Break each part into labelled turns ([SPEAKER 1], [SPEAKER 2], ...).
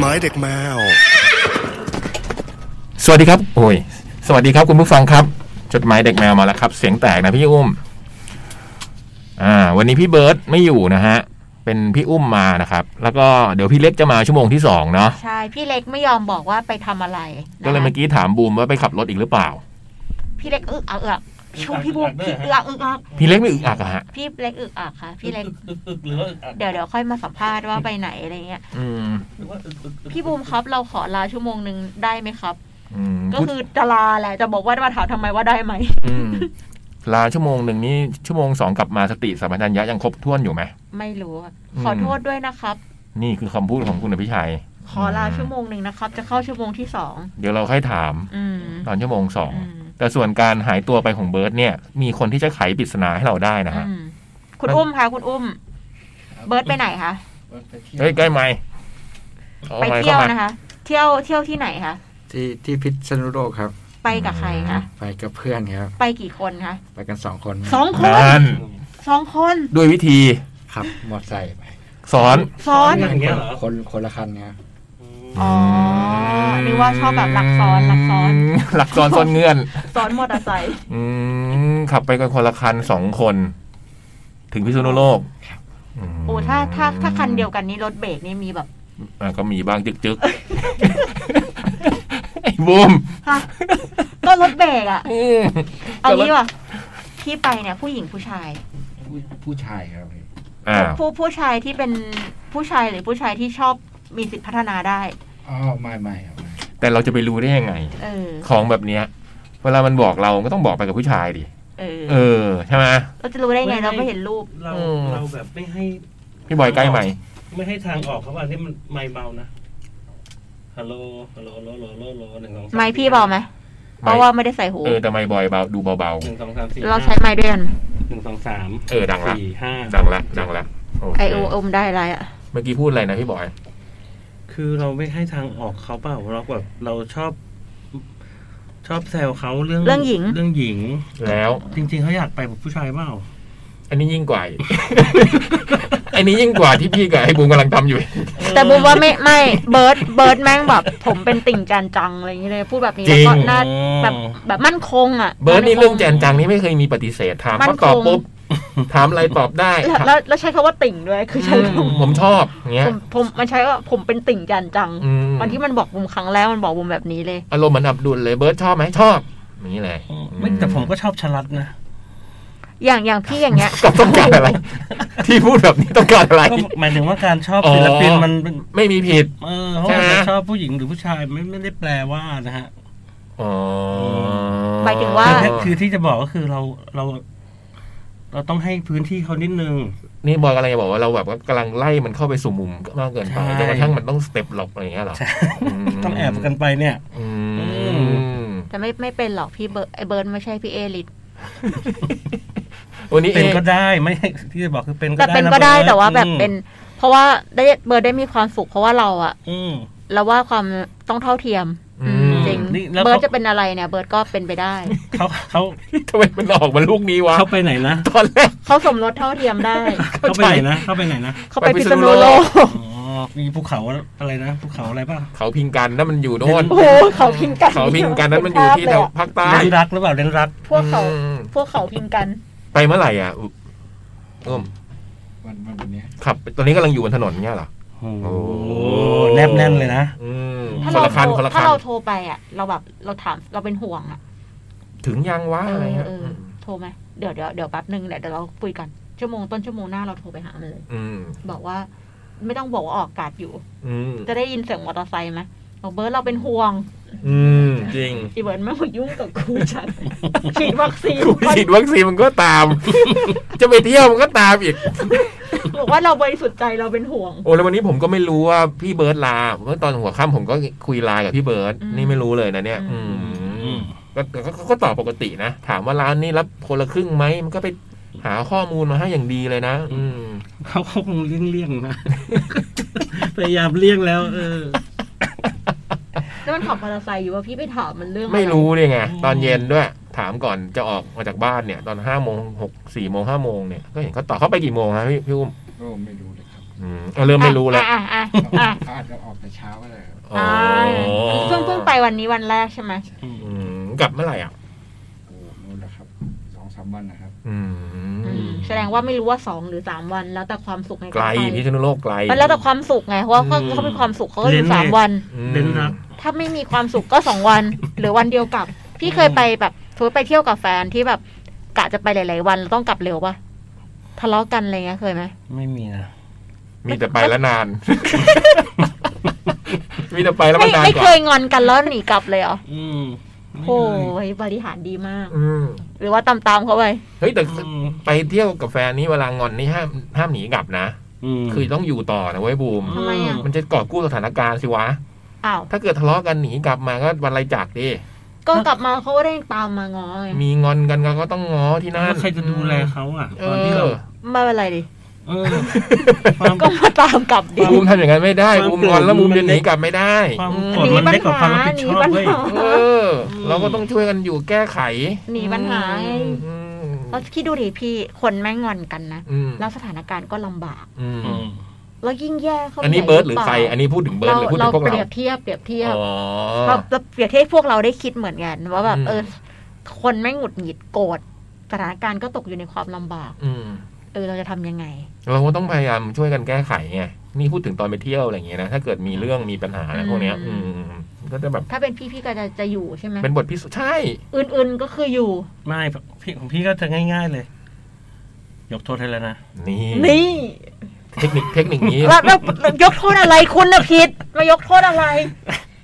[SPEAKER 1] หมายเด็กแมว
[SPEAKER 2] สวัสดีครับ โอ้ย สวัสดีครับคุณผู้ฟังครับ จดหมายเด็กแมวมาแล้วครับ เสียงแตกนะพี่อุ้ม อ่า วันนี้พี่เบิร์ตไม่อยู่นะฮะ เป็นพี่อุ้มมานะครับ แล้วก็เดี๋ยวพี่เล็กจะมาชั่วโมงที่สองเนาะ
[SPEAKER 3] ใช่ พี่เล็กไม่ยอมบอกว่าไปทำอะไรนะคะ
[SPEAKER 2] ก็เลยเมื่อกี้ถามบูมว่าไปขับรถอีกหรือเปล่า
[SPEAKER 3] พี่เล็กอึกอักอึกอักช่วงพี่บุ๊ก
[SPEAKER 4] อึ
[SPEAKER 3] พี่อึก
[SPEAKER 4] กอั
[SPEAKER 3] อั
[SPEAKER 4] ก
[SPEAKER 3] ก
[SPEAKER 4] อึ
[SPEAKER 3] อึ
[SPEAKER 4] ก
[SPEAKER 3] ก
[SPEAKER 4] อั
[SPEAKER 3] อั
[SPEAKER 4] ก
[SPEAKER 3] ก
[SPEAKER 2] พี่เล็กไม่อึกอักอะฮะ
[SPEAKER 3] พี่เล็กอึกอักค่ะ พี่เล็ก
[SPEAKER 4] อึกอึกหรือว่าอึกอัก
[SPEAKER 3] เดี๋ยวเดี๋ยวค่อยมาสัมภาษณ์ว่าไปไหนอะไรเงี้ย
[SPEAKER 2] อืม
[SPEAKER 4] หรือว่าอึกอึกอึก
[SPEAKER 3] พี่บูมครับเราขอลาชั่วโมงหนึ่งได้ไหมครับ
[SPEAKER 2] อืม
[SPEAKER 3] ก็
[SPEAKER 2] พูด
[SPEAKER 3] คือจะลาแหละจะบอกว่ามาถามทำไมว่าได้ไหม
[SPEAKER 2] มลาชั่วโมงหนึ่งนี่ชั่วโมงสองกลับมาสติสัมปชัญญะยังครบถ้วนอยู่ไหม
[SPEAKER 3] ไม่รู้อะ
[SPEAKER 2] อืม
[SPEAKER 3] ขอโทษด้วยนะครับ
[SPEAKER 2] นี่คือคำพูดของคุณอภิชัย
[SPEAKER 3] ขอลาชั่วโมงหนึ่งนะครับ จะเข้าชั่วโมงที่สอง
[SPEAKER 2] เดี๋ยวเราค่อยถาม
[SPEAKER 3] อืม
[SPEAKER 2] ตอนชั่วโมงสอง
[SPEAKER 3] อืม
[SPEAKER 2] แต่ส่วนการหายตัวไปของเบิร์ตเนี่ย มีคนที่จะไขปริศนาให้เราได้นะฮะ
[SPEAKER 3] อืมคุณอุ้มคะคุณอุ้ม เบิร์ตไปไหนคะ
[SPEAKER 4] ไปเที่ยว
[SPEAKER 2] เฮ้ยใกล้ไหมค์อา
[SPEAKER 3] ไป
[SPEAKER 2] มค์
[SPEAKER 3] เที่ยว
[SPEAKER 2] ข้ามา
[SPEAKER 3] นะคะ เที่ยวเที่ยวที่ไหนคะ
[SPEAKER 5] ที่ที่พิษณุโลกครับ
[SPEAKER 3] ไปกับใครคะ
[SPEAKER 5] ไปกับเพื่อนครับ
[SPEAKER 3] ไปกี่คนคะ
[SPEAKER 5] ไปกันสองคน
[SPEAKER 3] สองคน
[SPEAKER 2] นั่น
[SPEAKER 3] สองคน
[SPEAKER 2] ด้วยวิธี
[SPEAKER 5] ขับมอเตอร์ไซค์ไป
[SPEAKER 2] สอน
[SPEAKER 3] ซ้อน
[SPEAKER 4] อย่างเงี้ยเหรอ
[SPEAKER 5] คนคนละคันครับ
[SPEAKER 3] อ๋อหรือว่าชอบแบบหลักซ้อนหลักซ้อน
[SPEAKER 2] หลักซ้อนซ้อนเงื่อน
[SPEAKER 3] ซ้อนมอเตอร์ไซค์
[SPEAKER 2] อืมขับไปกันคนละคันสองคน ถึงพิษณุโลกม
[SPEAKER 3] โอ้ถ้าถ้าถ้าคันเดียวกันนี่รถเบรกนี่มีแบบ
[SPEAKER 2] อ่ะก็มีบ้างจึกๆ ไอ้บูม
[SPEAKER 3] ฮะก็รถเบรกอะ
[SPEAKER 2] อืม
[SPEAKER 3] เอางี้ว่ะที่ไปเนี่ยผู้หญิงผู้ชาย
[SPEAKER 5] ผู้ผู้ชายครับพี่
[SPEAKER 2] อ่า
[SPEAKER 3] ผู้ผู้ชายที่เป็นผู้ชายหรือผู้ชายที่ชอบมีสิทธิพัฒนาได้
[SPEAKER 5] อ๋อไม่ไม่ครับไม่
[SPEAKER 2] แต่เราจะไปรู้ได้ยังไง
[SPEAKER 3] เออ
[SPEAKER 2] ของแบบเนี้ย เวลามันบอกเราก็ต้องบอกไปกับผู้ชายดิ
[SPEAKER 3] เออ
[SPEAKER 2] เออ ใช่ไหม
[SPEAKER 3] เราจะรู้ได้ไงเราไม่เห็นรูป
[SPEAKER 4] เรา
[SPEAKER 2] อืม
[SPEAKER 4] เราแบบไม่ให้
[SPEAKER 2] พี่บอยใกล้ไหมค์
[SPEAKER 4] ไม่ให้ทางออกเขาว่าอันนี้มันไม่เบานะฮัลโหลฮัลโหลฮัลโหลฮัลโหลฮัลโหลหนึ่งสองสา
[SPEAKER 3] ไม้พี่เบาไหมเพ
[SPEAKER 2] ไม่
[SPEAKER 3] ราะว่าไม่ได้ใส่หู
[SPEAKER 2] เออแต่ไมค์บอยเบาดูเบา
[SPEAKER 4] หนึ่งสองสามสี่
[SPEAKER 3] เราใช้ไม้ด้วยกัน
[SPEAKER 4] หนึ่งสองสาม
[SPEAKER 2] ๆเออดังละ
[SPEAKER 4] สี่ห้า
[SPEAKER 2] ดังละดังละโอเค
[SPEAKER 3] ไอโออมได้อะไรอะ
[SPEAKER 2] เมื่อกี้พูดอะไรนะพี่บอย
[SPEAKER 4] คือเราไม่ให้ทางออกเขาเปล่าเราแบบเราชอบ ชอบแซวเขาเรื่อง
[SPEAKER 3] เรื่องหญิง
[SPEAKER 4] เรื่องหญิง
[SPEAKER 2] แล้ว
[SPEAKER 4] จริง ๆเขาอยากไปกับผู้ชายเปล่า
[SPEAKER 2] อันนี้ยิ่งกว่า อีก อันนี้ยิ่งกว่าที่พี่กับไอ้บูมกำลังทำอยู่
[SPEAKER 3] แต่บูมว่าไม่ไม่เบิร์ดเบิร์ดแม่งแบบผมเป็นติ่งจานจังอะไรอย่างเงี้ยเลยพูดแบบนี้
[SPEAKER 2] จริ
[SPEAKER 3] แล้ว
[SPEAKER 2] ง
[SPEAKER 3] ก็น่าแบบแบบมั่นคงอ่ะ
[SPEAKER 2] เบิร์ดนี่เรื่องแจนจัง
[SPEAKER 3] แ
[SPEAKER 2] นี่ไม่เคยมีปฏิเสธถาม
[SPEAKER 3] มัน
[SPEAKER 2] ก็ตอบ
[SPEAKER 3] คง
[SPEAKER 2] ปุ๊บ ถามอะไรตอบได้
[SPEAKER 3] ล้วแล้วแล้วใช้คำว่าติ่งด้วย คือใช้คำว่า
[SPEAKER 2] ผมชอบอย่างเงี้
[SPEAKER 3] ผ
[SPEAKER 2] ย
[SPEAKER 3] มผมมันใช้ว่าผมเป็นติ่งจานจัง
[SPEAKER 2] อืม
[SPEAKER 3] วันที่มันบอกบูมครั้งแรกมันบอกบูมแบบนี้เลย
[SPEAKER 2] อารมณ์เหมือนอับดุลเลยเบิร์ดชอบไหมชอบอย่างนี้เลย
[SPEAKER 4] ไม่แต่ผมก็ชอบชลัดนะ
[SPEAKER 3] อย่างอย่างพี่อย่างเงี้ย
[SPEAKER 2] ก็ต้องการ อะไร ที่พูดแบบนี้ต้องการอะไร
[SPEAKER 4] ก็หมายถึงว่าการชอบศิลปิน
[SPEAKER 2] อ๋อ
[SPEAKER 4] มันเป็น
[SPEAKER 2] ไม่มีผิด
[SPEAKER 4] เออเขาอาจจะชอบผู้หญิงหรือผู้ชายไม่ไม่ได้แปลว่านะฮะ
[SPEAKER 2] อ๋อ
[SPEAKER 3] หมายถึงว่า
[SPEAKER 4] คือคือที่จะบอกก็คือเราเรา เราต้องให้พื้นที่เขานิดนึง
[SPEAKER 2] นี่บอยกำลังจะบอกว่าเราแบบว่ากำลังไล่มันเข้าไปสู่มุมมากเกินไป
[SPEAKER 4] ใช่
[SPEAKER 2] จนกระทั่งมันต้องสเต็ปหลบอะไรอย่างเงี้ยเหรอ ม
[SPEAKER 4] ต้องแอบกันไปเนี่ย
[SPEAKER 2] อืม
[SPEAKER 3] แต่ไม่ไม่เป็นหรอกพี่เบิร์ดไอเบิร์ดไม่ใช่พี่เอลิท
[SPEAKER 2] วันนี้เอ
[SPEAKER 4] เป็น
[SPEAKER 2] ง
[SPEAKER 4] ก็ได้ไม่ให้ที่จะบอกคือเป็นก็
[SPEAKER 3] แต่
[SPEAKER 4] ได้
[SPEAKER 3] เป็น
[SPEAKER 4] นะ
[SPEAKER 3] ก็ได้
[SPEAKER 4] เร์
[SPEAKER 3] แต่ว่าแบบ
[SPEAKER 4] อืม
[SPEAKER 3] เป็น เพราะว่าได้เบิร์ดได้มีความสุขเพราะว่าเราอะ
[SPEAKER 4] อืม
[SPEAKER 3] เราว่าความต้องเท่าเทียม
[SPEAKER 2] อืม
[SPEAKER 3] จริง
[SPEAKER 4] นี่แล้วเขา
[SPEAKER 3] เบิร์ดจะเป็นอะไรเนี่ย เบิร์ดก็เป็นไปได้
[SPEAKER 4] เขาเขา
[SPEAKER 2] ทำไมมันออกมาลูกนี้วะ
[SPEAKER 4] เขาไปไหนนะ
[SPEAKER 2] ตอนแรก
[SPEAKER 3] เขาสมรสเท่าเทียมได้
[SPEAKER 4] เขาไปไหนนะเขาไปไหนนะ
[SPEAKER 3] เขาไป
[SPEAKER 2] ไปพิ
[SPEAKER 3] พิ
[SPEAKER 2] ษ
[SPEAKER 3] ษ
[SPEAKER 2] ณุ
[SPEAKER 3] ณุ
[SPEAKER 2] โล
[SPEAKER 3] โล
[SPEAKER 2] ก
[SPEAKER 3] ก
[SPEAKER 4] อ๋อมีภูเขาอะไรนะภูเขาอะไรป่ะ
[SPEAKER 2] เขาพิงกันนั่นมันอยู่โน่น
[SPEAKER 3] โอ้โหเขาพิงกัน
[SPEAKER 2] เขาพิงกันนั่นมันอยู่ที่แถวภาคใต้
[SPEAKER 4] เล่นรักหรือเปล่าเล่นรัก
[SPEAKER 3] พวกเขา
[SPEAKER 2] อืม
[SPEAKER 3] พวกเขาพิงกัน
[SPEAKER 2] ไปเมื่อไหร่อ่ะอุ๊อุ้ม
[SPEAKER 5] วันวันวันเนี้ย
[SPEAKER 2] ขับ ตอนนี้กำลังอยู่บนถนนเงี้ยเหรอ
[SPEAKER 4] โอ้
[SPEAKER 2] โอ้
[SPEAKER 4] โหแนบแน่นเลยนะ
[SPEAKER 2] อืม
[SPEAKER 3] ถ้า
[SPEAKER 2] คน
[SPEAKER 3] เรา
[SPEAKER 2] ละ
[SPEAKER 3] โท
[SPEAKER 2] คัน
[SPEAKER 3] ร
[SPEAKER 2] คนละ
[SPEAKER 3] ถ้า
[SPEAKER 2] คัน
[SPEAKER 3] เราโทรไปอ่ะ เราแบบเราถามเราเป็นห่วงอ่ะ
[SPEAKER 2] ถึงยังวะ
[SPEAKER 3] เอ
[SPEAKER 2] อะไร
[SPEAKER 3] อ
[SPEAKER 2] เงี้ย
[SPEAKER 3] เออโทรไหมเดี๋ยวเดี๋ยวเดี๋ยวแป๊บนึงแหละเดี๋ยวเราคุยกันชั่วโมงต้นชั่วโมงหน้าเราโทรไปหามันเลย
[SPEAKER 2] อืม
[SPEAKER 3] บอกว่า ไม่ต้องบอกว่าออกอากาศอยู่
[SPEAKER 2] อืม
[SPEAKER 3] จะได้ยินเสียงมอเตอร์ไซค์ไหมบอกเบิร์ดเราเป็นห่วง
[SPEAKER 2] อืมจริง
[SPEAKER 3] อีเบิร์ดไม่มายุ่งกับกูฉั นฉีดวัคซีน
[SPEAKER 2] กูฉีดวัคซีนมันก็ตาม จะไปเที่ยวมันก็ตามอีก
[SPEAKER 3] บอกว่าเราบริสุทธิ์ใจเราเป็นห่วง
[SPEAKER 2] โอ้แล้ววันนี้ผมก็ไม่รู้ว่าพี่เบิร์ดลาเมื่อตอนหัวค่ำผมก็คุยไลน์กับพี่เบิร์ด
[SPEAKER 3] อืม
[SPEAKER 2] นี่ไม่รู้เลยนะเนี่ย
[SPEAKER 3] อื
[SPEAKER 2] อื
[SPEAKER 3] ม
[SPEAKER 2] มก็ก็ก็ก็ตอบปกตินะ ถามว่าร้านนี้รับคนละครึ่งไหมมันก็ไปหาข้อมูลมาให้อย่างดีเลยนะ อืม
[SPEAKER 4] เขาก็คงเลี่ยงเลี่ยงๆนะ พยายามเลี่ยงแล้ว เออ
[SPEAKER 3] แล้วมันขับมอเตอร์ไซค์อยู่ว่าพี่ไปถามมันเรื่องอะ
[SPEAKER 2] ไม่รู้เลยไง
[SPEAKER 4] อืม
[SPEAKER 2] ตอนเย็นด้วย ถามก่อนจะออกมาจากบ้านเนี่ย ตอนห้าโมงหกสี่โมงห้าโมงเนี่ยก็เห็นเขาตอบเขาไปกี่โมงฮะพี่พี่อุ้ม
[SPEAKER 5] โอ้ไม่รู้เลยครับ
[SPEAKER 2] อืมเอาเริ่มไม่รู้แล้ว
[SPEAKER 3] อ่ะอ่ะ
[SPEAKER 5] เขา
[SPEAKER 3] อ่ะ
[SPEAKER 5] เขาอาจจะออกแต่เช้าก็ได้ครับ
[SPEAKER 2] อ๋อ
[SPEAKER 3] อ่ะอ่ะเพิ่งเพิ่งไปวันนี้วันแรกใช่ไหม
[SPEAKER 4] อืม
[SPEAKER 2] อืมกลับเมื่อไหร่อ่ะ
[SPEAKER 5] โอ้โหนู่นแหละครับสองสามวันนะครับ
[SPEAKER 2] อื
[SPEAKER 3] อื
[SPEAKER 2] ม
[SPEAKER 3] มแสดงว่าไม่รู้ว่าสองหรือสามวันแล้วแต่ความสุขในาร
[SPEAKER 2] ไกล
[SPEAKER 3] ป
[SPEAKER 2] พิษณุโลกไกล
[SPEAKER 3] มันแล้วแต่ความสุขไงเพราะว่าเขา
[SPEAKER 2] อืม
[SPEAKER 3] เขามีความสุขเขาก็อยู่สามวัน
[SPEAKER 2] อืม
[SPEAKER 4] เน้นรัก
[SPEAKER 3] ถ้าไม่มีความสุขก็สองวัน หรือวันเดียวกลับ พี่เคยไปแบบสมมติไปเที่ยวกับแฟนที่แบบกะจะไปหลาย ๆ วันแล้วต้องกลับเร็วปะทะเลาะกันอะไรเงี้ยเคยไหม
[SPEAKER 4] ไม่มีนะ
[SPEAKER 2] มีแต่ไปแล้วนาน มีแต่ไปแล้วมั
[SPEAKER 3] ไม่
[SPEAKER 2] นนาน
[SPEAKER 3] ไม่
[SPEAKER 2] ก
[SPEAKER 3] เค
[SPEAKER 2] ว่าย
[SPEAKER 3] งอนกันแล้วหนีกลับเลยเหรอ
[SPEAKER 4] อืมไม่
[SPEAKER 3] โอ้
[SPEAKER 4] เลย
[SPEAKER 3] ยบริหารดีมาก
[SPEAKER 2] อืม
[SPEAKER 3] หรือว่าตามๆเขาไป
[SPEAKER 2] เฮ้ยแต่
[SPEAKER 4] อืม
[SPEAKER 2] ไปเที่ยวกับแฟนนี่เวลางอนนี่ห้ามห้ามหนีกลับนะ
[SPEAKER 4] ม
[SPEAKER 2] คือต้องอยู่ต่อนะเว้ยบูม
[SPEAKER 3] ทำไมอ่ะ
[SPEAKER 4] ม
[SPEAKER 2] มันจะก่อกู้สถานการณ์สิวะ
[SPEAKER 3] อ้าว
[SPEAKER 2] ถ้าเกิดทะเลาะกันหนีกลับมาก็วันไรายจากดิ
[SPEAKER 3] ก็กลับมาเขาก็ได้ตามมางอไง
[SPEAKER 2] มีงอนกันก็ต้องง้อที่นั่
[SPEAKER 4] แล้
[SPEAKER 2] น
[SPEAKER 4] วใครจะดูแลเขาอ่ะ
[SPEAKER 2] เอ
[SPEAKER 4] ตอน
[SPEAKER 2] อ
[SPEAKER 4] ที่เรา
[SPEAKER 3] ไม่เป็นไรดิ
[SPEAKER 4] เออความ
[SPEAKER 3] ก็มาตามกลับดิ
[SPEAKER 2] บูมทำอย่างนั้นไม่ได้บูมงอนแล้วบูมจะหนีกลับไม่ได้
[SPEAKER 4] ความ
[SPEAKER 2] อืม
[SPEAKER 4] โกรธมันเล็กกว่าความรับผิดชอบเว้ย
[SPEAKER 2] เออ เราก็ต้องช่วยกันอยู่แก้ไข
[SPEAKER 3] หนีปัญหาไง
[SPEAKER 2] อืม
[SPEAKER 3] เราคิดดูดิพี่คนแม่งงอนกันนะ
[SPEAKER 2] อืม
[SPEAKER 3] แล้วสถานการณ์ก็ลำบาก
[SPEAKER 2] อืม
[SPEAKER 4] อืม
[SPEAKER 3] แล้วยิ่งแย่เข้าไป
[SPEAKER 2] อันนี้เบิร์ดหรือใคร อันนี้พูดถึงเบิร์ด
[SPEAKER 3] เรา
[SPEAKER 2] หรือพูด
[SPEAKER 3] เรา
[SPEAKER 2] ถึงพวก
[SPEAKER 3] เป
[SPEAKER 2] เรา
[SPEAKER 3] รียบเทียบเปรียบเทียบ
[SPEAKER 2] อ๋อ
[SPEAKER 3] เราเราเปรียบเทียบให้พวกเราได้คิดเหมือนกันว่าแบบ
[SPEAKER 2] อืม
[SPEAKER 3] เออ คนแม่งหงุดหงิดโกรธสถานการณ์ก็ตกอยู่ในความลำบาก
[SPEAKER 2] อืม
[SPEAKER 3] เออเราจะทำยังไง
[SPEAKER 2] เราก็ต้องพยายามช่วยกันแก้ไขไงนี่พูดถึงตอนไปเที่ยวอะไรอย่างเงี้ยนะถ้าเกิดมีเรื่องมีปัญหาอะไรพวกเนี้ย
[SPEAKER 3] อื
[SPEAKER 2] อืม
[SPEAKER 3] ม
[SPEAKER 2] ก็จะแบบ
[SPEAKER 3] ถ้าเป็นพี่พี่ก็จะจะอยู่ใช่ไหม
[SPEAKER 2] เป็นบทพิสูจน์ใช่
[SPEAKER 3] อื่นๆก็คืออยู่
[SPEAKER 4] ไม่พี่ของพี่ก็จะง่ายๆเลย ยกโทษให้แล้วนะ
[SPEAKER 2] นี่
[SPEAKER 3] นี่
[SPEAKER 2] เทคนิคเทคนิคนี้
[SPEAKER 3] แล้วแล้วแล้วยกโทษอะไรคุณนะผิดมายกโทษอะไร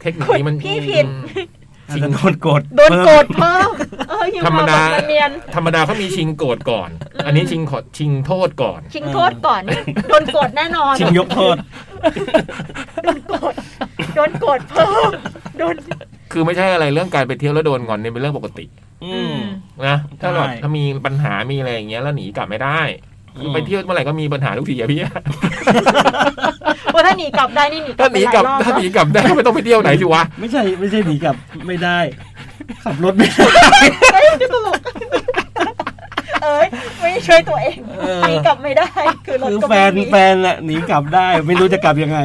[SPEAKER 2] เทคนิคนี้มัน
[SPEAKER 3] พี่ผิด
[SPEAKER 4] อาจจะโดนโกด
[SPEAKER 3] โดนโกรธเพิ่มเออยัง
[SPEAKER 2] ธรรมดา
[SPEAKER 3] พอแบบเนียน
[SPEAKER 2] ธรรมดาเขามีชิงโกรธก่อน อันนี้ชิงขอชิงโทษก่อน
[SPEAKER 3] ๆชิงโทษก่อนนี่โดนโกรธแน่นอน
[SPEAKER 4] ชิงยกโทษ
[SPEAKER 3] โดนโกรธโดนโกรธเพิ่มโดน
[SPEAKER 2] คือไม่ใช่อะไรเรื่องการไปเที่ยวแล้วโดนงอนเนี่ยเป็นเรื่องปกติ
[SPEAKER 4] อืม
[SPEAKER 2] นะถ้าแบบ
[SPEAKER 4] ใช่
[SPEAKER 2] ถ้ามีปัญหามีอะไรอย่างเงี้ยแล้วหนีกลับไม่ได้คือไปเที่ยวเมื่อไหร่ก็มีปัญหาทุกทีอะ พี่
[SPEAKER 3] โอ้ถ้าหนีกลับได้นี่หนีกลั
[SPEAKER 2] ถ้าห
[SPEAKER 3] บไป
[SPEAKER 2] นี
[SPEAKER 3] หลาก
[SPEAKER 2] ลั
[SPEAKER 3] ย
[SPEAKER 2] บ
[SPEAKER 3] รอบ
[SPEAKER 2] ถ้า
[SPEAKER 3] แล้ว
[SPEAKER 2] หนีกลับได้ก็ไม่ต้องไปเที่ยวไหนสิวะ
[SPEAKER 4] ไม่ใช่ไม่ใช่หนีกลับไม่ได้ ขับรถไม่ ได้
[SPEAKER 3] เอ้ยจะตลกเอ้ยไม่ช่วยตัวเอง
[SPEAKER 4] เออ
[SPEAKER 3] หนีกลับไม่ได้ คือรถ
[SPEAKER 4] คือ
[SPEAKER 3] ก็
[SPEAKER 4] แฟ
[SPEAKER 3] ไม่
[SPEAKER 4] น
[SPEAKER 3] มี
[SPEAKER 4] แฟนน่ะหนีกลับได้ ไม่รู้จะกลับยังไง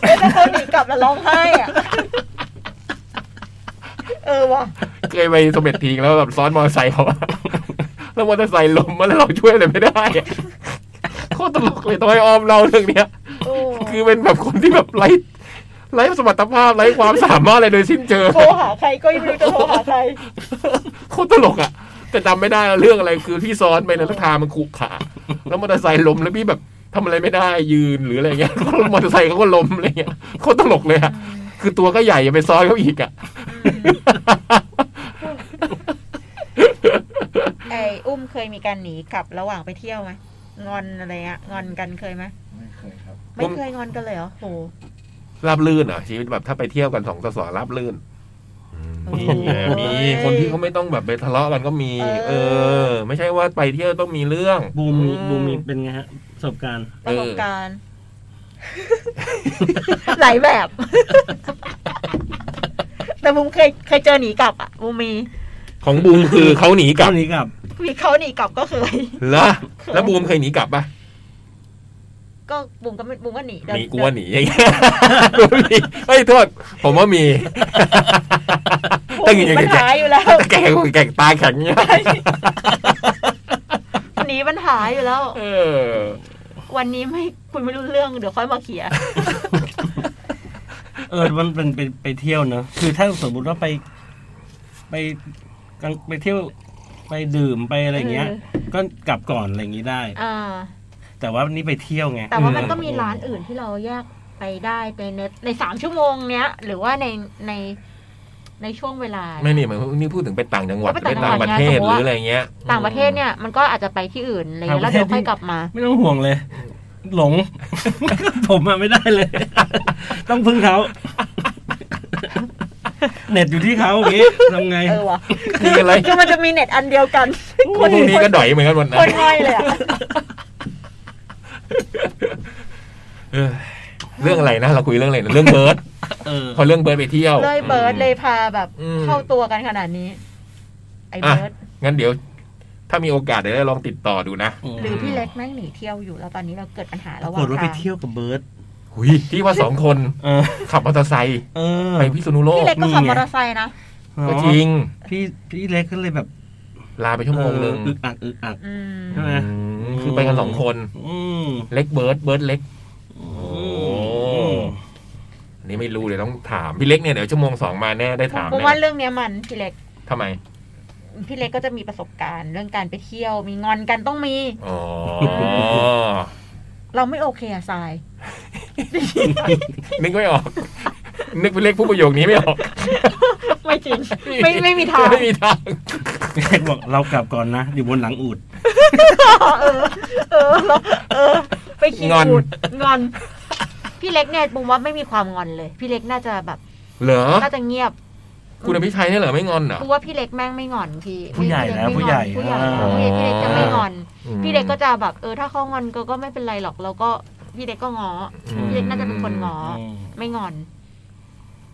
[SPEAKER 3] เอ้ยถ้าเขาหนีกลับแล้วร้องไห้อะเออว่ะ
[SPEAKER 2] เคยไปสมเด็จทีแล้วแบบซ้อนมอเตอร์ไซค์เขาอะ แล้วมอเตอร์ไซค์ล้มมาแล้วเราช่วยอะไรไม่ได้อะโคตรตลกเลยตอยออมเราเรื่องเนี้ย
[SPEAKER 3] โอ้
[SPEAKER 2] คือเป็นแบบคนที่แบบไร้ไร้สมรรถภาพไร้ความสามารถอะไรโดยสิ้นเชิง
[SPEAKER 3] โทรหาใครก็ยังไม่รู้จะโทรหาใคร
[SPEAKER 2] โคตรตลกอ่ะแต่จำไม่ได้แล้วเรื่องอะไรคือพี่ซ้อนไปแล้วทางมันขรุขระแล้วมอเตอร์ไซค์ล้มแล้วพี่แบบทำอะไรไม่ได้ยืนหรืออะไรเงี้ยแล้วมอเตอร์ไซค์เขาก็ล้มอะไรเงี้ยโคตรตลกเลยอ่ะคือตัวก็ใหญ่อย่าไปซ้อนเขาอีกอ่ะ
[SPEAKER 3] ไอ้อุ้มเคยมีการหนีกลับระหว่างไปเที่ยวไหมงอนอะไรเงี้ยงอนกันเคยไหม
[SPEAKER 5] ไม่เคยครับ
[SPEAKER 3] ไม่เคยงอนกันเลยเหรอโห
[SPEAKER 2] ราบลื่นเหรอชีวิตแบบถ้าไปเที่ยวกันสองสสราบลื่น
[SPEAKER 3] โอ้ย
[SPEAKER 2] มีคนที่เขาไม่ต้องแบบไปทะเลาะกันก็มี
[SPEAKER 3] เออ
[SPEAKER 2] เออ ไม่ใช่ว่าไปเที่ยวต้องมีเรื่อง
[SPEAKER 4] บูมมี
[SPEAKER 2] อื
[SPEAKER 4] บูมมีเป็นไงฮะประสบการณ์
[SPEAKER 3] ประสบการณ์ หลายแบบ แต่บุมเคยเคยเจอหนีกลับอ่ะบุมมี
[SPEAKER 2] ของบูมคือเขาหนีกลั
[SPEAKER 4] เจ้า
[SPEAKER 2] บ
[SPEAKER 4] หนีกลับ
[SPEAKER 3] มีเขาหนีกลับก็เคย
[SPEAKER 2] เหรอแล้วบูมเคยหนีกลับปะ
[SPEAKER 3] ก็บุมก็ไม่บุมก็หนี
[SPEAKER 2] หนีกูว่าหนีอย่างเงี้ยกูว่าหนีเฮ้ยโทษ ผมว่ามี
[SPEAKER 3] ตั้
[SPEAKER 2] ตั้
[SPEAKER 3] ง
[SPEAKER 2] ง
[SPEAKER 3] อ
[SPEAKER 2] อย่ย่าง
[SPEAKER 3] ปัญ
[SPEAKER 2] แก
[SPEAKER 3] หาอยู่แล้ว
[SPEAKER 2] แกแกตาแข็งเงี้ย
[SPEAKER 3] หนีปัญหาอยู่แล้ว
[SPEAKER 2] เออ
[SPEAKER 3] วันนี้ไม่คุณไม่รู้เรื่องเดี๋ยวค่อยมาเคลียร์
[SPEAKER 4] เออมันเป็นไปไปเที่ยวเนอะคือถ้าสมมุติว่าไป ไปกลางไปเที่ยวไปดื่มไปอะไรอย่างเงี้ย
[SPEAKER 3] เออ
[SPEAKER 4] ก็กลับก่อนอะไรอย่างงี้ได้
[SPEAKER 3] อ่า
[SPEAKER 4] แต่ว่านี่ไปเที่ยวไง
[SPEAKER 3] แต่ว่ามัน
[SPEAKER 2] อืม
[SPEAKER 3] ก็มีร้านอื่นที่เราแยกไปได้ในในในสามชั่วโมงเนี้ย หรือว่าในในในช่วงเวลา
[SPEAKER 2] ไม่นี่เหมือนนี่พูดถึงไปต่างจังหวัด
[SPEAKER 3] ก็
[SPEAKER 2] ไป
[SPEAKER 3] ไป
[SPEAKER 2] ต่า
[SPEAKER 3] ต่าง ง
[SPEAKER 2] ป
[SPEAKER 3] ประ ระ
[SPEAKER 2] เท
[SPEAKER 3] เท
[SPEAKER 2] ศ
[SPEAKER 3] ศ
[SPEAKER 2] หรืออะไรเงี้ย
[SPEAKER 3] ต่างประเทศเนี่ยมันก็อาจจะไปที่อื่นอะไรเลยแล้วเดี๋ยวค่อยกลับมา
[SPEAKER 4] ไม่ต้องห่วงเลย หลง ผมอะไม่ได้เลย ต้องพึ่งเขาเน็ตอยู่ที่เขาอย่างงี้ทำไง
[SPEAKER 3] เออวะ
[SPEAKER 2] นี่อะไร
[SPEAKER 3] คือมันจะมีเน็ตอันเดียวกัน
[SPEAKER 2] พวกนี้ก็ดอยเหมือนกันหมดนะ
[SPEAKER 3] คนง่ายเลยอะ
[SPEAKER 2] เออเรื่องอะไรนะเราคุยเรื่องอะไรนะเรื่องเบิร์ด
[SPEAKER 4] เออ
[SPEAKER 2] พอเรื่องเบิร์ดไปเที่ยว
[SPEAKER 3] เลยเบิร์ดเลยพาแบบ
[SPEAKER 2] อืม
[SPEAKER 3] เข้าตัวกันขนาดนี้ ไอ้เบิร์ด
[SPEAKER 2] งั้นเดี๋ยว ถ้ามีโอกาสเดี๋ยวได้ลองติดต่อดูนะ
[SPEAKER 3] หรือพี่เล็กแม่งหนีเที่ยวอยู่แล้วตอนนี้เราเกิดปัญหา
[SPEAKER 4] ป
[SPEAKER 3] ระ
[SPEAKER 4] รา
[SPEAKER 3] ห
[SPEAKER 4] ก
[SPEAKER 3] ว่าง
[SPEAKER 4] ฏว่าไป
[SPEAKER 3] ทาง
[SPEAKER 4] เที่ยวกับเบิร์ต
[SPEAKER 2] หุยที่ว่าสองคน
[SPEAKER 4] เออ
[SPEAKER 2] ขับมอเตอร์ไซค์
[SPEAKER 4] เออ
[SPEAKER 2] ไปพิษณุโล
[SPEAKER 3] พี่
[SPEAKER 2] ก
[SPEAKER 3] เล็กก็ขับ
[SPEAKER 4] นี่ไง
[SPEAKER 3] มอเตอร์ไซค์นะ
[SPEAKER 2] ก็จริง
[SPEAKER 4] พี่พี่เล็กก็เลยแบบ
[SPEAKER 2] ลาไปชั่วโมงนึง
[SPEAKER 4] เอออึกอักอึกอัก
[SPEAKER 3] อืม
[SPEAKER 4] ใช่ไหม
[SPEAKER 2] อืมคือไปกันสองคน
[SPEAKER 4] อืม
[SPEAKER 2] เล็กเบิร์ดเบิร์ดเล็ก
[SPEAKER 4] โอ้
[SPEAKER 2] อันนี้ไม่รู้เดี๋ยวต้องถาม พี่เล็กเนี่ยเดี๋ยวชั่วโมงสองมาแน่ได้ถาม
[SPEAKER 3] เพราะ
[SPEAKER 2] แน่
[SPEAKER 3] ว่าเรื่องเนี้ยมันพี่เล็ก
[SPEAKER 2] ทำไม
[SPEAKER 3] พี่เล็กก็จะมีประสบการณ์เรื่องการไปเที่ยว มีงอนกันต้องมี
[SPEAKER 2] อ๋อ
[SPEAKER 3] เราไม่โอเคอะทราย
[SPEAKER 2] นึกไม่ออก นึกเป็นเลขผู้ประโยคนี้ไม่ออก
[SPEAKER 3] ไม่จริง ไม่ไม่มีทาง
[SPEAKER 2] ไม่มีทาง
[SPEAKER 4] พี่เล็กบอกเรากลับก่อนนะ อยู่บนหลังอูด
[SPEAKER 3] เออ เออ เออ ไปขี่
[SPEAKER 2] งอน
[SPEAKER 3] อูฐงอน พี่เล็กเนี่ยบุมว่าไม่มีความงอนเลย พี่เล็กน่าจะแบบ
[SPEAKER 2] เหรอ
[SPEAKER 3] น่าจะเงียบ
[SPEAKER 2] คุณอภิชัยเนี่ยเหรอไม่งอนเหรอ
[SPEAKER 3] บุมว่าพี่เล็กแม่งไม่งอนพี่
[SPEAKER 4] ผู้ใหญ่
[SPEAKER 3] พี่เก
[SPEAKER 4] นะ
[SPEAKER 3] ไม่งอน
[SPEAKER 4] ผู้ใหญ่
[SPEAKER 3] ผู้ใหญ่
[SPEAKER 4] อ่า
[SPEAKER 3] พี่เล็กพี่เล็กจะไม่งอน
[SPEAKER 2] อืม
[SPEAKER 3] พี่เล็กก็จะแบบเออถ้าเขางอนก็ก็ไม่เป็นไรหรอกเราก็พี่เล็กก็งออ
[SPEAKER 2] ม
[SPEAKER 3] พี่เล็กน่าจะเป็นคนงออไม่งอน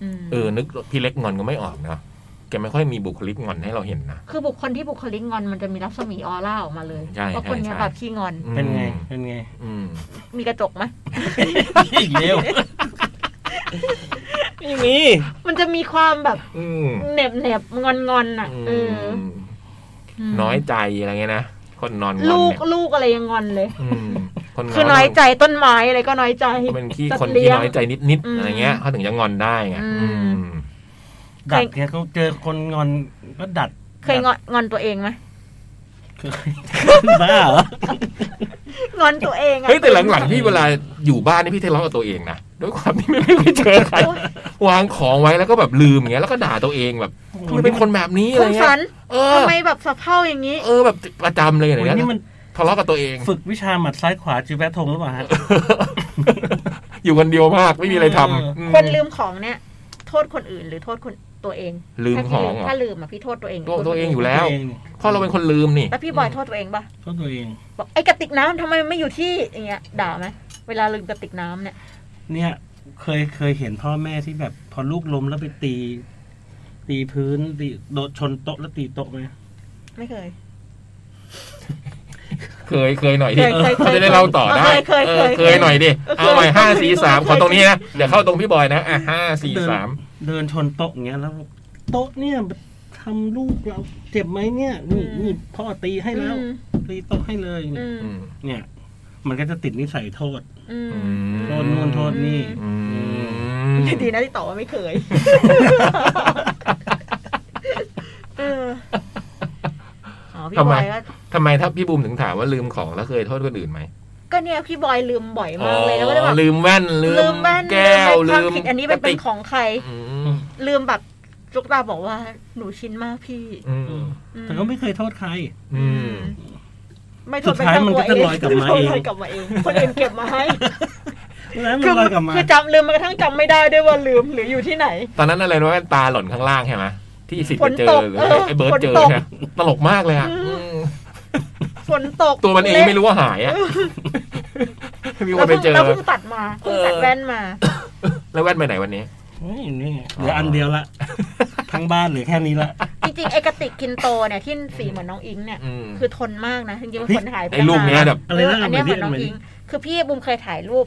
[SPEAKER 3] อืม
[SPEAKER 2] เออ นึกพี่เล็กงอนก็ไม่ออกเนาะ แกไม่ค่อยมีบุคลิกงอนให้เราเห็นนะ
[SPEAKER 3] คือบุคคลที่บุคลิกงอนมันจะมีรัศมีออร่าออกมาเลย
[SPEAKER 2] ใช่
[SPEAKER 3] เพราะคนเนี้ย
[SPEAKER 2] ใช่
[SPEAKER 3] แบบขี้งอน
[SPEAKER 4] เป็นไง เป็นไง
[SPEAKER 2] อืม
[SPEAKER 3] มีกระจกไหม
[SPEAKER 4] อีกเร็วไม่มี
[SPEAKER 3] มันจะมีความแบบ
[SPEAKER 2] อืม
[SPEAKER 3] เหน็บเหน็บงอนงอนอ่ะเอ
[SPEAKER 2] อื
[SPEAKER 3] อ
[SPEAKER 2] ม
[SPEAKER 3] ม
[SPEAKER 2] น้อยใจอะไรเงี้ยนะ คนนอนงอน
[SPEAKER 3] ลูก
[SPEAKER 2] เนี่ย
[SPEAKER 3] ลูกอะไรยังงอนเลย
[SPEAKER 2] อืมคนง
[SPEAKER 3] คือน้อยใจต้นไม้อะไรก็น้อยใจ
[SPEAKER 2] ก็เป็นขี้
[SPEAKER 3] สัตว์
[SPEAKER 2] คน
[SPEAKER 3] เลี้
[SPEAKER 2] ที่
[SPEAKER 3] ยง
[SPEAKER 2] น้อยใจนิด
[SPEAKER 3] อื
[SPEAKER 2] ๆ
[SPEAKER 3] ม
[SPEAKER 2] อะไรเงี้ยเขาถึงจะงอนได้ไง
[SPEAKER 3] อืม
[SPEAKER 2] อืม
[SPEAKER 4] ดัดเนี่ยเขาเจอคนงอนก็ดัด
[SPEAKER 3] เคยงอนงอนตัวเองไหม
[SPEAKER 4] เคย บ้าเหรอ
[SPEAKER 3] งอนตัวเองอะ
[SPEAKER 2] เฮ้ยแต่หลังๆพี่เวลาอยู่บ้านนี่พี่ทะเลาะกับตัวเองนะด้วยความที่ไม่ไม่เคยเจอใครวางของไว้แล้วก็แบบลืมอย่างเงี้ยแล้วก็ด่าตัวเองแบบทำไมเป็นคนแบบนี้อะไร
[SPEAKER 3] คุณ
[SPEAKER 2] เงี้
[SPEAKER 3] สั
[SPEAKER 2] ย
[SPEAKER 3] น
[SPEAKER 2] เออ
[SPEAKER 3] ทำไมแบบสะเพร่าอย่างนี้
[SPEAKER 2] เออแบบประจำเลยอะไร
[SPEAKER 4] โอ้ย
[SPEAKER 2] เงี้
[SPEAKER 4] นี่
[SPEAKER 2] ย
[SPEAKER 4] มัน
[SPEAKER 2] ทะเลาะกับตัวเอง
[SPEAKER 4] ฝึกวิชาหมัดซ้ายขวาจีแปะทงหรือเปล่าฮะ
[SPEAKER 2] อยู่คนเดียวมากไม่มีอะไรทำ
[SPEAKER 4] เอออื
[SPEAKER 2] ม
[SPEAKER 3] คนลืมของเนี่ย โทษคนอื่นหรือโทษคนตัวเอง
[SPEAKER 2] ลืมของเหรอ
[SPEAKER 3] ถ้าลืมอ่ะพี่โทษตัวเอง
[SPEAKER 2] ตัวตัวเองอยู่ แล้ว
[SPEAKER 4] ตัวเองนี่
[SPEAKER 2] เพราะเราเป็นคนลืมนี่
[SPEAKER 3] แล้วพี่บอยโทษตัวเองปะ
[SPEAKER 4] โทษตัวเอง
[SPEAKER 3] บอกไอ้กระติกน้ำทำไมมันไม่อยู่ที่อย่างเงี้ยด่าไหมเวลาลืมกระติกน้ำเนี่ย
[SPEAKER 4] เนี่ย เคยเคยเห็นพ่อแม่ที่แบบ พอลูกล้มแล้วไปตี ตีพื้นตีโดนชนโต๊ะแล้วตีโต๊ะไหม
[SPEAKER 3] ไม่เคย
[SPEAKER 2] เคยเคยหน่อยดิ
[SPEAKER 3] เคยเคย
[SPEAKER 2] เขาจะได้เล่าต่อได้
[SPEAKER 3] เคยเคย
[SPEAKER 2] ออ
[SPEAKER 3] เคย
[SPEAKER 2] เคยหน่อยดิเอาใหม่
[SPEAKER 3] เคย
[SPEAKER 2] ห้าสี่สาม
[SPEAKER 3] เคย
[SPEAKER 2] ขอตรงนี้นะเดี๋ยวเข้าตรงพี่บอยนะอ่ะห้าสี่สาม
[SPEAKER 4] เดินชนโต๊ะอย่างเงี้ยแล้ว โต๊ะเนี่ยทำลูกเราเจ็บไหมเนี่ยนี่
[SPEAKER 3] อืม
[SPEAKER 4] นี่พ่อตีให้แล้ว ตีโต๊ะให้เลย
[SPEAKER 3] อืม
[SPEAKER 2] อืม
[SPEAKER 4] เนี่ย มันก็จะติดนิสัยโทษ
[SPEAKER 3] อืม
[SPEAKER 2] อืม
[SPEAKER 4] โทษนู่นโทษนี่
[SPEAKER 2] อืม
[SPEAKER 3] ดีดีนะที่ตอบว่าไม่เค ยเอออ๋อพี่
[SPEAKER 2] ทำ
[SPEAKER 3] บ
[SPEAKER 2] ไม
[SPEAKER 3] อยก็
[SPEAKER 2] ทำไมถ้าพี่บูมถึงถามว่าลืมของแล้วเคยโทษคนอื่นไหม
[SPEAKER 3] ก็เนี่ยพี่บอยลืมบ่อยมากเลยแล้วก็เลยแบบ
[SPEAKER 2] ลืมแว่น ลื
[SPEAKER 3] ลืมบ้าน
[SPEAKER 2] แก้ว
[SPEAKER 3] ลื
[SPEAKER 2] ลืม
[SPEAKER 3] มความผิดอันนี้มันเป็นของใคร
[SPEAKER 2] อืม
[SPEAKER 3] ลืมแบบลูกตาบอกว่าหนูชินมากพี่
[SPEAKER 2] อืม
[SPEAKER 3] อืม
[SPEAKER 4] แต่ก็ไม่เคยโทษใคร
[SPEAKER 2] อืม
[SPEAKER 3] ไม่โทษ
[SPEAKER 4] สุดท้ายมันก็จะลอยกลับมาเอง
[SPEAKER 3] ลอยกลับมาเองคนอื่นเก็บมาให้
[SPEAKER 4] แล้วมั
[SPEAKER 3] คื
[SPEAKER 4] น
[SPEAKER 3] อ
[SPEAKER 4] ลอยกลับมา
[SPEAKER 3] คือจำลืมแมากระทั่งจำไม่ได้ด้วยว่าลืมหรืออยู่ที่ไหน
[SPEAKER 2] ตอนนั้นอะไรนะแว่นตาหล่นข้างล่างใช่ไหมที่สิทธิ์ไปเจ
[SPEAKER 3] ฝนต
[SPEAKER 2] อก หรือ
[SPEAKER 3] เออ
[SPEAKER 2] ไอ้เบิร์ดเจอ
[SPEAKER 3] ฝนตก
[SPEAKER 2] ใช่ไหมตลกมากเลยอ่ะอืม
[SPEAKER 3] ฝนตก
[SPEAKER 2] ตัวมันเองไม่รู้ว่าหายอ่ะมีคนไปเจอ
[SPEAKER 3] เราเพิ่งตัดมาเพิ่งตั
[SPEAKER 2] เอ
[SPEAKER 3] ด
[SPEAKER 2] อ
[SPEAKER 3] แว่นมา
[SPEAKER 2] แล้วแว่นไปไหนวันนี้
[SPEAKER 4] นี่นี่ไงเหลืออันเดียว ละ ทั้งบ้านเหลือแค่นี้ละ
[SPEAKER 3] จริงๆไอกระติกกินโตเนี่ยที่สีเหมือนน้องอิงเนี่ย
[SPEAKER 2] อืม
[SPEAKER 3] คือทนมากนะจริงๆว่า
[SPEAKER 4] เฮ้ย
[SPEAKER 3] คนหายไป
[SPEAKER 2] ไอ้รูปเนี้ยแบบ
[SPEAKER 3] เอออันเนี้ยเหมือนน้องอิง คือพี่บุมเคยถ่ายรูป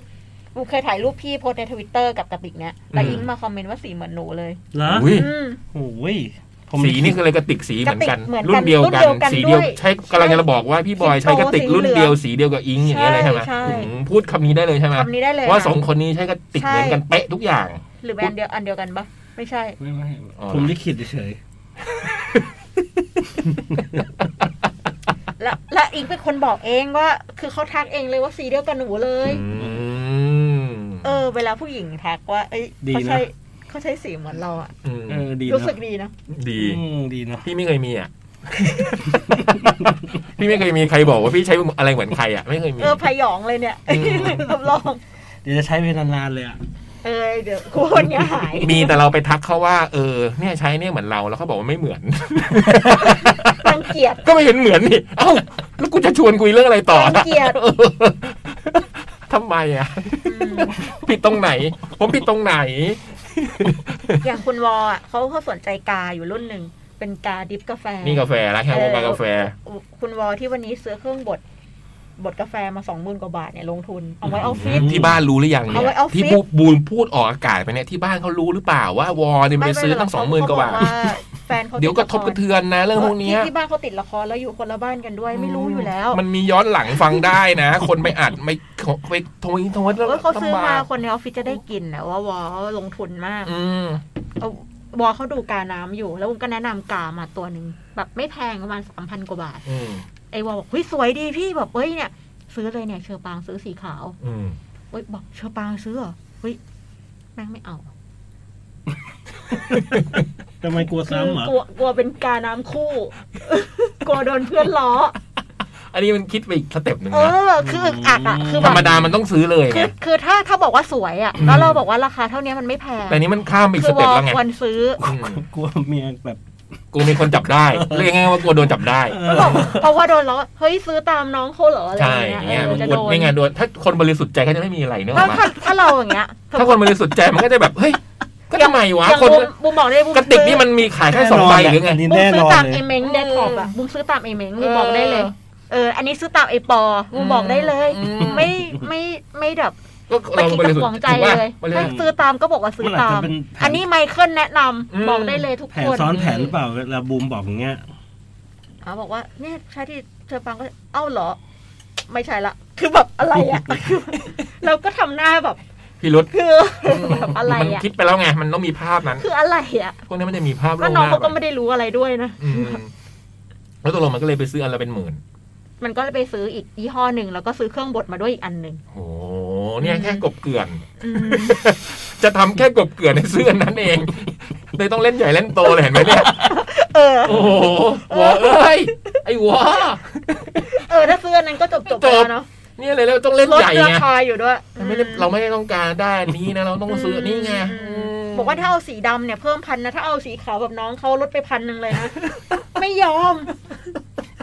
[SPEAKER 3] บุมเคยถ่ายรูปพี่โพสต์ในทวิตเตอร์กับกระติกเนี่ยแต่อิงมาคอมเมนต์ว่าสีเหมือนหนูเลย
[SPEAKER 4] เหรอ
[SPEAKER 2] อุ้ย
[SPEAKER 3] อืม
[SPEAKER 4] โอ้ยผม
[SPEAKER 2] สีนี่คืออะไรกระติกสีเหมือนกัน
[SPEAKER 3] กระติกเหมือนกัน
[SPEAKER 2] รุ่นเดียวกัน
[SPEAKER 3] รุ่นเดียวกัน
[SPEAKER 2] สีเดียว
[SPEAKER 3] ด้วย
[SPEAKER 2] ใช้กำลังจะบอกว่าพี่บอยใช้กระติกรุ่นเดียวสีเดียวกับอิงอย่างเงี้ยเลยใช่ไหม
[SPEAKER 3] ใช่ใช่
[SPEAKER 2] อืมพูดคำนี้ได้เลยใช่ไหม
[SPEAKER 3] คำนี้ได้เลยนะ
[SPEAKER 2] ว่าสองคนนี้ใช้กระติก
[SPEAKER 3] ใช่
[SPEAKER 2] เหมือนกันเป๊ะทุกอย่าง
[SPEAKER 3] หรือแบรนด์เดียวอันเดียวกันปะไม่ใช่
[SPEAKER 4] ไม่ไม่
[SPEAKER 2] อ๋อ
[SPEAKER 4] ผมลิขิตเฉย
[SPEAKER 3] และและอิงเป็นคนบอกเองว่า คือเขาทักเองเลยว่าสีเดียวกันหนูเลย
[SPEAKER 2] อืม
[SPEAKER 3] เออเวลาผู้หญิงทักว่า เอ้ยเขาใช้เขาใช้สีเหมือนเราอะ
[SPEAKER 2] ม
[SPEAKER 4] ๆเออดี
[SPEAKER 3] รู้
[SPEAKER 4] เนอะ
[SPEAKER 3] สึกดีนะ
[SPEAKER 2] ดี
[SPEAKER 4] อืมดีเนาะ
[SPEAKER 2] พี่ไม่เคยมีอ่ะ พี่ไม่เคยมีใครบอกว่าพี่ใช้อะไรเหมือนใครอ่ะ ไม่เคยมี
[SPEAKER 3] เออพยองเลยเนี่ย
[SPEAKER 2] อืม
[SPEAKER 3] รับรอง
[SPEAKER 4] เดี๋ยวจะใช้เวลานานๆเลยอ่ะ
[SPEAKER 3] เอ้ยเดี๋ยวกูคนเนี้ยหาย
[SPEAKER 2] มีแต่เราไปทักเขาว่า เออ เนี่ยใช้เนี่ยเหมือนเราแล้วเขาบอกว่าไม่เหมือน
[SPEAKER 3] รังเกียจ
[SPEAKER 2] ก็ไม่เห็นเหมือนนี่ เอ้า แล้วกูจะชวนคุยเรื่องอะไรต่อ
[SPEAKER 3] รังเกียจ
[SPEAKER 2] ออ ทำไมอ่ะ
[SPEAKER 3] อืม
[SPEAKER 2] ผิดตรงไหน ผมผิดตรงไหน
[SPEAKER 3] อย่างคุณวออะเขาเขาสนใจกาอยู่รุ่นหนึ่ง เป็นกาดิฟกาแฟ
[SPEAKER 6] นี่กาแฟร้านแค่วงการกาแฟ
[SPEAKER 3] คุณวอที่วันนี้ซื้อเครื่องบดบดกาแฟมาสองหมื่นกว่าบาทเนี่ยลงทุน เอาไว้ออฟฟิศ
[SPEAKER 2] ที่บ้านรู้หรือยังเนี่
[SPEAKER 3] เอาไว้
[SPEAKER 2] ย
[SPEAKER 3] เอาฟิต
[SPEAKER 2] ที่บูบูนพูดออกอากาศไปเนี่ยที่บ้านเขารู้หรือเปล่าว่าวอเนี่ยมันไปซื้อตั้งสองหมื่นกว่าบาท
[SPEAKER 3] แฟนเขาติ
[SPEAKER 2] เดี๋ยวกระทบกระเทือนนะเรื่องพวกเนี้ย
[SPEAKER 3] ที่ที่บ้านเขาติดละครแล้วอยู่คนละบ้านกันด้วยไม่รู้อยู่แล้ว
[SPEAKER 2] มันมีย้อนหลังฟังได้นะ คนไปอัดไปไปโทรอินโทรวัตแล้ว
[SPEAKER 3] เออเขาซื้อ
[SPEAKER 2] ลำบ
[SPEAKER 3] มาก คนในออฟฟิศจะได้กินนะว่าวอเขาลงทุนมาก
[SPEAKER 2] อืม
[SPEAKER 3] เอาวอเขาดูกาน้ำอยู่ แล้ววุ้นก็แนะนำกามาตัวหนึ่งแบบไม่แพงประมาณสามพันกว่าบาท
[SPEAKER 2] อืม
[SPEAKER 3] ไอ้วอบอกเฮ้ยสวยดีพี่แบบเฮ้ยเนี่ย ซื้อเลยเนี่ยเชอปางซื้อสีขาว
[SPEAKER 2] อืม
[SPEAKER 3] เฮ้ยบอกเชอปางซื้อเหรอเฮ้ยแม่งไม่เอา
[SPEAKER 4] ทำไมกลัว
[SPEAKER 3] คื
[SPEAKER 4] ซ้ำเหรอก
[SPEAKER 3] ลัวกลัวเป็นการน้ำคู่ กลัวโดนเพื่อนล้อ
[SPEAKER 2] อันนี้มันคิดไปอีกสเต็ปหนึ่ง
[SPEAKER 3] เอ
[SPEAKER 2] นะ
[SPEAKER 3] อ คืออึกอักอ่ะคือ
[SPEAKER 2] ธ
[SPEAKER 3] แบ
[SPEAKER 2] ร
[SPEAKER 3] บ
[SPEAKER 2] รมดามันต้องซื้อเลย
[SPEAKER 3] คื
[SPEAKER 2] ไง
[SPEAKER 3] อคือถ้าถ้าบอกว่าสวยอ่ะ แล้วเราบอกว่าราคาเท่านี้มันไม่แพง
[SPEAKER 2] แต่นี้มันข้ามไปอีก
[SPEAKER 3] คื
[SPEAKER 2] ส
[SPEAKER 3] ว
[SPEAKER 2] เต็ป
[SPEAKER 3] อ
[SPEAKER 2] แล้วไง
[SPEAKER 3] วันซื้อ
[SPEAKER 2] อืม
[SPEAKER 4] กลัวเมียแบบ
[SPEAKER 2] กูมีคนจับได้เรียกง่ายๆว่ากลัวโดนจับได้
[SPEAKER 3] บอกเพราะว่าโดนล้อเฮ้ยซื้อตามน้องเขาเหรออะไร
[SPEAKER 2] ใช่อย่
[SPEAKER 3] อา
[SPEAKER 2] ย่าง ง
[SPEAKER 3] เงี้
[SPEAKER 2] เงี้ย
[SPEAKER 3] ยเออจะ
[SPEAKER 2] กลั
[SPEAKER 3] โด
[SPEAKER 2] วน ไม่งั้นโดนถ้าคนบริสุทธิ์ใจก็จะไม่มีอะไรเนกอะ
[SPEAKER 3] ถ้า
[SPEAKER 2] มา
[SPEAKER 3] ถ้าถ้าเราอย่างเงี้ย
[SPEAKER 2] ถ้าคนบริสุทธิ์ใจมันก็จะแบบเฮ้ยก็ทำไมวะ
[SPEAKER 3] อย่าง
[SPEAKER 2] คน
[SPEAKER 3] บุมบุมบอกได้บุม
[SPEAKER 2] กระติก
[SPEAKER 3] ซื้อ
[SPEAKER 2] นี่มันมีขายแค่สองใบหรือไง
[SPEAKER 4] นนี้
[SPEAKER 3] บุม
[SPEAKER 4] แน่
[SPEAKER 3] ซื้
[SPEAKER 4] น
[SPEAKER 3] อ
[SPEAKER 4] อน
[SPEAKER 3] ตาม
[SPEAKER 4] เลย
[SPEAKER 3] เอเม้งเดทขอบอ่ะบุมซื้อตามเอเม้งบุมบอกได้เลย
[SPEAKER 2] เออ
[SPEAKER 3] เออ อันนี้ซื้อตามไอปอบุมบอกได้เลย
[SPEAKER 2] อื
[SPEAKER 3] ไม่ไม่ไม่แบบ
[SPEAKER 2] ก็
[SPEAKER 3] ไม่
[SPEAKER 2] เรา
[SPEAKER 3] คิด
[SPEAKER 2] บ
[SPEAKER 3] กั
[SPEAKER 2] ริ
[SPEAKER 3] บ
[SPEAKER 2] สุท
[SPEAKER 3] หวง
[SPEAKER 2] ธิ์
[SPEAKER 3] ใจ
[SPEAKER 2] ถูกป่ะ
[SPEAKER 3] เลย
[SPEAKER 2] บริ
[SPEAKER 3] ถ้า
[SPEAKER 2] สุทธิ์
[SPEAKER 3] ซื้อตามก็บอกว่าซื้อตาม
[SPEAKER 4] มันอาจจะเป็นแผน
[SPEAKER 3] อันนี้ไมเคิลแนะนำ
[SPEAKER 2] อืม
[SPEAKER 3] บอกได้เลยทุก
[SPEAKER 4] แผ
[SPEAKER 3] คนน
[SPEAKER 4] ซ้อนแผนหรือเปล่าเวลาบูมบอกอย่างเงี้ย
[SPEAKER 3] เขาบอกว่าเนี่ยใช่ที่เธอฟังก็เอ้าเหรอ ไม่ใช่ละ คือแบบอะไร อ่ะ คือเราก็ทำหน้าแบบ
[SPEAKER 2] พี่รุษ
[SPEAKER 3] คือแบบอะไร
[SPEAKER 2] มัน
[SPEAKER 3] อ่ะ
[SPEAKER 2] คิดไปแล้วไงมันต้องมีภาพนั้น
[SPEAKER 3] คืออะไรอ่ะ
[SPEAKER 2] พวกนี้ไม่ได้มีภาพล่
[SPEAKER 3] ก็
[SPEAKER 2] วงห
[SPEAKER 3] น้อง
[SPEAKER 2] น้า
[SPEAKER 3] เขาก็ไม่ได้รู้อะไรด้วยนะ
[SPEAKER 2] อืมแล้วตกลงมันก็เลยไปซื้ออันละเป็นหมื่น
[SPEAKER 3] มันก็เลยไปซื้ออีกยี่ห้อหนึ่งแล้วก็ซื้อเครื่องบดมาด้วยอีกอันหนึ่ง
[SPEAKER 2] โอ้โหเนี่ยแค่กบเกลื่อน
[SPEAKER 3] อืม
[SPEAKER 2] จะทำแค่กบเกลื่อนในเสื้อนั้นเองเลยต้องเล่นใหญ่เล่นโตเลยเห็นไหมเนี่ย
[SPEAKER 3] เออ
[SPEAKER 2] โอ้โหหัวเอ้ย ไอ้หัว
[SPEAKER 3] เออถ้าซื้ออันนั้นก็จบจบไปแล้วเนาะ
[SPEAKER 2] เนี่ยเลยแล้วต้องเล่น
[SPEAKER 3] ลด
[SPEAKER 2] ใหญ่
[SPEAKER 3] รา
[SPEAKER 2] ไง
[SPEAKER 3] คาอยู่ด้วย
[SPEAKER 2] มันไม่ได้เราไม่ได้ต้องการได้อันนี้นะ เราต้องซื้ออันนี้ไง
[SPEAKER 3] อืมบอกว่าถ้าเอาสีดำเนี่ยเพิ่มพันนะ ถ้าเอาสีขาวแบบน้องเขาลดไปพันหนึ่งเลยนะ ไม่ยอม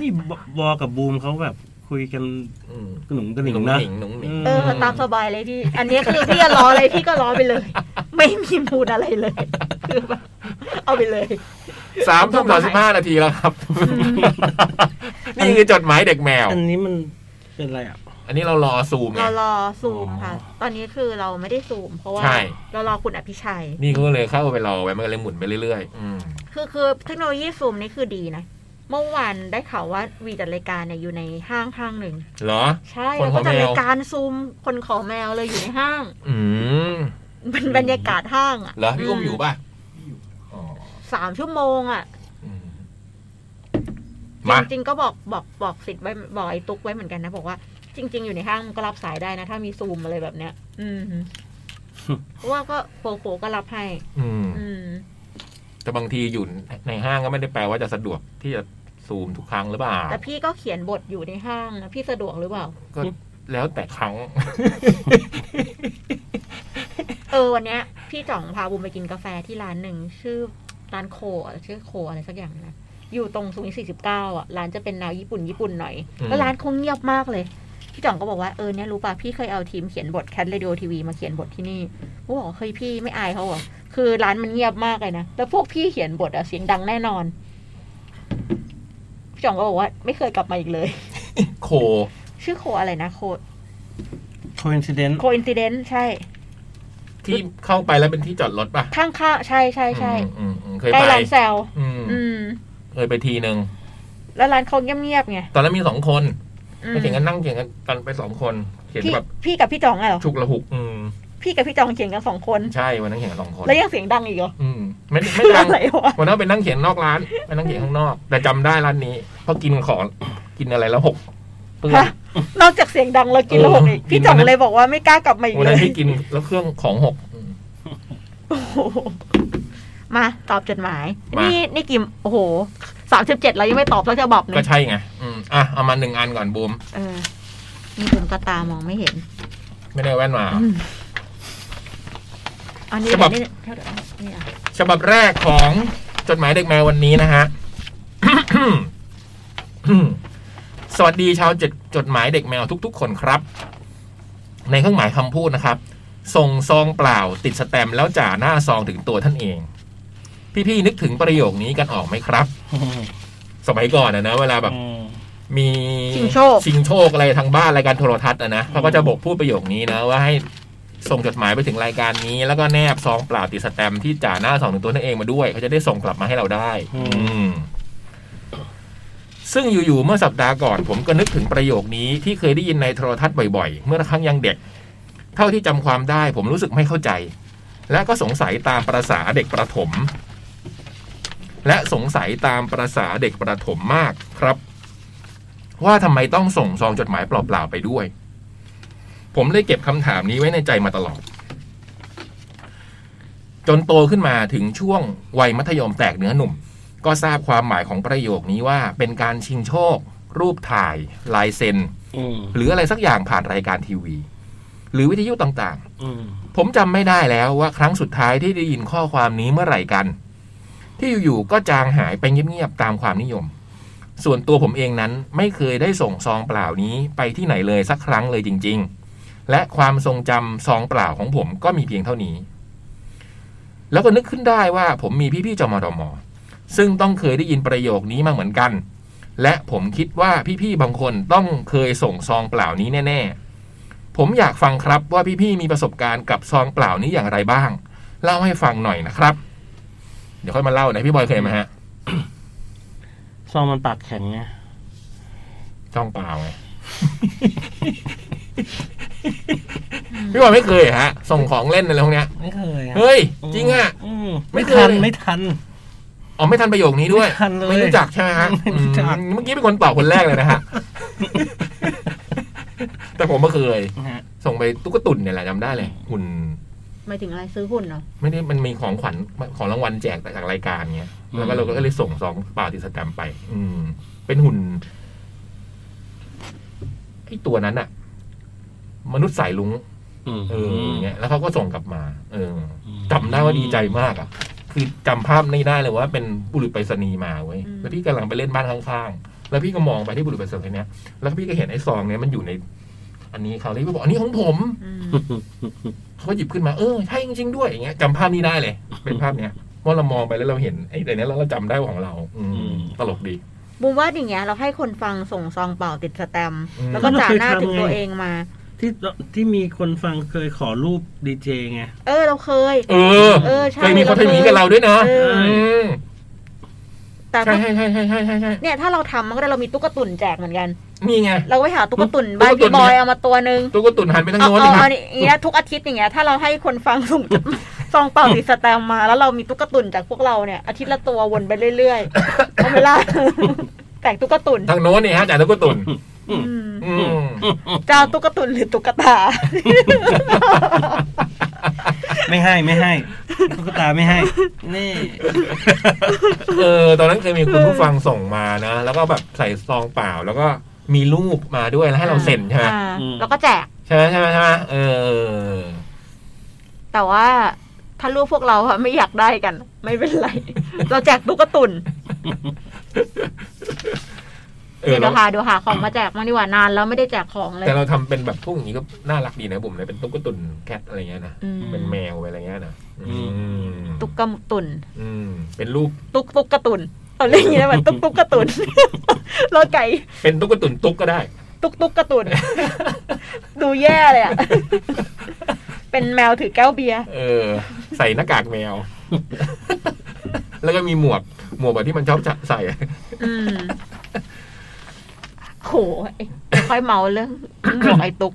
[SPEAKER 4] นี่บอกับบูมเขาแบบคุยกัน
[SPEAKER 2] อืม
[SPEAKER 4] กระหนุ่มกระ
[SPEAKER 2] ห
[SPEAKER 4] ห
[SPEAKER 2] นิ
[SPEAKER 4] นิ่
[SPEAKER 2] ง
[SPEAKER 4] ง
[SPEAKER 2] ห
[SPEAKER 4] นะ
[SPEAKER 2] นิงหนุ่งหนิง
[SPEAKER 3] เออ ตามสบายเลยพี่ อันนี้คือพี่จะล้ออะไรพี่ก็ล้อไป เลย ไม่มีมูลอะไรเลยคือแบบเอาไปเลย
[SPEAKER 2] สามทุ่มสามสิบห้านาทีแล้วครับ นี่คือจดหมายเด็กแมว
[SPEAKER 4] อันนี้มันเป็นอะไรอ่ะ
[SPEAKER 2] อันนี้เรารอซูมไง
[SPEAKER 3] เรารอซูมค่ะ ตอนนี้คือเราไม่ได้ซูม เพราะว่า
[SPEAKER 2] ใช่
[SPEAKER 3] เรารอคุณอภิชัย
[SPEAKER 2] นี่เขาก็เลยเข้าไปรอไว้มันก็เลยหมุนไปเรื่อยๆอืม
[SPEAKER 3] คือคือเทคโนโลยีซูมนี่คือดีนะ เมื่อวานได้ข่าวว่าวีจัดรายการเนี่ยอยู่ในห้างห้างหนึ่ง
[SPEAKER 2] เหรอ
[SPEAKER 3] ใช่
[SPEAKER 2] ค
[SPEAKER 3] แล้ว
[SPEAKER 2] นข
[SPEAKER 3] ก็
[SPEAKER 2] อแมว
[SPEAKER 3] จัดรายการซูมคนขอแมวเลยอยู่ในห้าง
[SPEAKER 2] อืม
[SPEAKER 3] เป็นบรรยากาศห้างอ่ะ
[SPEAKER 2] เหรอพี่อุ้มอยู่ป่ะอ๋อ
[SPEAKER 3] สามชั่วโมงอ่ะ
[SPEAKER 2] อืม
[SPEAKER 3] จ
[SPEAKER 2] มา
[SPEAKER 3] ริงๆก็บอกบอกบอกสิทธิ์ไว้บอกไอ้ตุ๊กไว้เหมือนกันนะ บอกว่าจริง ๆ อยู่ในห้างมันก็รับสายได้นะ ถ้ามีซูมอะไรแบบเนี้ย อืมเพราะว่าก็โปรโปรก็รับให้
[SPEAKER 2] อืม
[SPEAKER 3] อืม
[SPEAKER 2] แต่บางทีอยู่ในห้างก็ไม่ได้แปลว่าจะสะดวกที่จะซูมทุกครั้งหรือเปล่า
[SPEAKER 3] แต่พี่ก็เขียนบทอยู่ในห้างนะพี่สะดวกหรือเปล่า
[SPEAKER 2] ก็แล้วแต่ครั้ง
[SPEAKER 3] เออวันเนี้ย พี่จ่องพาบุมไปกินกาแฟที่ร้านหนึ่งชื่อร้านโคอ่ะชื่อโคอะไรสักอย่างนะอยู่ตรงสุขวิทสี่สิบเก้าอ่ะร้านจะเป็นแนวญี่ปุ่นญี่ปุ่นหน่อย
[SPEAKER 2] อืม
[SPEAKER 3] แล้วร้านคงเงียบมากเลย พี่จ่องก็บอกว่าเออเนี่ยรู้ป่ะพี่เคยเอาทีมเขียนบทแคทเรดิโอทีวีมาเขียนบทที่นี่ก็บอกว่าเฮ้ยพี่ไม่อายเขาเหรอคือร้านมันเงียบมากเลยนะแล้วพวกพี่เขียนบทอะเสียงดังแน่นอนพี่จ่องก็บอกว่าไม่เคยกลับมาอีกเลย
[SPEAKER 2] โค
[SPEAKER 3] ชื่อโคอะไรนะโค
[SPEAKER 4] coincidence
[SPEAKER 3] โคอินซิเดนต์ใช่
[SPEAKER 2] ที่เข้าไปแล้วเป็นที่จอดรถป่ะ
[SPEAKER 3] ข้างๆใช่ใช่ใช่
[SPEAKER 2] อืมอืมอืมเคย
[SPEAKER 3] ใกล้
[SPEAKER 2] ไป
[SPEAKER 3] ร้านแซล
[SPEAKER 2] อืม
[SPEAKER 3] อืม
[SPEAKER 2] เคยไปทีหนึ่ง
[SPEAKER 3] แล้วร้านเขาเงียบๆไง
[SPEAKER 2] ตอนนั้นมีสองคน
[SPEAKER 3] อืม
[SPEAKER 2] ไปเขียนกันนั่งเขียนกันตอนไปสองคนเขียน
[SPEAKER 3] พี่
[SPEAKER 2] แบบ
[SPEAKER 3] พี่กับพี่จองอะเหรอ
[SPEAKER 2] ฉุกละหุก อืม
[SPEAKER 3] พี่กับพี่จองเขียนกันสองคน
[SPEAKER 2] ใช่วันนั้นเขียนกันสองคน
[SPEAKER 3] แล้วยังเสียงดังอีกเหรอ
[SPEAKER 2] อืมไม่ไม่
[SPEAKER 3] คือ
[SPEAKER 2] ดั
[SPEAKER 3] อะ
[SPEAKER 2] ง
[SPEAKER 3] ไรวะ
[SPEAKER 2] วันนั้นไปนั่งเขียนนอกร้านไปนั่งเขียนข้างนอก แต่จำได้ร้านนี้เพอกินของกินอะไรแล้วหกเปื้อน
[SPEAKER 3] ฮะ นอกจากเสียงดังแล้วกินแล้วหกอีก
[SPEAKER 2] เออ
[SPEAKER 3] พี่จองเลยบอกว่าไม่กล้ากลับมาอีก
[SPEAKER 2] วัน
[SPEAKER 3] เล
[SPEAKER 2] นั้น
[SPEAKER 3] ย
[SPEAKER 2] ที่กินแล้วเครื่องของหกอืม
[SPEAKER 3] โอ้โหมาตอบจดหมาย
[SPEAKER 2] มานี่
[SPEAKER 3] นี่นี่กิมโอ้โหสามสิบเจ็ดเรายังไม่ตอบแล้วจะบอกหนึ่
[SPEAKER 2] ก็
[SPEAKER 3] ง
[SPEAKER 2] ใช่ไง อืม อ่ะ เอามาหนึ่งอันก่อนบูม
[SPEAKER 3] เออนี่ผมกระตามองไม่เห็น
[SPEAKER 2] ไม่ได้เอาแว่นมา
[SPEAKER 3] อืมอันนี้
[SPEAKER 2] ฉบับ
[SPEAKER 3] นี่เท่าเดิมนี่อ่ะ
[SPEAKER 2] ฉบับแรกของจดหมายเด็กแมววันนี้นะ ฮะ สวัสดีชาวจดจดหมายเด็กแมวทุก ๆ คนครับ ในเครื่องหมายคำพูดนะครับ ส่งซองเปล่าติดสแตมป์แล้วจ่าหน้าซองถึงตัวท่านเอง พี่ๆนึกถึงประโยคนี้กันออกไหมครับ สมัยก่อนอะนะเวลาแบบ
[SPEAKER 4] อืม
[SPEAKER 2] มี
[SPEAKER 3] ชิงโชค
[SPEAKER 2] ชิงโชคอะไรทางบ้านรายการโทรทัศน์อะนะเขาก็จะบอกพูดประโยคนี้นะ ว่าให้ส่งจดหมายไปถึงรายการนี้ แล้วก็แนบซองเปล่าติดสแตมป์ที่จ่าหน้าสองหนึ่งตัวนั่นเองมาด้วยเขาจะได้ส่งกลับมาให้เราได้
[SPEAKER 4] อืม
[SPEAKER 2] อืมซึ่งอยู่ๆเมื่อสัปดาห์ก่อน ผมก็นึกถึงประโยคนี้ที่เคยได้ยินในโทรทัศน์บ่อยๆ เมื่อครั้งยังเด็ก เท่าที่จำความได้ ผมรู้สึกไม่เข้าใจ และก็สงสัยตามประษาเด็กประถม และสงสัยตามประษาเด็กประถมมากครับ ว่าทำไมต้องส่งซองจดหมายเปล่า ๆ ไปด้วย ผมเลยเก็บคำถามนี้ไว้ในใจมาตลอด จนโตขึ้นมาถึงช่วงวัยมัธยมแตกเนื้อหนุ่ม ก็ทราบความหมายของประโยคนี้ว่าเป็นการชิงโชค รูปถ่าย ลายเซ็น
[SPEAKER 4] อืม
[SPEAKER 2] หรืออะไรสักอย่างผ่านรายการทีวี หรือวิทยุต่าง
[SPEAKER 4] อืม
[SPEAKER 2] ๆ ผมจำไม่ได้แล้วว่าครั้งสุดท้ายที่ได้ยินข้อความนี้เมื่อไหร่กัน ที่อยู่ๆก็จางหายไปเงียบๆตามความนิยม ส่วนตัวผมเองนั้นไม่เคยได้ส่งซองเปล่านี้ไปที่ไหนเลยสักครั้งเลยจริง ๆ และความทรงจำซองเปล่าของผมก็มีเพียงเท่านี้ แล้วก็นึกขึ้นได้ว่าผมมีพี่ๆจมดม ซึ่งต้องเคยได้ยินประโยคนี้มาเหมือนกัน และผมคิดว่าพี่ๆบางคนต้องเคยส่งซองเปล่านี้แน่ ๆ ผมอยากฟังครับว่าพี่ๆมีประสบการณ์กับซองเปล่านี้อย่างไรบ้าง เล่าให้ฟังหน่อยนะครับ เดี๋ยวค่อยมาเล่านะพี่บอยเคยไหมฮะ
[SPEAKER 4] ซองมันปากแข็งไง
[SPEAKER 2] ซองเปล่าไง พี่บอยไม่เคยเหรอฮะ ส่งของเล่นอะไรพวกเนี้ย
[SPEAKER 4] ไม่เคยอะ
[SPEAKER 2] เฮ้ย จริงอะ
[SPEAKER 4] ม
[SPEAKER 2] ไม่
[SPEAKER 4] ไม่
[SPEAKER 2] เค
[SPEAKER 4] ทั
[SPEAKER 2] ย
[SPEAKER 4] น
[SPEAKER 2] เลย
[SPEAKER 4] ไม่ทัน
[SPEAKER 2] อ๋อไม่ทันประโยคนี้ด้วย
[SPEAKER 4] ไม่ทันเลย
[SPEAKER 2] ไม่รู้จักใช่ไหมฮะ
[SPEAKER 4] ไม่รู้จัก
[SPEAKER 2] อืมเมื่อกี้เป็นคนตอบคนแรกเลยนะฮะ แต่ผมไม่เคย
[SPEAKER 4] นะฮะ
[SPEAKER 2] ส่งไปตุ๊กตุ่นเนี่ยแหละจำได้เลยหุ่น
[SPEAKER 3] หมายถึงอะไรซื้อหุ้นเหรอ
[SPEAKER 2] ไม่ได้มันมีของขวัญของรางวัลแจกจากรายการเงี้ย
[SPEAKER 4] อืม
[SPEAKER 2] แล้วก็เราก็เลยส่งซองเปล่าติดสแตมป์ไป อืม เป็นหุ่นไอตัวนั้นอะมนุษย์สายลุง
[SPEAKER 4] ม
[SPEAKER 2] เอออย่างเงี้ยแล้วเขาก็ส่งกลับมา เออจำได้ว่าดีใจมากอะคือจำภาพนี้ได้เลยว่าเป็นบุรุษไปรษณีย์มาเว้ย
[SPEAKER 3] อืม
[SPEAKER 2] แล้วพี่กำลังไปเล่นบ้านข้างๆแล้วพี่ก็มองไปที่บุรุษไปรษณีย์เนี้ยแล้วพี่ก็เห็นไอ้ซองเนี้ยมันอยู่ใน อันนี้เขาเลยพี่บอกอันนี้ของผม
[SPEAKER 3] อืม
[SPEAKER 2] เขาก็หยิบขึ้นมา เออ ใช่จริงๆด้วยอย่างเงี้ยจำภาพนี้ได้เลย เป็นภาพเนี้ยว่าเรามองไปแล้วเราเห็นไอ้เดี๋ยวนี้แล้วเราจำได้ว่าของเรา อืมตลกดี
[SPEAKER 3] บูมว่าอย่างเงี้ยเราให้คนฟังส่งซองเปล่าติดสแตมป์
[SPEAKER 2] อืม
[SPEAKER 3] แล้วก็จ่าหน้าถึงตัวเองมา
[SPEAKER 4] ที่ที่มีคนฟังเคยขอรูปดีเจ ไง
[SPEAKER 3] เออเราเคย
[SPEAKER 2] เออ
[SPEAKER 3] เออใช่
[SPEAKER 2] เคยมีคนทำอย่างนี้กับเราด้วยนะ
[SPEAKER 3] เออ
[SPEAKER 2] ม
[SPEAKER 3] แต่ก็
[SPEAKER 2] ใช่ใช่ใช่ใช่ใช่ใช่ใช่
[SPEAKER 3] เนี่ยถ้าเราทำมันก็ได้เรามีตุ๊กตุ่นแจกเหมือนกัน
[SPEAKER 2] นี่ไง
[SPEAKER 3] เราไปหาตุ๊กตุ่น
[SPEAKER 2] ตุ๊ก
[SPEAKER 3] บ้าน
[SPEAKER 2] ตุ่
[SPEAKER 3] พี่
[SPEAKER 2] น
[SPEAKER 3] บอยเอามาตัวหนึ่ง
[SPEAKER 2] ตุ๊กตุ่นหันไปทาง
[SPEAKER 3] เอา
[SPEAKER 2] โน้น
[SPEAKER 3] เอา
[SPEAKER 2] นะค
[SPEAKER 3] เอา
[SPEAKER 2] รับ
[SPEAKER 3] อย่างเงี้ยทุกอาทิตย์อย่างเงี้ยถ้าเราให้คนฟังส่งจดหมายซองเปล่าติดสแตมป์มา แล้วเรามีตุ๊กตุ่นจากพวกเราเนี่ยอาทิตย์ละตัววนไปเรื่อยๆเอาเวลา แจกตุ๊กตุ่น
[SPEAKER 2] ทางโน้นเนี่ยฮะจากตุ๊กตุ่น
[SPEAKER 3] อืม
[SPEAKER 2] อืม
[SPEAKER 3] เจ้าตุ๊กตุ่นหรือตุ๊กตา
[SPEAKER 4] ไม่ให้ไม่ให้ตุ๊กตาไม่ให้ นี่
[SPEAKER 2] เออตอนนั้นเคยมีคุณผู้ฟังส่งมานะ แล้วก็แบบใส่ซองเปล่า แล้วก็มีรูปมาด้วยแล้วให้เราเซ็นใช่ไหม
[SPEAKER 3] อ่า
[SPEAKER 4] อืม
[SPEAKER 3] แล้วก็แจก
[SPEAKER 2] ใช่ไหมใช่ไหมใช่ไหมเออ
[SPEAKER 3] แต่ว่าถ้าลูกพวกเราอะไม่อยากได้กัน ไม่เป็น ไร เราแจกตุ๊กตุน
[SPEAKER 2] เอ
[SPEAKER 3] เดี๋
[SPEAKER 2] อ
[SPEAKER 3] ยว
[SPEAKER 2] เรา
[SPEAKER 3] เดี๋ยวหาเดี๋ยวหาของมาแจกมางดีกว่านานแล้วไม่ได้แจกของเลย
[SPEAKER 2] แต่เราทำเป็นแบบพวกอย่างนี้ก็น่ารักดีนะบุ๋มเลยเป็นตุ๊กตุนแคทอะไรเงี้ยนะ
[SPEAKER 3] อืม
[SPEAKER 2] เป็นแมวไปอะไรเงี้ยนะ
[SPEAKER 4] อืม
[SPEAKER 2] อืม
[SPEAKER 3] ตุ๊กกำตุน
[SPEAKER 2] อืมเป็นรูป
[SPEAKER 3] ตุ๊กตุ๊กกระตุนเราเรียกอย่างนี้ได้ไห มตุ๊กตุ๊กกระตุน รถไก่
[SPEAKER 2] เป็นตุ๊กตุนตุ๊กก็ได้
[SPEAKER 3] ตุ๊กตุ๊กกระตุน ดูแย่เลยอะ เป็นแมวถือแก้วเบียร์
[SPEAKER 2] เออ ใส่หน้ากากแม ว แล้วก็มีหมวกหมวกแบบที่มันชอบจะใส่
[SPEAKER 3] อืมโหไอ้ค่อยเมาเรื่อง บอกไอ้ตุ๊ก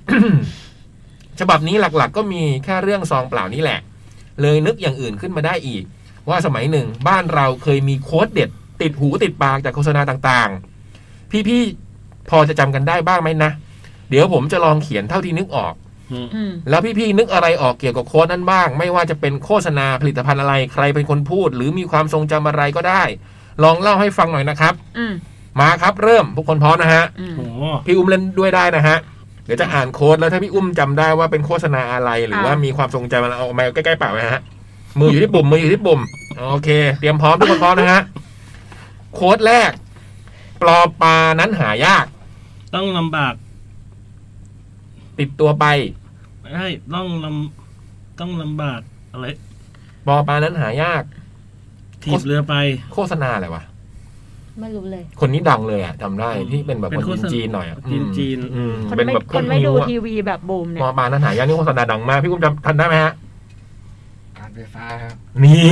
[SPEAKER 2] ฉบับนี้หลักๆ ก็มีแค่เรื่องซองเปล่านี่แหละ เลยนึกอย่างอื่นขึ้นมาได้อีก ว่าสมัยหนึ่งบ้านเราเคยมีโค้ดเด็ด ติดหูติดปากจากโฆษณาต่างๆ พี่ๆพอจะจำกันได้บ้างไหมนะ เดี๋ยวผมจะลองเขียนเท่าที่นึกออก
[SPEAKER 3] อืม
[SPEAKER 2] แล้วพี่ๆนึกอะไรออกเกี่ยวกับโค้ดนั้นบ้าง ไม่ว่าจะเป็นโฆษณาผลิตภัณฑ์อะไรใครเป็นคนพูด หรือมีความทรงจำอะไรก็ได้ ลองเล่าให้ฟังหน่อยนะครับ
[SPEAKER 3] อืม
[SPEAKER 2] มาครับเริ่มทุกคนพร้อมนะฮะ
[SPEAKER 3] อืม
[SPEAKER 4] โอ้โห
[SPEAKER 2] พี่อุ้มเล่นด้วยได้นะฮะ เดี๋ยวจะอ่านโค้ดแล้วถ้าพี่อุ้มจำได้ว่าเป็นโฆษณาอะไรหรือว่า
[SPEAKER 3] อ่ามี
[SPEAKER 2] มีความทรงจำอะไรเอามาใกล้ๆปากไหมฮะ มืออยู่ที่ปุ่มมืออยู่ที่ปุ่มโอเค เตรียมพร้อมทุกคนพร้อมนะฮะ โค้ดแรก ปลอปลานั้นหายาก
[SPEAKER 4] ต้องลำบาก
[SPEAKER 2] ติดตัวไป
[SPEAKER 4] ไม่ใช่ต้องลำต้องลำบากอะไร
[SPEAKER 2] ปอปลานั้นหายาก
[SPEAKER 4] ถีบเรือไป
[SPEAKER 2] โฆษณาอะไรวะ
[SPEAKER 3] ไม่รู้เลย
[SPEAKER 2] คนนี้ดังเลยอ่ะจำได้
[SPEAKER 4] อืม
[SPEAKER 2] ที่เป็นแบบ
[SPEAKER 4] เป็น
[SPEAKER 2] ค
[SPEAKER 4] โฆ
[SPEAKER 2] น
[SPEAKER 4] ษณา
[SPEAKER 2] จีนๆหน่อยอะอื
[SPEAKER 4] จีน
[SPEAKER 2] ม
[SPEAKER 4] จีน
[SPEAKER 2] อืม
[SPEAKER 3] คน
[SPEAKER 2] เป็น
[SPEAKER 3] ไม่
[SPEAKER 2] แบบ
[SPEAKER 3] คนไม่
[SPEAKER 2] นิ้
[SPEAKER 3] ดู
[SPEAKER 2] วอะ
[SPEAKER 3] ทีวีแบบบูมเนี่
[SPEAKER 2] หม
[SPEAKER 3] ย
[SPEAKER 2] อปลาหน้าหายางนี่โฆษณาดังมาก พี่กุ้มจำทันได้ไหมฮะ
[SPEAKER 7] การไฟฟ้าครับ
[SPEAKER 2] นี่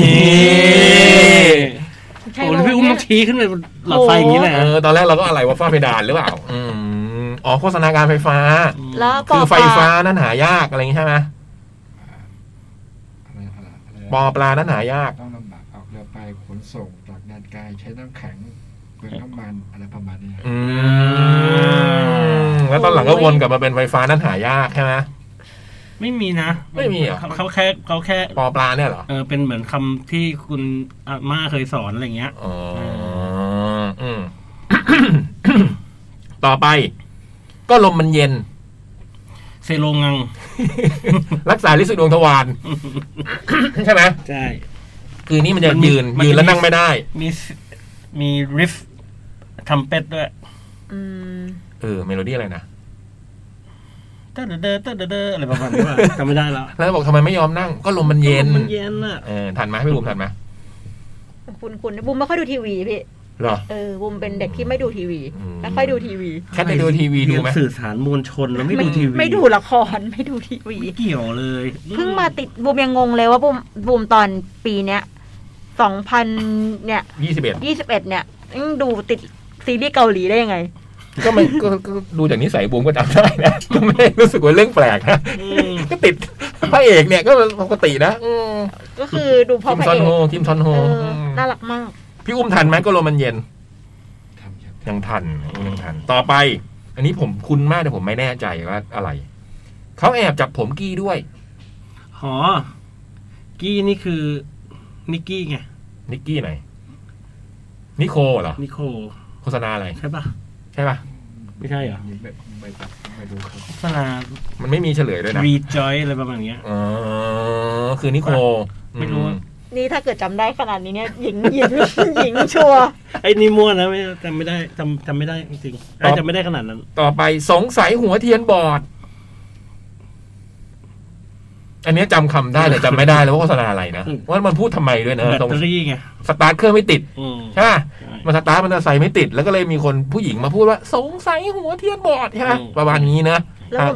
[SPEAKER 3] ใช่
[SPEAKER 4] โอ้โหแล้วพี่อุ้ม
[SPEAKER 3] โลกเนี่ย
[SPEAKER 4] ต้องชี้ขึ้นไปบนหลอดไฟอย่างนี้เลย
[SPEAKER 2] เอ
[SPEAKER 4] นะ
[SPEAKER 2] อตอนแรกเราก็อะไรว่าฝ้าเพดานหรือเปล่า อืมอ๋อโฆษณาการไฟฟ้า
[SPEAKER 3] แล้วป
[SPEAKER 2] คืออ
[SPEAKER 3] ป
[SPEAKER 2] ไฟฟ้านั่นหายากอะไรอย่างงี้ใช่ไหม
[SPEAKER 7] อะไรอะไรอะไร
[SPEAKER 2] ปอปลานั่นหายาก
[SPEAKER 7] ต้องลำบากออกเรือไปขนส่งตากแดนไกลใช้น้ำแข็งเปลืองน้ำมันอะไรประมาณนี้ครับ
[SPEAKER 2] อืมแล้วตอนหลังก็วนกลับมาเป็นไฟฟ้านั่นหายากใช่ไหม
[SPEAKER 4] ไม่มีนะ
[SPEAKER 2] ไม่มีเหรอ
[SPEAKER 4] เขาเขาแค่เขาแค่
[SPEAKER 2] ปอปลาเนี่ยเหรอ
[SPEAKER 4] เออเป็นเหมือนคำที่คุณอาม่าเคยสอนอะไรเงี้ย
[SPEAKER 2] อ๋ออืม ต่อไป ก็ลมมันเย็น
[SPEAKER 4] เซโลงัง
[SPEAKER 2] รักษาลิสึดวงทวาร ใช่ไหม
[SPEAKER 4] ใช่
[SPEAKER 2] คือนี่มันจะ
[SPEAKER 4] มันมี
[SPEAKER 2] ยืน
[SPEAKER 4] มัน
[SPEAKER 2] ยืน
[SPEAKER 4] จะ
[SPEAKER 2] แล้ว
[SPEAKER 4] มี
[SPEAKER 2] นั่งไม่ได้
[SPEAKER 4] มีมีริฟทำเป็ดด้วย
[SPEAKER 3] อืม
[SPEAKER 2] เออเมโลดี้อะไรนะ
[SPEAKER 4] เต้อเด้อเด้อเต้อเด้อเด้ออะไรประมาณนี้ว่าจำไม่ได้แล้ว
[SPEAKER 2] แล้วบอกทำไมไม่ยอมนั่ง ก็ลมมันเย็น
[SPEAKER 4] มันเย็นอ่ะ
[SPEAKER 2] เออทันไหมพี่บุ๋มทันไหม
[SPEAKER 3] คุณคุณบูมไม่ค่อยดูทีวีพี่
[SPEAKER 2] เหรอ
[SPEAKER 3] เออบูมเป็นเด็กที่ไม่ดูทีวี
[SPEAKER 2] อืม
[SPEAKER 3] ไม่ค่อยดูทีวี
[SPEAKER 2] แค่ในดูทีวีดูไหม
[SPEAKER 4] เรียนสื่อสารมวลชนแล้วไม่ดูทีวี
[SPEAKER 3] ไม่ดูละครไม่ดูทีวี
[SPEAKER 4] ไม่เกี่ยวเลย
[SPEAKER 3] เพิ่งมาติดบูมยังงงเลยว่าบูมบูมตอนปีเนี้ยสองพันเนี่ย
[SPEAKER 2] ยี่สิบเอ็ด
[SPEAKER 3] ยี่สิบเอ็ดเนี่ยยังดูติดซีรีส์เกาหลีได้ยังไง
[SPEAKER 2] ก็มันก็ก็ดูจากนิสัยบูมก็จำได้นะ ก็ไม่ได้รู้สึกว่าเรื่องแปลกนะ
[SPEAKER 4] อืม
[SPEAKER 2] ก็ติด พระเอกเนี่ยก็ปกตินะอืม
[SPEAKER 3] ก็คือดูเพอ
[SPEAKER 2] คิม
[SPEAKER 3] พระ
[SPEAKER 2] ซอน
[SPEAKER 3] เอ
[SPEAKER 2] โฮ
[SPEAKER 3] ก
[SPEAKER 2] คิมซอนโฮ
[SPEAKER 3] เออ
[SPEAKER 2] ม
[SPEAKER 3] น่ารักมาก
[SPEAKER 2] พี่อุ้มทันไหมก็ลมมันเย็น
[SPEAKER 7] ทำครับ
[SPEAKER 2] ยังทันยังทัน ต่อไป อันนี้ผมคุ้นมากแต่ผมไม่แน่ใจว่าอะไรเขาแอบจับผมกี้ด้วย
[SPEAKER 4] หอ กี้นี่คือนิกกี้ไง
[SPEAKER 2] นิกกี้ไหน นิโคเหรอ
[SPEAKER 4] นิโค
[SPEAKER 2] โฆษณาอะไร
[SPEAKER 4] ใช่ปะ
[SPEAKER 2] ใช่ป่ะ
[SPEAKER 4] ไม่ใช่เหรอ
[SPEAKER 7] นี่ไม่ไม่ตัดไม่ดูครับ
[SPEAKER 4] โฆษณา
[SPEAKER 2] มันไม่มีเฉลยด้วยนะ
[SPEAKER 4] rejoy อะไรประมาณเนี้ย
[SPEAKER 2] อ๋อคือนิโค
[SPEAKER 4] ไม่รู้
[SPEAKER 2] อื
[SPEAKER 3] นี่ถ้าเกิดจำได้ขนาดนี้เนี่ยหญิงหญิงหญิงชัวร์
[SPEAKER 4] ไอ้นี่มั่วนะไม่จำไม่ได้จำจำไม่ได้จริงๆไอ้จำไม่ได้ขนาดนั้น
[SPEAKER 2] ต่อไปสงสัยหัวเทียนบอด อันเนี้ยจำคำได้แต่จำไม่ได้แล้วว่าโฆษณาอะไรนะ
[SPEAKER 4] อืม
[SPEAKER 2] ว่ามันพูดทำไมด้วยนะ
[SPEAKER 4] แบต
[SPEAKER 2] ตรง
[SPEAKER 4] เตอรี่ไง
[SPEAKER 2] สตาร์ทเครื่องไม่ติด
[SPEAKER 4] อืม
[SPEAKER 2] ใช่ปะ
[SPEAKER 4] ใช่
[SPEAKER 2] มันสตาร์ทมันจะใส่ไม่ติด แล้วก็เลยมีคนผู้หญิงมาพูดว่า สงสัยหัวเทียนบอดใช่ไหม
[SPEAKER 4] อืม
[SPEAKER 2] ประมาณนี้นะ
[SPEAKER 3] แล้ว
[SPEAKER 2] ครับ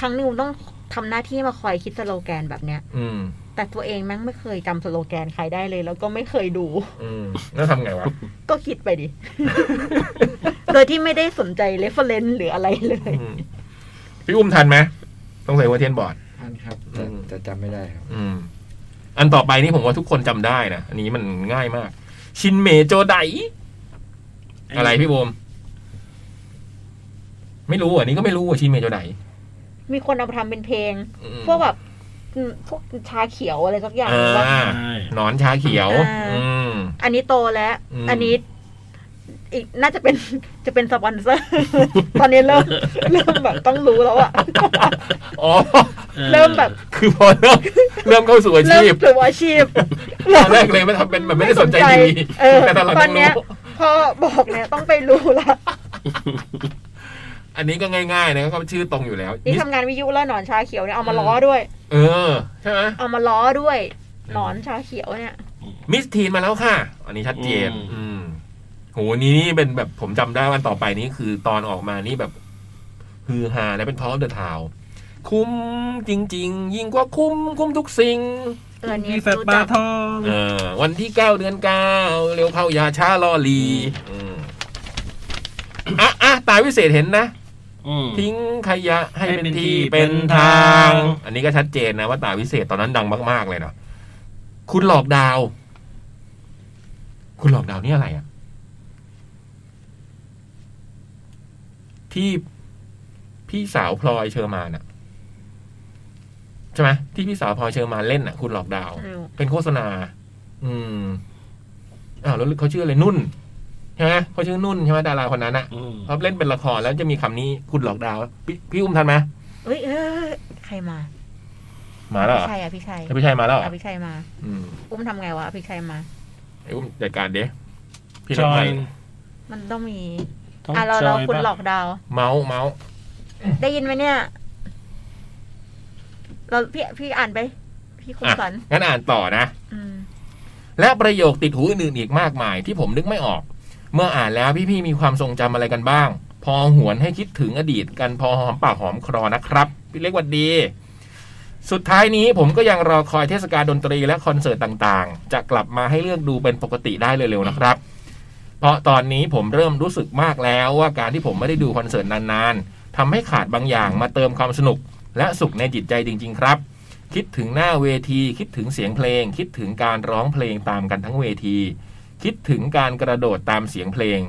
[SPEAKER 3] ครั้งหนึงต้องทำหน้าที่มาคอยคิดสโลแกนแบบเนี้ย
[SPEAKER 2] อืม
[SPEAKER 3] แต่ตัวเองแม่งไม่เคยจำสโลแกนใครได้เลย แล้วก็ไม่เคยดู
[SPEAKER 2] อืมแล้วทำไงวะ
[SPEAKER 3] ก็คิดไป ดิ โดยที่ไม่ได้สนใจเรฟเฟรนซ์หรืออะไรเลย
[SPEAKER 2] อืมพี่อุ้มทันไหมสงสัยหัวเทียนบอด
[SPEAKER 7] ท่านครับจะ
[SPEAKER 2] อืม
[SPEAKER 7] จะจำไม่ได้ครับ
[SPEAKER 2] อืม อันต่อไปนี่ผมว่าทุกคนจำได้นะ อันนี้มันง่ายมาก ชินเมโจได อะไรพี่โบม ไม่รู้อ่ะนี่ก็ไม่รู้อ่ะชินเมโจได
[SPEAKER 3] มีคนเอามาทำเป็นเพลง
[SPEAKER 2] อืม
[SPEAKER 3] พวกแบบอืมพวกชาเขียวอะไรสักอย่าง
[SPEAKER 2] อ่
[SPEAKER 3] ว่า
[SPEAKER 2] า
[SPEAKER 4] ใช่
[SPEAKER 2] หนอนชาเขียว
[SPEAKER 3] อ่า
[SPEAKER 2] อืม
[SPEAKER 3] อันนี้โตแล้ว
[SPEAKER 2] อืม
[SPEAKER 3] อันนี้ อีกน่าจะเป็น จะเป็นสปอนเซอร์ ตอนนี้เริ่ม เริ่มแบบต้องรู้แล้วอะ
[SPEAKER 2] อ๋อ
[SPEAKER 4] ออ
[SPEAKER 3] เริ่มแบบ
[SPEAKER 2] คือพอเริ่มเริ่มเข้าสู่อา
[SPEAKER 3] เริ่ม
[SPEAKER 2] ชีพ
[SPEAKER 3] ถืออาชีพ
[SPEAKER 2] ตอนแรกเลยไม่ทำเป็นแบบไม่ได้สนใจทีวี
[SPEAKER 3] เออ
[SPEAKER 2] แต่ตอนหลัง
[SPEAKER 3] ตอ
[SPEAKER 2] ต้
[SPEAKER 3] น
[SPEAKER 2] อง
[SPEAKER 3] เนี้ย
[SPEAKER 2] รู้
[SPEAKER 3] พ่อบอกเนี่ยต้องไปรู้ละ
[SPEAKER 2] อันนี้ก็ง่ายๆนะก็ชื่อตรงอยู่แล้ว
[SPEAKER 3] นี่ทำงานวิทยุแล้วหนอนชาเขียวเนี่ยเอามาล้อด้วย
[SPEAKER 2] เออใช่ไหม
[SPEAKER 3] เอามาล้อด้วย หนอนชาเขียวเนี่ย
[SPEAKER 2] มิสทีนมาแล้วค่ะ อันนี้ชัดเจน อืมโหนี่นี่เป็นแบบผมจำได้วันต่อไปนี้คือตอนออกมานี่แบบฮือฮาและเป็นทอมเดอะทาวคุ้มจริง ๆ ยิ่งกว่าคุ้มคุ้มทุกสิ่ง
[SPEAKER 3] เออเนี่
[SPEAKER 4] มี
[SPEAKER 3] ย
[SPEAKER 4] แฟต
[SPEAKER 3] รู้
[SPEAKER 4] ปลา
[SPEAKER 3] จัก
[SPEAKER 4] ทอง
[SPEAKER 2] เออวันที่เก้าเดือนเก้าเร็วเข้ายาช้ารอลีอืมอ่ะอ่ะตายวิเศษเห็นนะ
[SPEAKER 4] ม
[SPEAKER 2] ทิ้งขยะให้
[SPEAKER 4] ให้
[SPEAKER 2] เป็
[SPEAKER 4] เป็น นที่
[SPEAKER 2] ที่
[SPEAKER 4] เป็
[SPEAKER 2] เป็น
[SPEAKER 4] น
[SPEAKER 2] ทา
[SPEAKER 4] ทาง ง
[SPEAKER 2] อันนี้ก็ชัดเจนนะว่าตายวิเศษตอนนั้นดังมาก ๆ เลยเนาะคุณหลอกดาว คุณหลอกดาวนี่อะไรอะที่พี่สาวพลอยเชอร์มานอะใช่ไหมที่พี่สาวพลอยเชอร์มานเล่นอะคุณหลอกดาว
[SPEAKER 3] เอา
[SPEAKER 2] เป็นโฆษณา อืม อ้าวแล้วเขาชื่ออะไรนุ่น ใช่ไหมเขาชื่อนุ่นใช่ไหมดาราคนนั้นอะ
[SPEAKER 4] อืม
[SPEAKER 2] เขาเล่นเป็นละครแล้วจะมีคำนี้คุณหลอกดาวพี่พี่อุ้มทันไหม
[SPEAKER 3] เอ้ยเอ้ยใครมา
[SPEAKER 2] มาแล้วเหรอ
[SPEAKER 3] พี่ชัยอะพี่ชัย
[SPEAKER 2] แล้วพี่ชัยมาแล้วเหรอ
[SPEAKER 3] อะพี่ชัยมา
[SPEAKER 2] อืม
[SPEAKER 3] อุ้มทำไงวะพี่ชัยมา
[SPEAKER 2] ไอ้อุ้มจัดการเด้พี่
[SPEAKER 4] จ
[SPEAKER 2] นัก
[SPEAKER 4] อ
[SPEAKER 2] ไป
[SPEAKER 4] ย
[SPEAKER 3] มันต้องมี
[SPEAKER 4] ต้อง
[SPEAKER 3] อ่ะเรา
[SPEAKER 4] จ
[SPEAKER 3] เรา
[SPEAKER 4] อย
[SPEAKER 3] คุณหล
[SPEAKER 4] ปะ
[SPEAKER 3] อกดาว
[SPEAKER 2] เมาส์เมาส์
[SPEAKER 3] ได้ยินไหมเนี่ย เราพี่พี่อ่านไป พี่คุณ
[SPEAKER 2] อ่ะ
[SPEAKER 3] สัน
[SPEAKER 2] งั้นอ่านต่อนะ
[SPEAKER 3] อืม
[SPEAKER 2] และประโยคติดหูอื่นๆอีกมากมายที่ผมนึกไม่ออก เมื่ออ่านแล้วพี่ๆมีความทรงจำอะไรกันบ้าง พอหวนให้คิดถึงอดีตกันพอหอมปากหอมครอนะครับ พี่เล็กหวัดดี สุดท้ายนี้ผมก็ยังรอคอยเทศกาลดนตรีและคอนเสิร์ตต่างๆ จะกลับมาให้เลือกดูเป็นปกติได้เร็วๆนะครับ เพราะตอนนี้ผมเริ่มรู้สึกมากแล้วว่าการที่ผมไม่ได้ดูคอนเสิร์ตนานๆทำให้ขาดบางอย่างมาเติมความสนุก และสุขในจิตใจจริง ๆ ครับ คิดถึงหน้าเวที คิดถึงเสียงเพลง คิดถึงการร้องเพลงตามกันทั้งเวที คิดถึงการกระโดดตามเสียงเพลง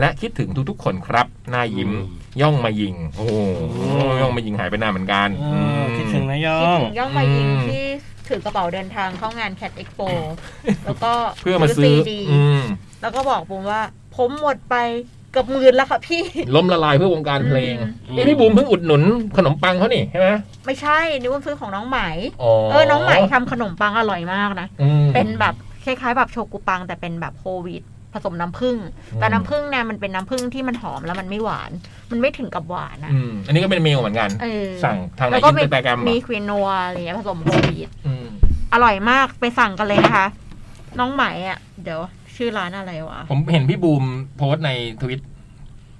[SPEAKER 2] และคิดถึงทุกๆ คนครับหน้ายิ้ม ย่องมายิง โอ้โหย่องมายิงหายไปนานเหมือนกัน
[SPEAKER 4] เอ
[SPEAKER 2] อื
[SPEAKER 4] อ
[SPEAKER 2] ม
[SPEAKER 4] คิดถึงนายย่
[SPEAKER 3] คิ
[SPEAKER 4] อ
[SPEAKER 3] ด
[SPEAKER 4] ง
[SPEAKER 3] ถึงย่องมายิงที่ถือกระเป๋าเดินทางเข้างานแคดเอ็กโปแล้วก็
[SPEAKER 2] เพื่อมาซื้อ
[SPEAKER 3] ดี
[SPEAKER 2] อืม
[SPEAKER 3] แล้วก็บอกผมว่า ผมหมดไปเกือบหมื่นแล้วค่ะพี่
[SPEAKER 2] ล้มละลายเพื่อวงการเพลง
[SPEAKER 4] อืม
[SPEAKER 2] เอ้ยพี่บุ๋มเพิ่งอุดหนุนขนมปังเขานี่ใช่ไหม
[SPEAKER 3] ไม่ใช่ นึกว่าซื้อของน้องไหม
[SPEAKER 2] อ๋อ
[SPEAKER 3] เออ น้องไหมทำขนมปังอร่อยมากนะ
[SPEAKER 2] อืม
[SPEAKER 3] เป็นแบบคล้ายๆแบบโชกุปัง แต่เป็นแบบโฮลวีตผสมน้ำผึ้ง แต่
[SPEAKER 2] อืม
[SPEAKER 3] น้ำผึ้งเนี่ยมันเป็นน้ำผึ้งที่มันหอมแล้วมันไม่หวาน มันไม่ถึงกับหวานอะ
[SPEAKER 2] อืมอันนี้ก็เป็นเมลเหมือนกัน
[SPEAKER 3] เออ
[SPEAKER 2] สั่งทางใน
[SPEAKER 3] แล้ว
[SPEAKER 2] อิ
[SPEAKER 3] ก็
[SPEAKER 2] น
[SPEAKER 3] มี
[SPEAKER 2] เตอร์แกรม
[SPEAKER 3] มีควีนัวอะไรเงี้ยผสมโฮลวีต
[SPEAKER 2] อืม
[SPEAKER 3] อร่อยมากไปสั่งกันเลยนะคะ น้องไหมอ่ะ เดี๋ยว ชื่อร้านอะไรวะ
[SPEAKER 2] ผมเห็นพี่บูมโพสต์ในทวิต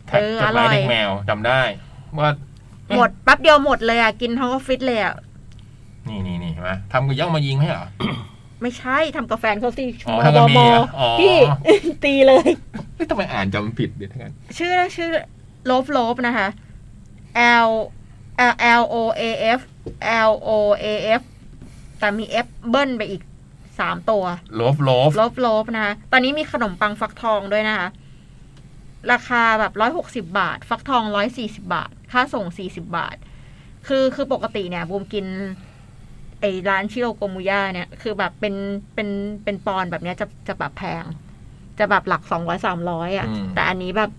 [SPEAKER 2] แท็ก
[SPEAKER 3] เออ
[SPEAKER 2] จดหมาย
[SPEAKER 3] อร่อย
[SPEAKER 2] เด็กแมวจำได้ ว่าเอ๊ะ
[SPEAKER 3] หมดแป๊บเดียวหมดเลยอ่ะ กินทั้งออฟฟิศเลยอ่ะ
[SPEAKER 2] นี่นี่นี่เห็นไหมทำกับย่องมายิงไหมเหรอ
[SPEAKER 3] ไม่ใช่ทำกาแฟนเขาสิ
[SPEAKER 2] อ๋อทำกับเมียอ๋อ
[SPEAKER 3] พี่ ตีเลย
[SPEAKER 2] เฮ้ยทำไมอ่านจำผิดเดี๋ยวทั้งนั้น
[SPEAKER 3] ชื่อชื่อลบลบนะคะ L L L O A F L O A F แต่มี F เบิ้ลไปอีกสามตัว
[SPEAKER 2] โลฟโลฟ
[SPEAKER 3] ลบลบนะคะตอนนี้มีขนมปังฟักทองด้วยนะคะ ราคาแบบร้อยหกสิบาท ฟักทองร้อยสี่สิบาท ค่าส่งสี่สิบาท คือคือปกติเนี่ยบูมกิน ไอร้านชิโรโกมุย่าเนี่ย คือแบบเป็นเป็นเป็นปอนด์แบบเนี้ยจะจะแบบแพง จะแบบหลักสองร้อยสามร้อยอ่ะ แต่อันนี้แบบ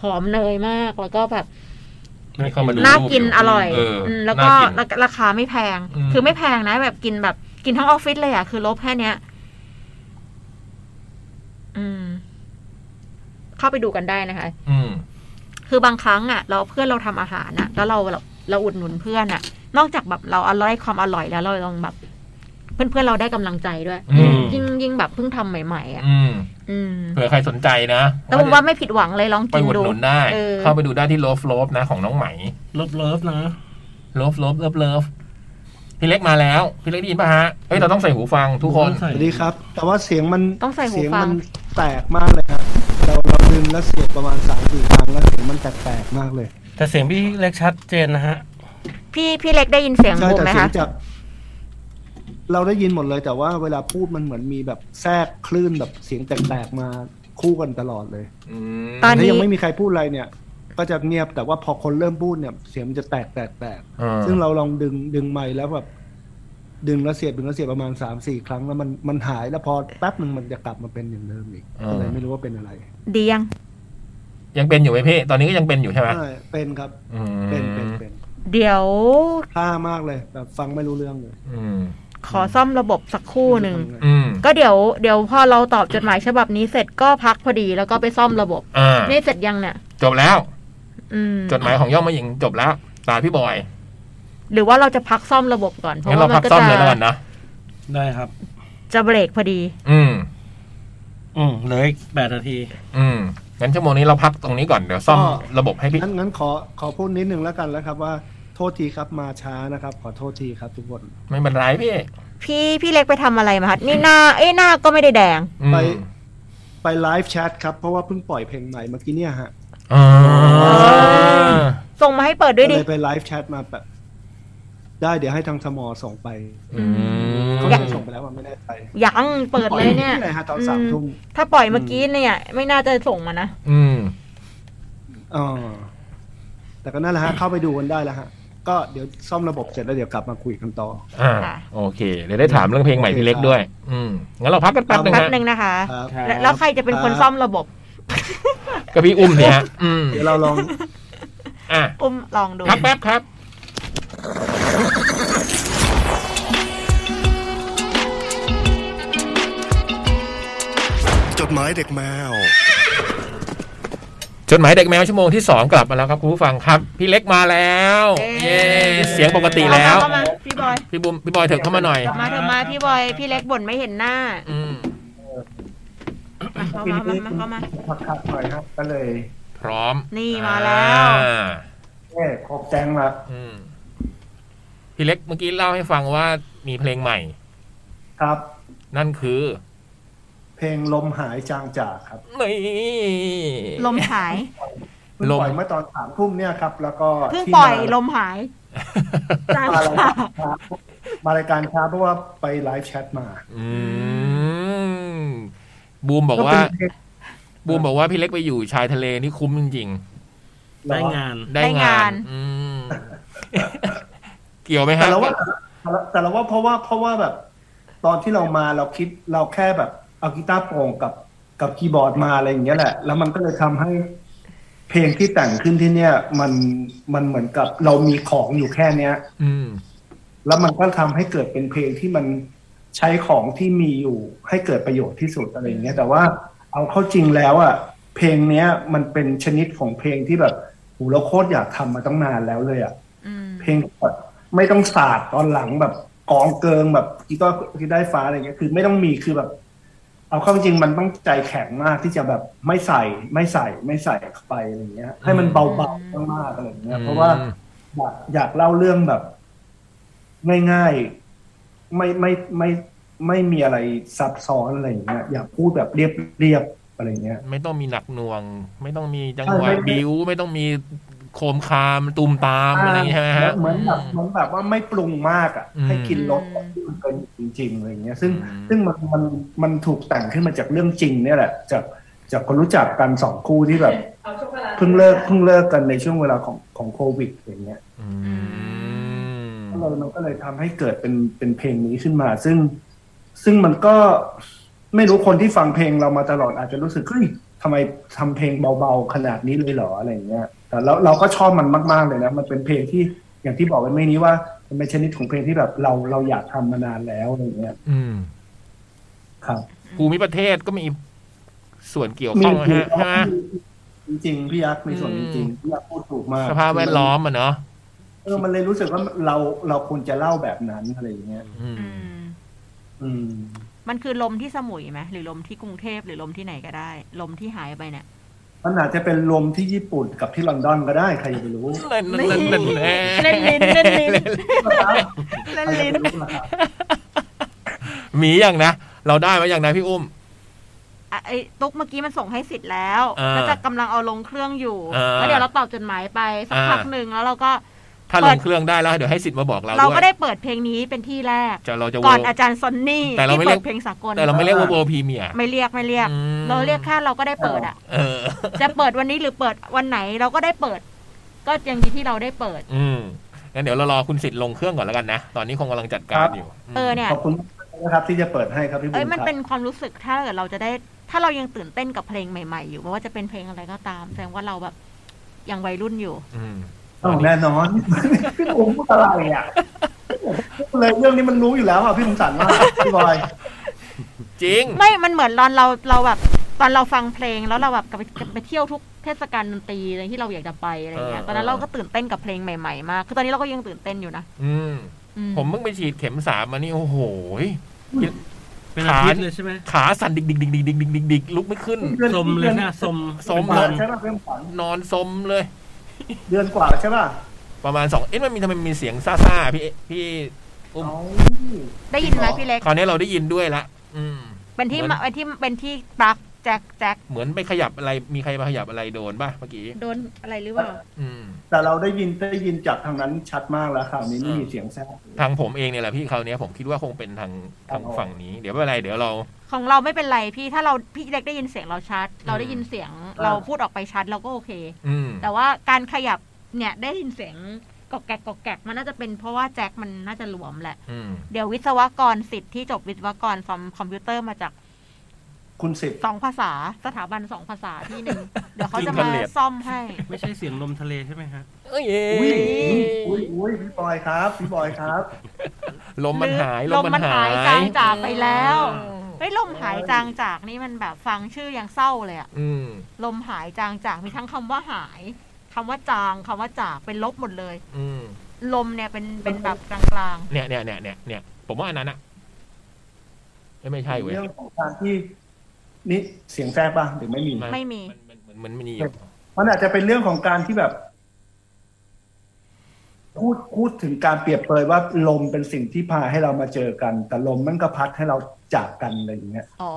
[SPEAKER 3] หอมเนยมากแล้วก็แบบ
[SPEAKER 2] ไม่เข้ามาดู
[SPEAKER 3] น่ากิน
[SPEAKER 2] รูป
[SPEAKER 3] อร่อย
[SPEAKER 2] เออ
[SPEAKER 3] มแล้วก็
[SPEAKER 2] น่ากิน
[SPEAKER 3] ราคาราคาไม่แพง
[SPEAKER 2] อืม
[SPEAKER 3] คือไม่แพงนะ แบบกินแบบกินทั้งออฟฟิศเลยอ่ะ คือลบแค่เนี้ย อืม เข้าไปดูกันได้นะคะ
[SPEAKER 2] อืม
[SPEAKER 3] คือบางครั้งอ่ะ เราเพื่อนเราทำอาหารอ่ะ แล้วเราเราเราอุดหนุนเพื่อนอ่ะ นอกจากแบบเราอร่อยความอร่อยแล้วเราลองแบบ เพื่อนเพื่อนๆเราได้กำลังใจด้วย
[SPEAKER 2] อืม
[SPEAKER 3] ยิ่งยิ่งแบบเพิ่งทำใหม่ๆอ่ะ
[SPEAKER 2] อืม
[SPEAKER 3] อืม
[SPEAKER 2] เผื่อใครสนใจนะ
[SPEAKER 3] แล้วผมว่าไม่ผิดหวังเลยลอง
[SPEAKER 2] ไป
[SPEAKER 3] กิน
[SPEAKER 2] อุด
[SPEAKER 3] ดู
[SPEAKER 2] หนุนได้
[SPEAKER 3] เออ
[SPEAKER 2] เข้าไปดูได้ที่โลฟโลฟนะของน้องไหม
[SPEAKER 4] ลบเลิฟนะ
[SPEAKER 2] เลิฟเลิฟเลิฟเลิฟพี่เล็กมาแล้ว พี่เล็กได้ยินป่ะฮะ เฮ้ย เราต้องใส่หูฟังทุกคน
[SPEAKER 5] สวัสดีครับ แต่ว่าเสียงมัน
[SPEAKER 3] ต้องใส่หูฟัง
[SPEAKER 5] เสียงมันแตกมากเลยครับเราเราดึงแล้วเสียบประมาณสามสี่ครั้งแล้วเสียงมันแตกๆมากเลย
[SPEAKER 4] แต่เสียงพี่เล็กชัดเจนนะฮะ
[SPEAKER 3] พี่พี่เล็กได้ยินเสียง
[SPEAKER 5] ใช่
[SPEAKER 3] บูม
[SPEAKER 5] แต่
[SPEAKER 3] ไหม
[SPEAKER 5] เสีย
[SPEAKER 3] คะ
[SPEAKER 5] งจากเราได้ยินหมดเลย แต่ว่าเวลาพูดมันเหมือนมีแบบแทรกคลื่นแบบเสียงแตกๆมาคู่กันตลอดเลย
[SPEAKER 2] อืม
[SPEAKER 3] ตอนนี้
[SPEAKER 5] ถ้ายังไม่มีใครพูดอะไรเนี่ย ก็จะเงียบแต่ว่าพอคนเริ่มพูดเนี่ย เสียงมันจะแตกแตกแตก
[SPEAKER 2] เออ
[SPEAKER 5] ซึ่งเราลองดึงดึงไม้แล้วแบบดึงแล้วเสียบดึงแล้วเสียบประมาณสามสี่ครั้งแล้วมันมันหายแล้วพอแป๊บหนึ่งมันจะกลับมาเป็นอย่างเดิมอีกก็เลยไม่รู้ว่าเป็นอะไร
[SPEAKER 3] ดียัง
[SPEAKER 2] ยังเป็นอยู่ไหมพี่ ตอนนี้ก็ยังเป็นอยู่ใช่ไหม
[SPEAKER 5] ใช่เป็นครับ
[SPEAKER 2] อืม
[SPEAKER 5] เป็น เป็น เป็น
[SPEAKER 3] เดี๋ยว
[SPEAKER 5] ท่ามากเลย แบบฟังไม่รู้เรื่องเลย
[SPEAKER 2] อืม
[SPEAKER 3] ขอซ่อมระบบสักครู่หนึ่ง
[SPEAKER 5] ไม่รู้จะทำไ
[SPEAKER 2] อืม
[SPEAKER 3] ก็เดี๋ยวเดี๋ยวพอเราตอบจดหมายฉบับนี้เสร็จก็พักพอดีแล้วก็ไปซ่อมระบบ
[SPEAKER 2] อ่า
[SPEAKER 3] นี่เสร็จยังเนี่ย
[SPEAKER 2] จบแล้ว
[SPEAKER 3] อืม
[SPEAKER 2] จดหมายของย่อมมาหญิงจบแล้วตาพี่บอย
[SPEAKER 3] หรือว่าเราจะพักซ่อมระบบก่อน เพราะ
[SPEAKER 2] งั้นเรา
[SPEAKER 3] ว่ามั
[SPEAKER 2] พัก
[SPEAKER 3] นก็
[SPEAKER 2] ซ่อม
[SPEAKER 3] จะ
[SPEAKER 2] เลยแล้วกันนะ
[SPEAKER 4] ได้ครับ
[SPEAKER 3] จะเบรกพอดี
[SPEAKER 2] อืม
[SPEAKER 4] อืมเหลืออีกแปดนาที
[SPEAKER 2] อืม งั้นชั่วโมงนี้เราพักตรงนี้ก่อน เดี๋ยวซ่อม
[SPEAKER 5] อ๋อ
[SPEAKER 2] ระบบให้พี่
[SPEAKER 5] งั้นงั้นขอ ขอพูดนิดนึงแล้วกันแล้วครับว่า โทษทีครับ มาช้านะครับ ขอโทษทีครับทุกคน
[SPEAKER 2] ไม่เป็นไรพี่
[SPEAKER 3] พี่พี่เล็กไปทำอะไรมาคะนี่หน้า เอ้ยหน้าก็ไม่ได้แดง
[SPEAKER 2] อืม
[SPEAKER 5] ไป ไปไลฟ์แชทครับ เพราะว่าเพิ่งปล่อยเพลงใหม่เมื่อกี้เนี่ยฮะ
[SPEAKER 2] อ่า
[SPEAKER 3] ส่งมาให้เปิดด้
[SPEAKER 5] ก็
[SPEAKER 3] วย
[SPEAKER 5] เล
[SPEAKER 3] ดิ
[SPEAKER 5] ยไปไลฟ์แชทมาแบบ ได้เดี๋ยวให้ทางสมอส่งไป
[SPEAKER 2] อืม
[SPEAKER 5] เขาจะส่งไปแล้วมันไม่แน่ใจ
[SPEAKER 3] ยังเปิดเลยเนี่ย
[SPEAKER 5] ที่ไหนฮะตอนสามทุ่ม
[SPEAKER 3] ถ้าปล่อยเมื่อกี้เนี่ย ไม่น่าจะส่งมานะ
[SPEAKER 2] อืม
[SPEAKER 5] อ๋อแต่ก็นั่นแหละฮะ เข้าไปดูกันได้แล้วฮะ ก็เดี๋ยวซ่อมระบบเสร็จแล้วเดี๋ยวกลับมาคุยกันต่อ
[SPEAKER 2] อ่า
[SPEAKER 3] ค่ะ
[SPEAKER 2] โอเค เดี๋ยวได้ถามเรื่องเพลงใหม่พี่เล็กด้วย อืม งั้นเราพักกันแป๊บนึง
[SPEAKER 3] แป๊บ
[SPEAKER 2] ฮะ
[SPEAKER 3] หนึ่งนะคะ
[SPEAKER 5] ครับ
[SPEAKER 4] ครับ
[SPEAKER 3] แล้วแล้วใครจะเป็นคนซ่อมระบบ
[SPEAKER 2] กับพี่อุ้ม เนี่ยฮะอืม
[SPEAKER 5] เดี๋ยวเราลอง
[SPEAKER 2] อ่ะ
[SPEAKER 3] อุ้มลองดู
[SPEAKER 2] ครับแป๊บครับ
[SPEAKER 8] จดหมายเด็กแมว
[SPEAKER 2] จดหมายเด็กแมวชั่วโมงที่ 2 กลับมาแล้วครับคุณผู้ฟังครับ พี่เล็กมาแล้ว
[SPEAKER 3] เย้
[SPEAKER 2] เย้เสียงปกติแล้ว
[SPEAKER 3] เข้ามาเข้ามาพี่บอย
[SPEAKER 2] พี่บุมพี่บอยเถิดเข้ามาหน่อย
[SPEAKER 3] กลับมาเถอะมาพี่บอย พี่เล็กบ่นไม่เห็นหน้า
[SPEAKER 2] อืม
[SPEAKER 3] มาเข้ามามามาเข้ามา
[SPEAKER 5] ผักๆหน่อยครับ ก็เลย
[SPEAKER 2] พร้อม
[SPEAKER 3] นี่มาแล้ว
[SPEAKER 2] อ่า
[SPEAKER 5] แค่ครบแจ้งละ
[SPEAKER 2] อืมพี่เล็กเมื่อกี้เล่าให้ฟังว่ามีเพลงใหม่
[SPEAKER 5] ครับ
[SPEAKER 2] นั่นคือ
[SPEAKER 5] เพลงลมหายจางจากครับ
[SPEAKER 2] นี่
[SPEAKER 3] ลมหาย
[SPEAKER 5] เพิ่ง
[SPEAKER 2] ลม
[SPEAKER 5] ปล่อยเมื่อตอนสามทุ่มเนี่ยครับ แล้วก็
[SPEAKER 3] เพิ่ง
[SPEAKER 5] ที่
[SPEAKER 3] ปล่อย
[SPEAKER 5] มา
[SPEAKER 3] ลมหายจาง
[SPEAKER 5] มาราย
[SPEAKER 3] ค่ะ
[SPEAKER 5] การช้ามารายการช้าเพราะว่าไปไลฟ์แชทมา
[SPEAKER 2] อืมบูมบอกว่า
[SPEAKER 5] เป็นเพลง
[SPEAKER 2] บูมบอกว่าพี่เล็กไปอยู่ชายทะเลนี่คุ้มจริง
[SPEAKER 4] ได้งาน
[SPEAKER 2] ๆ ได้งาน อืม เกี่ยวไหม
[SPEAKER 5] แต่
[SPEAKER 2] ฮะ
[SPEAKER 5] เราว่าแต่เราว่าเพราะว่าเพราะว่าแบบ ตอนที่เรามาเราคิดเราแค่แบบเอากีตาร์โปร่งกับกับคีย์บอร์ดมาอะไรอย่างเงี้ยแหละ แล้วมันก็เลยทำให้ เพลงที่แต่งขึ้นที่เนี่ย มันมันเหมือนกับเรามีของอยู่แค่เนี้ย
[SPEAKER 2] อืม
[SPEAKER 5] แล้วมันก็ทำให้เกิดเป็นเพลงที่มันใช้ของที่มีอยู่ให้เกิดประโยชน์ที่สุดอะไรอย่างเงี้ยแต่ว่าเอาเข้าจริงแล้วอ่ะเพลงเนี้ย มันเป็นชนิดของเพลงที่แบบโหูเราโคตรอยากทำมาตั้งนานแล้วเลยอ่ะ
[SPEAKER 3] อืม
[SPEAKER 5] เพลงแบบไม่ต้องศาสตร์ตอนหลังแบบกองเกิงแบบกีตาร์กีตาร์ไฟฟ้าอะไรเงี้ยคือไม่ต้องมีคือแบบ เอาเข้าจริงมันต้องใจแข็งมากที่จะแบบไม่ใส่ไม่ใส่ไม่ใส่เข้าไปอะไรเงี้ย ให้มันเบาๆมากๆอะไรอย่างเงี้ยเพราะว่า อยากอยากเล่าเรื่องแบบ ง่ายๆ ไม่ไม่ไม่ไม่มีอะไรซับซ้อนอะไรอย่างเงี้ยอยากพูดแบบเรียบเรียบอะไรอย่างเงี้ย
[SPEAKER 2] ไม่ต้องมีหนักหน่วง ไม่ต้องมีจังห
[SPEAKER 5] ใช่
[SPEAKER 2] วะ
[SPEAKER 5] ไม่
[SPEAKER 2] บิวไม่ต้องมีโคมคามตุมตามอะไรอย่างเงี้ยใช่ไหมฮะ
[SPEAKER 5] เหมือนแบบเหมือนแบบว่าไม่ปรุงมากอ่ะ
[SPEAKER 2] อืม
[SPEAKER 5] ให้กินรสที่มันเป็นจริงๆอะไรอย่างเงี้ย ซึ่ง
[SPEAKER 2] อืม
[SPEAKER 5] ซึ่งมันมันมันถูกแต่งขึ้นมาจากเรื่องจริง เนี่ยแหละ จากจากคนรู้จักกันสองคู่ที่แบบเพิ่งเลิกเพิ่งเลิกกันในช่วงเวลาของของโควิดอย่างเงี้ย
[SPEAKER 2] อืม
[SPEAKER 5] ก็เลยมันก็เลยทำให้เกิดเป็นเป็นเพลงนี้ขึ้นมา ซึ่งซึ่งมันก็ไม่รู้คนที่ฟังเพลงเรามาตลอดอาจจะรู้สึกเฮ้ยทำไมทำเพลงเบาๆขนาดนี้เลยเหรออะไรอย่างเงี้ย แต่เราเราก็ชอบมันมากๆเลยนะมันเป็นเพลงที่อย่างที่บอกไปเมื่อนี้ว่ามันเป็นชนิดของเพลงที่แบบเราเราอยากทำมานานแล้วอะไรอย่างเงี้ย
[SPEAKER 2] อืม
[SPEAKER 5] ครับ
[SPEAKER 2] ภูมิประเทศก็มีส่วนเกี่ยวข้องนะฮะใช่ไหม
[SPEAKER 5] จริงๆพี่ยักษ์มีส่วน
[SPEAKER 2] อื
[SPEAKER 5] จ
[SPEAKER 2] ม
[SPEAKER 5] ริงๆพี่ยักษ์พูดถูกมาก
[SPEAKER 2] สภาพแวดล้อมอ่ะเนาะ
[SPEAKER 5] เออมันเลยรู้สึกว่าเราเราควรจะเล่าแบบนั้นอะไรอย่างเงี้ย
[SPEAKER 2] อืม
[SPEAKER 3] อืม
[SPEAKER 5] อืม
[SPEAKER 3] มันคือลมที่สมุยไหมหรือลมที่กรุงเทพหรือลมที่ไหนก็ได้ ลมที่หายไปเนี่ย
[SPEAKER 5] มันอาจจะเป็นลมที่ญี่ปุ่นกับที่ลอนดอนก็ได้ใครจะไปรู้
[SPEAKER 2] เล่นเล่นเล่นเล่น
[SPEAKER 3] เล่นลิ้นเล่นลิ้นเล่น
[SPEAKER 5] ใครจะ
[SPEAKER 3] ลิ้น
[SPEAKER 5] ไปรู้ล่ะครับ
[SPEAKER 2] มีอย่างนะ เราได้มาอย่างนะพี่อุ้ม
[SPEAKER 3] อ่ะไอ้ตุ๊กเมื่อกี้มันส่งให้สิทธิ์แล้ว
[SPEAKER 2] อ่า
[SPEAKER 3] แล้วจะกำลังเอาลงเครื่องอยู่
[SPEAKER 2] อ่า
[SPEAKER 3] แล้วเดี๋ยวเราตอบจดหมายไปสัก
[SPEAKER 2] อ่า
[SPEAKER 3] พักหนึ่งแล้วเราก็
[SPEAKER 2] ถ้า
[SPEAKER 3] เปิ
[SPEAKER 2] ล
[SPEAKER 3] ด
[SPEAKER 2] งเครื่องได้แล้ว เดี๋ยวให้สิทธิ์มาบอกเรา
[SPEAKER 3] เรา
[SPEAKER 2] ด้ว
[SPEAKER 3] ก็
[SPEAKER 2] ย
[SPEAKER 3] ได้เปิดเพลงนี้เป็นที่แรก
[SPEAKER 2] จะเราจะ
[SPEAKER 3] ก่อน
[SPEAKER 2] โว
[SPEAKER 3] อาจารย์ซอนนี่
[SPEAKER 2] แต่เรา
[SPEAKER 3] ที่
[SPEAKER 2] ไม่เรียก
[SPEAKER 3] เปิดเพลงสากล
[SPEAKER 2] แต่เราไม่เรียกว่าโวพรีเมียร์
[SPEAKER 3] ไม่เรียกไม่เรียก
[SPEAKER 2] อืม
[SPEAKER 3] เราเรียกแค่เราก็ได้เปิดอ่ะ
[SPEAKER 2] เออ
[SPEAKER 3] จะเปิดวันนี้หรือเปิดวันไหนเราก็ได้เปิด ก็ยังดีที่เราได้เปิด
[SPEAKER 2] อืมงั้นเดี๋ยวเรารอคุณสิทธิ์ลงเครื่องก่อนแล้วกันนะ ตอนนี้คงกำลังจัดการอยู่
[SPEAKER 3] เออเนี่ย
[SPEAKER 5] ขอบคุณนะครับที่จะเปิดให้ครับพี่บุญ
[SPEAKER 3] เอ้ยมัน
[SPEAKER 5] ครั
[SPEAKER 3] เป็นความรู้สึกถ้าเกิดเราจะได้ ถ้าเรายังตื่นเต้นกับเพลงใหม่ๆ อยู่ไม่ว่าจะเป็นเพลงอะไรก็ตามแสดงว่าเราแบบยังวัยรุ่นอยู่
[SPEAKER 2] อืม
[SPEAKER 5] เอ้าแน่นอน พี่บุ๋มพูดอะไรอ่ะพูดเลยเรื่องนี้มันรู้อยู่แล้วอ่ะพี่บุ๋มสันมากพี่บอย
[SPEAKER 2] จริง
[SPEAKER 3] ไม่มันเหมือนตอนเราเราแบบ ตอนเราฟังเพลงแล้วเราแบบไปไปเที่ยวทุกเทศกาลดนตรีอะไรที่เราอยากจะไปอะไรอย่างเงี้ย
[SPEAKER 2] เออ
[SPEAKER 3] ตอนนั้น
[SPEAKER 2] เออ
[SPEAKER 3] เราก็ตื่นเต้นกับเพลงใหม่ๆมากคือตอนนี้เราก็ยังตื่นเต้นอยู่นะ
[SPEAKER 2] อืม
[SPEAKER 3] อื
[SPEAKER 2] ผมเพิ่งไปฉีดเข็มสามมานี่โอ้โหย
[SPEAKER 4] เป็นอาทิตย์เลยใช่ไหม
[SPEAKER 2] ขาสั่นดิกดิกดิกดิกดิกดิกดิกดิกลุกไม่ขึ้น
[SPEAKER 4] สมเลยนะสม
[SPEAKER 2] สม
[SPEAKER 5] กว่า
[SPEAKER 4] เลย
[SPEAKER 5] ใช่ป่ะเพื่อนขวัญ
[SPEAKER 2] นอนสมเลย
[SPEAKER 5] เดือนกว่าใช่ป่ะ
[SPEAKER 2] ประมาณสองเอ๊ะมันมีทำไมมันมีเสียงซ่าๆพี่พี่
[SPEAKER 5] เอา
[SPEAKER 3] ได้ยินไหมพี่เล็ก
[SPEAKER 2] คราวนี้เราได้ยินด้วยละอืม
[SPEAKER 3] เป็นที่
[SPEAKER 2] เหมือน
[SPEAKER 3] มาเป็นที่เป็นที่ปลักแจ็คแจ็ค
[SPEAKER 2] เหมือนไปขยับอะไรมีใครมาขยับอะไรโดนป่ะเมื่อกี้
[SPEAKER 3] โดนอะไรหรือเปล่า
[SPEAKER 2] อืม
[SPEAKER 5] แต่เราได้ยินได้ยินจากทางนั้นชัดมากแล้วคราวนี้ไม่มีเสียงแทรก
[SPEAKER 2] ทางผมเองเนี่ยแหละพี่คราวเนี้ยผมคิดว่าคงเป็นทางทาง
[SPEAKER 5] อ๋อ
[SPEAKER 2] ฝั่งนี้ เดี๋ยวไม่เป็นไรเดี๋ยวเรา
[SPEAKER 3] ของเราไม่เป็นไรพี่ถ้าเราพี่เล็กได้ยินเสียงเราชัด เราได้ยินเสียงเราพูดออกไปชัดเราก็โอเค
[SPEAKER 2] อืม
[SPEAKER 3] แต่ว่าการขยับเนี่ยได้ยินเสียงกอกแกกกอกแกกมันน่าจะเป็นเพราะว่าแจ็คมันน่าจะหลวมแหละ
[SPEAKER 2] อืม
[SPEAKER 3] เดี๋ยววิศวกรสิทธิ์ที่จบวิศวกรฟอมคอมพิวเตอร์มาจาก
[SPEAKER 5] คุณสิบ
[SPEAKER 3] สองภาษาสถาบันสองภาษาที่ หนึ่ง เดี๋ยวเขาจะ
[SPEAKER 2] จริ
[SPEAKER 3] มาง
[SPEAKER 2] กันเหรอ
[SPEAKER 3] ซ่อมให้
[SPEAKER 4] ไม่ใช่เสียงลมทะเลใช่ไหมฮะ
[SPEAKER 2] เอ้ย
[SPEAKER 5] อุ้ยอุ้ยอุ้ยพี่บอยครับ พี่บอยครับ
[SPEAKER 2] ลมมันหาย
[SPEAKER 3] ลมมันหายจางจากไปแล้ว
[SPEAKER 2] อืม
[SPEAKER 3] เฮ้ยลมหายจางจากนี่มันแบบฟังชื่อยังเศร้าเลยอะ
[SPEAKER 2] อืม
[SPEAKER 3] ลมหายจางจากมีทั้งคำว่าหายคำว่าจางคำว่าจากเป็นลบหมดเลย
[SPEAKER 2] อืม
[SPEAKER 3] ลมเนี่ยเป็นเป็นแบบกลาง
[SPEAKER 2] เนี่ยเนี่ยเนี่ยเนี่ยเนี่ยผมว่าอันนั้นอะเอ้ยไม่ใช่เว้ย
[SPEAKER 5] เรื่องของการที่ นี่เสียงแทรกป่ะหรือไม่มี
[SPEAKER 2] ไม่
[SPEAKER 3] ไม่มี
[SPEAKER 2] มันมันมันไม่มีอยู่
[SPEAKER 5] มันอาจจะเป็นเรื่องของการที่แบบ พูดพูดถึงการเปรียบเปรยว่าลมเป็นสิ่งที่พาให้เรามาเจอกัน แต่ลมมันก็พัดให้เราจากกันอะไรอย่างเงี้ย
[SPEAKER 3] อ๋อ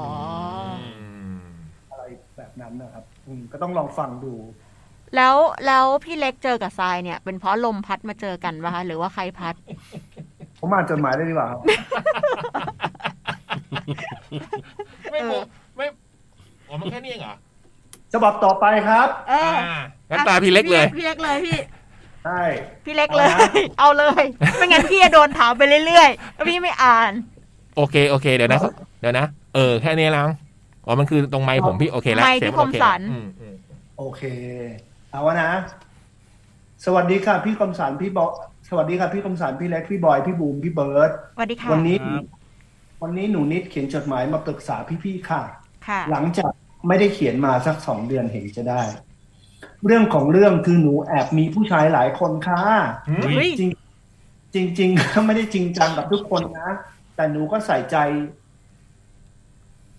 [SPEAKER 2] อืม
[SPEAKER 5] อะไรแบบนั้นนะครับอืมก็ต้องลองฟังดู
[SPEAKER 3] แล้วแล้วพี่เล็กเจอกับทรายเนี่ย เป็นเพราะลมพัดมาเจอกันปะคะหรือว่าใครพัด
[SPEAKER 5] ผมอ่านจดหมายได้ดีกว่าครับ
[SPEAKER 2] ไม่
[SPEAKER 3] เออ
[SPEAKER 2] ไม่อ๋อมันแค่นี้เองเหรอ
[SPEAKER 5] ฉบับต่อไปครับ
[SPEAKER 3] เอ
[SPEAKER 2] อ่า
[SPEAKER 3] อ
[SPEAKER 2] งั้นตาพี่เล็กเลย
[SPEAKER 3] พี่เล็กเลยพี่
[SPEAKER 5] ใช่
[SPEAKER 3] พี่เล็กเลย เอาเลย ไม่งั้นพี่จะโดนถามไปเรื่อยๆแล้วพี่ไม่อ่าน
[SPEAKER 2] โอเคโอเคเดี๋ยวนะเดี๋ยวนะเออแค่นี้แล้วอ๋อมันคือตรงไม้ผมพี่โอเคแล้ว
[SPEAKER 3] ไมค์
[SPEAKER 2] เสียงนโอเค
[SPEAKER 3] ที่คมสัน
[SPEAKER 2] อืมอืม
[SPEAKER 5] โอเค เอาวะนะ สวัสดีค่ะพี่คมสารพี่บอสวัสดีค่ะพี่คมสารพี่เล็กพี่บอยพี่บูมพี่เบิร์ต
[SPEAKER 3] สวัสดีค่ะ
[SPEAKER 5] วันนี้
[SPEAKER 4] ครับ
[SPEAKER 5] วันนี้หนูนิดเขียนจดหมายมาปรึกษาพี่ๆค่ะ
[SPEAKER 3] ค่ะ
[SPEAKER 5] หลังจากไม่ได้เขียนมาสักสองเดือนเห็นจะได้ เรื่องของเรื่องคือหนูแอบมีผู้ชายหลายคนค่ะ
[SPEAKER 3] เฮ้ย
[SPEAKER 5] จริงจริงจริงๆก็ไม่ได้จริงจังกับทุกคนนะ แต่หนูก็ใส่ใจ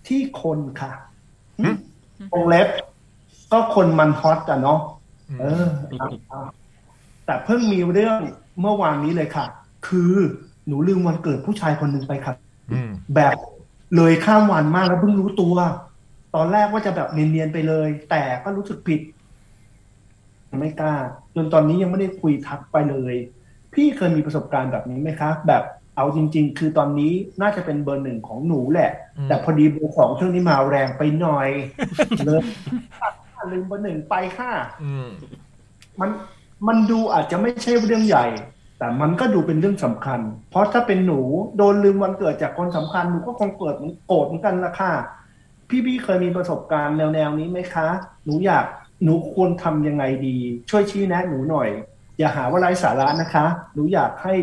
[SPEAKER 5] ที่คนค่ะวงเล็บ ก็คนมันฮอตอะเนาะ เออครับครับแต่เพิ่งมีเรื่องเมื่อวานนี้เลยค่ะ คือหนูลืมวันเกิดผู้ชายคนหนึ่งไปค่ะ
[SPEAKER 2] อืม
[SPEAKER 5] แบบเลยข้ามวันมากแล้วเพิ่งรู้ตัว ตอนแรกว่าจะแบบเนียนๆไปเลย แต่ก็รู้สึกผิด ไม่กล้า จนตอนนี้ยังไม่ได้คุยทักไปเลย พี่เคยมีประสบการณ์แบบนี้ไหมคะ แบบเอาจริง ๆ คือตอนนี้น่าจะเป็นเบอร์หนึ่งของหนูแหละ แต่พอดีเบอร์ของช่วงนี้มาแรงไปหน่อย เลยลืมเบอร์หนึ่งไปค่ะ
[SPEAKER 2] อืม
[SPEAKER 5] มันมันดูอาจจะไม่ใช่เรื่องใหญ่ แต่มันก็ดูเป็นเรื่องสำคัญ เพราะถ้าเป็นหนูโดนลืมวันเกิดจากคนสำคัญหนูก็คงเกิดมันโกรธเหมือนกันละค่ะ พี่บี้เคยมีประสบการณ์แนวแนวๆนี้ไหมคะ หนูอยากหนูควรทำยังไงดี ช่วยชี้แนะหนูหน่อย อย่าหาว่าไร้สาระนะคะ หนูอยากให้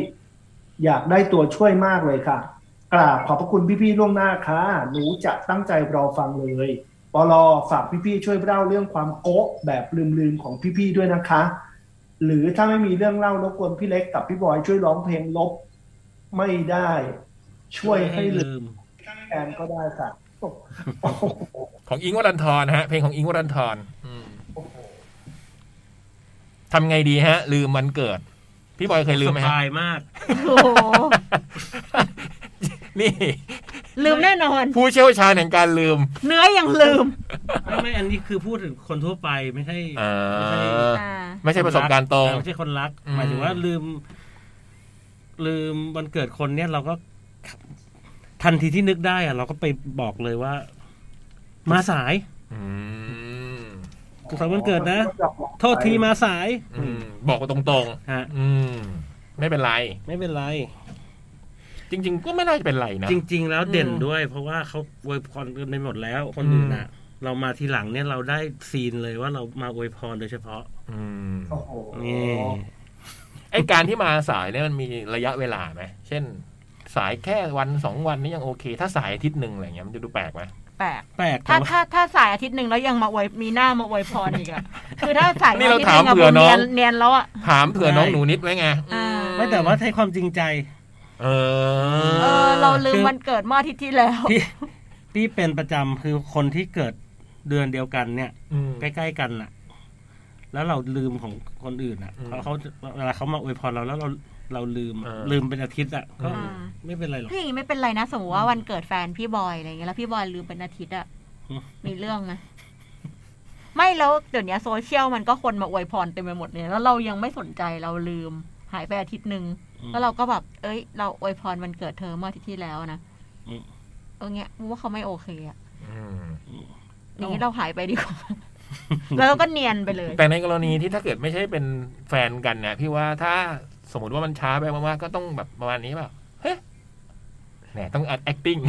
[SPEAKER 5] อยากได้ตัวช่วยมากเลยค่ะ กราบขอบพระคุณพี่ๆล่วงหน้าค่ะ หนูจะตั้งใจรอฟังเลยปลอฝากพี่ๆช่วยเล่าเรื่องความโกะแบบลืมๆของพี่ๆด้วยนะคะ หรือถ้าไม่มีเรื่องเล่ารบกวนพี่เล็กกับพี่บอยช่วยร้องเพลงลบไม่ได้ ช่วยให้ลืม
[SPEAKER 4] ม
[SPEAKER 5] แทนก็ได้ค่ะ
[SPEAKER 2] ของอิงค์วรันทรฮะ เพลงของอิงค์วรันทรอืมทำไงดีฮะ ลืมวันเกิด พี่บอยเคยลืมไหม
[SPEAKER 4] ส
[SPEAKER 2] ฮะ
[SPEAKER 4] บายมาก
[SPEAKER 3] โอ้โห
[SPEAKER 2] นี่
[SPEAKER 3] ลืมแน่นอน
[SPEAKER 2] ผู้เชี่ยวชาญแห่งการลืม
[SPEAKER 3] เนื้อยังลืม
[SPEAKER 4] ไม่ไม่อันนี้คือพูดถึงคนทั่วไปไม่ใช่
[SPEAKER 2] อ่
[SPEAKER 4] ไม่ใช่
[SPEAKER 2] า
[SPEAKER 3] อ่า
[SPEAKER 2] ไม่ใช่ประสบการณ์ตรง
[SPEAKER 4] ไม่ใช่คนรัก
[SPEAKER 2] อืม
[SPEAKER 4] หมายถึงว่าลืม ลืมวันเกิดคนเนี่ยเราก็ทันทีที่นึกได้อะเราก็ไปบอกเลยว่า มาสาย
[SPEAKER 2] อืม
[SPEAKER 4] สงสัยวันเกิดนะ โทษทีมาสาย
[SPEAKER 2] อืมบอกตรง
[SPEAKER 4] ฮะ
[SPEAKER 2] ๆอืม ไม่เป็นไร
[SPEAKER 4] ไม่เป็นไร
[SPEAKER 2] จริง ๆ ก็ไม่น่าจะเป็นไรนะ
[SPEAKER 4] จริง ๆ แล้วเด่น
[SPEAKER 2] อืม
[SPEAKER 4] ด้วย เพราะว่าเขาอวยพรกันไปหมดแล้ว คนอื่นอ่ะ เรามาทีหลังเนี่ยเราได้ซีนเลยว่าเรามาอวยพรโดยเฉพาะ
[SPEAKER 2] อืม
[SPEAKER 5] โอ้โห
[SPEAKER 4] นี่
[SPEAKER 2] ไอการที่มาสายเนี่ยมันมีระยะเวลาไหม เช่น สายแค่วันสองวันนี่ยังโอเค ถ้าสายอาทิตย์หนึ่งอะไรเงี้ยมันจะดูแปลกไหม
[SPEAKER 3] แปลก
[SPEAKER 4] แปลกแต่
[SPEAKER 3] ถ้า
[SPEAKER 4] ว่า
[SPEAKER 3] ถ้าถ้าสายอาทิตย์หนึ่งแล้วยังมาอวยมีหน้ามาอวยพรอีกอะคือถ้าสาย
[SPEAKER 2] นี่เรา
[SPEAKER 3] ทิต
[SPEAKER 2] ถา
[SPEAKER 3] ย์
[SPEAKER 2] ม
[SPEAKER 3] หนึ่งอะ
[SPEAKER 2] เผื่อน้อง
[SPEAKER 3] เนียนเนียนแล้วอะ
[SPEAKER 2] ถามเผื่อน้องหนูนิดไว้ไง
[SPEAKER 3] อ่า
[SPEAKER 4] ไม่แต่ว่าใช้ความจริงใจ
[SPEAKER 2] เอ
[SPEAKER 3] เอ
[SPEAKER 2] อ
[SPEAKER 3] อ เราลืมวันเกิดเมื่ออาทิตย์ที่แล้ว
[SPEAKER 4] พี่ พี่เป็นประจำคือคนที่เกิดเดือนเดียวกันเนี่ย
[SPEAKER 2] อืม
[SPEAKER 4] ใกล้ๆกันน่ะ แล้วเราลืมของคนอื่นน่ะ
[SPEAKER 2] อืม
[SPEAKER 4] เพราะเขาเวลาเขามาอวยพรเราแล้วเราเราลืม
[SPEAKER 2] เออ
[SPEAKER 4] ลืมเป็นอาทิตย์อ่ะก็
[SPEAKER 3] อืม
[SPEAKER 4] ไม่เป็นไรหรอก
[SPEAKER 3] พี่อย่างงี้ไม่เป็นไรนะสมมติว่าวันเกิดแฟนพี่บอยอะไรเงี้ยแล้วพี่บอยลืมเป็นอาทิตย์ อะ
[SPEAKER 4] อืม
[SPEAKER 3] มีเรื่องนะไม่แล้วเดี๋ยวนี้โซเชียลมันก็คนมาอวยพรเต็มไปหมดเนี่ยแล้วเรายังไม่สนใจเราลืม หายไปอาทิตย์หนึ่งแล้วเราก็แบบเอ้ย เราอวยพรวันเกิดเธอเมื่ออาทิตย์ที่แล้วนะ
[SPEAKER 4] อืม
[SPEAKER 3] เออเงี้ยกูว่าเขาไม่โอเคอะ
[SPEAKER 2] อืม
[SPEAKER 3] อย่างนี้เราหายไปดีก ว่า แล้วเราก็เนียนไปเลย
[SPEAKER 2] แต่ในกรณีที่ถ้าเกิดไม่ใช่เป็นแฟนกันเนี่ยพี่ว่าถ้าสมมติว่ามันช้าไปมากๆก็ต้องแบบประมาณนี้เปล่าเฮ้ยแหมต้องอัด acting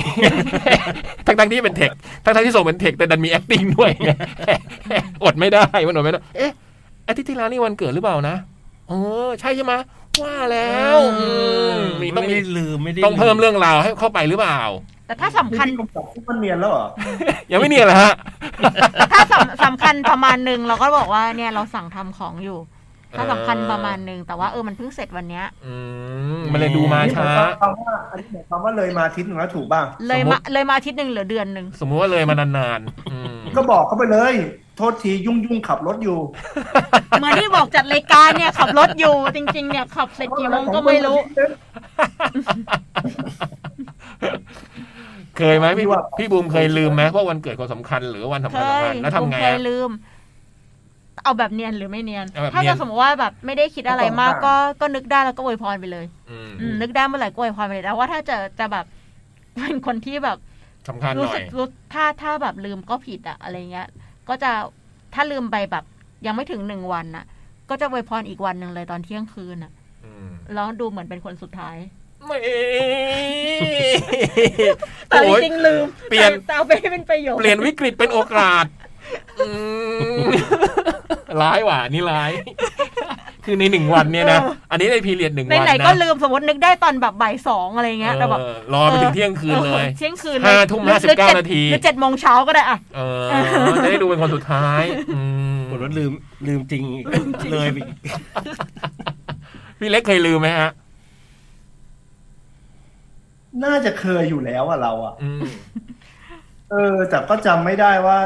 [SPEAKER 2] ทั้งทั้งๆที่เป็นเทคทั้งทั้งๆที่ส่งเป็นเทคแต่ดันมี acting ด้วย ไงอดไม่ได้มันอดไม่ได้เอ๊ะอาทิตย์ที่แล้วนี่วันเกิดหรือเปล่านะเออใช่ใช่ไหมว่าแล้วอืมมีต้อง
[SPEAKER 4] ไม่
[SPEAKER 2] มี
[SPEAKER 4] ได้ลืมไม่ได้
[SPEAKER 2] ต้องเพิ่ม
[SPEAKER 4] ลื
[SPEAKER 2] เรื่องราวให้เข้าไปหรือเปล่า
[SPEAKER 3] แต่ถ้าสำ คัญ
[SPEAKER 5] พี่กำกับที่มันเนียนแล้วเหรอ
[SPEAKER 2] ยังไม่เนี่ยเหรอฮะ
[SPEAKER 3] ถ้าสำสำคัญประมาณหนึ่งเราก็บอกว่าเนี่ยเราสั่งทำของอยู่ ถ้าสำคัญประมาณนึง แต่ว่าเออมันเพิ่งเสร็จวันเนี้ย
[SPEAKER 2] อืมมันเลยดูมา
[SPEAKER 5] อันนี้หมา
[SPEAKER 2] ช้า
[SPEAKER 5] ยความว่าอันนี้หมายความว่าเลยมาอาทิศหนึ่งแล้วถูกบ้าง
[SPEAKER 3] เล
[SPEAKER 2] ส
[SPEAKER 3] ย
[SPEAKER 2] มมุ
[SPEAKER 3] มา
[SPEAKER 2] ติ
[SPEAKER 3] เลยมาอาทิตย์หนึ่งเหรือเดือนหนึ่ง
[SPEAKER 2] สมมุติว่าเลยมานานๆอืม
[SPEAKER 5] ก็บอกเขาไปเลย โทษทียุ่งยุ่งขับรถอยู่
[SPEAKER 3] เหมือนที่บอกจัดรายการเนี่ยขับรถอยู่จริง ๆ เนี่ยขับเสร็จกี่โมงก็ไม่รู้
[SPEAKER 2] เคยไหมพี่พี่บูมเคยลืมไหมว่าวันเกิดคนสำคัญหรือวันสำ
[SPEAKER 3] เค
[SPEAKER 2] คัญสำคั
[SPEAKER 3] ย
[SPEAKER 2] ญแล้วทำไง
[SPEAKER 3] เคย
[SPEAKER 2] อะ
[SPEAKER 3] ลืม เอาแบบเนียนหรือไม่เนียน
[SPEAKER 2] เอาแบบ
[SPEAKER 3] ถ้า
[SPEAKER 2] เนีย
[SPEAKER 3] จะ
[SPEAKER 2] น
[SPEAKER 3] สมมติว่าแบบไม่ได้คิดอะไรมากก็ก็นึกได้แล้วก็อวยพรไปเลย
[SPEAKER 2] อืม
[SPEAKER 3] อืมนึกได้เมื่อไหร่ก็อวยพรไปเลยแต่ว่าถ้าจะจะแบบ เป็นคนที่แบบ
[SPEAKER 2] สำคัญห
[SPEAKER 3] รู้
[SPEAKER 2] น่อ
[SPEAKER 3] สึ
[SPEAKER 2] ย
[SPEAKER 3] กรู้ถ้าถ้าแบบลืมก็ผิดอะอะไรเงี้ย ก็จะถ้าลืมไปแบบ ยังไม่ถึงหนึ่งวันน่ะ ก็จะอวยพรอีกวันหนึ่งเลยตอนเที่ยงคืนน่ะ
[SPEAKER 2] อืม
[SPEAKER 3] แล้วดูเหมือนเป็นคนสุดท้าย
[SPEAKER 2] ไม่
[SPEAKER 3] แต่จริงๆลืม
[SPEAKER 2] เปลี่ยน
[SPEAKER 3] แต่แต่เอาไปให้เป็นประโยชน์
[SPEAKER 2] เปลี่ยนวิกฤตเป็นโอกาสอืมร้ายว่ะอันนี่ร้าย คือในหนึ่งวันเนี่ยนะ อันนี้ในพีเรียดหนึ่ง
[SPEAKER 3] ใน
[SPEAKER 2] วัน
[SPEAKER 3] ไหนๆก็
[SPEAKER 2] นะ
[SPEAKER 3] ลืมสมมตินึกได้ตอนแบบบ่ายสองอะไรเงี้ยแต่แบบ
[SPEAKER 2] เออรอไปถึงเที่ยงคืนเลย
[SPEAKER 3] ออเที่ยงคืน
[SPEAKER 2] ห้าทุ่ม
[SPEAKER 3] รือ
[SPEAKER 2] ห้าสิบเก้า
[SPEAKER 3] รือจ็ด
[SPEAKER 2] นาที
[SPEAKER 3] หรือเจ็ดโมงเช้าก็ได้อะ
[SPEAKER 2] เออจะได้ดูเป็นคนสุดท้ายอืม
[SPEAKER 4] ปรากฏว่าลืมลืมจริงอีกเลยไปอีก
[SPEAKER 2] พี่เล็กเคยลืมไหมฮะ
[SPEAKER 5] น่าจะเคยอยู่แล้วอะเราอะ
[SPEAKER 2] อืม
[SPEAKER 5] เออ แต่ก็จำไม่ได้ว่า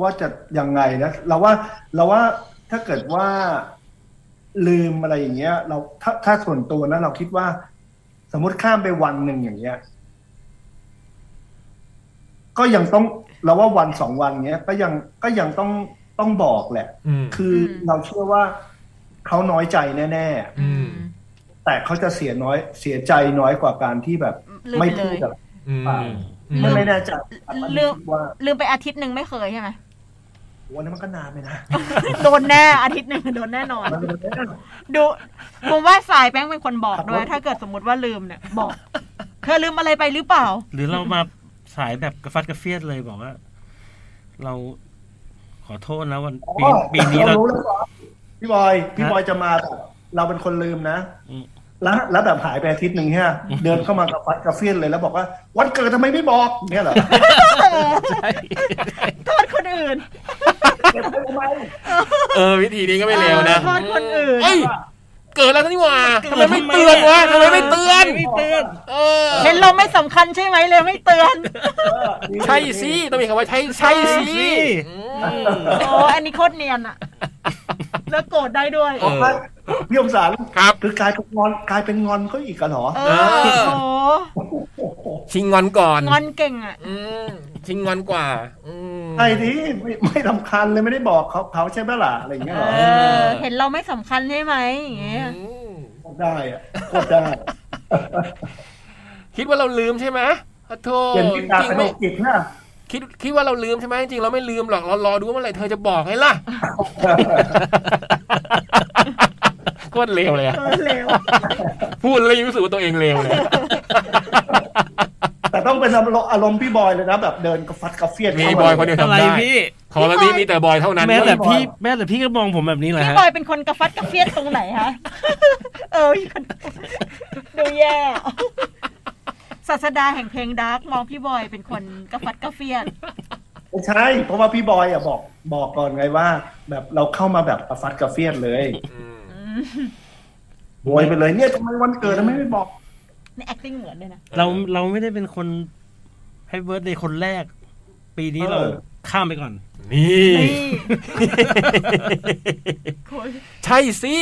[SPEAKER 5] ว่าจะยังไงนะเราว่าเราว่าถ้าเกิดว่า ลืมอะไรอย่างเงี้ย เราถ้าถ้าส่วนตัวนะเราคิดว่า สมมติข้ามไปวันหนึ่งอย่างเงี้ย ก็ยังต้องเราว่าวันสองวันเงี้ย ก็ยังก็ยังต้องต้องบอกแหละ
[SPEAKER 2] อืม
[SPEAKER 5] คืออเราเชื่อว่าเขาน้อยใจแน่ๆ
[SPEAKER 2] อืม
[SPEAKER 5] แต่เขาจะเสียน้อยเสียใจน้อยกว่าการที่แบบ
[SPEAKER 3] ลืม
[SPEAKER 5] ไม่
[SPEAKER 3] ไปเล
[SPEAKER 5] พูด
[SPEAKER 3] ย
[SPEAKER 5] อะไร
[SPEAKER 2] อืมอืม
[SPEAKER 5] ไม่ไม่แน่ใจอันนี้
[SPEAKER 3] ลืม
[SPEAKER 5] คิดว่า
[SPEAKER 3] ลืมไปอาทิตย์หนึ่งไม่เคยใช่ไหม
[SPEAKER 5] วันนั้นมันก็นานไปนะ
[SPEAKER 3] โดนแน่อาทิตย์หนึ่งโดนแน่นอน
[SPEAKER 5] มันเป็น
[SPEAKER 3] ดูผมว่าสายแป้งเป็นคนบอก
[SPEAKER 5] ครับ
[SPEAKER 3] ด้วย
[SPEAKER 5] ผม
[SPEAKER 3] ถ้าเกิดสมมติว่าลืมเนี่ย บอกเธอลืมอะไรไปหรือเปล่า
[SPEAKER 4] หรือเรามาสายแบบกระฟัดกระเฟียดเลยบอกว่า เราขอโทษนะวันปี
[SPEAKER 5] อ๋อ
[SPEAKER 4] ปีนี้เรา
[SPEAKER 5] รู้แล้วเหรอพี่บอยพี่บอยจะมาแบบเราเป็นคนลืมนะ
[SPEAKER 4] อืม
[SPEAKER 5] แล้วแล้วแบบหายไปอาทิตย์หนึ่งฮะเดินเข้ามากระฟัดกระเฟียนเลยแล้วบอกว่า วันเกิดทำไมไม่บอกเนี่ยเหรอ
[SPEAKER 3] โทษคนอื่น
[SPEAKER 5] เก็บไว้ทำไม
[SPEAKER 2] เออ วิธีนี้ก็ไม่เลวนะ
[SPEAKER 3] เออโทษคนอื่น
[SPEAKER 2] เยเกิดแล้วนี่หว่าทำไมไม่เตือนวะทำไมไม่เตือน
[SPEAKER 4] ไม่เตือน
[SPEAKER 2] เออ
[SPEAKER 3] เห็นเราไม่สำคัญใช่ไหมเลยไม่เตือน
[SPEAKER 5] เออ
[SPEAKER 2] ใช่สิต้องมีคำว่าใช่ใช่สิ
[SPEAKER 4] ใช่สิ
[SPEAKER 2] อืม
[SPEAKER 3] โอ้อันนี้โคตรเนียนอะแล้วโกรธได้ด้วย
[SPEAKER 2] เออ
[SPEAKER 5] พี่อมสาร
[SPEAKER 2] ครับ
[SPEAKER 5] คือกลายเป็นงอนกลายเป็นงอนก็อีกอะเหรอ
[SPEAKER 3] เออ
[SPEAKER 2] เออ
[SPEAKER 3] โอ้โห
[SPEAKER 2] ชิงงอนก่อน
[SPEAKER 3] งอนเก่งอะ
[SPEAKER 2] อืมชิงงอนกว่า อืม
[SPEAKER 5] ใช่ดิไม่ไม่สำคัญเลยไม่ได้บอกเขาเขาใช่ไหมล่ะอะไรอย่างเงี้ยเหรอ
[SPEAKER 3] เออ เห็นเราไม่สำคัญใช่ไหมอย่างเงี้ย
[SPEAKER 2] อืม
[SPEAKER 5] โคตรได้อะโคตรได้
[SPEAKER 2] คิดว่าเราลืมใช่ไหมขอโทษ
[SPEAKER 5] เย็นที่ตา
[SPEAKER 2] จริ
[SPEAKER 5] เป็น
[SPEAKER 2] ง
[SPEAKER 5] โร
[SPEAKER 2] ไม่
[SPEAKER 5] คจิตนะ
[SPEAKER 2] คิดคิดว่าเราลืมใช่ไหมจริงเราไม่ลืมหรอกเรารอดูว่าเมื่อไหร่เธอจะบอกไงล่ะ โคตรเลวเลยอะ
[SPEAKER 3] เออเร็ว
[SPEAKER 2] พูดแล้วยังรู้สึกว่าตัวเองเลวเลย อะ
[SPEAKER 5] แต่ต้องเป็นอารมณ์อารมณ์พี่บอยเลยนะแบบเดินกระฟัดกระเฟียด
[SPEAKER 2] มี
[SPEAKER 5] เข้าา
[SPEAKER 2] บอยคนเดียว
[SPEAKER 4] อะไร
[SPEAKER 2] ทำได้
[SPEAKER 4] พี่
[SPEAKER 2] ขอแล้วนี้มีแต่บอยเท่านั้น
[SPEAKER 4] แม้แต่พี่แม้แต่พี่ก็มองผมแบบนี้แหละ
[SPEAKER 3] พี่
[SPEAKER 4] ฮะ
[SPEAKER 3] บอยเป็นคนกระฟัดกระเฟียดตรงไหนฮะ เออพี่คนดูแย่ ศาสดาแห่งเพลงดาร์กมองพี่บอยเป็นคนกระฟัดกระเฟียด
[SPEAKER 5] ไม่ใช่ เพราะว่าพี่บอยอะบอกบอกก่อนไงว่า แบบเราเข้ามาแบบกระฟัดกระเฟียดเลย
[SPEAKER 2] อืม
[SPEAKER 5] โวยไปเลยเนี่ยทำไมวันเกิดทำไมไม่บอก
[SPEAKER 3] นี่ acting เหมือนเลยนะ
[SPEAKER 4] เราเราไม่ได้เป็นคนให้เบิร์ดในคนแรก ปีนี้เรา
[SPEAKER 5] เออ
[SPEAKER 4] ข้ามไปก่อน
[SPEAKER 2] นี่
[SPEAKER 3] นี่โค้ย
[SPEAKER 2] ใช่สิ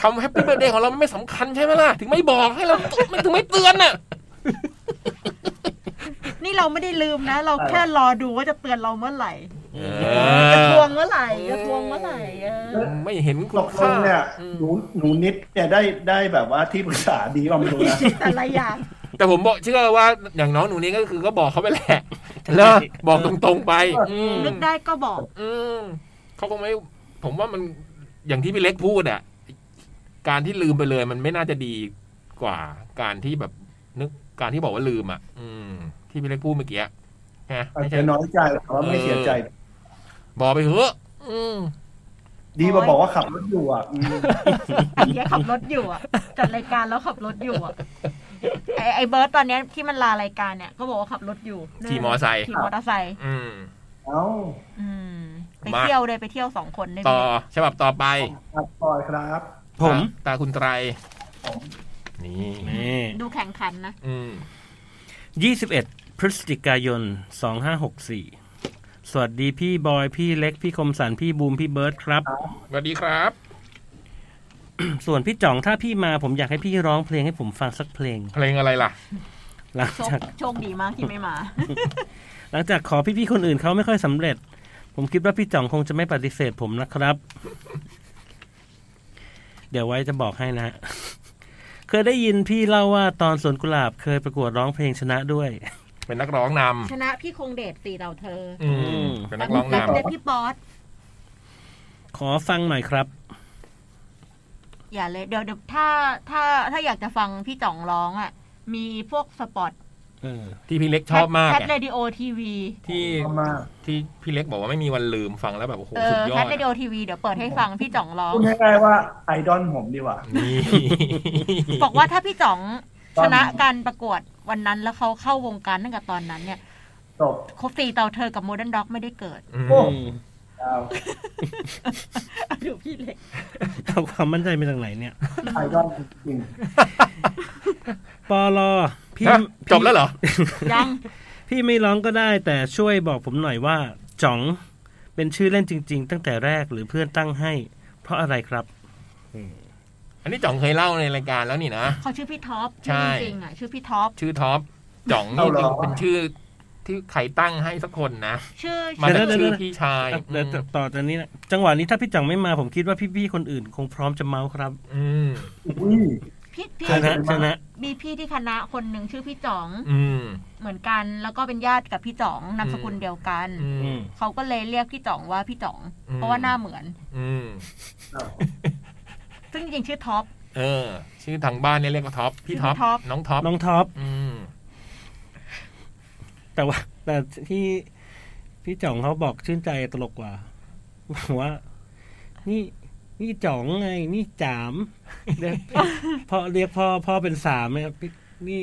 [SPEAKER 2] คำแฮปปี้เบิร์ดเดย์ของเรามันไม่สำคัญใช่ไหมล่ะ ถึงไม่บอกให้เรา มันถึงไม่เตือนน่ะ
[SPEAKER 3] นี่เราไม่ได้ลืมนะ เราแค่รอดูว่าจะเตือนเราเมื่อไหร่
[SPEAKER 2] อ
[SPEAKER 3] จะทวงเมื่อไหร่จะทวงเมื่อไหร่เออ
[SPEAKER 2] ไม่เห็นคุณ
[SPEAKER 5] ตกล
[SPEAKER 2] ค่าง
[SPEAKER 5] เนี่ย
[SPEAKER 2] อืม
[SPEAKER 5] หนูหนูนิดเนี่ยได้ได้แบบว่าที่ปรึกษาดีบ้างไม่รู้นะ
[SPEAKER 3] แต่ละอย่าง
[SPEAKER 2] แต่ผมบอกเชื่อว่าอย่างน้องหนูนี้ก็คือก็บอกเขาไปแหละแล้วบอกตรงๆไปอืม
[SPEAKER 3] นึกได้ก็บอก
[SPEAKER 2] อืมเขาคงไม่ผมว่ามันอย่างที่พี่เล็กพูดอ่ะ การที่ลืมไปเลย มันไม่น่าจะดีกว่า การที่แบบนึกการที่บอกว่าลืมอ่ะ อืม ที่พี่เล็กพูดเมื่อกี้ฮะ
[SPEAKER 5] อาจ
[SPEAKER 2] ไม่ใช่
[SPEAKER 5] จะน้อยใจแต่ว่าไม่เสียใจ
[SPEAKER 2] บอกไปเถอะอืม
[SPEAKER 5] ดีมาบอกว่าขับรถอยู่อ่ะอืม
[SPEAKER 3] ไอ้เนี้ยขับรถอยู่อ่ะ จัดรายการแล้วขับรถอยู่อ่ะ ไอ้ไอ้เบิร์ตตอนเนี้ยที่มันลารายการเนี่ย ก็บอกว่าขับรถอยู่
[SPEAKER 2] ขี่มอไซค์
[SPEAKER 3] ขี่มอเตอร์ไซค์
[SPEAKER 2] อืม
[SPEAKER 5] เอ้า
[SPEAKER 3] อืม ไป
[SPEAKER 1] มา
[SPEAKER 3] เที่ยวเลยไปเที่ยวสองคนเลย
[SPEAKER 1] ต่อฉบับต่อไป
[SPEAKER 5] ครับปอยครับ
[SPEAKER 4] ผม
[SPEAKER 1] ตาตาคุณไตร
[SPEAKER 5] ผม
[SPEAKER 2] นี่
[SPEAKER 4] นี่
[SPEAKER 3] ดูแข่งขันนะ
[SPEAKER 1] อืม
[SPEAKER 4] ยี่สิบเอ็ดพฤศจิกายนสองห้าหกสี่สวัสดีพี่บอยพี่เล็กพี่คมสันพี่บูมพี่เบิร์ดครับ
[SPEAKER 1] สวัสดีครับ
[SPEAKER 4] ส่วนพี่จ่องถ้าพี่มาผมอยากให้พี่ร้องเพลงให้ผมฟังสักเพลง
[SPEAKER 1] เพลงอะไรล่ะ
[SPEAKER 4] หลัง
[SPEAKER 3] โชค
[SPEAKER 4] จาก
[SPEAKER 3] โชคดีมากที่ไม่มา
[SPEAKER 4] หลังจากขอพี่ๆคนอื่นเขาไม่ค่อยสำเร็จ ผมคิดว่าพี่จ่องคงจะไม่ปฏิเสธผมนะครับ เดี๋ยวไว้จะบอกให้นะฮะเคยได้ยินพี่เล่าว่าตอนสวนกุหลาบเคยประกวดร้องเพลงชนะด้วย
[SPEAKER 1] เป็นนักร้องนำ
[SPEAKER 3] ชนะพี่คงเดชสี่เราเธอ
[SPEAKER 1] อืม
[SPEAKER 4] ม
[SPEAKER 1] เป็นนักร้องนำ
[SPEAKER 3] แล้วเด็กพี่ป๊อต
[SPEAKER 4] ขอฟังหน่อยครับ
[SPEAKER 3] อย่าเลยเดี๋ยวเดี๋ยวถ้าถ้าถ้าอยากจะฟังพี่จ่องร้องอ่ะ มีพวกสปอต
[SPEAKER 4] เออ
[SPEAKER 1] ที่พี่เล็กชอบมาก
[SPEAKER 3] แคท
[SPEAKER 1] อะ
[SPEAKER 3] เรดิโอทีวี
[SPEAKER 1] ที่
[SPEAKER 5] ชอบมาก
[SPEAKER 1] ที่พี่เล็กบอกว่าไม่มีวันลืมฟังแล้วแบบโอ้โห
[SPEAKER 3] เอ
[SPEAKER 1] สุ
[SPEAKER 3] อ
[SPEAKER 1] ดย
[SPEAKER 3] แค
[SPEAKER 1] อ
[SPEAKER 3] ท
[SPEAKER 1] ด
[SPEAKER 3] เรดิโอทีวีเดี๋ยวเปิดให้ฟังพี่จ่องร้อง
[SPEAKER 5] พูดง่ายๆว่าไอดอลผมดีกว่า
[SPEAKER 1] นี่
[SPEAKER 3] บอกว่าถ้าพี่จ่องช
[SPEAKER 5] ต้อง
[SPEAKER 3] นะการประกวดวันนั้นแล้วเขาเข้าวงการตั้งแต่ตอนนั้นเนี่ย
[SPEAKER 5] จบ
[SPEAKER 3] ครบสี่เตาเธอกับโมเดิร์นด็อกไม่ได้เกิด
[SPEAKER 1] อืม
[SPEAKER 5] โอ้ดาว
[SPEAKER 3] ดูพี่เล็ก
[SPEAKER 4] เอาความมั่นใจมาจากไหนเนี่ย
[SPEAKER 5] ไอดอลจริง
[SPEAKER 4] ปอลอพี่
[SPEAKER 1] ฮะจบแล้วเหรอ
[SPEAKER 3] ยัง
[SPEAKER 4] พี่ไม่ร้องก็ได้ แต่ช่วยบอกผมหน่อยว่าจ่องเป็นชื่อเล่นจริง ๆ ตั้งแต่แรกหรือเพื่อนตั้งให้ เพราะอะไรครับ
[SPEAKER 1] อันนี้จ่องเคยเล่าในรายการแล้วนี่นะ
[SPEAKER 3] เขาชื่อพี่ท็อป
[SPEAKER 1] ใช่
[SPEAKER 3] ชื่อจริงๆอ่ะ ชื่อพี่ท็อป
[SPEAKER 1] ชื่อท็อปจ่องนี่เป็นเป็นชื่อที่ใครตั้งให้สักคนนะ
[SPEAKER 3] ชื่อ
[SPEAKER 1] มา
[SPEAKER 4] เดี๋
[SPEAKER 1] จาย ก
[SPEAKER 4] วๆๆ
[SPEAKER 1] ชื่อพี่ชาย
[SPEAKER 4] อ่ะเดี๋ยวต่อจากนี้นะจังหวะนี้ถ้าพี่จังไม่มาผมคิดว่าพี่ๆคนอื่นคงพร้อมจะเมาส์ครับ
[SPEAKER 1] อืม
[SPEAKER 5] อุ้ย
[SPEAKER 3] พี่พี่
[SPEAKER 4] ชนะชนะ
[SPEAKER 3] มีพี่ที่คณะคนหนึ่งชื่อพี่จ๋อง
[SPEAKER 1] อืม
[SPEAKER 3] เหมือนกัน แล้วก็เป็นญาติกับพี่จ๋องนามสกุลเดียวกัน
[SPEAKER 1] อืม
[SPEAKER 3] เขาก็เลยเรียกพี่จ๋องว่าพี่จ๋อง
[SPEAKER 1] อืม
[SPEAKER 3] เพราะว่าหน้าเหมือน
[SPEAKER 1] อืม
[SPEAKER 3] ซึ่งจริงๆชื่อท็อป
[SPEAKER 1] เออ ชื่อทางบ้านเนี่ยเรียกว่าท็อปพี่ท็อป
[SPEAKER 3] ชื่อท็อป
[SPEAKER 1] น้องท็อป
[SPEAKER 4] น้องท็อป
[SPEAKER 1] อืม
[SPEAKER 4] แต่ว่า แต่ที่พี่จ่องเขาบอกชื่นใจตลกกว่าบอกว่า นี่นี่จ่องไง นี่จามเรียกพ่อเรียกพ่อพ่อเป็นสามนะครับพี่นี่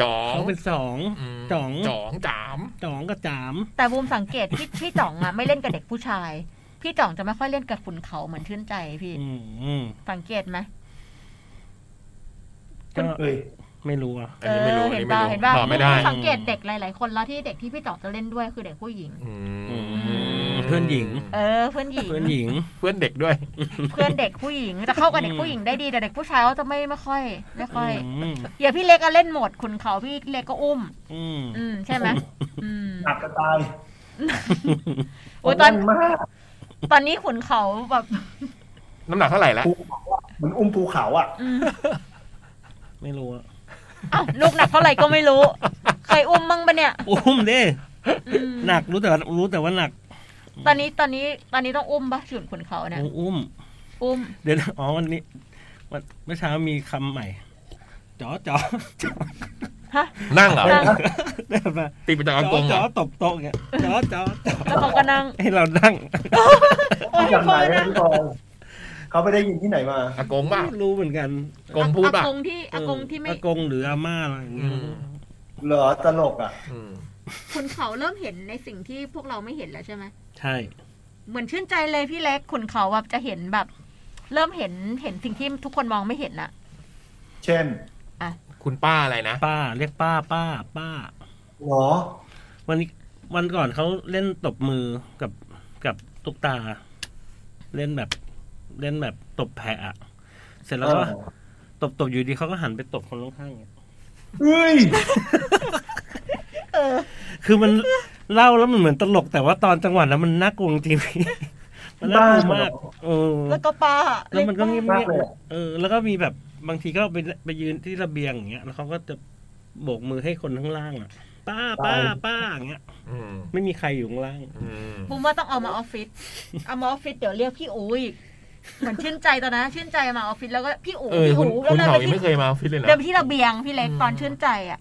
[SPEAKER 1] จ๋อง
[SPEAKER 4] เขาเป็นสอง
[SPEAKER 1] ม
[SPEAKER 4] จ๋อง
[SPEAKER 1] จ๋องจ๋าม
[SPEAKER 4] จ่องกับจาม
[SPEAKER 3] แต่บูมสังเกต พี่ พี่จ๋องอ่ะไม่เล่นกับเด็กผู้ชาย พี่จ๋องจะไม่ค่อยเล่นกับขุนเขาเหมือนชื่นใจพี่
[SPEAKER 4] อืมอืม
[SPEAKER 3] สังเกตไหม
[SPEAKER 4] ก็
[SPEAKER 5] เอ้ย
[SPEAKER 4] ไม่รู้อ่ะ
[SPEAKER 1] อันนี้ไม่รู้
[SPEAKER 3] เออ
[SPEAKER 1] อัน
[SPEAKER 3] เห็น
[SPEAKER 1] นี้ไม่รู้
[SPEAKER 3] ป่ะเห็นป่ะ
[SPEAKER 1] ตอบไม่ได้
[SPEAKER 4] อืม
[SPEAKER 3] สังเกตเด็กหลาย ๆ คนแล้วที่เด็กที่พี่จ่องจะเล่นด้วยคือเด็กผู้หญิง
[SPEAKER 1] อืม
[SPEAKER 4] เพื่อนหญิง
[SPEAKER 3] เออเพื่อนหญิง
[SPEAKER 4] เพื่อนหญิง
[SPEAKER 1] เพื่อนเด็กด้วย
[SPEAKER 3] เพื่อนเด็กผู้หญิงจะเข้ากับเด็ก
[SPEAKER 4] อืม
[SPEAKER 3] ผู้หญิงได้ดีแต่เด็กผู้ชายเขาจะไม่ไม่ค่อยไม่ค่อย
[SPEAKER 4] อืม
[SPEAKER 3] อย่าพี่เล็กก็เล่นหมดคุณเขาพี่เล็กก็อุ้ม
[SPEAKER 4] อืม
[SPEAKER 3] อืมใช่ไหมอืม
[SPEAKER 5] หนักจะตาย
[SPEAKER 3] โอ้ยตอน
[SPEAKER 5] แน่นมาก
[SPEAKER 3] ตอนนี้ขุนเขาแบบ
[SPEAKER 1] น้ำหนักเท่าไหร่ละ
[SPEAKER 5] ภูเขาอะเหมือนอุ้มภูเขาอ่ะ
[SPEAKER 3] อืม
[SPEAKER 4] ไม่รู้อ่ะ
[SPEAKER 3] เอ้าลูกหนักเท่าไหร่ก็ไม่รู้เคยอุ้มมั้งปะเนี่ย
[SPEAKER 4] อุ้มเด้
[SPEAKER 3] อืม
[SPEAKER 4] หนักรู้แต่ว่ารู้แต่ว่าหนัก
[SPEAKER 3] ตอนนี้ตอนนี้ตอนนี้ต้องอุ้มปะฉุนขุนเขาเนี่ย
[SPEAKER 4] อุ้ม
[SPEAKER 3] อุ้ม
[SPEAKER 4] เดี๋ยวนะอ๋อวันนี้วันเมื่อเช้ามีคำใหม่จ๋อจ๋อจ๋อ
[SPEAKER 3] ฮะ
[SPEAKER 1] นั่งเหรอ
[SPEAKER 3] นั่ง
[SPEAKER 4] ได้มา
[SPEAKER 1] ติดไปจาก
[SPEAKER 4] จ๋
[SPEAKER 1] อาก
[SPEAKER 4] อง
[SPEAKER 1] เหร
[SPEAKER 4] จ๋อ
[SPEAKER 1] อ
[SPEAKER 4] ตบโต๊ะเงี้ยจ๋อจ๋อจ๋อ
[SPEAKER 3] แล้วเขาก็นั่ง
[SPEAKER 4] ให้เรานั่ง
[SPEAKER 3] โอ้ย
[SPEAKER 5] จากไหน
[SPEAKER 3] เขาก็
[SPEAKER 5] อะ
[SPEAKER 3] นั่ง
[SPEAKER 5] พี่บอยเขาไปได้ยินที่ไหนมา
[SPEAKER 1] อากงป่ะ
[SPEAKER 4] ไม่รู้เหมือนกัน
[SPEAKER 1] อากงพูดป่ะ
[SPEAKER 3] อากงที่อากงที่ไม่
[SPEAKER 4] อากงหรืออาม่าอะไรอย่างเงี้ย
[SPEAKER 5] เหรอตลกอ่ะ
[SPEAKER 1] อืม
[SPEAKER 3] ขุนเขาเริ่มเห็นในสิ่งที่พวกเราไม่เห็นแล้วใช่ไหม
[SPEAKER 4] ใช่
[SPEAKER 3] เหมือนชื่นใจเลยพี่เล็กขุนเขาแบบจะเห็นแบบ เริ่มเห็นเห็นสิ่งที่ทุกคนมองไม่เห็นอะ
[SPEAKER 5] เช่น
[SPEAKER 1] คุณป้าอะไรนะ
[SPEAKER 4] ป้าเรียกป้าป้าป้า
[SPEAKER 5] เหรอ
[SPEAKER 4] วันนี้วันก่อนเขาเล่นตบมือกับกับตุ๊กตา เล่นแบบเล่นแบบตบแผะอะเสร็จแล้วก็
[SPEAKER 5] เออ
[SPEAKER 4] ตบตบอยู่ดีเขาก็หันไปตบคนข้างๆ
[SPEAKER 5] เอ้ย
[SPEAKER 4] คือมัน เล่าแล้วมันเหมือนตลกแต่ว่าตอนจังหวะนั้นมันน่ากลัวจริงๆพี่ มันน่ากลัวมากเออ
[SPEAKER 3] แล้วก็ป้า
[SPEAKER 4] แล้วมันก็เงี
[SPEAKER 3] เรี
[SPEAKER 4] ย
[SPEAKER 3] ย
[SPEAKER 4] บ
[SPEAKER 3] ป้า
[SPEAKER 4] เงียบเออ แล้วก็มีแบบบางทีก็ไปไปยืนที่ระเบียงอย่างเงี้ยแล้วเขาก็จะโบกมือให้คนข้างล่างอ่ะ ป้าป้าป้าอย่างเงี้ย
[SPEAKER 1] อืม
[SPEAKER 4] ไม่มีใครอยู่ข้างล่าง
[SPEAKER 1] อืม
[SPEAKER 3] ผมว่าต้องเอามาออฟฟิศเอามาออฟฟิศเดี๋ยวเรียกพี่อูอีกเหมือนชื่นใจตอนนั้นชื่นใจมาออฟฟิศแล้วก็พี่อู
[SPEAKER 1] เออ
[SPEAKER 3] พี่
[SPEAKER 1] คุณ
[SPEAKER 3] อูแล้
[SPEAKER 1] คุ
[SPEAKER 3] ว
[SPEAKER 1] ณ
[SPEAKER 3] เดิน
[SPEAKER 1] เขา
[SPEAKER 3] ไป
[SPEAKER 1] ยัง
[SPEAKER 3] ที่
[SPEAKER 1] ไม่เคยมาออฟฟิศเลยนะ
[SPEAKER 3] เดินไปที่ระเบียงพี่เล็ก
[SPEAKER 1] อืม
[SPEAKER 3] ตอนชื่นใจอะ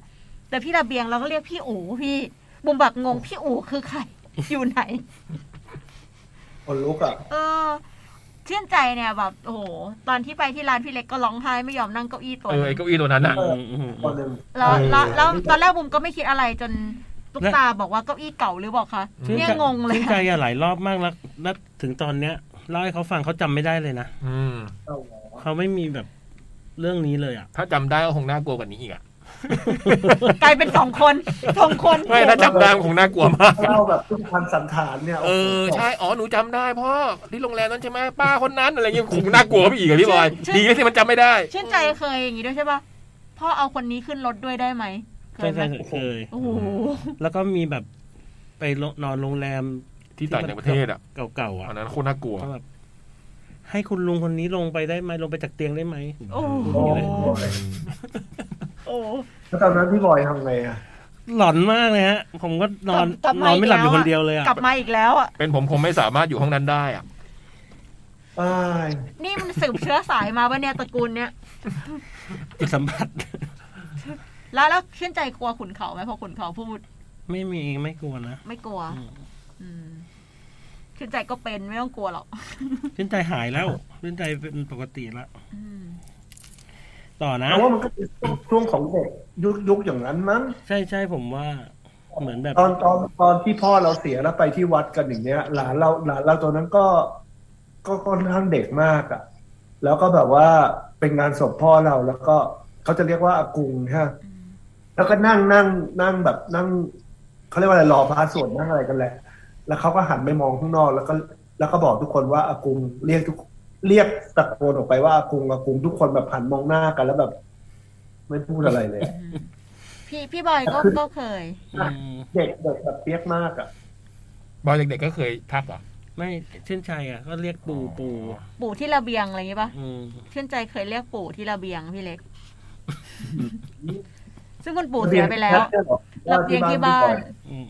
[SPEAKER 3] แต่พี่ระเบียงเราก็เรียกพี่อูพี่บุมบักงงพี่อูคือใครอยู่ไหน
[SPEAKER 5] คนลุกอ่ะ
[SPEAKER 3] เออชื่นใจเนี่ยแบบโอ้โหตอนที่ไปที่ร้านพี่เล็กก็ร้องไห้ไม่ยอมนั่งเก้าอี้ตัว
[SPEAKER 1] เออไอ้
[SPEAKER 3] นั้น
[SPEAKER 1] เก้าอี้ตัวนั้นอ่ะ
[SPEAKER 5] เออ คนหนึ่ง
[SPEAKER 3] แล้วแล้วแล้ว
[SPEAKER 5] เออ
[SPEAKER 3] ตอนแรกบุมก็ไม่คิดอะไรจน ตุ๊กตาบอกว่าเก้าอี้เก่าหรือบอกคะ
[SPEAKER 4] ชื่น
[SPEAKER 3] เนี่ย
[SPEAKER 4] ใจ
[SPEAKER 3] งงเลย
[SPEAKER 4] ชื่นใจอะหลายรอบมากแล้วแล้วถึงตอนเนี้ยเล่าให้เขาฟังเขาจำไม่ได้เลยนะ
[SPEAKER 2] อืม
[SPEAKER 5] เอาหรอ
[SPEAKER 4] เขาไม่มีแบบเรื่องนี้เลยอ่ะ
[SPEAKER 2] ถ้าจำได้ก็คงน่ากลัวกว่านี้อีกอ่ะ
[SPEAKER 3] กลายเป็นสองคน สองคน
[SPEAKER 2] ไม่ถ้าจำได้ก็คงน่ากลัวมาก
[SPEAKER 5] เล่าแบบทุกพันสันฐานเนี่ย
[SPEAKER 2] เออใช่อ๋อหนูจำได้พ่อที่โรงแรมนั้นใช่ไหมป้าคนนั้นอะไรเงี้ยคงน่ากลัวไปอีกอะพี่บอย ดีนะที่มันจำไม่ได้
[SPEAKER 3] ชื่นใจเคยอย่างนี้ด้วยใช่ปะพ่อเอาคนนี้ขึ้นรถด้วยได้ไหมเค
[SPEAKER 4] ใช่
[SPEAKER 3] ยไหม
[SPEAKER 4] ใช่เคย
[SPEAKER 3] โอ้โห
[SPEAKER 4] แล้วก็มีแบบไปโรงนอนโรงแรม
[SPEAKER 2] ที่ต่างประเทศอ่ะ
[SPEAKER 4] เก่าๆอ่ะ
[SPEAKER 2] อันนั้นโคตรน่ากลัว
[SPEAKER 4] ก็แบบให้คุณลุงคนนี้ลงไปได้ไหมลงไปจากเตียงได้ไหม
[SPEAKER 3] โอ้โห
[SPEAKER 5] โอ้โห
[SPEAKER 3] โอ้โห
[SPEAKER 5] แล้วตอนนั้นพี่บอยทำไงอ่ะ
[SPEAKER 4] หลอนมากเลยฮะ ผมก็นอน
[SPEAKER 3] กลับ
[SPEAKER 4] น
[SPEAKER 3] มา
[SPEAKER 4] อน
[SPEAKER 3] อีก
[SPEAKER 4] ไม่หลับอยู่
[SPEAKER 3] แล้ว
[SPEAKER 4] ค
[SPEAKER 3] อะ
[SPEAKER 4] นเดียวเลยอ่ะ
[SPEAKER 3] กลับมาอีกแล้วอ่ะ
[SPEAKER 2] เป็นผมผมไม่สามารถอยู่ห้องนั้นได้อ่ะ
[SPEAKER 5] อ้าย
[SPEAKER 3] นี่มันสืบเชื้อสายมาว่าเนี่ยตระกูลเนี่ย
[SPEAKER 4] จิตสัมผัส
[SPEAKER 3] แล้วแล้วชื่นใจกลัวขุนเขาไหมพอขุนเขาพูด
[SPEAKER 4] ไม่มีไม่กลัวนะ
[SPEAKER 3] ไม่กลัว อืมชื่นใจก็เป็นไม่ต้องกลัวหรอก
[SPEAKER 4] ชื่นใจหายแล้วชื่นใจเป็นปกติละ
[SPEAKER 3] อืม
[SPEAKER 4] ต่อนะ
[SPEAKER 5] แต่ว่ามันก็เป็นช่วงของเด็กยุคยุคอย่างนั้นมั้ง
[SPEAKER 4] ใช่ใช่ผมว่า เหมือนแบบ
[SPEAKER 5] ตอนตอนตอนที่พ่อเราเสียแล้วไปที่วัดกันอย่างเงี้ย หลานเราหลานเราตอนนั้นก็ก็ก็ค่อนข้างเด็กมากอะ่ะ แล้วก็แบบว่าเป็นงานศพพ่อเราแล้วก็เขาจะเรียกว่าอากุงฮะ
[SPEAKER 3] อืม
[SPEAKER 5] แล้วก็นั่งนั่งนั่งแบบนั่งเขาเรียกว่าอะไรรอพระสวดนั่งอะไรกันแหละ แล้วเขาก็หันไปมองข้างนอก แล้วก็แล้วก็บอกทุกคนว่าอากุงเรียกทุกเรียกตะโกนออกไปว่าอากุงอากุงทุกคนแบบหันมองหน้ากันแล้วแบบ ไม่พูดอะไรเลยอะ
[SPEAKER 3] อืมพี่พี่บอยก็ก็เคย
[SPEAKER 5] อื
[SPEAKER 4] ม
[SPEAKER 5] เด็กเด็กแบบเปียกมากอ่ะ
[SPEAKER 2] บอยเด็กๆก็เคยทักเหรอ
[SPEAKER 4] ไม่ชื่นใจอ่ะ ก็เรียกปู่
[SPEAKER 2] อ๋อ
[SPEAKER 4] ปู่
[SPEAKER 3] ปู่ที่ระเบียงอะไรอย่างงี้ปะ
[SPEAKER 4] อืม
[SPEAKER 3] ชื่นใจเคยเรียกปู่ที่ระเบียงพี่เล็ก ซึ่งคุณปู่เสียไปแล้วระเบียงที่บ้าน
[SPEAKER 4] อืม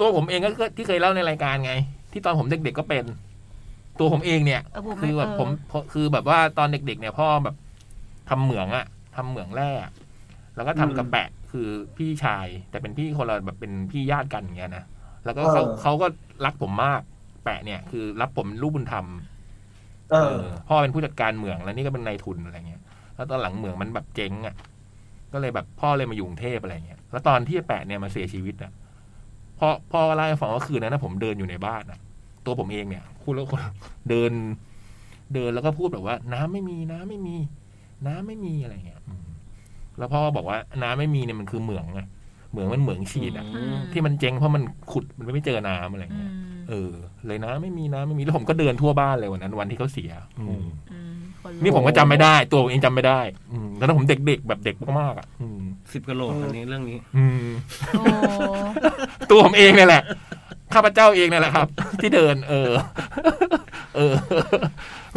[SPEAKER 2] ตัวผมเองก็เคยที่เคยเล่าในรายการไง ที่ตอนผมเด็กๆก็เป็น ตัวผมเองเนี่ย
[SPEAKER 3] เออปู่ไม่
[SPEAKER 2] คือแบบ
[SPEAKER 3] เออ
[SPEAKER 2] ผมคือแบบว่าตอนเด็ก ๆ เนี่ยพ่อแบบทำเหมืองอะทำเหมืองแร่อะแล้วก็ทำ
[SPEAKER 5] อืม
[SPEAKER 2] กระแปะคือพี่ชาย แต่เป็นพี่คนละแบบเป็นพี่ญาติกันอย่างเงี้ยนะแล้วก็เขา
[SPEAKER 5] เออ
[SPEAKER 2] เขาก็รักผมมากแปะเนี่ย คือรับผมเป็นลูกบุญธรรม
[SPEAKER 5] เออ
[SPEAKER 2] เออพ่อเป็นผู้จัดการเหมืองแล้วนี่ก็เป็นนายทุนอะไรเงี้ย แล้วตอนหลังเหมืองมันแบบเจ๊งอ่ะ ก็เลยแบบพ่อเลยมาอยู่กรุงเทพอะไรเงี้ย แล้วตอนที่แปะเนี่ยมาเสียชีวิตอ่ะ พ่อพ่อก็เล่าให้ฟังว่าคืนนั้นนะผมเดินอยู่ในบ้านอ่ะ ตัวผมเองเนี่ยคุณแล้วคนเดิน เดินแล้วก็พูดแบบว่า น้ำไม่มีน้ำไม่มี น้ำไม่มีอะไรเงี้ยอืมแล้วพ่อก็บอกว่าน้ำไม่มีเนี่ยมันคือเหมืองไงเหมืองมันเหมืองฉีดอ่ะ
[SPEAKER 3] อืม
[SPEAKER 2] ที่มันเจ๊งเพราะมันขุดมันไม่เจอน้ำอะไร
[SPEAKER 3] อื
[SPEAKER 2] เงี้ย
[SPEAKER 3] ม
[SPEAKER 2] เออ เลยนะไม่มีนะไม่มีแล้วผมก็เดินทั่วบ้านเลยวันนั้น วันที่เขาเสียอืม
[SPEAKER 3] อืมคลุก
[SPEAKER 2] นี่ผมก็จำไม่ได้ ตัวผมเองจำไม่ได้ อืมตอนนั้นผมเด็กๆ แบบเด็กมากๆอ่ะอืม
[SPEAKER 4] สิบกะโหลกอันนี้เรื่องนี้
[SPEAKER 2] อืม
[SPEAKER 3] โอ้
[SPEAKER 2] ตัวผมเองเนี่ยแหละ ข้าพเจ้าเองเนี่ยแหละครับ ที่เดิน เออ เออ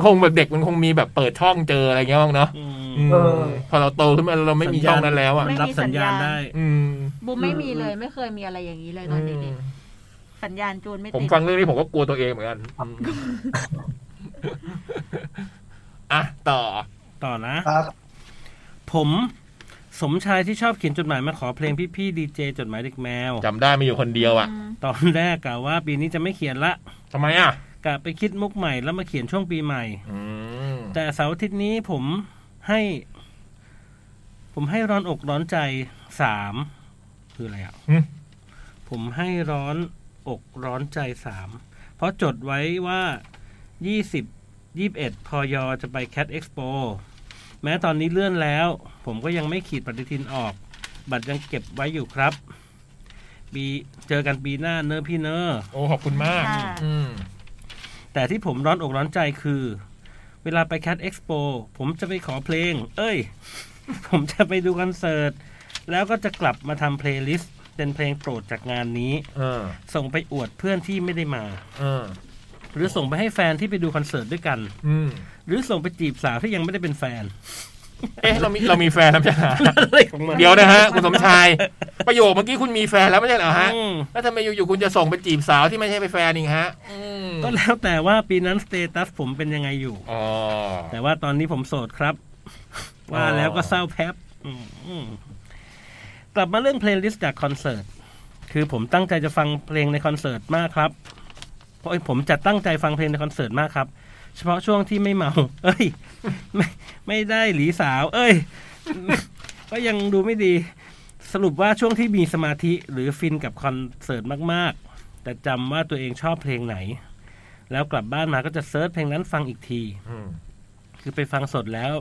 [SPEAKER 2] คงแบบเด็กมันคงมีแบบเปิดช่องเจออะไรเงี้ยบ้างเนาะ
[SPEAKER 4] อืม
[SPEAKER 2] อืม
[SPEAKER 5] เออ
[SPEAKER 2] พอเราโตขึ้นมาเราไม่มี
[SPEAKER 4] สัญ
[SPEAKER 2] ช่
[SPEAKER 4] ญาณ
[SPEAKER 2] องนั้นแล้วอ่ะ
[SPEAKER 4] มันรับสัญญาณได้
[SPEAKER 2] อืม
[SPEAKER 3] บูมไม่มีเลยไม่เคยมีอะไรอย่างนี้เลยตอนเด็กๆสัญญาณจูนไม่
[SPEAKER 2] ผม
[SPEAKER 3] ติด
[SPEAKER 2] ฟังเรื่องนี้ผมก็กลัวตัวเองเหมือนกันอืมอ่ะต่อ
[SPEAKER 4] ต่อนะ
[SPEAKER 5] ครับ
[SPEAKER 4] ผมสมชายที่ชอบเขียนจดหมายมาขอเพลงพี่ๆดีเจจดหมายเด็กแมว
[SPEAKER 2] จำได้มีอยู่คนเดียวอ่ะ
[SPEAKER 3] อืม
[SPEAKER 4] ตอนแรกกะว่าปีนี้จะไม่เขียนละ
[SPEAKER 2] ทำไมอ่ะ
[SPEAKER 4] กะไปคิดมุกใหม่แล้วมาเขียนช่วงปีใหม่
[SPEAKER 2] อืม
[SPEAKER 4] แต่เสาร์อาทิตย์นี้ผมให้ ผมให้ร้อนอกร้อนใจสามคืออะไรอ่ะผมให้ร้อนอกร้อนใจสามเพราะจดไว้ว่ายี่สิบยี่บเอ็ดพยจะไปแคดเอ็กซ์โปแม้ตอนนี้เลื่อนแล้ว ผมก็ยังไม่ขีดปฏิทินออก บัตรยังเก็บไว้อยู่ครับปีเจอกันปีหน้าเนอะพี่เนอะ
[SPEAKER 2] โอ้ขอบคุณมาก
[SPEAKER 3] ค่ะ
[SPEAKER 2] อืม
[SPEAKER 4] แต่ที่ผมร้อนอกร้อนใจคือ เวลาไปแคดเอ็กซ์โปผมจะไปขอเพลง เอ้ย ผมจะไปดูคอนเสิร์ต แล้วก็จะกลับมาทำเพลย์ลิสต์เป็นเพลงโปรดจากงานนี้
[SPEAKER 2] เออ
[SPEAKER 4] ส่งไปอวดเพื่อนที่ไม่ได้มา
[SPEAKER 2] เออ
[SPEAKER 4] หรือส่งไปให้แฟนที่ไปดูคอนเสิร์ตด้วยกัน
[SPEAKER 2] อืม
[SPEAKER 4] หรือส่งไปจีบสาวที่ยังไม่ได้เป็นแฟน
[SPEAKER 2] เอ๊ะ เรามี เรามีแฟนแล้วใช่ไหม
[SPEAKER 4] อะไรของมัน
[SPEAKER 2] เดี๋ยวนะฮะ คุณสมชาย ประโยคเมื่อกี้คุณมีแฟนแล้วไม่ใช่เหรอฮะ
[SPEAKER 4] อืม
[SPEAKER 2] แล้วทำไมอยู่ๆคุณจะส่งไปจีบสาวที่ไม่ใช่ไปนแฟนอีกฮะ อืม
[SPEAKER 4] ก็แล้วแต่ว่าปีนั้นสเตตัสผมเป็นยังไงอยู่
[SPEAKER 2] อ๋อ
[SPEAKER 4] แต่ว่าตอนนี้ผมโสดครับ
[SPEAKER 2] อ๋อ
[SPEAKER 4] ว่าแล้วก็เศร้าแพบอืมอืมกลับมาเรื่องเพลย์ลิสต์จากคอนเสิร์ต คือผมตั้งใจจะฟังเพลงในคอนเสิร์ตมากครับ เพราะผมจะตั้งใจฟังเพลงในคอนเสิร์ตมากครับ เฉพาะช่วงที่ไม่เมา เอ้ย ไม่ไม่ได้หลีสาว เอ้ย ก็ยังดูไม่ดี สรุปว่าช่วงที่มีสมาธิหรือฟินกับคอนเสิร์ตมากๆ แต่จำว่าตัวเองชอบเพลงไหน แล้วกลับบ้านมาก็จะเซิร์ชเพลงนั้นฟังอีกที
[SPEAKER 2] อืม
[SPEAKER 4] คือไปฟังสดแล้ว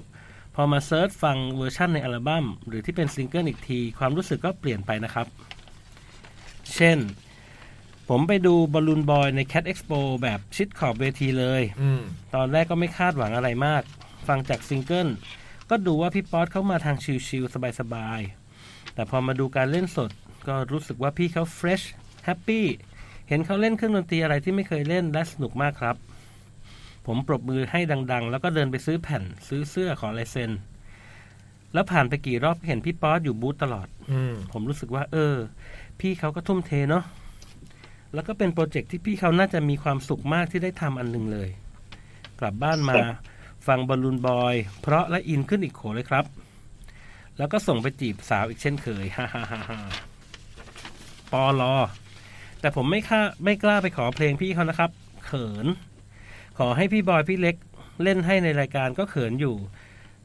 [SPEAKER 4] พอมาเซิร์ชฟังเวอร์ชั่นในอัลบัม้มหรือที่เป็นซิงเกิลอีกที ความรู้สึกก็เปลี่ยนไปนะครับ เช่น ผมไปดูบอลลูนบอยใน Cat Expo แบบชิดขอบเวทีเลย
[SPEAKER 2] อืม
[SPEAKER 4] ตอนแรกก็ไม่คาดหวังอะไรมาก ฟังจากซิงเกิล ก็ดูว่าพี่ป๊อตเข้ามาทางชิลๆสบายๆ แต่พอมาดูการเล่นสด ก็รู้สึกว่าพี่เขาเฟรชแฮปปี้ เห็นเขาเล่นเครื่องดนตรีอะไรที่ไม่เคยเล่นและสนุกมากครับ ผมปรบมือให้ดังๆ แล้วก็เดินไปซื้อแผ่นซื้อเสื้อขอลายเซ็น แล้วผ่านไปกี่รอบเห็นพี่ป๊อตอยู่บูธตลอด
[SPEAKER 2] อืม
[SPEAKER 4] ผมรู้สึกว่า เออ พี่เขาก็ทุ่มเทเนาะแล้วก็เป็นโปรเจกต์ที่พี่เขาน่าจะมีความสุขมากที่ได้ทำอันหนึ่งเลย กลับบ้านมา ฟังบอลลูนบอย เพราะและอินขึ้นอีกโขเลยครับ แล้วก็ส่งไปจีบสาวอีกเช่นเคย ฮ่าฮ่าฮ่าฮ่าปอลอ แต่ผมไม่ค่าไม่กล้าไปขอเพลงพี่เขานะครับ เขิน ขอให้พี่บอยพี่เล็กเล่นให้ในรายการก็เขินอยู่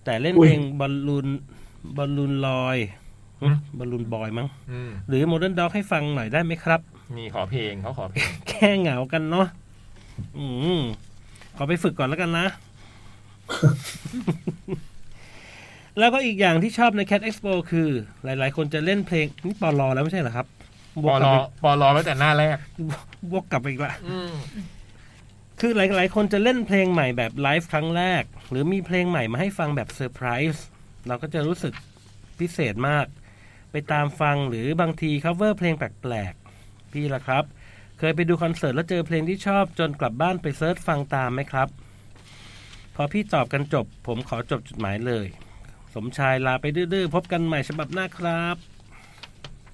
[SPEAKER 4] แต่เล่นเพลงบอลลูนบอลลูนลอยหึบอลลูนบอยมั้ง
[SPEAKER 2] อืม
[SPEAKER 4] หรือโมเดิร์นด็อกให้ฟังหน่อยได้ไหมครับ
[SPEAKER 2] มีขอเพลงเขาขอเพลง
[SPEAKER 4] แค่เหงากันเนาะอืมขอไปฝึกก่อนแล้วกันนะ แล้วก็อีกอย่างที่ชอบใน Cat Expo คือ หลาย ๆ คนจะเล่นเพลงนี่ปอลอแล้วไม่ใช่เหรอครับ
[SPEAKER 2] ปอลอปอลอไว้แต่หน้าแรก
[SPEAKER 4] วกกลับไปอีกละ
[SPEAKER 2] อืม
[SPEAKER 4] คือหลาย ๆ คนจะเล่นเพลงใหม่แบบไลฟ์ครั้งแรก หรือมีเพลงใหม่มาให้ฟังแบบเซอร์ไพรส์เราก็จะรู้สึกพิเศษมาก ไปตามฟังหรือบางที cover เพลงแปลก ๆ พี่ละครับ เคยไปดูคอนเสิร์ตแล้วเจอเพลงที่ชอบจนกลับบ้านไปเซิร์ชฟังตามไหมครับ พอพี่ตอบกันจบ ผมขอจบจดหมายเลย สมชายลาไปดื้อ ๆ พบกันใหม่ฉบับหน้าครับ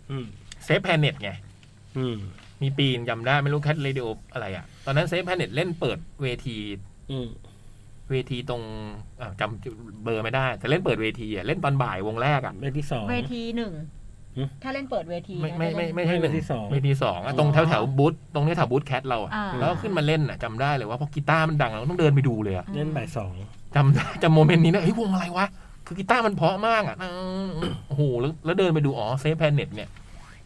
[SPEAKER 4] อืม
[SPEAKER 2] เซฟแพนเน็ตไง
[SPEAKER 4] อืม
[SPEAKER 2] มีปีนจำได้ไม่รู้แคทเรดิโออะไรอ่ะ ตอนนั้นเซฟแพนเน็ตเล่นเปิดเวที
[SPEAKER 4] อืม
[SPEAKER 2] เวทีตรงอ่ะจำเบอร์ไม่ได้ แต่เล่นเปิดเวทีอ่ะเล่นตอนบ่ายวงแรกอ่ะ
[SPEAKER 4] เรื่องที่สอง
[SPEAKER 3] เวทีหนึ่ง
[SPEAKER 4] หึ
[SPEAKER 3] ถ้าเล่นเปิดเวที
[SPEAKER 2] ไม่
[SPEAKER 3] นะ
[SPEAKER 2] ไม่
[SPEAKER 3] จะ
[SPEAKER 2] ไม่
[SPEAKER 3] เล่น
[SPEAKER 2] ไม่ใช่หนึ่ง
[SPEAKER 4] เวทีสอง
[SPEAKER 2] เวทีสองอ่ะตรงแถวแถวบูธตรงนี้แถวบูธแคทเราอ่ะ
[SPEAKER 3] อ่า
[SPEAKER 2] แล้วขึ้นมาเล่นอ่ะจำได้เลยว่าพอกีตาร์มันดังเราต้องเดินไปดูเลยอ่ะ
[SPEAKER 4] เล่นบ่ายสอง
[SPEAKER 2] จำได้จำโมเมนต์นี้นะเฮ้ยวงอะไรวะคือกีตาร์มันเพราะมากอ่ะอืมโอ้โหแล้วแล้วเดินไปดูอ๋อเซฟแพนเน็ตเนี่ย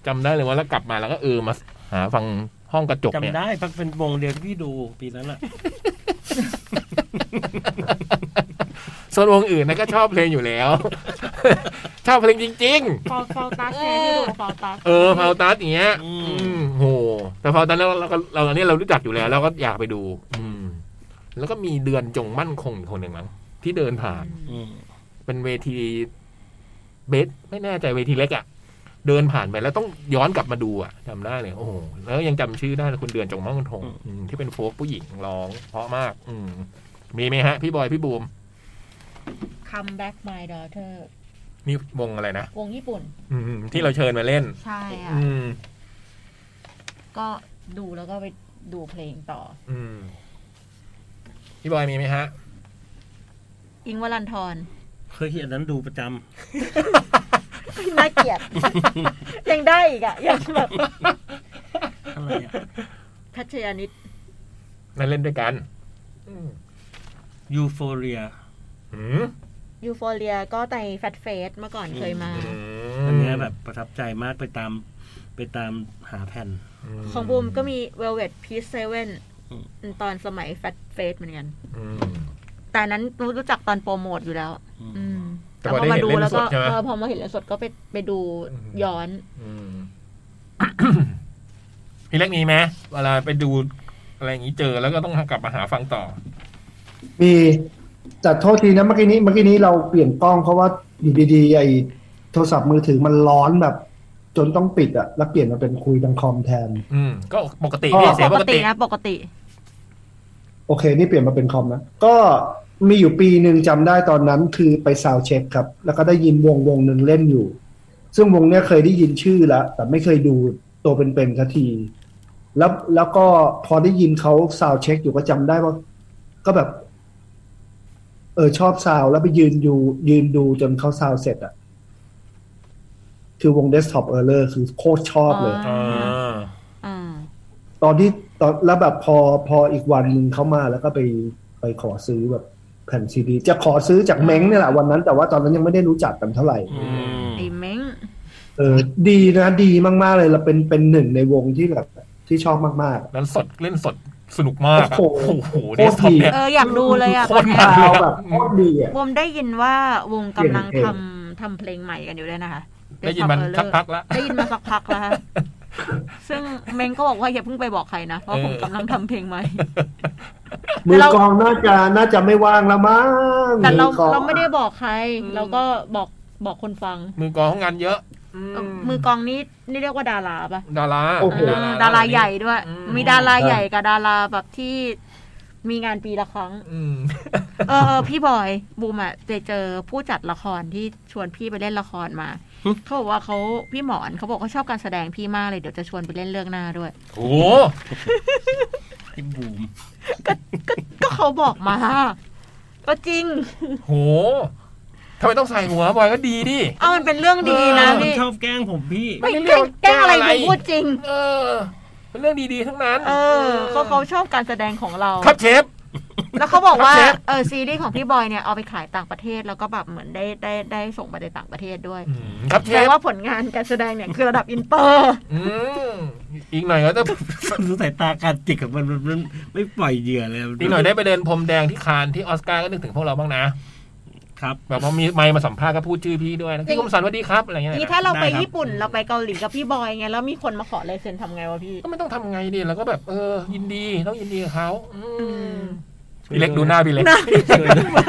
[SPEAKER 2] จำได้เลยว่าแล้วกลับมาแล้วก็เออมาหาฟังห้องกระจกเนี่ย
[SPEAKER 4] จำได้พักเป็นวงเดียวที่พี่ดูปีนั้นอะ
[SPEAKER 2] ส่วนวงอื่นนะก็ชอบเพลงอยู่แล้ว ชอบเพลงจริง
[SPEAKER 3] ฟาวฟาวตัสไงที่ดูฟาวตัส
[SPEAKER 2] ๆ เออเฟลตัสอย่างเงี้ย อืมโหแต่เฟลตัสเราเราก็เราอันนี้เรารู้จักอยู่แล้วเราก็อยากไปดู อืม แล้วก็มีเดือนจงมั่นคงอีกคนหนึ่งมั้งที่เดินผ่าน
[SPEAKER 4] อืม
[SPEAKER 2] เป็นเวทีเบสไม่แน่ใจเวทีเล็กอะ่ะ เดินผ่านไปแล้วต้องย้อนกลับมาดูอะ่ะจำได้เลยโอ้โหแล้วยังจำชื่อได้เลยคุณเดือนจงมั่นคงอืมที่เป็นโฟกผู้หญิงร้องเพราะมาก อืมมีไหมฮะ พี่บอยพี่บูม
[SPEAKER 3] คัมแบ็กไมดอเธอ
[SPEAKER 2] นี่วงอะไรนะ
[SPEAKER 3] วงญี่ปุ่น
[SPEAKER 2] อืมที่เราเชิญมาเล่น
[SPEAKER 3] ใช่ค่ะ
[SPEAKER 2] อืม
[SPEAKER 3] ก็ดูแล้วก็ไปดูเพลงต่อ
[SPEAKER 2] อืม พี่บอยมีไหมฮะ
[SPEAKER 3] อิงค์วลันทร
[SPEAKER 4] เคยเห็นอันนั้นดูประจำ
[SPEAKER 3] น่าเกลียด ยังได้อีกอ่ะ ยังแบบ
[SPEAKER 4] อะไรอะ
[SPEAKER 3] ทัชยานิด
[SPEAKER 2] นั่นเล่นด้วยกันอืม
[SPEAKER 4] ยูโฟเรีย
[SPEAKER 2] อืม
[SPEAKER 3] ยูโฟเรียก็ไตแฟตเฟสเมื่อก่อนเคยมา
[SPEAKER 4] อันเนี้ยแบบประทับใจมากไปตาม ไปตามหาแผ่น
[SPEAKER 2] ม
[SPEAKER 3] ของบูมก็มี Velvet Peace Seven
[SPEAKER 4] อืม
[SPEAKER 3] ตอนสมัยแฟตเฟสเหมือนกัน
[SPEAKER 2] อืม
[SPEAKER 3] แต่อันนั้นรู้รู้จักตอนโปรโมทอยู่แล้ว
[SPEAKER 4] อืม
[SPEAKER 3] อืม
[SPEAKER 2] แต่พอได้เห็น
[SPEAKER 3] ดู
[SPEAKER 2] เล่น
[SPEAKER 3] แล้ว
[SPEAKER 2] ส
[SPEAKER 3] ก็
[SPEAKER 2] ดใช่ไหม
[SPEAKER 3] เออพอมาเห็นเล่นสดก็ไปไปดู
[SPEAKER 2] อืม
[SPEAKER 3] ย้อน
[SPEAKER 2] อืม พี่เล็กมีไหมเวลาไปดูอะไรอย่างนี้เจอแล้วก็ต้องกลับมาหาฟังต่อ
[SPEAKER 5] มีแต่โทษทีนะเมื่อกี้นี้เมื่อกี้นี้เราเปลี่ยนกล้องเพราะว่าอยู่ดีๆไอ้โทรศัพท์มือถือมันร้อนแบบ จนต้องปิดอะแล้วเปลี่ยนมาเป็นคุยทางคอมแทน
[SPEAKER 2] อืม ก็ปกตินี่เสียงปกติ
[SPEAKER 3] นะปกติ
[SPEAKER 5] โอเค นี่เปลี่ยนมาเป็นคอมนะ ก็มีอยู่ปีหนึ่งจำได้ตอนนั้นคือไปซาวด์เช็คครับ แล้วก็ได้ยินวงวงหนึ่งเล่นอยู่ ซึ่งวงเนี้ยเคยได้ยินชื่อละแต่ไม่เคยดูตัวเป็นๆสักที แล้วแล้วก็พอได้ยินเขาซาวด์เช็คอยู่ก็จำได้ว่า ก็แบบ เออชอบซาวด์แล้วไปยืนอยู่ ยืนดูจนเขาซาวด์เสร็จอะคือวง Desktop Error คือโคตรชอบเลย
[SPEAKER 3] อ๋อ
[SPEAKER 2] อ่า
[SPEAKER 3] อ่า
[SPEAKER 5] ตอนที่ตอนแล้วแบบพอพออีกวันหนึ่งเขามาแล้วก็ไปไปขอซื้อแบบแผ่นซีดี จะขอซื้อจากเม้งเนี่ยแหละวันนั้น แต่ว่าตอนนั้นยังไม่ได้รู้จักกันเท่าไหร่
[SPEAKER 4] อืม
[SPEAKER 3] ไอ้เม้ง
[SPEAKER 5] เออดีนะดีมากๆเลยเราเป็นเป็นหนึ่งในวงที่แบบที่ชอบมาก
[SPEAKER 2] แล้วสดเล่นสดสนุกมากอะ
[SPEAKER 5] โอ้
[SPEAKER 2] โอ้
[SPEAKER 5] โห
[SPEAKER 2] โหเดสก์ท็อปเนี่ย
[SPEAKER 3] เอออยากดูเลยอ่ะ
[SPEAKER 2] โคตร
[SPEAKER 5] ๆ
[SPEAKER 2] มัน
[SPEAKER 5] ดาวแบบโคตรดีอ่ะ
[SPEAKER 3] วมได้ยินว่าวงกำลัง
[SPEAKER 5] เก่ง
[SPEAKER 3] ทำทำเพลงใหม่กันอยู่ด้วยนะคะ
[SPEAKER 2] ได้ยินมัน
[SPEAKER 3] Red
[SPEAKER 2] สั
[SPEAKER 3] Hot
[SPEAKER 2] ก
[SPEAKER 3] Alert
[SPEAKER 2] พักแล้ว
[SPEAKER 3] ได้ยินมาสักพัก แล้วฮะซึ่งเมงก็บอกว่าอย่าเพิ่งไปบอกใครนะ เพราะผมกำลังทำเพลงใหม่
[SPEAKER 5] มือกลองน่าจะน่าจะไม่ว่างแล้วมั้ง
[SPEAKER 3] แต่เรา
[SPEAKER 5] อกลอง
[SPEAKER 3] เราไม่ได้บอกใคร
[SPEAKER 2] อืม
[SPEAKER 3] เราก็บอกบอกคนฟัง
[SPEAKER 2] มือกลองเขางานเยอะ
[SPEAKER 3] มือกลองนี้นี่เรียกว่าดาราปะ
[SPEAKER 2] ดารา
[SPEAKER 5] โอ้โห
[SPEAKER 3] เออดาราใหญ่ด้วย
[SPEAKER 2] อื
[SPEAKER 3] มีดาราใหญ่กับดาราแบบที่มีงานปีละครั้ง
[SPEAKER 2] อืม
[SPEAKER 3] เออพี่บอยบูมอะจะเจอผู้จัดละครที่ชวนพี่ไปเล่นละครมา
[SPEAKER 4] หึ
[SPEAKER 3] เขาบอกว่าเขาพี่หมอนเขาบอกเขาชอบการแสดงพี่มากเลยเดี๋ยวจะชวนไปเล่นเรื่องหน้าด้วย
[SPEAKER 2] โอ้โห
[SPEAKER 4] พี่บูม
[SPEAKER 3] ก็เขาบอกมา ก็จริง
[SPEAKER 2] โหทำไมต้องใส่หัวบอยก็ดีดิ
[SPEAKER 3] เอามันเป็นเรื่องดีนะ
[SPEAKER 4] เออ
[SPEAKER 3] พี่
[SPEAKER 4] ชอบแกล้งผมพี่
[SPEAKER 3] ไม่แกล้งแกล้งอะไรผมพูดจริง
[SPEAKER 2] เออ เป็นเรื่องดีๆทั้งนั้น
[SPEAKER 3] เออเขาเขาชอบการแสดงของเรา
[SPEAKER 2] ครับเชฟ
[SPEAKER 3] แล้วเขาบอกว่า
[SPEAKER 2] ครับเชฟ
[SPEAKER 3] เออซีรีส์ของพี่บอยเนี่ยเอาไปขายต่างประเทศแล้วก็แบบเหมือนได้ได้ได้ส่งไปในต่างประเทศด้วย
[SPEAKER 2] อืมครับเช
[SPEAKER 3] แปล
[SPEAKER 2] ฟ
[SPEAKER 3] ว่าผลงานการแสดงเนี่ยคือระดับอินเตอร์
[SPEAKER 2] อืมอีกหน่อยก็จะ
[SPEAKER 4] ดูสายตาการจิกของมันมันมันไม่ปล่อยเหยื่อเลยมั
[SPEAKER 2] อีกหน่อยได้ไปเดินพรมแดงที่คานที่ออสการ์ก็นึกถึงพวกเราบ้างนะ
[SPEAKER 4] ครับ
[SPEAKER 2] แบบว่ามีไมค์มาสัมภาษณ์ก็พูดชื่อพี่ด้วยนะพี่คมสันสวัสดีครับอะไรเงี้ย
[SPEAKER 3] นี่
[SPEAKER 2] นะ
[SPEAKER 3] ถ้าเราไป
[SPEAKER 4] ได้ครับ
[SPEAKER 3] ญี่ปุ่นเราไปเกาหลีกับพี่บอยไงแล้วมีคนมาขอลายเซ็นทำไงวะพี่
[SPEAKER 2] ก็ไม่ต้องทำไงดิเราก็แบบเออ ยินดีต้องยินดีกับเขาอืม
[SPEAKER 3] ม
[SPEAKER 2] พี่เล็กดูหน้าพี่เล็ก
[SPEAKER 4] ช่วยด้วย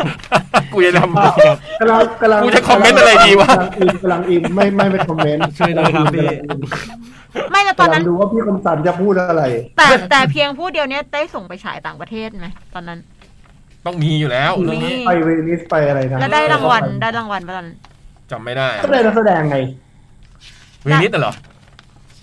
[SPEAKER 2] กูจะทำ
[SPEAKER 4] ครับ
[SPEAKER 5] กำลังกำลัง
[SPEAKER 2] กูจะคอมเมนต์อะไรดีวะ
[SPEAKER 5] กำลังอินกำลังอินไม่ไม่ไปคอมเมนต์
[SPEAKER 4] ช่วยด้วยครับพี่
[SPEAKER 3] ไม่แล้วตอ
[SPEAKER 5] กำลั
[SPEAKER 3] น
[SPEAKER 5] ง
[SPEAKER 3] นั้น
[SPEAKER 5] ดูว่าพี่คมสันจะพูดอะไร
[SPEAKER 3] แต่แต่เพียงผู้เดียวเนี่ยได้ส่งไปฉายต่างประเทศไหมตอนนั้น
[SPEAKER 2] ต้องมีอยู่แล้วเรื่องนี้
[SPEAKER 5] ไปเวนิสไปอะไรนะ
[SPEAKER 3] แล้วได้รางวัลได้รางวัลปะตอนนั้น
[SPEAKER 2] จำไม่ได้
[SPEAKER 5] ก็ได้นักแสดงไง
[SPEAKER 2] วีนิดน่ะเหรอ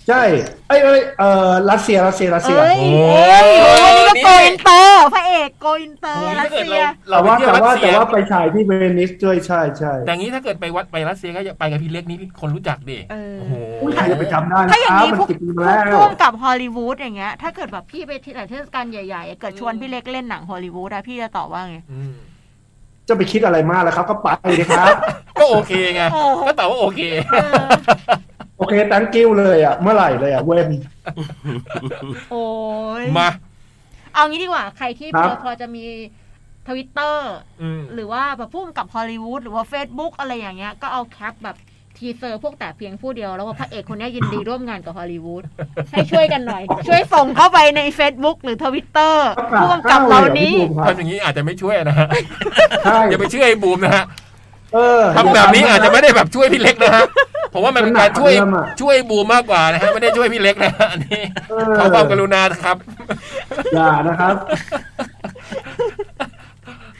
[SPEAKER 5] ใช่ไอ้ยเอ้ยเออรัสเซียรัสเซียรัสเซีย
[SPEAKER 3] เอ้ย
[SPEAKER 2] โอ้
[SPEAKER 3] เอ้ย
[SPEAKER 2] โอ้ย
[SPEAKER 3] วันนี้ก็โก
[SPEAKER 2] นี่
[SPEAKER 3] อินเตอร์พระเอกโกอินเตอร์รัสเซีย
[SPEAKER 5] แต่ว่า
[SPEAKER 2] ไปเที่ย
[SPEAKER 5] แต่ว่า
[SPEAKER 2] รัสเซี
[SPEAKER 5] แต่
[SPEAKER 2] ย
[SPEAKER 5] ว่าไปฉายที่เวนิสด้วยใช่ใช่
[SPEAKER 2] แต่งี้ถ้าเกิดไปวัดไปรัสเซียก็จะไปกับพี่เล็กนี่คนรู้จักดิ
[SPEAKER 3] เออ
[SPEAKER 2] โอ้โห
[SPEAKER 5] อุ้ยใครจะไปจำได้
[SPEAKER 3] ถ้าอย่าง
[SPEAKER 5] อ้าว
[SPEAKER 3] นี้
[SPEAKER 5] มัน
[SPEAKER 3] พวก
[SPEAKER 5] สิบปีมาแล้ว
[SPEAKER 3] ร่วมกับฮอลลีวูดอย่างเงี้ยถ้าเกิดแบบพี่ไปที่ไหนเทศกาลใหญ่ๆ เกิดชวนพี่เล็กเล่นหนังฮอลลีวูดอะพี่จะตอบว่าไง
[SPEAKER 2] อืม
[SPEAKER 5] จะไปคิดอะไรมากแล้วครับ ก็ไปเลยครับ
[SPEAKER 2] ก็โอเคไง
[SPEAKER 3] เออ
[SPEAKER 2] ก็ตอบว่าโอเค
[SPEAKER 3] เออ
[SPEAKER 5] โอเคตังกิ้วเลยอ่ะ เมื่อไหร่เลยอ่ะเว้น
[SPEAKER 3] โอ้ย
[SPEAKER 2] มา
[SPEAKER 3] เอางี้ดีกว่า ใครที่
[SPEAKER 5] ครับ
[SPEAKER 3] พอจะมีทวิตเตอร์
[SPEAKER 2] อืม
[SPEAKER 3] หรือว่าแบบพุ่มกับฮอลลีวูดหรือว่า Facebook อะไรอย่างเงี้ย ก็เอาแคปแบบทีเซอร์พวกแต่เพียงผู้เดียว แล้วว่าพระเอกคนเนี้ยยินดีร่วมงานกับฮอลลีวูดให้ช่วยกันหน่อย ช่วยส่งเข้าไปใน Facebook หรือทวิตเตอร์ผู้กำกับเหล่านี้
[SPEAKER 5] อ้าว
[SPEAKER 2] ทำอย่างนี้อาจจะไม่ช่วยนะฮะ
[SPEAKER 5] ใช่
[SPEAKER 2] อย่าไปเชื่อไอ้บูมนะฮะ
[SPEAKER 5] เออ
[SPEAKER 2] ทำแบบนี้อาจจะไม่ได้แบบช่วยพี่เล็กนะฮะผมว่ามันเป็นการช่วย
[SPEAKER 5] เรื่องอะ
[SPEAKER 2] ช่วยบูมมากกว่านะฮะไม่ได้ช่วยพี่เล็กนะฮะอันนี้
[SPEAKER 5] เอ
[SPEAKER 2] ขอความกรุณานะครับ
[SPEAKER 5] อย่านะครับ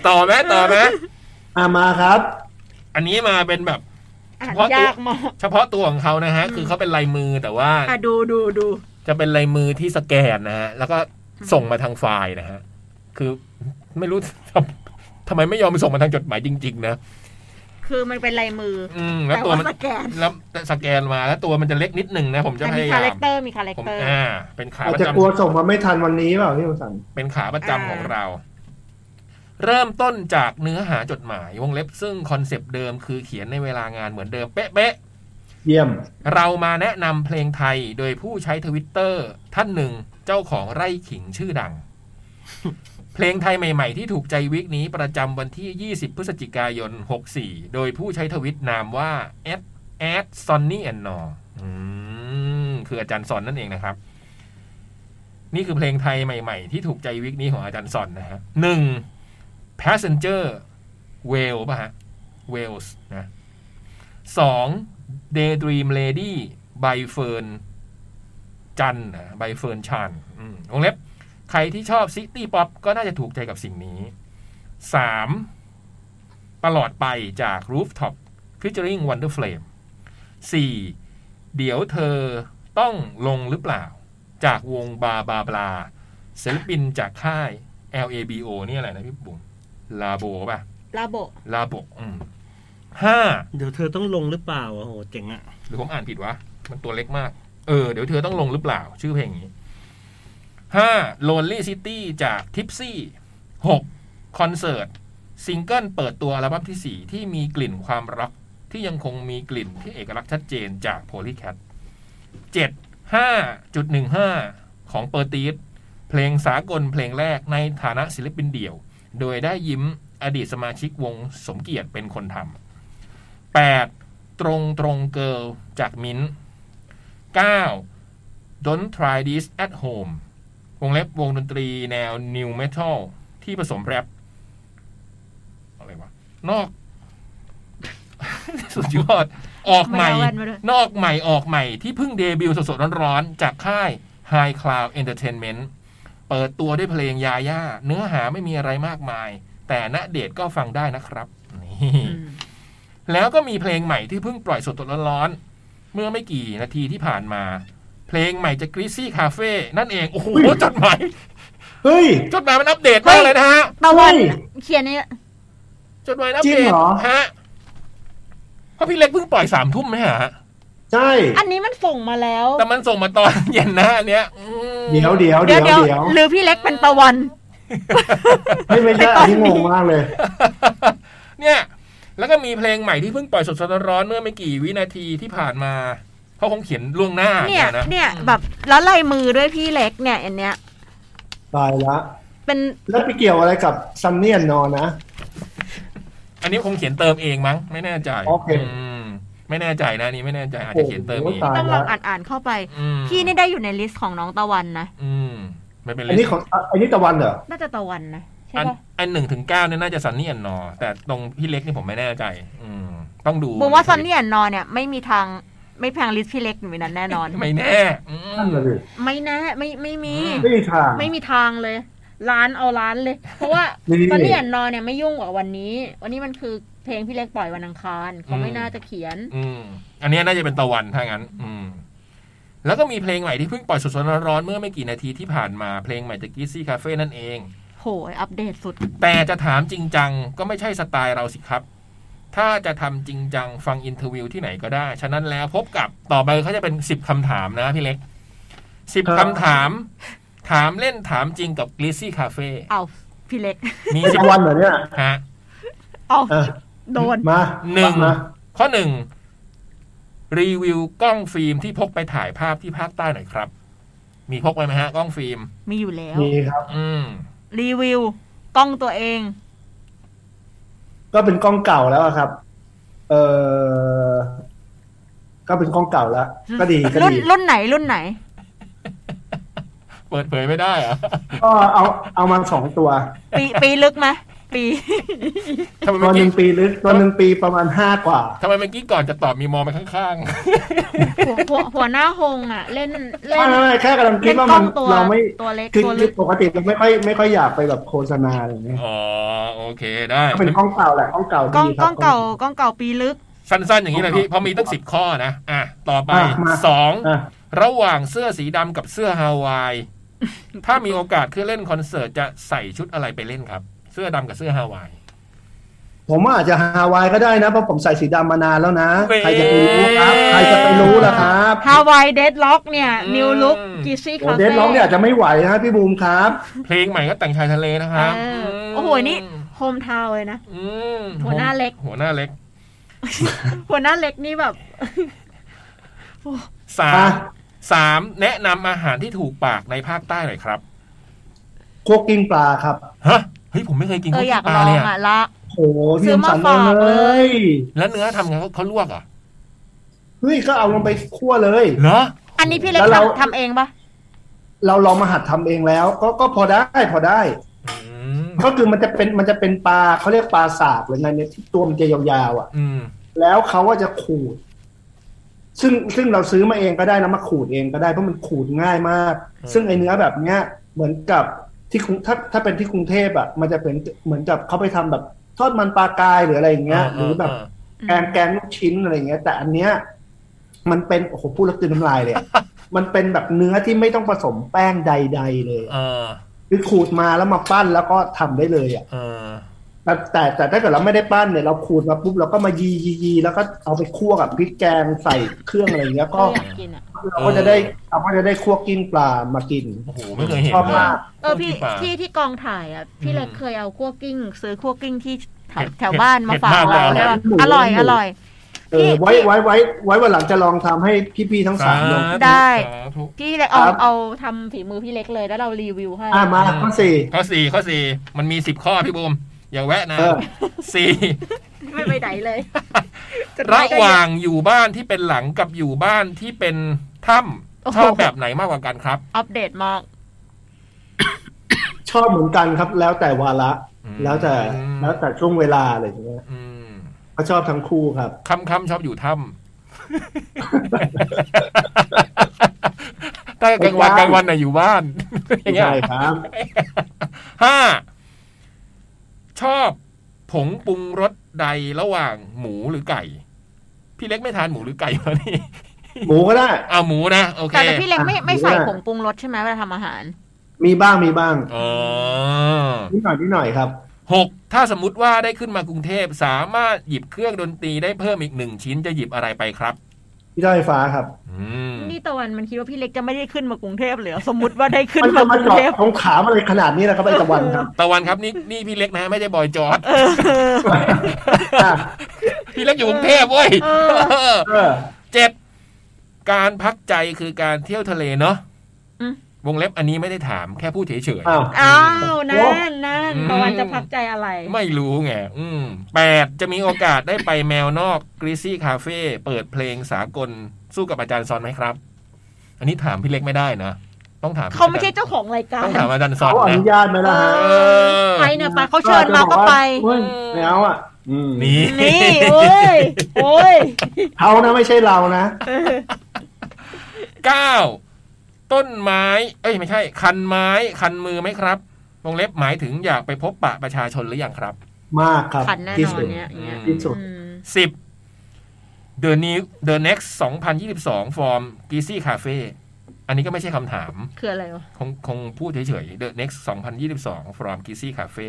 [SPEAKER 2] ต่อไหมต่อไหม
[SPEAKER 5] อามาครับ
[SPEAKER 2] อันนี้มาเป็นแบบ
[SPEAKER 3] อ่าน
[SPEAKER 2] เพราะ
[SPEAKER 3] ยากมาก
[SPEAKER 2] เฉพาะตัวของเขานะฮะ คือเขาเป็นลายมือแต่ว่า
[SPEAKER 3] อ่ะดูดูดู
[SPEAKER 2] จะเป็นลายมือที่สแกนนะฮะ แล้วก็ส่งมาทางไฟล์นะฮะ คือไม่รู้ทำทำไมไม่ยอมส่งมาทางจดหมายจริง ๆ นะ
[SPEAKER 3] คือมันเป็นลายมือ
[SPEAKER 2] อืม แล้ว
[SPEAKER 3] แต่
[SPEAKER 2] ตัว
[SPEAKER 3] ว่า
[SPEAKER 2] มัน
[SPEAKER 3] สแกน
[SPEAKER 2] แล้วแต่สแกนมาแล้วตัวมันจะเล็กนิดหนึงนะ ผมจะ
[SPEAKER 3] แต่
[SPEAKER 2] พ
[SPEAKER 3] มีคาย
[SPEAKER 2] ยาา
[SPEAKER 3] แร
[SPEAKER 2] ม
[SPEAKER 3] คเตอร์มีคาแรค
[SPEAKER 2] ผม
[SPEAKER 3] เตอร์
[SPEAKER 2] อ่า เป็นขา
[SPEAKER 5] อาจ
[SPEAKER 2] ประ
[SPEAKER 5] จะ
[SPEAKER 2] จ
[SPEAKER 5] กลัวส่งมาไม่ทันวันนี้เปล่าพี่มสัน
[SPEAKER 2] ำเป็นขาประจำ
[SPEAKER 3] อ่า
[SPEAKER 2] ของเรา เริ่มต้นจากเนื้อหาจดหมายวงเล็บซึ่งคอนเซปต์เดิมคือเขียนในเวลางานเหมือนเดิมเป๊ะๆ
[SPEAKER 5] เยี่ยม
[SPEAKER 2] เรามาแนะนำเพลงไทยโดยผู้ใช้ทวิตเตอร์ท่านหนึ่งเจ้าของไร่ขิงชื่อดัง เพลงไทยใหม่ ๆ ที่ถูกใจวิกนี้ประจำวันที่ 20 พฤศจิกายน 64 โดยผู้ใช้ทวิตนามว่า a d a d s o n n y and n o คืออาจารย์สอนนั่นเองนะครับ นี่คือเพลงไทยใหม่ ๆ ที่ถูกใจวิกนี้ของอาจารย์สอนนะฮะหนึ่ง passenger whale ป่ะฮะ whales นะ สอง Daydream Lady ใบเฟิร์นจันทร์นะใบเฟิร์นชันอืมวงเล็บ ใครที่ชอบซิตี้ป๊อปก็น่าจะถูกใจกับสิ่งนี้สามตลอดไปจาก Rooftop Featuring Wonder Flame สี่เดี๋ยวเธอต้องลงหรือเปล่า จากวงบาบาบลาศิลปินจากค่าย LABO นี่อะไรนะพี่บุ๋มลาโบป่ะ
[SPEAKER 3] ลาโบะ
[SPEAKER 2] ลาโบอืมห้า
[SPEAKER 4] เดี๋ยวเธอต้องลงหรือเปล่าอะโหเจ๋งอ่ะ
[SPEAKER 2] หรือผมอ่านผิดวะ มันตัวเล็กมาก เออ เดี๋ยวเธอต้องลงหรือเปล่า ชื่อเพลงนี้ ห้า Lonely City จาก Tipsy หก Concert ซิงเกิลเปิดตัวอัลบั้มที่สี่ที่มีกลิ่นความร็อก ที่ยังคงมีกลิ่นที่เอกลักษณ์ชัดเจนจากโพลีแคทเจ็ดห้าจุดหนึ่งห้าของเปอร์ตีสเพลงสากลเพลงแรกในฐานะศิลปินเดี่ยว โดยได้ยิ้มอดีตสมาชิกวงสมเกียรติเป็นคนทำแปดตรงตรงเกิลจากมิ้นท์เก้า Don't Try This at Home วงเล็บวงดนตรีแนว New Metal ที่ผสมแรปอะไรวะ นอก สุดยอด ออกใหม่
[SPEAKER 3] ไม่เอาแว่นมาด้วย
[SPEAKER 2] นอกใหม่ออกใหม่ที่เพิ่งเดบิวต์สดๆร้อนๆ จากค่าย High Cloud Entertainment เปิดตัวด้วยเพลงยาย่า เนื้อหาไม่มีอะไรมากมาย แต่ณเดชน์ก็ฟังได้นะครับ นี่
[SPEAKER 3] อืม
[SPEAKER 2] แล้วก็มีเพลงใหม่ที่เพิ่งปล่อยสดๆร้อนๆ เมื่อไม่กี่นาทีที่ผ่านมา เพลงใหม่จากกรีซี่คาเฟ่นั่นเอง โอ้โห จดหมาย
[SPEAKER 5] เฮ้ย
[SPEAKER 2] จดหมายมันอัปเดตมากเลยนะฮะ
[SPEAKER 3] ตะวัน
[SPEAKER 5] เฮ้ย
[SPEAKER 3] เขียนนี่
[SPEAKER 2] จดหมายอัป
[SPEAKER 5] จริ
[SPEAKER 2] เด
[SPEAKER 5] ง
[SPEAKER 2] ต
[SPEAKER 5] เหรอ
[SPEAKER 2] ฮะเพราะพี่เล็กเพิ่งปล่อยสามทุ่มไหมฮะ
[SPEAKER 5] ใช่
[SPEAKER 3] อันนี้มันส่งมาแล้ว
[SPEAKER 2] แต่มันส่งมาตอนเย็นนะอันเนี้ยอืม
[SPEAKER 5] เดี๋ยวเดี๋ยว
[SPEAKER 3] เดี๋
[SPEAKER 5] เดี๋
[SPEAKER 3] ย
[SPEAKER 5] ยว ว
[SPEAKER 3] เดี๋ยว
[SPEAKER 5] เดี๋ยว
[SPEAKER 3] หรือพี่เล็กเป็นตะวัน
[SPEAKER 5] เฮ้ยไม่ใช่อันนี้งงมากเลย
[SPEAKER 2] เนี่ย แล้วก็มีเพลงใหม่ที่เพิ่งปล่อยสดๆร้อนๆเมื่อไม่กี่วินาทีที่ผ่านมาเขาคงเขียนล่วงหน้า
[SPEAKER 3] เนี่ย
[SPEAKER 2] นะ
[SPEAKER 3] เนี่ยแบบแล้วลายมือด้วยพี่เล็กเนี่ยอันเนี้ย
[SPEAKER 5] ตายละ
[SPEAKER 3] เป็น
[SPEAKER 5] แล้วไปเกี่ยวอะไรกับซันเนียนนอนนะ
[SPEAKER 2] อันนี้คงเขียนเติมเองมั้ง ไม่แน่ใจ
[SPEAKER 5] โอเค
[SPEAKER 2] มไม่แน่ใจนะอันนี้ไม่แน่ใจอาจจะเขียนเติมเอง
[SPEAKER 5] โโหตาย
[SPEAKER 3] ต้องล
[SPEAKER 5] ละ
[SPEAKER 3] องอ่านอ่านเข้าไป
[SPEAKER 2] อืม
[SPEAKER 3] พี่นี่ได้อยู่ในลิสต์ของน้องตะวันนะ
[SPEAKER 2] อืมไม่เป็นไร
[SPEAKER 5] อันนี้ของอ่ะอันนี้ตะวันเหรอ
[SPEAKER 3] น่าจะตะวันนะ ใช่
[SPEAKER 2] อัน
[SPEAKER 3] ปะ
[SPEAKER 2] อันหนึ่งถึงเก้าเนี่ยน่าจะซันนี่อันนอ แต่ตรงพี่เล็กนี่ผมไม่แน่ใจ อืม ต้องดู
[SPEAKER 3] บุมว่าซันนี่อันนอนเนี่ยไม่มีทางไม่แพงลิสต์พี่เล็กอยู่ในนั้นแน่นอน
[SPEAKER 2] ไม่แน่อืม
[SPEAKER 5] นั่นเลย
[SPEAKER 3] ไม่แน่ไม่ไม่มี
[SPEAKER 2] อื
[SPEAKER 5] ไม่มีทาง
[SPEAKER 3] ไม่มีทางเลย ร้านเอาร้านเลย เพราะว่า
[SPEAKER 5] นี่
[SPEAKER 3] ซันนี่อันนอนเนี่ยไม่ยุ่งกับวันนี้ วันนี้มันคือเพลงพี่เล็กปล่อยวันอังคารเขาไม่น่าจะเขียน
[SPEAKER 2] อืม อันเนี้ยน่าจะเป็นตะวันถ้างั้น อืม แล้วก็มีเพลงใหม่ที่เพิ่งปล่อยสดๆร้อนๆเมื่อไม่กี่นาทีที่ผ่านมาเพลงใหม่จากกีซี่คาเฟ่นั่นเอง
[SPEAKER 3] โหยอัปเดตสุด
[SPEAKER 2] แต่จะถามจริงจังก็ไม่ใช่สไตล์เราสิครับ ถ้าจะทำจริงจังฟังอินเทอร์วิวที่ไหนก็ได้ ฉะนั้นแล้วพบกับต่อไปเขาจะเป็นสิบคำถามนะพี่เล็กสิบ
[SPEAKER 5] ครั
[SPEAKER 2] คำ
[SPEAKER 5] บ
[SPEAKER 2] ถาม ถามเล่นถามจริงกับกลิซี่คาเฟ่
[SPEAKER 3] เอาพี่เล็ก
[SPEAKER 2] มี
[SPEAKER 5] เป็น
[SPEAKER 2] สิบ
[SPEAKER 5] ตะวันเหรอเนี่ย
[SPEAKER 2] ฮะ
[SPEAKER 3] เอา
[SPEAKER 5] อ่ะ
[SPEAKER 3] โดน
[SPEAKER 5] มา
[SPEAKER 2] หนึ่ง
[SPEAKER 5] มา
[SPEAKER 2] ข้อหนึ่งรีวิวกล้องฟิล์มที่พกไปถ่ายภาพที่ภาคใต้หน่อยครับ มีพกไปไหมฮะ กล้องฟิล์ม
[SPEAKER 3] มีอยู่แล้ว
[SPEAKER 5] มีครับ
[SPEAKER 2] อืม
[SPEAKER 3] รีวิวกล้องตัวเอง
[SPEAKER 5] ก็เป็นกล้องเก่าแล้วอะครับ เออก็เป็นกล้องเก่าแล้ว ก็ดีก็
[SPEAKER 3] รุ่น
[SPEAKER 5] ดี
[SPEAKER 3] รุ่นไหนรุ่นไหน
[SPEAKER 2] เปิดเผยไม่ได้เหรอะ
[SPEAKER 5] ก็เอาเอามาสองตัว
[SPEAKER 3] ปีปีลึกไหมปี
[SPEAKER 2] ทำไม
[SPEAKER 5] ตั
[SPEAKER 2] เมื่
[SPEAKER 5] ว
[SPEAKER 2] อ
[SPEAKER 5] ห
[SPEAKER 2] กี้
[SPEAKER 5] นึ่งปีลึกตัวหนึ่งปีประมาณห้ากว่า
[SPEAKER 2] ทำไมเมื่อกี้ก่อนจะตอบมีมองไปข้าง
[SPEAKER 3] หัวหัวหัวหน้าหงอ่ะ เล่นเล่น
[SPEAKER 5] ไม่ไม่ไม่แค่กำลังคิ
[SPEAKER 3] เล่
[SPEAKER 5] ด
[SPEAKER 3] น
[SPEAKER 5] ว่าก
[SPEAKER 3] ล้
[SPEAKER 5] มั
[SPEAKER 3] อน งตัว
[SPEAKER 5] เราไม่
[SPEAKER 3] ตัวเล็ก
[SPEAKER 5] คือ
[SPEAKER 3] ตัว
[SPEAKER 5] คื
[SPEAKER 3] ลึ
[SPEAKER 5] อก ปกติเราไม่ค่อยไม่ค่อยอยากไปแบบโฆษณาอะไรอย่างเงี้ย
[SPEAKER 2] ๆ อ๋อ โอเคได้
[SPEAKER 5] ก็เป็นกล้องเก่าแหละกล้องเก่าก
[SPEAKER 3] ล้อง
[SPEAKER 5] ดีค
[SPEAKER 3] กล้
[SPEAKER 5] รับ
[SPEAKER 3] องเก่ากล้องเก่าปีลึก
[SPEAKER 2] สั้นๆอย่างนี้เลยพี่เพราะมีตั้งสิบข้อนะ อ่ะ ต่อไป
[SPEAKER 5] อ่ะมา
[SPEAKER 2] สอง
[SPEAKER 5] อ่ะ
[SPEAKER 2] ระหว่างเสื้อสีดำกับเสื้อฮาวาย ถ้ามีโอกาสขึ้นเล่นคอนเสิร์ตจะใส่ชุดอะไรไปเล่นครับ เสื้อดำกับเสื้อฮาวาย
[SPEAKER 5] ผมว่าอาจจะฮาวายก็ได้นะเพราะผมใส่สีดำมานานแล้วนะ
[SPEAKER 2] เว้ย
[SPEAKER 5] ใครจะไปรู้ครับใครจะไปรู้ล่ะครับ
[SPEAKER 3] ฮาวายเดดล็อกเนี่ย นิวลุกกีซี่คา
[SPEAKER 5] เด
[SPEAKER 3] เฟ่
[SPEAKER 5] ดร้องเนี่ยอาจจะไม่ไหวนะพี่บูมครับ
[SPEAKER 2] เพลงใหม่ก็แต่งชายทะเลนะครับม
[SPEAKER 3] โอ้โหนี่โฮมทาวเลยนะ
[SPEAKER 2] อืม
[SPEAKER 3] หัวหน้าเล็ก
[SPEAKER 2] หัวหน้าเล็ก
[SPEAKER 3] หัวหน้าเล็กนี่แบบ
[SPEAKER 2] สาม
[SPEAKER 5] อ่ะ
[SPEAKER 2] สามแนะนำอาหารที่ถูกปากในภาคใต้หน่อยครับ
[SPEAKER 5] คั่วกลิ้งปลาครับ
[SPEAKER 2] ฮะเฮ้ยผมไม่เคยกิน
[SPEAKER 3] เออ
[SPEAKER 2] ข้าว
[SPEAKER 3] อยาก
[SPEAKER 2] ป
[SPEAKER 3] ล
[SPEAKER 2] ลา
[SPEAKER 3] อง
[SPEAKER 2] เนี่ย
[SPEAKER 3] อ่ะละ
[SPEAKER 5] โอ้โหพี่
[SPEAKER 3] ซื้
[SPEAKER 5] ย
[SPEAKER 3] อ
[SPEAKER 5] ม
[SPEAKER 3] มา
[SPEAKER 5] สันเอา
[SPEAKER 3] ฝาก
[SPEAKER 5] เล
[SPEAKER 3] เลย
[SPEAKER 5] ย
[SPEAKER 2] แล้วเนื้อทำไงเขาเขาลวกเหรอ่ะ
[SPEAKER 5] เฮ้ยก็เอาลงไปคั่วเลย
[SPEAKER 2] เหรอ
[SPEAKER 3] อันนี้พี่เล็ก
[SPEAKER 5] แล้วเรา
[SPEAKER 3] ทำทำเองปะ
[SPEAKER 5] เราลองมาหัดทำเองแล้ว ก็ก็พอได้พอได้
[SPEAKER 2] อืม
[SPEAKER 5] ก็คือมันจะเป็นมันจะเป็นปลาเขาเรียกปลาสาบหรือไงเนี่ยที่ตัวมันจะยาวๆอ่ะ
[SPEAKER 2] อืม
[SPEAKER 5] แล้วเขาก็จะขูด ซึ่งซึ่งเราซื้อมาเองก็ได้นะมาขูดเองก็ได้เพราะมันขูดง่ายมาก ซึ่งไอเนื้อแบบเนี้ย เหมือนกับที่กรุงถ้าถ้าเป็นที่กรุงเทพอ่ะ มันจะเป็นเหมือนกับเขาไปทำแบบ ทอดมันปลากายหรืออะไรอย่างเงี้ย หรือแบบ แกงแกงลูกชิ้นอะไรอย่างเงี้ย แต่อันเนี้ยมันเป็นโอ้โหพูดแล้วกลืนน้ำลายเลยอะ มันเป็นแบบเนื้อที่ไม่ต้องผสมแป้งใด ๆ เลย
[SPEAKER 2] เออ
[SPEAKER 5] คือขูดมาแล้วมาปั้นแล้วก็ทำได้เลยอ่ะ
[SPEAKER 2] เออ
[SPEAKER 5] แต่แต่แต่ถ้าเกิดเราไม่ได้ปั้นเนี่ยเราขูดมาปุ๊บเราก็มายียียีแล้วก็เอาไปคั่วกับพริกแกงใส่เครื่องอะไรอย่างเงี้ย
[SPEAKER 3] เอ
[SPEAKER 5] ก็
[SPEAKER 3] ออยากกินอ่ะ
[SPEAKER 5] เราก็จะได้เราก็จะได้คั่วกลิ้งปลามากิน
[SPEAKER 2] โอ้โหไม่เคยเห็น
[SPEAKER 5] ชอบ
[SPEAKER 2] เลย
[SPEAKER 5] มาก
[SPEAKER 3] เออพี่
[SPEAKER 2] กินปลา
[SPEAKER 3] ที่ที่กองถ่ายอ่ะ พี่เล็กเคยเอาคั่วกลิ้ง ซื้อคั่วกลิ้งที่แถว
[SPEAKER 2] เผ็ด
[SPEAKER 3] แถวบ้านมา
[SPEAKER 2] เผ็ด
[SPEAKER 3] ฝาก
[SPEAKER 2] มาก
[SPEAKER 3] เรา
[SPEAKER 2] เลย
[SPEAKER 3] แล้ว
[SPEAKER 5] หมู
[SPEAKER 3] อร่อย
[SPEAKER 5] หมู
[SPEAKER 3] อร่อย
[SPEAKER 5] เออไว้ไว้ไว้ไว้วันหลังจะลองทำให้พี่ๆทั้งสามลอง
[SPEAKER 3] ได้
[SPEAKER 2] สาธุ
[SPEAKER 3] พี่เล็กเอาเอาทำฝีมือพี่เล็กเลยแล้วเรารีวิวให้
[SPEAKER 5] อ่ามาข้อสี่
[SPEAKER 2] ข้อสี่ข้อสี่มันมีสิบข้อพี่บูมอย่าแวะนะ
[SPEAKER 5] เออ
[SPEAKER 2] สี่
[SPEAKER 3] ไม่ไปไหนเลยจดหมาย
[SPEAKER 2] ระห
[SPEAKER 3] ก็เยอ
[SPEAKER 2] ว่างอยู่บ้านที่เป็นหลังกับอยู่บ้านที่เป็นถ้
[SPEAKER 3] โอ้
[SPEAKER 2] ำ
[SPEAKER 3] โห
[SPEAKER 2] ชอบแบบไหนมากกว่ากันครับ
[SPEAKER 3] อัปเดตมาก
[SPEAKER 5] ชอบเหมือนกันครับ แล้วแต่วาระ
[SPEAKER 2] อืม
[SPEAKER 5] แล้วแต่แล้วแต่ช่วงเวลาอะไรอย่างเงี้ย
[SPEAKER 2] อืม
[SPEAKER 5] ก็ชอบทั้งคู่ครับ
[SPEAKER 2] ค่ำค่ำๆชอบอยู่ ถ้ำ ถ้ากลางวัน
[SPEAKER 5] ไม่
[SPEAKER 2] ก
[SPEAKER 5] ได้
[SPEAKER 2] ลางวันน่ะอยู่บ้านอย่างเงี้ย
[SPEAKER 5] ใช่ครับ
[SPEAKER 2] ห้าชอบผงปรุงรสใดระหว่างหมูหรือไก่ พี่เล็กไม่ทานหมูหรือไก่วะนี่
[SPEAKER 5] หมูก็ได้
[SPEAKER 2] เอาหมูนะโอเค
[SPEAKER 3] แต่แต่พี่เล็กไม่
[SPEAKER 5] อ่ะ
[SPEAKER 3] ไม่ใส่
[SPEAKER 5] หรือว่า
[SPEAKER 3] ผงปรุงรสใช่ไหมเวลาทำอาหาร
[SPEAKER 5] มีบ้างมีบ้าง
[SPEAKER 2] อ๋อ
[SPEAKER 5] นิดหน่อยนิดหน่อยครับ
[SPEAKER 2] หกถ้าสมมติว่าได้ขึ้นมากรุงเทพสามารถหยิบเครื่องดนตรีได้เพิ่มอีกหนึ่งชิ้นจะหยิบอะไรไปครับ
[SPEAKER 5] พี่ด้อยฟ้าครับ
[SPEAKER 2] อืม
[SPEAKER 3] นี่ตะวันมันคิดว่าพี่เล็กจะไม่ได้ขึ้นมากรุงเทพเหรอสมมติว่าได้ขึ้น
[SPEAKER 5] มัน
[SPEAKER 3] มากรุง
[SPEAKER 5] จะมาเจาะ
[SPEAKER 3] เทพ
[SPEAKER 5] ของขามอะไรขนาดนี้นะครับไอ้ตะวันครับ
[SPEAKER 2] ตะวันครับนี่นี่พี่เล็กนะไม่ใช่บอยจอร์ด
[SPEAKER 3] เออ
[SPEAKER 5] อ่ะ
[SPEAKER 2] พี่เล็กอยู่กรุงเทพเว้ย
[SPEAKER 3] เออ
[SPEAKER 2] เออ
[SPEAKER 5] เออ
[SPEAKER 2] เจ็ดการพักใจคือการเที่ยวทะเลเนาะ
[SPEAKER 3] อืม
[SPEAKER 2] วงเล็บอันนี้ไม่ได้ถามแค่พูดเฉย
[SPEAKER 5] อ้าว
[SPEAKER 3] อ้าว
[SPEAKER 5] โอ้
[SPEAKER 3] นั่นนั่น
[SPEAKER 2] อืม
[SPEAKER 3] ตะวันจะพักใจอะไร
[SPEAKER 2] ๆไม่รู้ไงอืมแปดจะมีโอกาสได้ไปแมวนอกกรีซี่คาเฟ่เปิดเพลงสากลสู้กับอาจารย์ซอนไหมครับ อันนี้ถามพี่เล็กไม่ได้นะต้องถาม
[SPEAKER 3] เขาไม่ใช่เจ้าของรายการ
[SPEAKER 2] ต้องถามอาจารย์ซอ
[SPEAKER 5] เขา
[SPEAKER 2] น
[SPEAKER 5] อ
[SPEAKER 2] นะ
[SPEAKER 5] นุญาตไหมล่ะฮะ
[SPEAKER 2] เออ
[SPEAKER 3] ใครเนี่ยไปเขาเชิญมาก็ไป
[SPEAKER 5] เฮ้ยไม่เอาอ่ะอืม
[SPEAKER 2] นี่
[SPEAKER 3] นี่โอ้ยโอ้ย
[SPEAKER 5] เขานะไม่ใช่เรานะ
[SPEAKER 2] เก้าต้นไม้ เอ้ยไม่ใช่ คันไม้คันมือไหมครับวงเล็บหมายถึงอยากไปพบปะประชาชนหรือยังครับ
[SPEAKER 5] มากครับ
[SPEAKER 3] ขันแน่
[SPEAKER 5] ที่
[SPEAKER 3] นอ
[SPEAKER 5] สุ
[SPEAKER 3] น
[SPEAKER 5] ด
[SPEAKER 3] เนี่ยอย่างเงี้ย
[SPEAKER 5] ที่สุด
[SPEAKER 3] อืม
[SPEAKER 2] สิบ The New The Next 2022 from g i z z y Cafe อันนี้ก็ไม่ใช่คำถาม
[SPEAKER 3] คืออะไรวะ
[SPEAKER 2] คงคงพูดเฉยๆ The Next 2022 from g i z z y Cafe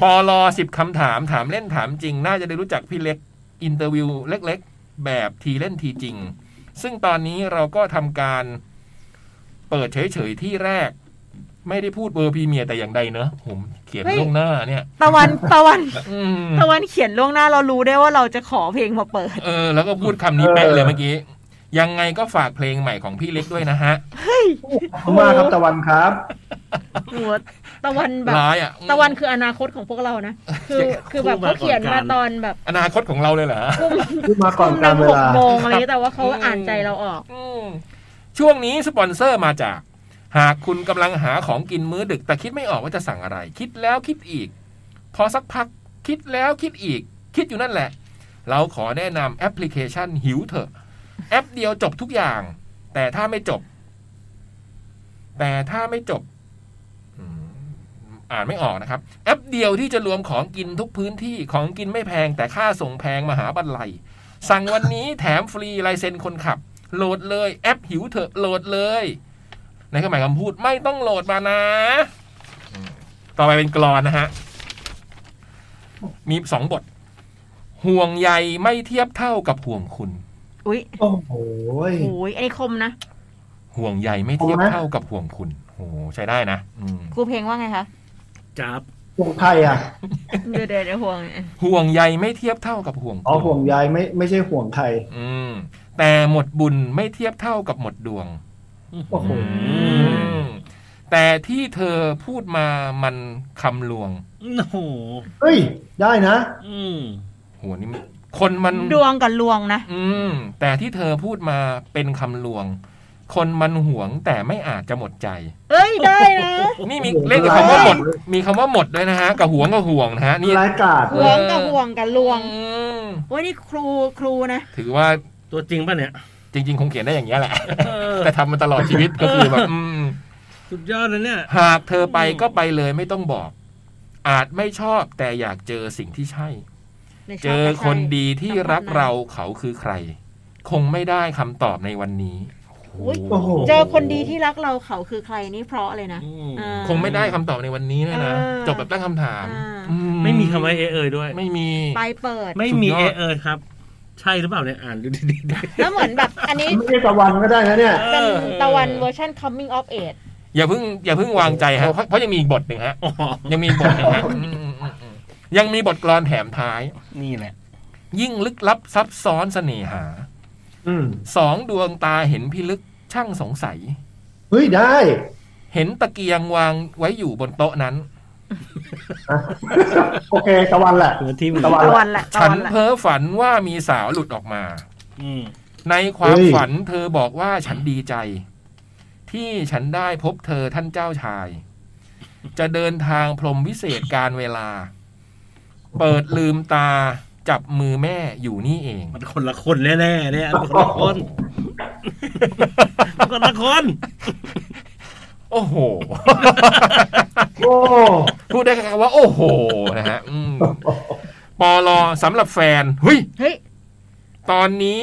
[SPEAKER 2] พอรอสิบคำถามถามเล่นถามจริง น่าจะได้รู้จักพี่เล็ก อินเตอร์วิวเล็กๆ แบบทีเล่นทีจริง ซึ่งตอนนี้เราก็ทำการเปิดเฉยๆ ที่แรก ไม่ได้พูดเบอร์พรีเมียร์แต่อย่างใดเนอะผมเขียน
[SPEAKER 3] เฮ้ย
[SPEAKER 2] ล่วงหน้าเนี่ย
[SPEAKER 3] ตะวันตะวัน
[SPEAKER 2] อืม
[SPEAKER 3] ตะวันเขียนล่วงหน้าเรารู้ได้ว่าเราจะขอเพลงมาเปิด
[SPEAKER 2] เออ แล้วก็พูดคำนี้เป๊ะเลยเมื่อกี้ ยังไงก็ฝากเพลงใหม่ของพี่เล็กด้วยนะฮะ
[SPEAKER 5] ขอบคุณมากครับตะวันครับ
[SPEAKER 3] หัวตะวันแบบ
[SPEAKER 2] ร้ายอ่ะ
[SPEAKER 3] ตะวันคืออนาคตของพวกเรานะ คือคือแบบเขาเขียนมาตอนแบบ
[SPEAKER 2] อนาคตของเราเลยเหรอ
[SPEAKER 5] มาก่อน
[SPEAKER 3] ห
[SPEAKER 5] กา
[SPEAKER 3] นึ่
[SPEAKER 5] รง เว
[SPEAKER 3] หก
[SPEAKER 5] ลา
[SPEAKER 3] โมงอะไรอย่างเงี้ยแต่ว่าเขาอ่านใจเราออก
[SPEAKER 2] อืมช่วงนี้สปอนเซอร์มาจาก หากคุณกำลังหาของกินมื้อดึก แต่คิดไม่ออกว่าจะสั่งอะไร คิดแล้วคิดอีก พอสักพัก คิดแล้วคิดอีก คิดอยู่นั่นแหละ เราขอแนะนำแอปพลิเคชันหิวเถอะ แอปเดียวจบทุกอย่าง แต่ถ้าไม่จบ แต่ถ้าไม่จบอืมอ่านไม่ออกนะครับ แอปเดียวที่จะรวมของกินทุกพื้นที่ของกินไม่แพง แต่ค่าส่งแพงมหาบันไลย สั่งวันนี้แถมฟรีลายเซ็นคนขับ โหลดเลยแอปหิวเถอะโหลดเลย ในความหมายคำพูดไม่ต้องโหลดมานะอืมต่อไปเป็นกรอนนะฮะ มีสองบท ห่วงใยไม่เทียบเท่ากับห่วงคุณ
[SPEAKER 3] อุ้ย
[SPEAKER 5] โอ้โห
[SPEAKER 3] โอ้ยอันนี้คมนะ
[SPEAKER 2] ห่วงใยไม่เทียบเท่ากับห่วงคุณโอ้ใช้ได้นะอืม
[SPEAKER 3] ครูเพลงว่าไงคะ
[SPEAKER 4] จับ
[SPEAKER 5] ห่วงใครอ่ะ
[SPEAKER 3] เดี๋ยวเดี๋ยวเดี๋ยวห่วงเนี่ย
[SPEAKER 2] ห่วงใยไม่เทียบเท่ากับห่วง
[SPEAKER 5] อ๋อห่
[SPEAKER 2] คุ
[SPEAKER 5] ว
[SPEAKER 2] ณ
[SPEAKER 5] งใยไม่ไม่ใช่ห่วงใคร
[SPEAKER 2] อืม แต่หมดบุญไม่เทียบเท่ากับหมดดวง
[SPEAKER 5] โอ้โห
[SPEAKER 2] แต่ที่เธอพูดมามันคำลวง
[SPEAKER 4] โอ้โห
[SPEAKER 5] เฮ้ย ได้นะ
[SPEAKER 4] อืม
[SPEAKER 2] โหนี่มันคนมัน
[SPEAKER 3] ดวงกับลวงนะ
[SPEAKER 2] อืม แต่ที่เธอพูดมาเป็นคำลวง คนมันหวงแต่ไม่อาจจะหมดใจ
[SPEAKER 3] เอ้ยได้นะ
[SPEAKER 2] นี่มีเล่นกับคำว่าหมด มีคำว่าหมดด้วยนะฮะกับหวงกับห่วงนะฮะนี่
[SPEAKER 5] ร้ายกาด
[SPEAKER 3] ห่วงกับห่วงกับลวง
[SPEAKER 2] อืม
[SPEAKER 3] ว่านี่ครูครูนะ
[SPEAKER 2] ถือว่า
[SPEAKER 4] ตัวจริงป่ะเนี่ย
[SPEAKER 2] จริง ๆ คงเขียนได้อย่างนี้ยแหละ
[SPEAKER 4] เออ
[SPEAKER 2] แต่ทำมาตลอดชีวิตก็คือ แบบอืม
[SPEAKER 4] สุดยอดเลยเนี่ย
[SPEAKER 2] หากเธอไป
[SPEAKER 4] อืม
[SPEAKER 2] ก็ไปเลยไม่ต้องบอก อาจไม่ชอบแต่อยากเจอสิ่งที่ใช่ เจอคนดีที่รักเราเขาคือใคร คงไม่ได้คำตอบในวันนี้
[SPEAKER 3] อุ๊ย
[SPEAKER 5] โอ้โห
[SPEAKER 3] เจอคนดีที่รักเราเขาคือใครนี่เพราะเลยนะ
[SPEAKER 4] อืม
[SPEAKER 3] อ่า
[SPEAKER 2] คงไม่ได้คำตอบในวันนี้เลยนะ
[SPEAKER 3] อ่า
[SPEAKER 2] จบแบบตั้งคำถาม
[SPEAKER 3] อ่า
[SPEAKER 2] อื
[SPEAKER 4] ไม่มีคำว่าเอเอยด้วย
[SPEAKER 2] ไม่มี
[SPEAKER 3] ไปเปิด
[SPEAKER 4] ไม่มี
[SPEAKER 2] สุดย
[SPEAKER 4] เอ
[SPEAKER 2] อด
[SPEAKER 4] เอยครับ ใช่หรือเปล่าเนี่ยอ่านดูดีๆ
[SPEAKER 3] แล้วเหมือนแบบอันนี้
[SPEAKER 5] ไม่ใช่ตะวันก็ได้นะเนี่ย
[SPEAKER 3] เป็นตะวันเวอร์ชัน coming of age
[SPEAKER 2] อย่าเพิ่งอย่าเพิ่งวางใจฮะเพราะเพราะยังมีอีกบทหนึ่งฮะ
[SPEAKER 4] อ๋อ
[SPEAKER 2] ยังมีอีกบทหนึ่งฮะอืมอืมอืมอืมยังมีบทกลอนแถมท้าย
[SPEAKER 4] นี่แหละ
[SPEAKER 2] ยิ่งลึกลับซับซ้อนเสน่หา
[SPEAKER 5] อืม
[SPEAKER 2] สองดวงตาเห็นพิลึกช่างสงสัย
[SPEAKER 5] เฮ้ยได้
[SPEAKER 2] เห็นตะเกียงวางไว้อยู่บนโต๊ะนั้น
[SPEAKER 5] อ่ะโอเคตะวันแหละ
[SPEAKER 4] เหมือนที่มึง
[SPEAKER 5] ตะวัน
[SPEAKER 3] ตะวันแหละตะ
[SPEAKER 2] ฉัน
[SPEAKER 3] วันแหละ
[SPEAKER 2] เพ้อฝันว่ามีสาวหลุดออกมา
[SPEAKER 4] อืม
[SPEAKER 2] ในความ
[SPEAKER 5] เฮ้ย
[SPEAKER 2] ฝันเธอบอกว่าฉันดีใจ ที่ฉันได้พบเธอท่านเจ้าชาย จะเดินทางพรหมวิเศษการเวลา เปิดลืมตาจับมือแม่อยู่นี่เอง
[SPEAKER 4] มันคนละคนแน่ๆเนี่ยมันคนละคนมันคนละคน
[SPEAKER 2] โอ้โห
[SPEAKER 5] โอ้
[SPEAKER 2] พูดได้แค่คำว่า โอ้โห นะฮะอืมปอลอสำหรับแฟนเฮ้ย
[SPEAKER 3] เฮ้ย
[SPEAKER 2] ตอนนี้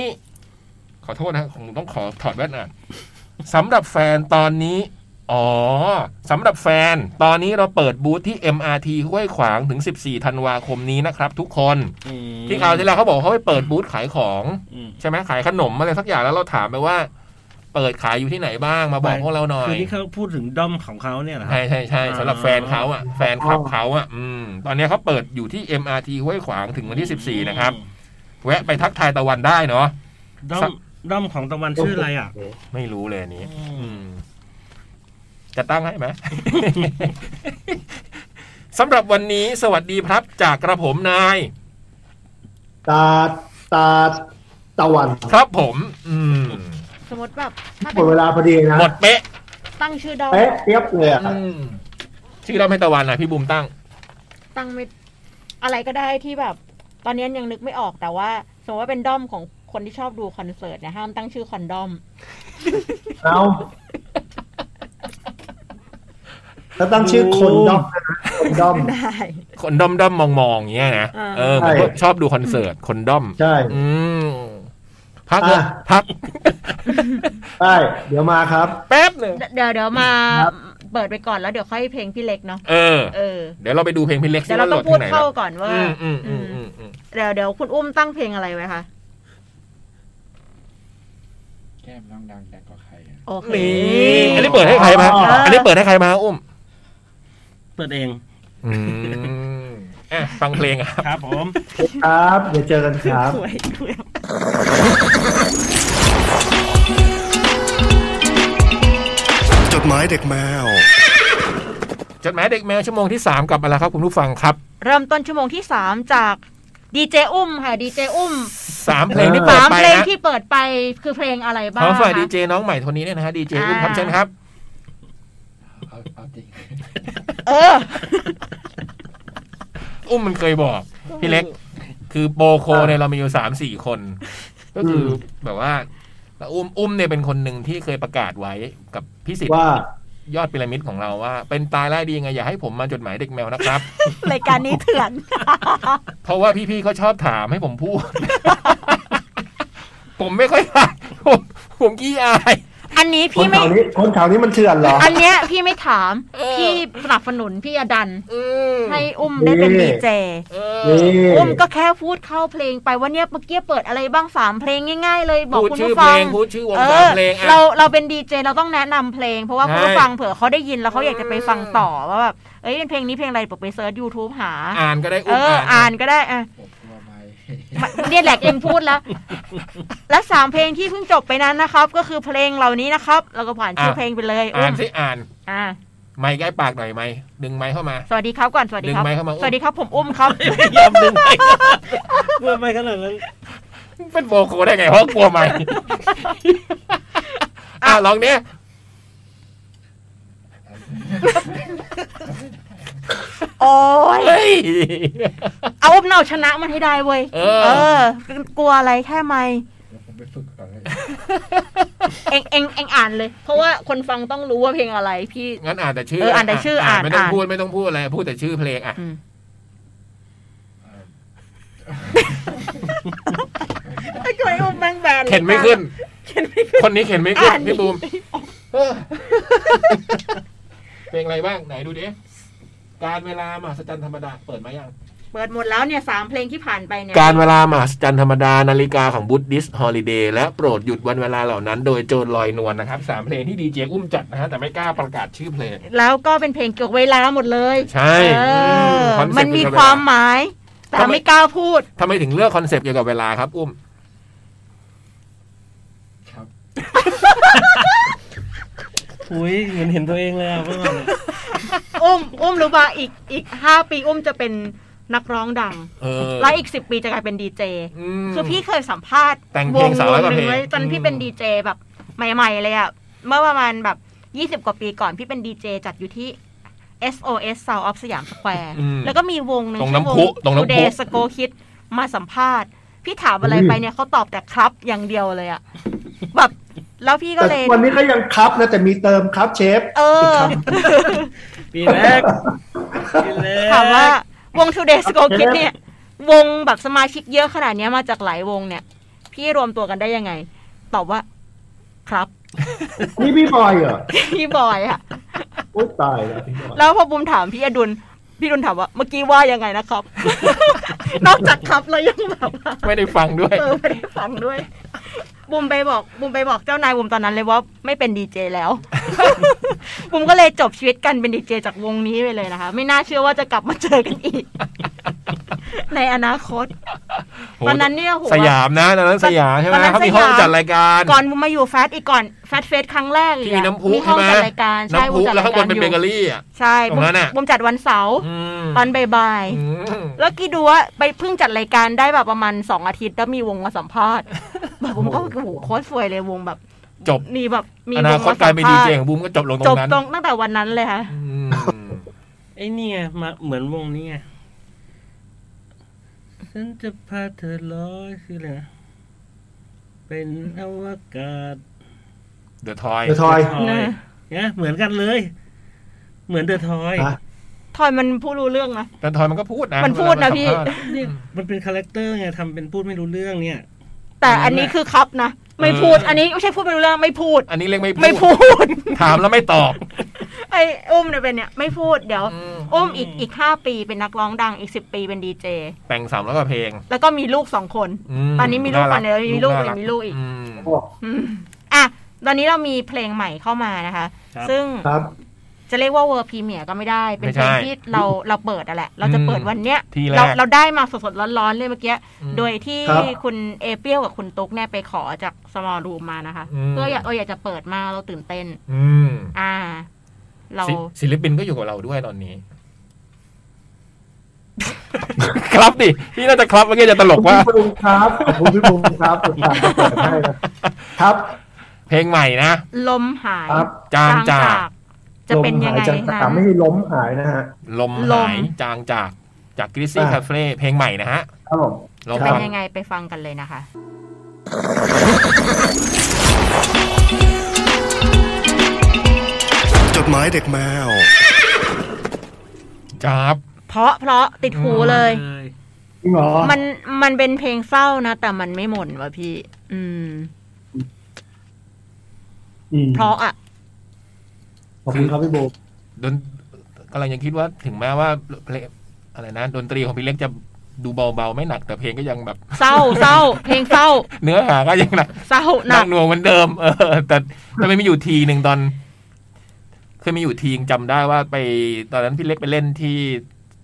[SPEAKER 2] ขอโทษนะคงต้องขอถอดแว่นอ่านสำหรับแฟนตอนนี้ อ๋อสำหรับแฟน ตอนนี้เราเปิดบูธที่ MRT ห้วยขวางถึง 14 ธันวาคมนี้นะครับ ทุกคน ที่คราวที่แล้วเขาบอกเขาไปเปิดบูธขายของ
[SPEAKER 4] อืม
[SPEAKER 2] ใช่ไหมขายขนมอะไรสักอย่างแล้วเราถามไปว่า เปิดขายอยู่ที่ไหนบ้างมาบอกพวกเราหน่อย
[SPEAKER 4] คือที่เขาพูดถึงด้อมของเขาเนี่ยเหรอครั
[SPEAKER 2] ใช่
[SPEAKER 4] บ
[SPEAKER 2] ใช่ใช่
[SPEAKER 4] อ่า
[SPEAKER 2] สำหรับแฟนเขาอ่ะแฟนคลับเขาอ่ะอืมตอนนี้เขาเปิดอยู่ที่ MRT ห้วยขวางถึงวันที่ 14 นะครับ แวะไปทักทายตะวันได้เนาะ
[SPEAKER 4] ด้อ
[SPEAKER 2] สั
[SPEAKER 4] ม
[SPEAKER 2] ก
[SPEAKER 4] ด้อมของตะวันชื่ออะไรอ่ะ
[SPEAKER 2] ไม่รู้เลยอันนี้ อืม จะตั้งให้ไหม สำหรับวันนี้สวัสดีครับจากกระผมนาย
[SPEAKER 5] ตาตาตะวัน
[SPEAKER 2] ครับผม อืม
[SPEAKER 3] สมมติแบบถ้า
[SPEAKER 5] หม
[SPEAKER 3] เป็น
[SPEAKER 5] ดเวลาพอดีนะ
[SPEAKER 2] หมดเป๊ะ
[SPEAKER 3] ตั้งชื่อดอม
[SPEAKER 5] เป๊ะเทียบเลยอ่ะ
[SPEAKER 2] อืมชื่อเราให้ตะวันนะพี่บุมตั้ง
[SPEAKER 3] ตั้งไม่อะไรก็ได้ที่แบบ ตอนนี้ยังนึกไม่ออกแต่ว่า สมมติว่าเป็นด้อมของคนที่ชอบดูคอนเสิร์ตเนี่ยห้ามตั้งชื่อคอนดอม
[SPEAKER 5] เอาแล้วตั้งชื่อคนด้อมด้วยนะคนด้อ ม
[SPEAKER 3] ได้
[SPEAKER 2] คนด้อมด้อมมองมองอย่างเงี้ยนะ
[SPEAKER 3] อ่า
[SPEAKER 2] เออผมก็
[SPEAKER 5] ใช่
[SPEAKER 2] ชอบดูคอนเสิร์ตคนด้อม
[SPEAKER 5] ใช่
[SPEAKER 2] อืม พักเถอะ
[SPEAKER 5] อ่ะ
[SPEAKER 2] พัก
[SPEAKER 5] ได้ เดี๋ยวมาครับ
[SPEAKER 2] แป๊บหนึ่ง
[SPEAKER 3] เดี๋ยวเดี๋ยวมา
[SPEAKER 5] ครับ
[SPEAKER 3] เปิดไปก่อนแล้วเดี๋ยวค่อยเพลงพี่เล็กเนาะ
[SPEAKER 2] เออ
[SPEAKER 3] เออ
[SPEAKER 2] เดี๋ยวเราไปดูเพลงพี่เล็ก
[SPEAKER 3] เดี๋
[SPEAKER 2] ซิ
[SPEAKER 3] ยวเรา
[SPEAKER 2] ว่าโหล
[SPEAKER 3] ต้อ
[SPEAKER 2] ด
[SPEAKER 3] งพู
[SPEAKER 2] ที่
[SPEAKER 3] ด
[SPEAKER 2] ไหน
[SPEAKER 3] เข้า
[SPEAKER 2] บ้าง
[SPEAKER 3] ก่อนว่า
[SPEAKER 2] อืมอืมอืมอืมอืม
[SPEAKER 3] เดี๋ยวเดี๋ยวคุณอุ้มตั้งเพลงอะไรไว้คะ
[SPEAKER 7] แก้มน้องดังแต่ก็ใครอะ
[SPEAKER 3] โอเค
[SPEAKER 2] นี่อันนี้เปิดให้ใครมา อันนี้เปิดให้ใครมาอุ้ม
[SPEAKER 4] เปิดเอง
[SPEAKER 2] อืมอ่ะฟังเพลงครับ
[SPEAKER 4] ครับผม
[SPEAKER 5] ครับ เดี๋ยวเจอกันครับ
[SPEAKER 3] สวยสวย
[SPEAKER 8] จดหมายเด็กแมว
[SPEAKER 2] จดหมายเด็กแมวชั่วโมงที่ 3 กลับมาแล้วครับ คุณผู้ฟังครับ
[SPEAKER 3] เริ่มต้นชั่วโมงที่สามจากดีเจอุ้มค่ะดีเจอุ้ม
[SPEAKER 2] 3 เพลงที่เปิด
[SPEAKER 3] สาม
[SPEAKER 2] ไป
[SPEAKER 3] เพลง
[SPEAKER 2] นะ
[SPEAKER 3] ที่เปิดไปคือเพลงอะไรบ้า
[SPEAKER 2] ข
[SPEAKER 3] ง
[SPEAKER 2] อฝ่าย
[SPEAKER 3] คะ
[SPEAKER 2] ดีเจน้องใหม่คนนี้เนี่ยนะฮะดีเจอุ้มครับ
[SPEAKER 3] อ่า
[SPEAKER 2] เชิญครับ
[SPEAKER 7] เอาเอาจริง
[SPEAKER 3] เออ
[SPEAKER 2] อุ้มมันเคยบอก พี่เล็ก คือโปรโคเนี่ยเรามีอยู่สามสี่คน ก็คืออแบบว่าแล้วอุ้มอุ้มเนี่ยเป็นคนหนึ่งที่เคยประกาศไว้กับพี่สิทธิ์
[SPEAKER 5] ว่า
[SPEAKER 2] ยอดพีระมิดของเราว่า เป็นตายไล่ดียังไงอย่าให้ผมมาจดหมายเด็กแมวนะครับ
[SPEAKER 3] รายการนี้เถื่อน
[SPEAKER 2] เพราะว่าพี่ๆเขาชอบถามให้ผมพูด ผมไม่ค่อย ถ่ายผมผมขี้อาย
[SPEAKER 3] อันนี้
[SPEAKER 5] คน
[SPEAKER 3] พี่ไม่
[SPEAKER 5] แถวนี้ คนแถวนี้มันเถื่อนเหรอ
[SPEAKER 3] อันเนี้ยพี่ไม่ถาม
[SPEAKER 2] เออ
[SPEAKER 3] พี่สนับสนุนพี่อดัน
[SPEAKER 2] อืม
[SPEAKER 3] ให้อุ้มได้เป็น
[SPEAKER 5] นี่
[SPEAKER 3] ดีเจ
[SPEAKER 2] เอ
[SPEAKER 5] นี่
[SPEAKER 2] อ
[SPEAKER 3] อุ้มก็แค่พูดเข้าเพลงไปว่าเนี่ยเมื่อกี้เปิดอะไรบ้างสามเพลงง่ายๆเลย บอก
[SPEAKER 2] พูด
[SPEAKER 3] คุณ
[SPEAKER 2] ชื่อ
[SPEAKER 3] ผู้
[SPEAKER 2] เพ
[SPEAKER 3] ฟั
[SPEAKER 2] ล
[SPEAKER 3] ง
[SPEAKER 2] งพูดชื่อวง
[SPEAKER 3] เอ
[SPEAKER 2] ตาม
[SPEAKER 3] อ
[SPEAKER 2] เพลงอ่ะ
[SPEAKER 3] เราเราเป็นดีเจเราต้องแนะนำเพลง เพราะว่า
[SPEAKER 2] ใช่
[SPEAKER 3] คุณผู้ฟังเผื่อเขาได้ยินแล้วเขาอยากจะไปฟัง
[SPEAKER 2] อืม
[SPEAKER 3] ต่อว่าแบบเอ้ยเป็นเพลงนี้เพลงอะไรบอกไปเซิร์ช YouTube หา
[SPEAKER 2] อ่านก็ได้
[SPEAKER 3] เอ
[SPEAKER 2] อุ้ม
[SPEAKER 3] อ
[SPEAKER 2] อ่า
[SPEAKER 3] อ่าน นก็ได้อ่ะ
[SPEAKER 7] ผมกลัวไห ม
[SPEAKER 3] มาเนี่ยแหละเอ็มพูดแล้ว และสามเพลงที่เพิ่งจบไปนั้นนะครับ ก็คือเพลงเหล่านี้นะครับ เราก็ผ่านชื่อเพลงไปเลย
[SPEAKER 2] อ่าน
[SPEAKER 3] ม
[SPEAKER 2] สิอ่าน
[SPEAKER 3] อ่า
[SPEAKER 2] ไม้ใกล้ปากหน่อยไม้ดึงไม้เข้ามา
[SPEAKER 3] สวัสดีครับก่อนสวัสดีครับ
[SPEAKER 2] ดึงไมค์เข้ามาอุ้ม
[SPEAKER 3] สวัสดีครับผมอุ้มครับ
[SPEAKER 4] ยอมดึงไปเพื่อไม่ขนาดนั้น
[SPEAKER 2] เป็นโบโคได้ไงเพราะกลัวไหม อ่าลองเนี้ย
[SPEAKER 3] โอ้ย
[SPEAKER 2] เฮ้ย
[SPEAKER 3] เอาอุ้มเอาชนะมันให้ได้เว้ย
[SPEAKER 2] เออ
[SPEAKER 3] กลัวอะไรแค่ไม่
[SPEAKER 7] เดี๋ยวผมไปฝึกก่อนเลย
[SPEAKER 3] เองเองเองอ่านเลย เพราะว่าคนฟังต้องรู้ว่าเพลงอะไรพี่
[SPEAKER 2] งั้นอ่านแต่ชื่อ
[SPEAKER 3] เอออ่านแต่ชื่ออ่าน
[SPEAKER 2] ไม่ต้อง
[SPEAKER 3] อ่าน
[SPEAKER 2] พูดไม่ต้องพูดอะไรพูดแต่ชื่อเพลงอ่ะ
[SPEAKER 3] อืมไอ้กวยอุ้มแบงแบนลย
[SPEAKER 2] เข็นไม่ขึ้น
[SPEAKER 3] เข็นไม่ขึ้น
[SPEAKER 2] คนนี้เข็นไม่ขึ้น
[SPEAKER 3] อ่าน
[SPEAKER 2] พี่บูมเอ อเพลงอะไรบ้างไหนดูดิการเวลามหัศจรรย์ธรรมดาเปิดไหมยัง
[SPEAKER 3] เปิดหมดแล้วเนี่ยสามเพลงที่ผ่านไปเนี่ย
[SPEAKER 2] การเวลามหัศจรรย์ธรรมดานาฬิกาของบุตดิสฮอลิเดย์และโปรดหยุดวันเวลาเหล่านั้นโดยโจรลอยนวลนะครับสามเพลงที่ดีเจอุ้มจัดนะฮะแต่ไม่กล้าประกาศชื่อเพลง
[SPEAKER 3] แล้วก็เป็นเพลงเกี่ยวกับเวลาหมดเลย
[SPEAKER 2] ใช่
[SPEAKER 3] เออ
[SPEAKER 2] มคอนเซ็ปต์
[SPEAKER 3] มันมี
[SPEAKER 2] เกี่ยวกับ
[SPEAKER 3] ความหมาย แต่ไม่กล้าพูด
[SPEAKER 2] ทำไมถึงเลือกคอนเซปต์เกี่ยวกับเวลาครับ อุ้ม
[SPEAKER 7] ครับ
[SPEAKER 4] อุ้ยเหมือนเห็นตัวเองเลยอ่ะเมื่อก่อนอะ
[SPEAKER 3] อุ้ม อุ้มรู้ป่ะอีกอีกห้าปีอุ้มจะเป็นนักร้องดัง
[SPEAKER 2] เออ
[SPEAKER 3] แล้วอีกสิบปีจะกลายเป็นดีเจ
[SPEAKER 2] ม
[SPEAKER 3] คือพี่เคยสัมภาษณ์
[SPEAKER 2] แต่งเพลงสาวร้อยกว่าเพลง
[SPEAKER 3] หนึ่ไว้ตอนพี่เป็นดีเจแบบใหม่ ๆ เลยอะเมื่อประมาณแบบยี่สิบกว่าปีก่อนพี่เป็นดีเจจัดอยู่ที่ SOS South of สยามสแควร์
[SPEAKER 2] อืม
[SPEAKER 3] แล้วก็มีวงหนึ่ง
[SPEAKER 2] ตรงน้ำพุ
[SPEAKER 3] ชื่อว
[SPEAKER 2] ตรงน้ำพุ
[SPEAKER 3] เดสโกคิดมาสัมภาษณ์ พี่ถามอะไรไปเนี่ยเขาตอบแต่ครับอย่างเดียวเลยอะแบบแล้วพี่ก็
[SPEAKER 5] แต่
[SPEAKER 3] เลย
[SPEAKER 5] วันนี้ก็ยังครับนะแต่มีเติมครับเชฟ
[SPEAKER 3] เออ
[SPEAKER 4] ปีแรกปีแรก
[SPEAKER 3] ถามว่าวง Today s c o Kid เนี่ย วงแบบสมาชิกเยอะขนาดเนี้ยมาจากหลายวงเนี่ย พี่รวมตัวกันได้ยังไง ตอบว่า ครับ
[SPEAKER 5] นี่พี่บอยเหรอ
[SPEAKER 3] พี่บอยอะ
[SPEAKER 5] โอ๊ยตายแล้วพี่บอย
[SPEAKER 3] แล้วพอบุมถามพี่อดุล พี่อดุลถามว่า เมื่อกี้ว่ายังไงนะครับ นอกจากครับแล้วยังแบบว่า
[SPEAKER 2] ไม่ได้ฟังด้วย
[SPEAKER 3] เออไม่ได้ฟังด้วย บุมไปบอกบุมไปบอกเจ้านายบุมตอนนั้นเลยว่าไม่เป็นดีเจ แล้ว บุมก็เลยจบชีวิตกันเป็นดีเจจากวงนี้ไปเลยนะคะ ไม่น่าเชื่อว่าจะกลับมาเจอกันอี ก ในอนาคต
[SPEAKER 2] โห
[SPEAKER 3] ตอนนั้นเนี่ยโห
[SPEAKER 2] สยามนะตอนนั้นสยามใช่ไหม
[SPEAKER 3] ตอนนั้น
[SPEAKER 2] เขามี
[SPEAKER 3] สยาม
[SPEAKER 2] ห้องจัดรายการ
[SPEAKER 3] ก่อนบุมมาอยู่แฟตอีกก่อนแฟตเฟสครั้งแรกอีก
[SPEAKER 2] ที่
[SPEAKER 3] อะ
[SPEAKER 2] มีน้ำพุ
[SPEAKER 3] มีห้
[SPEAKER 2] ใช่
[SPEAKER 3] อง
[SPEAKER 2] ไหม
[SPEAKER 3] จัดรายการใช่
[SPEAKER 2] น้ำ
[SPEAKER 3] บุ
[SPEAKER 2] พุ
[SPEAKER 3] มจัด
[SPEAKER 2] แล้ว
[SPEAKER 3] รา
[SPEAKER 2] ย ข้างบ
[SPEAKER 3] การ
[SPEAKER 2] นเป็นเบเกอรี่อ่ะ
[SPEAKER 3] ใช่
[SPEAKER 2] ตรงนั้นอะ
[SPEAKER 3] บุมจัดวันเสาร์
[SPEAKER 2] ม
[SPEAKER 3] ตอนบ่าย
[SPEAKER 2] อืม
[SPEAKER 3] ๆแล้วกี่ดูว่าไปเพิ่งจัดรายการได้แบบประมาณสองอาทิตย์แล้วมีวงมาสัมภา ษณ์แบบผมก็โอ้โหโคตรสวยเลยวงแบบ
[SPEAKER 2] จบ
[SPEAKER 3] มีแบบมี
[SPEAKER 2] อ
[SPEAKER 3] ว
[SPEAKER 2] นาง คต
[SPEAKER 3] มาก
[SPEAKER 2] ลา
[SPEAKER 3] สั
[SPEAKER 2] ร
[SPEAKER 3] ม
[SPEAKER 2] เป็น
[SPEAKER 3] ภา
[SPEAKER 2] ดี
[SPEAKER 3] ษ
[SPEAKER 2] เจ
[SPEAKER 3] ณ์
[SPEAKER 2] ของบูมก็จบลงต
[SPEAKER 3] จ
[SPEAKER 2] ร
[SPEAKER 3] บ
[SPEAKER 2] งนั้น
[SPEAKER 3] ตรงตั้งแต่วันนั้นเลยค่ะ
[SPEAKER 2] อืม
[SPEAKER 4] ไอ้นี่ไงมาเหมือนวงนี้ไงฉันจะพาเธอลอยคืออะไรนะเป็นอวกาศ
[SPEAKER 2] เดอะทอย
[SPEAKER 5] เดี๋ยวทอย
[SPEAKER 4] ทอย
[SPEAKER 3] นะ
[SPEAKER 4] เนี่ยเหมือนกันเลย เหมือนเดอะทอย
[SPEAKER 5] ฮะ
[SPEAKER 3] ทอยมันผู้รู้เรื่องนะ
[SPEAKER 2] แต่ทอยมันก็พูดนะ
[SPEAKER 3] มันพูดนะพี่
[SPEAKER 2] เวลามันสัมภาษณ์
[SPEAKER 4] นี่มันเป็นคาแรคเตอร์ไงทำเป็นพูดไม่รู้เรื่องเนี่ย
[SPEAKER 3] แต่อันนี้คือครับนะไม่พูด
[SPEAKER 2] เอออั
[SPEAKER 3] อันนี้ไม่ใช่พูดไม่รู้เรื่องไม่พูด
[SPEAKER 2] อันนี้เรียกไม่
[SPEAKER 3] ไม่
[SPEAKER 2] พู
[SPEAKER 3] พู
[SPEAKER 2] ด
[SPEAKER 3] ด
[SPEAKER 2] ถามแล้วไม่ตอบ
[SPEAKER 3] ไอ้อุ้มเนี่ยเป็นเนี่ยไม่พูดเดี๋ยว
[SPEAKER 2] อืม
[SPEAKER 3] อุ้มอีกอีกห้าปีเป็นนักร้องดังอีกสิบปีเป็นดีเจ
[SPEAKER 2] แต่งสามร้อยกว่าเพลง
[SPEAKER 3] แล้วก็มีลูกสองคน
[SPEAKER 2] ม
[SPEAKER 3] ตอนนี้มีลูก
[SPEAKER 2] ารั
[SPEAKER 3] ก่อนเดี๋ยวมีลูก
[SPEAKER 2] ารั
[SPEAKER 3] อีกมีลูกอีก
[SPEAKER 2] ม
[SPEAKER 3] อืมอ่ะ ตอนนี้เรามีเพลงใหม่เข้ามานะคะ
[SPEAKER 4] ครับ
[SPEAKER 3] ซึ่ง
[SPEAKER 5] ครับ
[SPEAKER 3] จะเรียกว่าเวอร์พรีเมียก็ไม่ได้ เป็นเพลงที่เราเราเปิดอะแหละ เราจะเปิดวันเนี้ย
[SPEAKER 2] ที่แร
[SPEAKER 3] เรา
[SPEAKER 2] ก
[SPEAKER 3] เราได้มาสดๆร้อนๆเลยเมื่อกี้
[SPEAKER 2] อืม
[SPEAKER 3] โดยที่
[SPEAKER 5] ครับ
[SPEAKER 3] คุณเอเปียวกับคุณตุ๊กเนี่ยไปขอจากสมอลรูมมานะคะ
[SPEAKER 2] อืม
[SPEAKER 3] เพื่ออยากเอออยากจะเปิดมาเราตื่นเต้น
[SPEAKER 2] อืม
[SPEAKER 3] อ่า เรา
[SPEAKER 2] ศิศิลปินก็อยู่กับเราด้วยตอนนี้ ครับดิพี่น่าจะครับเมื่อกี้จะตลกว่า
[SPEAKER 5] ขอบคุณพี่บูมครับขอบคุณพี่บูมครับติดตามกันต่อให้นะครับ
[SPEAKER 2] เพลงใหม่นะ
[SPEAKER 3] ลมหาย
[SPEAKER 5] ครับ
[SPEAKER 2] จางจาก
[SPEAKER 3] จะเป็นยังไง
[SPEAKER 5] ลมหาจาก
[SPEAKER 3] นะ
[SPEAKER 5] ตาไม่ให้ล้มหายนะฮะ
[SPEAKER 2] ลม
[SPEAKER 3] ล
[SPEAKER 2] หาม ยจางจากจากกริซซี่
[SPEAKER 5] อ่ะ
[SPEAKER 2] คาเฟ่เพลงใหม่นะฮะ
[SPEAKER 5] ครับผม
[SPEAKER 2] ลอง
[SPEAKER 3] เป็
[SPEAKER 2] ฟั
[SPEAKER 3] น
[SPEAKER 2] ง
[SPEAKER 3] ยังไงไปฟังกันเลยนะคะ
[SPEAKER 8] จดหมายเด็กแมว
[SPEAKER 2] จับ
[SPEAKER 3] เพราะเพราะติดหูเลย
[SPEAKER 5] จริงเหรอ
[SPEAKER 3] มันมันเป็นเพลงเศร้านะ แต่มันไม่หม่นว่ะพี่ อืม
[SPEAKER 5] อืม
[SPEAKER 3] เพราะอ่ะ
[SPEAKER 5] ขอบคุณครับพี่โบม
[SPEAKER 2] ดนกำลังยังคิดว่าถึงแม้ว่าเพลงอะไรนะ ดนตรีของพี่เล็กจะดูเบาๆ ไม่หนักแต่เพลงก็ยังแบบ
[SPEAKER 3] เศร้าเศร้า เพลงเศร้า
[SPEAKER 2] เนื้อหาก็ยังหนัก
[SPEAKER 3] เศร้า
[SPEAKER 2] ห
[SPEAKER 3] หนั
[SPEAKER 2] นั
[SPEAKER 3] ก
[SPEAKER 2] กหน่วงเหมือนเดิม เออ แต่แต่มันมีอยู่ทีหนึ่งตอนเคยมีอยู่ทีงจำได้ว่าไปตอนนั้นพี่เล็กไปเล่นที่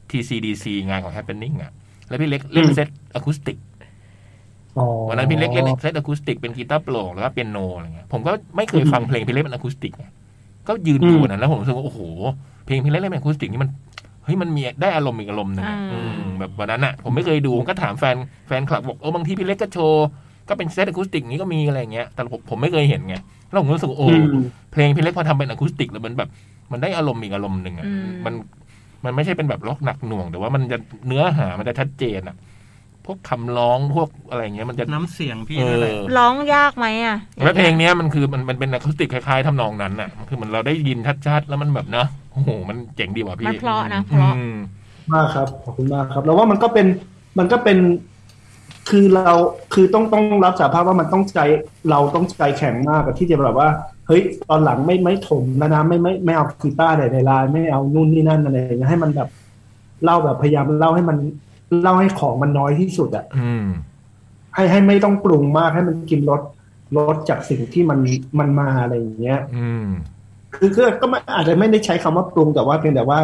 [SPEAKER 2] TCDC งานของ Happening อ่ะ แล้วพี่เล็กเล่นเซตอะคูสติก
[SPEAKER 5] อ๋อ
[SPEAKER 2] วันนั้นพี่เล็กเล่นเซตอะคูสติกเป็นกีตาร์โปร่งแล้วก็เปียโนอะไรเงี้ยผมก็ไม่เคยฟังเพลงพี่เล็กเป็นอะคูสติกไงก็ยืนดูนะแล้วผมรู้สึกว่าโอ้โหเพลงพี่เล็กเล่นเป็นอะคูสติกนี่มันเฮ้ยมันมีได้อารมณ์อีกอารมณ์หนึงอะอืมแบบวันนั้นอ่ะผมไม่เคยดูผมก็ถามแฟนแฟนคลับบอกเออบางทีพี่เล็กก็โชว์ก็เป็นเซตอะคูสติกนี้ก็มีอะไรเงี้ยแต่ผมผมไม่เคยเห็นไงแล้วผมรู้สึกว่าโอ้
[SPEAKER 5] อืม
[SPEAKER 2] เพลงพี่เล็กพอทำเป็นอะคูสติกแล้วมันแบบ มันได้อารมณ์อีกอารมณ์หนึ่งอ่ะ
[SPEAKER 3] อื
[SPEAKER 2] มันมันไม่ใช่เป็นแบบล็อกหนักหน่วง แต่ว่ามันจะเนื้อหามันจะชัดเจนอ่ะ พวกคำร้องพวกอะไรเงี้ยมันจะ
[SPEAKER 4] น้ำเสียงพี่
[SPEAKER 2] เอ
[SPEAKER 4] นั่นแหละ
[SPEAKER 2] อ
[SPEAKER 3] ร้องยากไหมอ่ะ
[SPEAKER 2] แล้วเพลงเนี้ยมันคือมันมันเป็นอะคูสติกคล้ายๆทำนองนั้นน่ะมันคือมันเราได้ยินชัดๆ แล้วมันแบบเนาะโอ้โหมันเจ๋งดีว่ะพี่
[SPEAKER 3] มันเพราะนะเพ
[SPEAKER 2] อื
[SPEAKER 3] ราะ
[SPEAKER 2] ม
[SPEAKER 5] มากครับ ขอบคุณมากครับ แล้วว่ามันก็เป็นมันก็เป็น คือเราคือต้องต้องรับสารภาพว่ามันต้องใจเราต้องใจแข็งมากกับที่จะแบบว่า เฮ้ยตอนหลังไม่ไม่ถมแล้วนะไม่ไม่ไม่เอากีตาร์ใดในไลน์ไม่เอานู่นนี่นั่นอะไรอย่างเงี้ยให้มันแบบเล่าแบบพยายามเล่าให้มันเล่าให้ของมันน้อยที่สุดอะ
[SPEAKER 2] อืม
[SPEAKER 5] ให้ให้ไม่ต้องปรุงมากให้มันกินรสรสจากสิ่งที่มันมันมาอะไรอย่างเงี้ย
[SPEAKER 2] อืม
[SPEAKER 5] คือก็ก็ไม่อาจจะไม่ได้ใช้คำว่าปรุงแต่ว่าเพียงแต่ว่า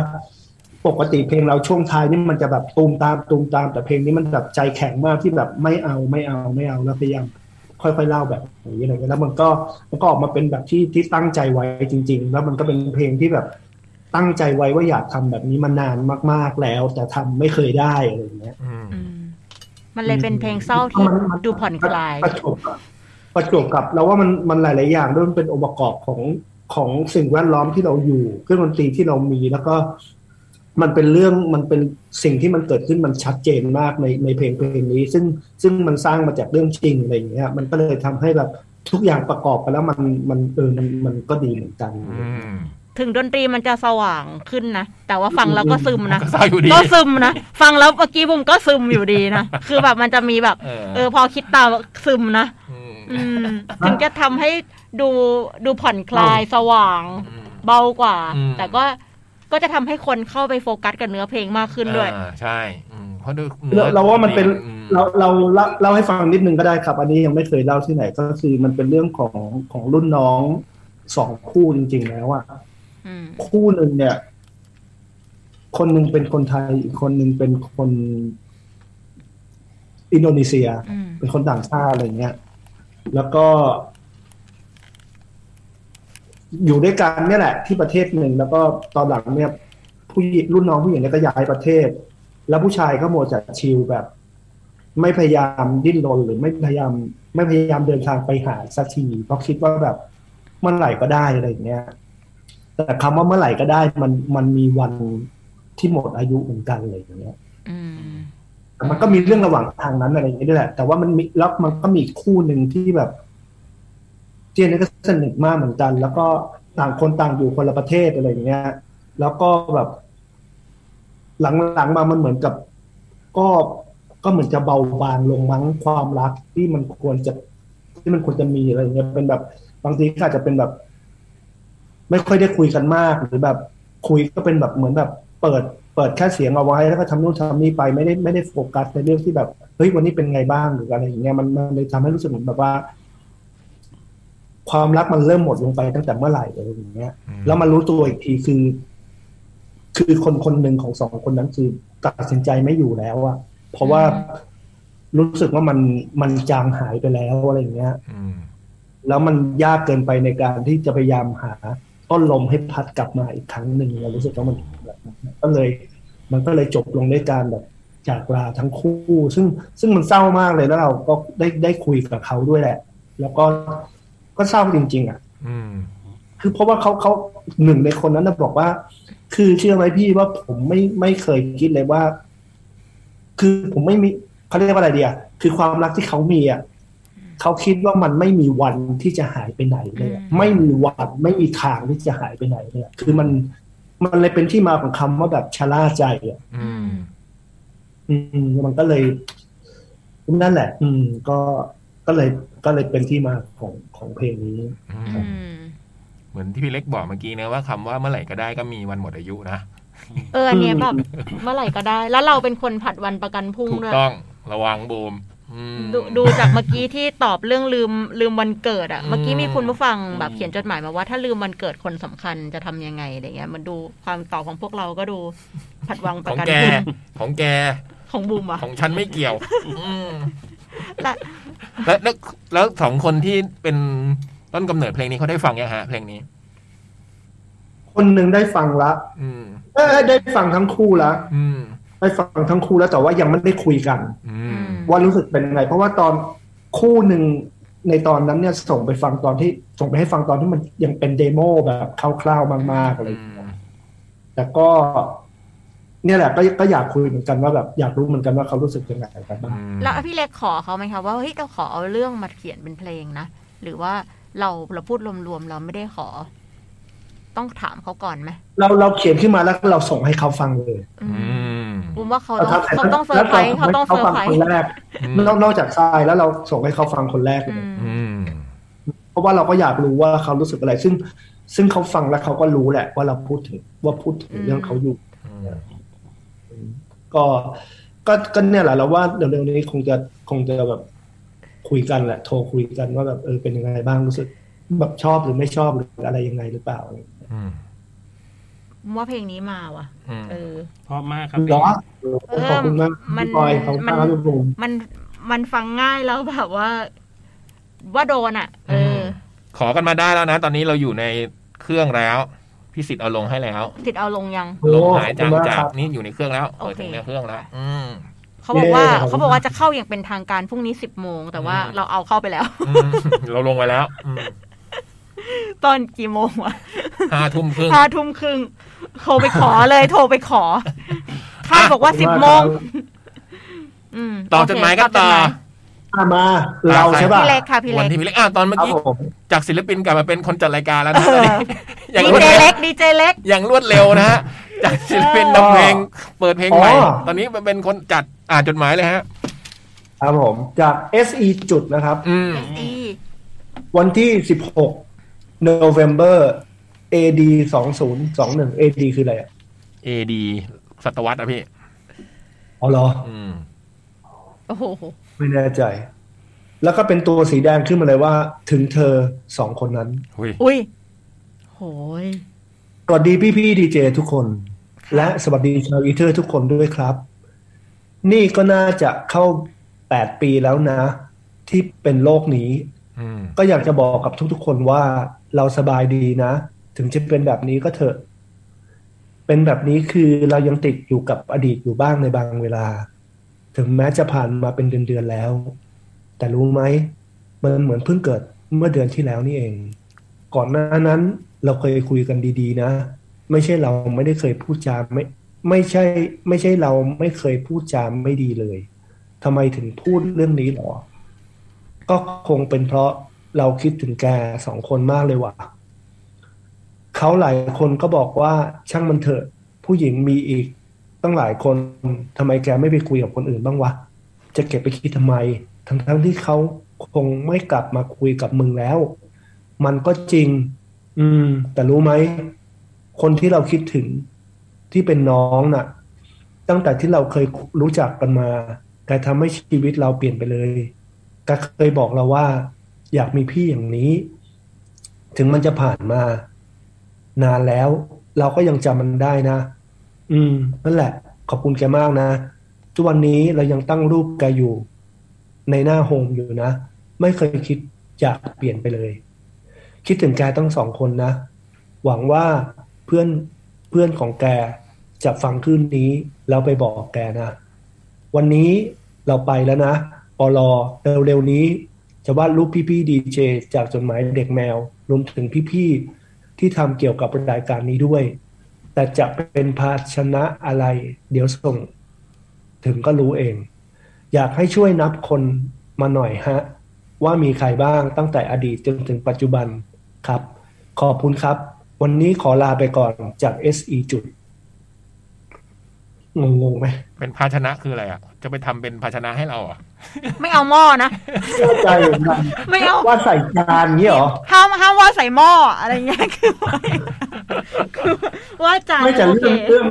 [SPEAKER 5] ปกติเพลงเราช่วงท้ายนี่มันจะแบบตูมตามตูมตาม แต่เพลงนี้มันแบบใจแข็งมากที่แบบไม่เอาไม่เอาไม่เอาแล้วพยายามค่อยๆเล่าแบบนี้อะไรเงี้ยแล้วมันก็มันก็ออกมาเป็นแบบที่ที่ตั้งใจไว้จริง ๆ แล้วมันก็เป็นเพลงที่แบบตั้งใจไว้ว่าอยากทำแบบนี้มานานมาก ๆแล้ว แต่ทำไม่เคยได้อะไรอย่างเงี้ย
[SPEAKER 2] อืม
[SPEAKER 3] อืมมันเลยเป็นเพลงเศร้าที่
[SPEAKER 5] มันมัน
[SPEAKER 3] ดูผ่อนคลาย
[SPEAKER 5] ประจวบกับประจวบกับเราว่ามันมันหลาย ๆ อย่างด้วยมันเป็นองค์ประกอบของของสิ่งแวดล้อมที่เราอยู่เครื่องดนตรีที่เรามีแล้วก็ มันเป็นเรื่องมันเป็นสิ่งที่มันเกิดขึ้นมันชัดเจนมากในในเพลงเพลงนี้ ซึ่งซึ่งมันสร้างมาจากเรื่องจริงอะไรอย่างเงี้ย มันก็เลยทำให้แบบทุกอย่างประกอบกันแล้วมันมันเออมันมันก็ดีเหมือนกัน
[SPEAKER 2] อืม
[SPEAKER 3] ถึงดนตรีมันจะสว่างขึ้นนะ แต่ว่าฟังแล้วก็ซึมนะ
[SPEAKER 2] ก็เศร้าอยู่ดี
[SPEAKER 3] ก็ซึมนะ ฟังแล้วเมื่อกี้บุมก็ซึมอยู่ดีนะ คือแบบมันจะมีแบบ
[SPEAKER 2] เออ
[SPEAKER 3] เออพอคิดตามซึมนะ
[SPEAKER 2] อืม
[SPEAKER 3] อืม ถึงจะทำให้ดูดูผ่อนคลายสว่าง
[SPEAKER 2] อืม
[SPEAKER 3] เบากว่า
[SPEAKER 2] อืม
[SPEAKER 3] แต่ก็ก็จะทำให้คนเข้าไปโฟกัสกับเนื้อเพลงมากขึ้นด้วย
[SPEAKER 2] อ่าใช่อืมเพราะดู
[SPEAKER 5] เราเราว่ามันเป็น
[SPEAKER 2] อืม
[SPEAKER 5] เราเราเล่าเล่าให้ฟังนิดนึงก็ได้ครับ อันนี้ยังไม่เคยเล่าที่ไหนก็คือมันเป็นเรื่องของของรุ่นน้องสองคู่จริง ๆ แล้วอะ
[SPEAKER 3] อืม
[SPEAKER 5] คู่หนึ่งเนี่ย คนหนึ่งเป็นคนไทยอีกคนหนึ่งเป็นคนอินโดนีเซีย
[SPEAKER 3] อืม
[SPEAKER 5] เป็นคนต่างชาติอะไรเงี้ย แล้วก็ อยู่ด้วยกันเนี่ยแหละ ที่ประเทศหนึ่งแล้วก็ตอนหลังเนี่ย ผู้หญิงรุ่นน้องผู้หญิงเนี่ยก็ย้ายประเทศ แล้วผู้ชายก็โมวแต่จะชิลแบบ ไม่พยายามดิ้นรนหรือไม่พยายาม ไม่พยายามเดินทางไปหาสักทีเพราะคิดว่าแบบเมื่อไหร่ก็ได้อะไรอย่างเงี้ย แต่คำว่าเมื่อไหร่ก็ได้ มันมันมีวันที่หมดอายุเหมือนกันอะไรอย่างเงี้ย
[SPEAKER 3] อืม
[SPEAKER 5] แต่มันก็มีเรื่องระหว่างทางนั้นอะไรอย่างเงี้ยด้วยแหละ แต่ว่ามันมีแล้วมันก็มีอีกคู่หนึ่งที่แบบเจนนี่ก็สนิทมากเหมือนกัน แล้วก็ต่างคนต่างอยู่คนละประเทศอะไรอย่างเงี้ย แล้วก็แบบ หลังๆมามันเหมือนกับ ก็ก็เหมือนจะเบาบางลงมั้งความรักที่มันควรจะ ที่มันควรจะมีอะไรอย่างเงี้ยเป็นแบบบางทีก็อาจจะเป็นแบบ ไม่ค่อยได้คุยกันมาก หรือแบบคุยก็เป็นแบบเหมือนแบบเปิด เปิดแค่เสียงเอาไว้แล้วก็ทำนู่นทำนี่ไปไม่ได้ไม่ได้โฟกัสในเรื่องที่แบบเฮ้ยวันนี้เป็นไงบ้างหรืออะไรอย่างเงี้ยมันมันเลยทำให้รู้สึกเหมือนแบบว่า ความรักมันเริ่มหมดลงไปตั้งแต่เมื่อไหร่อะไรอย่างเงี้ย
[SPEAKER 2] อืม
[SPEAKER 5] แล้วมารู้ตัวอีกทีคือ คือคนคนหนึ่งของสองคนนั้นคือตัดสินใจไม่อยู่แล้วอะเพราะว่า
[SPEAKER 3] อืม
[SPEAKER 5] รู้สึกว่ามันมันจางหายไปแล้วอะไรอย่างเงี้ย
[SPEAKER 2] อืม
[SPEAKER 5] แล้วมันยากเกินไปในการที่จะพยายามหาต้นลมให้พัดกลับมาอีกครั้งหนึ่งเรารู้สึกว่ามันแบบนั้นก็เลย มันก็เลยจบลงด้วยการแบบจากลาทั้งคู่ ซึ่งซึ่งมันเศร้ามากเลยแล้วเราก็ได้ได้คุยกับเขาด้วยแหละ แล้วก็ก็เศร้าจริง ๆ อ่ะ
[SPEAKER 2] อืม
[SPEAKER 5] คือเพราะว่าเขาเขาหนึ่งในคนนั้นนะบอกว่า คือเชื่อไหมพี่ว่าผมไม่ไม่เคยคิดเลยว่า คือผมไม่มีเขาเรียกว่าอะไรดีอ่ะคือความรักที่เขามีอ่ะเขาคิดว่ามันไม่มีวันที่จะหายไปไหนเลยอะ
[SPEAKER 3] อืม
[SPEAKER 5] ไม่มีวันไม่มีทางที่จะหายไปไหนเลยอะคือมันมันเลยเป็นที่มาของคำว่าแบบชะล่าใจอ่ะ
[SPEAKER 2] อืม
[SPEAKER 5] อืมมันก็เลยนั่นแหละ อืม ก็ก็เลยก็เลยเป็นที่มาของของเพลงนี้
[SPEAKER 2] อื
[SPEAKER 3] อื
[SPEAKER 2] ม
[SPEAKER 3] ม
[SPEAKER 2] เหมือนที่พี่เล็กบอกเมื่อกี้นะว่าคำว่าเมื่อไหร่ก็ได้ก็มีวันหมดอายุนะ
[SPEAKER 3] เอออันเนี้ยแบบเมื่อไหร่ก็ได้ แล้วเราเป็นคนผัดวันประกันพรุ่ง
[SPEAKER 2] ถูก
[SPEAKER 3] ด้วย
[SPEAKER 2] ต้องระวังบูมอืม
[SPEAKER 3] ดูดูจากเมื่อกี้ที่ตอบเรื่องลืมลืมวันเกิดอะ
[SPEAKER 2] อืม
[SPEAKER 3] เมื่อกี้มีคุณผู้ฟังแบบ
[SPEAKER 2] อืม
[SPEAKER 3] เขียนจดหมายมาว่าถ้าลืมวันเกิดคนสำคัญจะทำยังไงอะไรเงี้ย มันดูความตอบของพวกเราก็ดูผัดวัง
[SPEAKER 2] ข
[SPEAKER 3] ประ
[SPEAKER 2] อง
[SPEAKER 3] กัน
[SPEAKER 2] แกข
[SPEAKER 3] พรุ่ง
[SPEAKER 2] องแก
[SPEAKER 3] ของบูมอะ
[SPEAKER 2] ของฉันไม่เกี่ยว อืม
[SPEAKER 3] และ
[SPEAKER 2] แล้วแล้วแล้วสองคนที่เป็นต้นกำเนิดเพลงนี้เขาได้ฟังยังฮะ เพลงนี้
[SPEAKER 5] คนหนึ่งได้ฟังละ
[SPEAKER 2] อืม
[SPEAKER 5] เออได้ฟังทั้งคู่แล้ว
[SPEAKER 2] อืม
[SPEAKER 5] ได้ฟังทั้งคู่แล้วแต่ว่ายังไม่ได้คุยกัน
[SPEAKER 2] อื
[SPEAKER 3] อื
[SPEAKER 2] ม
[SPEAKER 3] ม
[SPEAKER 5] ว่ารู้สึกเป็นยังไง เพราะว่าตอนคู่หนึ่งในตอนนั้นเนี่ยส่งไปฟังตอนที่ส่งไปให้ฟังตอนที่มันยังเป็นเดโมแบบคร่าวๆมากๆอะไรอย่างเงี้ยแต่ก็ เนี่ยแหละก็ก็อยากคุยเหมือนกันว่าแบบอยากรู้เหมือนกันว่าเขารู้สึกยังไงกันบ้าง
[SPEAKER 3] แล้วพี่เล็กขอเขาไหมคะว่าเฮ้ยเราขอเอาเรื่องมาเขียนเป็นเพลงนะหรือว่าเราเราพูดรวมๆเราไม่ได้ขอ ต้องถามเขาก่อนไหม
[SPEAKER 5] เราเราเขียนขึ้นมาแล้วเราส่งให้เขาฟังเลย
[SPEAKER 3] อื
[SPEAKER 2] อื
[SPEAKER 3] ม
[SPEAKER 2] ม
[SPEAKER 3] บูมว่าเขาต้อง
[SPEAKER 5] แล้ว
[SPEAKER 3] เขาต้องเซอร์ไพรส์เขาต้องเซอร์
[SPEAKER 5] ฟัง
[SPEAKER 3] ไพร
[SPEAKER 5] ค
[SPEAKER 3] ส์
[SPEAKER 5] นแรกนอกนอกจากทรายแล้วเราส่งให้เขาฟังคนแรกเล
[SPEAKER 3] อื
[SPEAKER 5] ย
[SPEAKER 3] ม
[SPEAKER 2] อืม
[SPEAKER 5] เพราะว่าเราก็อยากรู้ว่าเขารู้สึกอะไร ซึ่ง ซึ่งเขาฟังแล้วเขาก็รู้แหละ ว่าเราพูดถึงว่าพูดถึงเรื่องเขาอยู่ ก็ ก็ก็เนี่ยแหละเราว่าเดี๋ยวเร็วนี้คงจะคงจะแบบคุยกันแหละ โทรคุยกันว่าแบบเออเป็นยังไงบ้างรู้สึกแบบชอบหรือไม่ชอบหรืออะไรยังไงหรือเปล่า
[SPEAKER 2] อืม
[SPEAKER 3] ว่าเพลงนี้มาว่ะ
[SPEAKER 2] อืม
[SPEAKER 3] เออ
[SPEAKER 4] เพราะมากครับ
[SPEAKER 5] เหรอขอบคุณมาก
[SPEAKER 3] มัน
[SPEAKER 5] พี่ปอยขอบคุณมากครับพี่ภูมิ
[SPEAKER 3] มันมันฟังง่ายแล้วแบบว่า ว่าโดนอ่ะ เออ
[SPEAKER 2] ขอกันมาได้แล้วนะ ตอนนี้เราอยู่ในเครื่องแล้วพี่สิทธิ์เอาลงให้แล้ว
[SPEAKER 3] ติดเอาลงยัง
[SPEAKER 5] โอ้
[SPEAKER 2] ลงหายจาง
[SPEAKER 5] ขอบคุณมก
[SPEAKER 2] จาก
[SPEAKER 5] ครับ
[SPEAKER 2] นี่อยู่ในเครื่องแล้ว
[SPEAKER 3] โอ
[SPEAKER 2] เปิด
[SPEAKER 3] เค
[SPEAKER 2] ถึงในเครื่องแล้ว อืม
[SPEAKER 3] เขาบอกว่า
[SPEAKER 5] เย้ขอบคุณ
[SPEAKER 3] เขาบอกว่าจะเข้าอย่างเป็นทางการพรุ่งนี้สิบโมง แต่ว่า
[SPEAKER 2] อืม
[SPEAKER 3] เราเอาเข้าไปแล้ว
[SPEAKER 2] อืมเราลงไปแล้วอืม
[SPEAKER 3] ตอนกี่โมงวะ
[SPEAKER 2] ห้าทุ่มครึ่ง
[SPEAKER 3] ห้าทุ่มครึ่งโทรไปขอเลย โทรไปขอค่ายบอกว่าสิบโมงอืม
[SPEAKER 2] ต่อจดหมายกันต่อ
[SPEAKER 3] โเค
[SPEAKER 5] อ่ะมา เราใช่
[SPEAKER 3] ต
[SPEAKER 5] ป่ะ
[SPEAKER 3] อบจดหมายพี่เล็กค่ะพี่
[SPEAKER 2] วัน
[SPEAKER 3] เล็ก
[SPEAKER 2] ที่พี่เล็กอ่ะตอนเมื่อ
[SPEAKER 5] ครับ
[SPEAKER 2] กี้
[SPEAKER 5] ผม
[SPEAKER 2] จากศิลปินกลับมาเป็นคนจัดรายการแล้ว
[SPEAKER 3] เอ
[SPEAKER 2] นะตอน
[SPEAKER 3] อ
[SPEAKER 2] นี้ อย่าง
[SPEAKER 3] ดี
[SPEAKER 2] รวด
[SPEAKER 3] เจ
[SPEAKER 2] เร็ว
[SPEAKER 3] เล็กดีเจเล็ก
[SPEAKER 2] อย่างรวดเร็วนะฮะจากศิลปินนำเพลงเปิดเพลงใหม่ตอนนี้มาเป็นคนจัดอ่านจดหมายเลยฮะ
[SPEAKER 5] ครับผม จาก SE จุดนะครับ
[SPEAKER 2] อืม
[SPEAKER 3] SE
[SPEAKER 5] วันที่ 16 November AD 2021 AD คืออะไรอ่ะ
[SPEAKER 2] เอดีศตวรรษอ่ะพี่
[SPEAKER 5] อ๋อเหรอ
[SPEAKER 2] อืม
[SPEAKER 3] โอ้โห
[SPEAKER 5] ไม่แน่ใจ แล้วก็เป็นตัวสีแดงขึ้นมาเลยว่า ถึงเธอสองคนนั้น
[SPEAKER 2] หุย
[SPEAKER 3] อุ้ยโหย
[SPEAKER 5] สวัสดีพี่พี่ดีเจทุกคน และสวัสดีชาวอีเทอร์ทุกคนด้วยครับ นี่ก็น่าจะเข้า 8 ปีแล้วนะ ที่เป็นโลกนี้
[SPEAKER 2] อืม
[SPEAKER 5] ก็อยากจะบอกกับทุกๆคนว่าเราสบายดีนะ ถึงจะเป็นแบบนี้ก็เถอะ เป็นแบบนี้คือเรายังติดอยู่กับอดีตอยู่บ้างในบางเวลา ถึงแม้จะผ่านมาเป็นเดือนๆแล้ว แต่รู้ไหม มันเหมือนเพิ่งเกิดเมื่อเดือนที่แล้วนี่เอง ก่อนหน้านั้นเราเคยคุยกันดีๆนะ ไม่ใช่เราไม่ได้เคยพูดจาไม่ ไม่ใช่ ไม่ใช่เราไม่เคยพูดจาไม่ดีเลยทำไมถึงพูดเรื่องนี้หรอ ก็คงเป็นเพราะเราคิดถึงแกสองคนมากเลยว่ะ เขาหลายคนก็บอกว่าช่างมันเถอะ ผู้หญิงมีอีกตั้งหลายคนทำไมแกไม่ไปคุยกับคนอื่นบ้างวะ จะเก็บไปคิดทำไม ทั้งๆที่เขาคงไม่กลับมาคุยกับมึงแล้ว มันก็จริง อืม แต่รู้ไหม คนที่เราคิดถึงที่เป็นน้องน่ะ ตั้งแต่ที่เราเคยรู้จักกันมาแกทำให้ชีวิตเราเปลี่ยนไปเลย แกเคยบอกเราว่า อยากมีพี่อย่างนี้ ถึงมันจะผ่านมา นานแล้ว เราก็ยังจำมันได้นะ อืม นั่นแหละ ขอบคุณแกมากนะทุกวันนี้เรายังตั้งรูปแกอยู่ ในหน้าโฮมอยู่นะ ไม่เคยคิดอยากเปลี่ยนไปเลย คิดถึงแกตั้งสองคนนะ หวังว่าเพื่อนเพื่อนของแกจะฟังคลื่นนี้ แล้วไปบอกแกนะ วันนี้เราไปแล้วนะปอลอเร็วๆนี้ จะวาดรูปพี่ๆดีเจจากจดหมายเด็กแมว รวมถึงพี่ๆที่ทำเกี่ยวกับรายการนี้ด้วย แต่จะเป็นภาชนะอะไร เดี๋ยวส่ง ถึงก็รู้เอง อยากให้ช่วยนับคนมาหน่อยฮะ ว่ามีใครบ้างตั้งแต่อดีตจนถึงปัจจุบันครับ ขอบคุณครับ วันนี้ขอลาไปก่อนจาก SE จุดงงๆไหม
[SPEAKER 2] เป็นภาชนะคืออะไรอ่ะ จะไปทำเป็นภาชนะให้เราเหรอ่ะ
[SPEAKER 3] ไม่เอาหม้อนะ
[SPEAKER 5] เข้าใจเหมือนกัน
[SPEAKER 3] ไม่เอา
[SPEAKER 5] ว่าใส่จานเงี้ยเหรอ
[SPEAKER 3] ห้ามห้ามว่าใส่หม้ออะไรเงี้ย คือว่าคือว่าจาน
[SPEAKER 5] ไม่แต่
[SPEAKER 3] โอเค
[SPEAKER 5] เรื่อง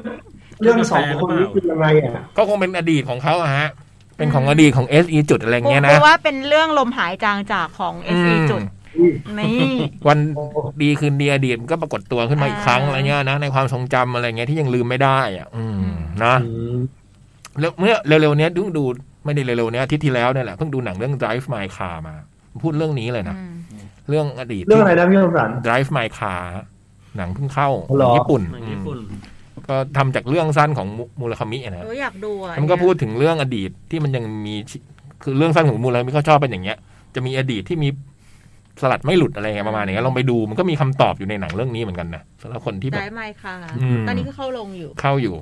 [SPEAKER 5] เรื่องเรื่องสองคนนี้
[SPEAKER 4] เรื่องกาแฟหรือเปล่า
[SPEAKER 5] คือยังไงอ่ะ
[SPEAKER 2] ก็คงเป็นอดีตของเขาอะฮะ เป็นของอดีตของ SE จุดอะไร
[SPEAKER 3] ผม
[SPEAKER 2] เงี้ย
[SPEAKER 3] คิ
[SPEAKER 2] นะ
[SPEAKER 3] ดว่าเป็นเรื่องลมหายจางจากของ
[SPEAKER 2] อื
[SPEAKER 3] SE
[SPEAKER 2] ม
[SPEAKER 3] จุดนี่
[SPEAKER 2] วันดีคืนดีอดีตมันก็ปรากฏตัวขึ้นมาอีกครั้งอะไรเงี้ยนะ ในความทรงจำอะไรเงี้ยที่ยังลืมไม่ได้อ่ะ อืมนะแล้วเมื่อเร็วๆเนี้ยดูดูไม่ได้เร็วๆเนี้ยอาทิตย์ที่แล้วเนี่ยแหละเพิ่งดูหนังเรื่อง Drive My Car มา พูดเรื่องนี้เลยนะ
[SPEAKER 3] อืม
[SPEAKER 2] เรื่องอดีต
[SPEAKER 5] เรื่องอะไรนะพี่สมศักดิ์
[SPEAKER 2] Drive My Car หนังเพิ่งเข้า
[SPEAKER 5] เหรอ
[SPEAKER 2] ญี่ปุ่น
[SPEAKER 4] หนังญี่ปุ่น
[SPEAKER 2] ก็ทำจากเรื่องสั้นของมูมูราคามิอะนะ
[SPEAKER 3] เอออยากดูอ่ะ
[SPEAKER 2] มันก็พูดถึงเรื่องอดีตที่มันยังมีชีคือเรื่องสั้นของมูลแล้วมีเขาชอบเป็นอย่างเงี้ย จะมีอดีตที่มีสลัดไม่หลุดอะไรเงี้ยประมาณอย่างเงี้ยลองไปดูมันก็มีคำตอบอยู่ในหนังเรื่องนี้เหมือนกันนะสำหรับคนที่แบบ
[SPEAKER 3] ได้ไหมค่ะ
[SPEAKER 2] อืม
[SPEAKER 3] ตอนนี้ก็เข้าลงอยู่
[SPEAKER 2] เข้าอยู่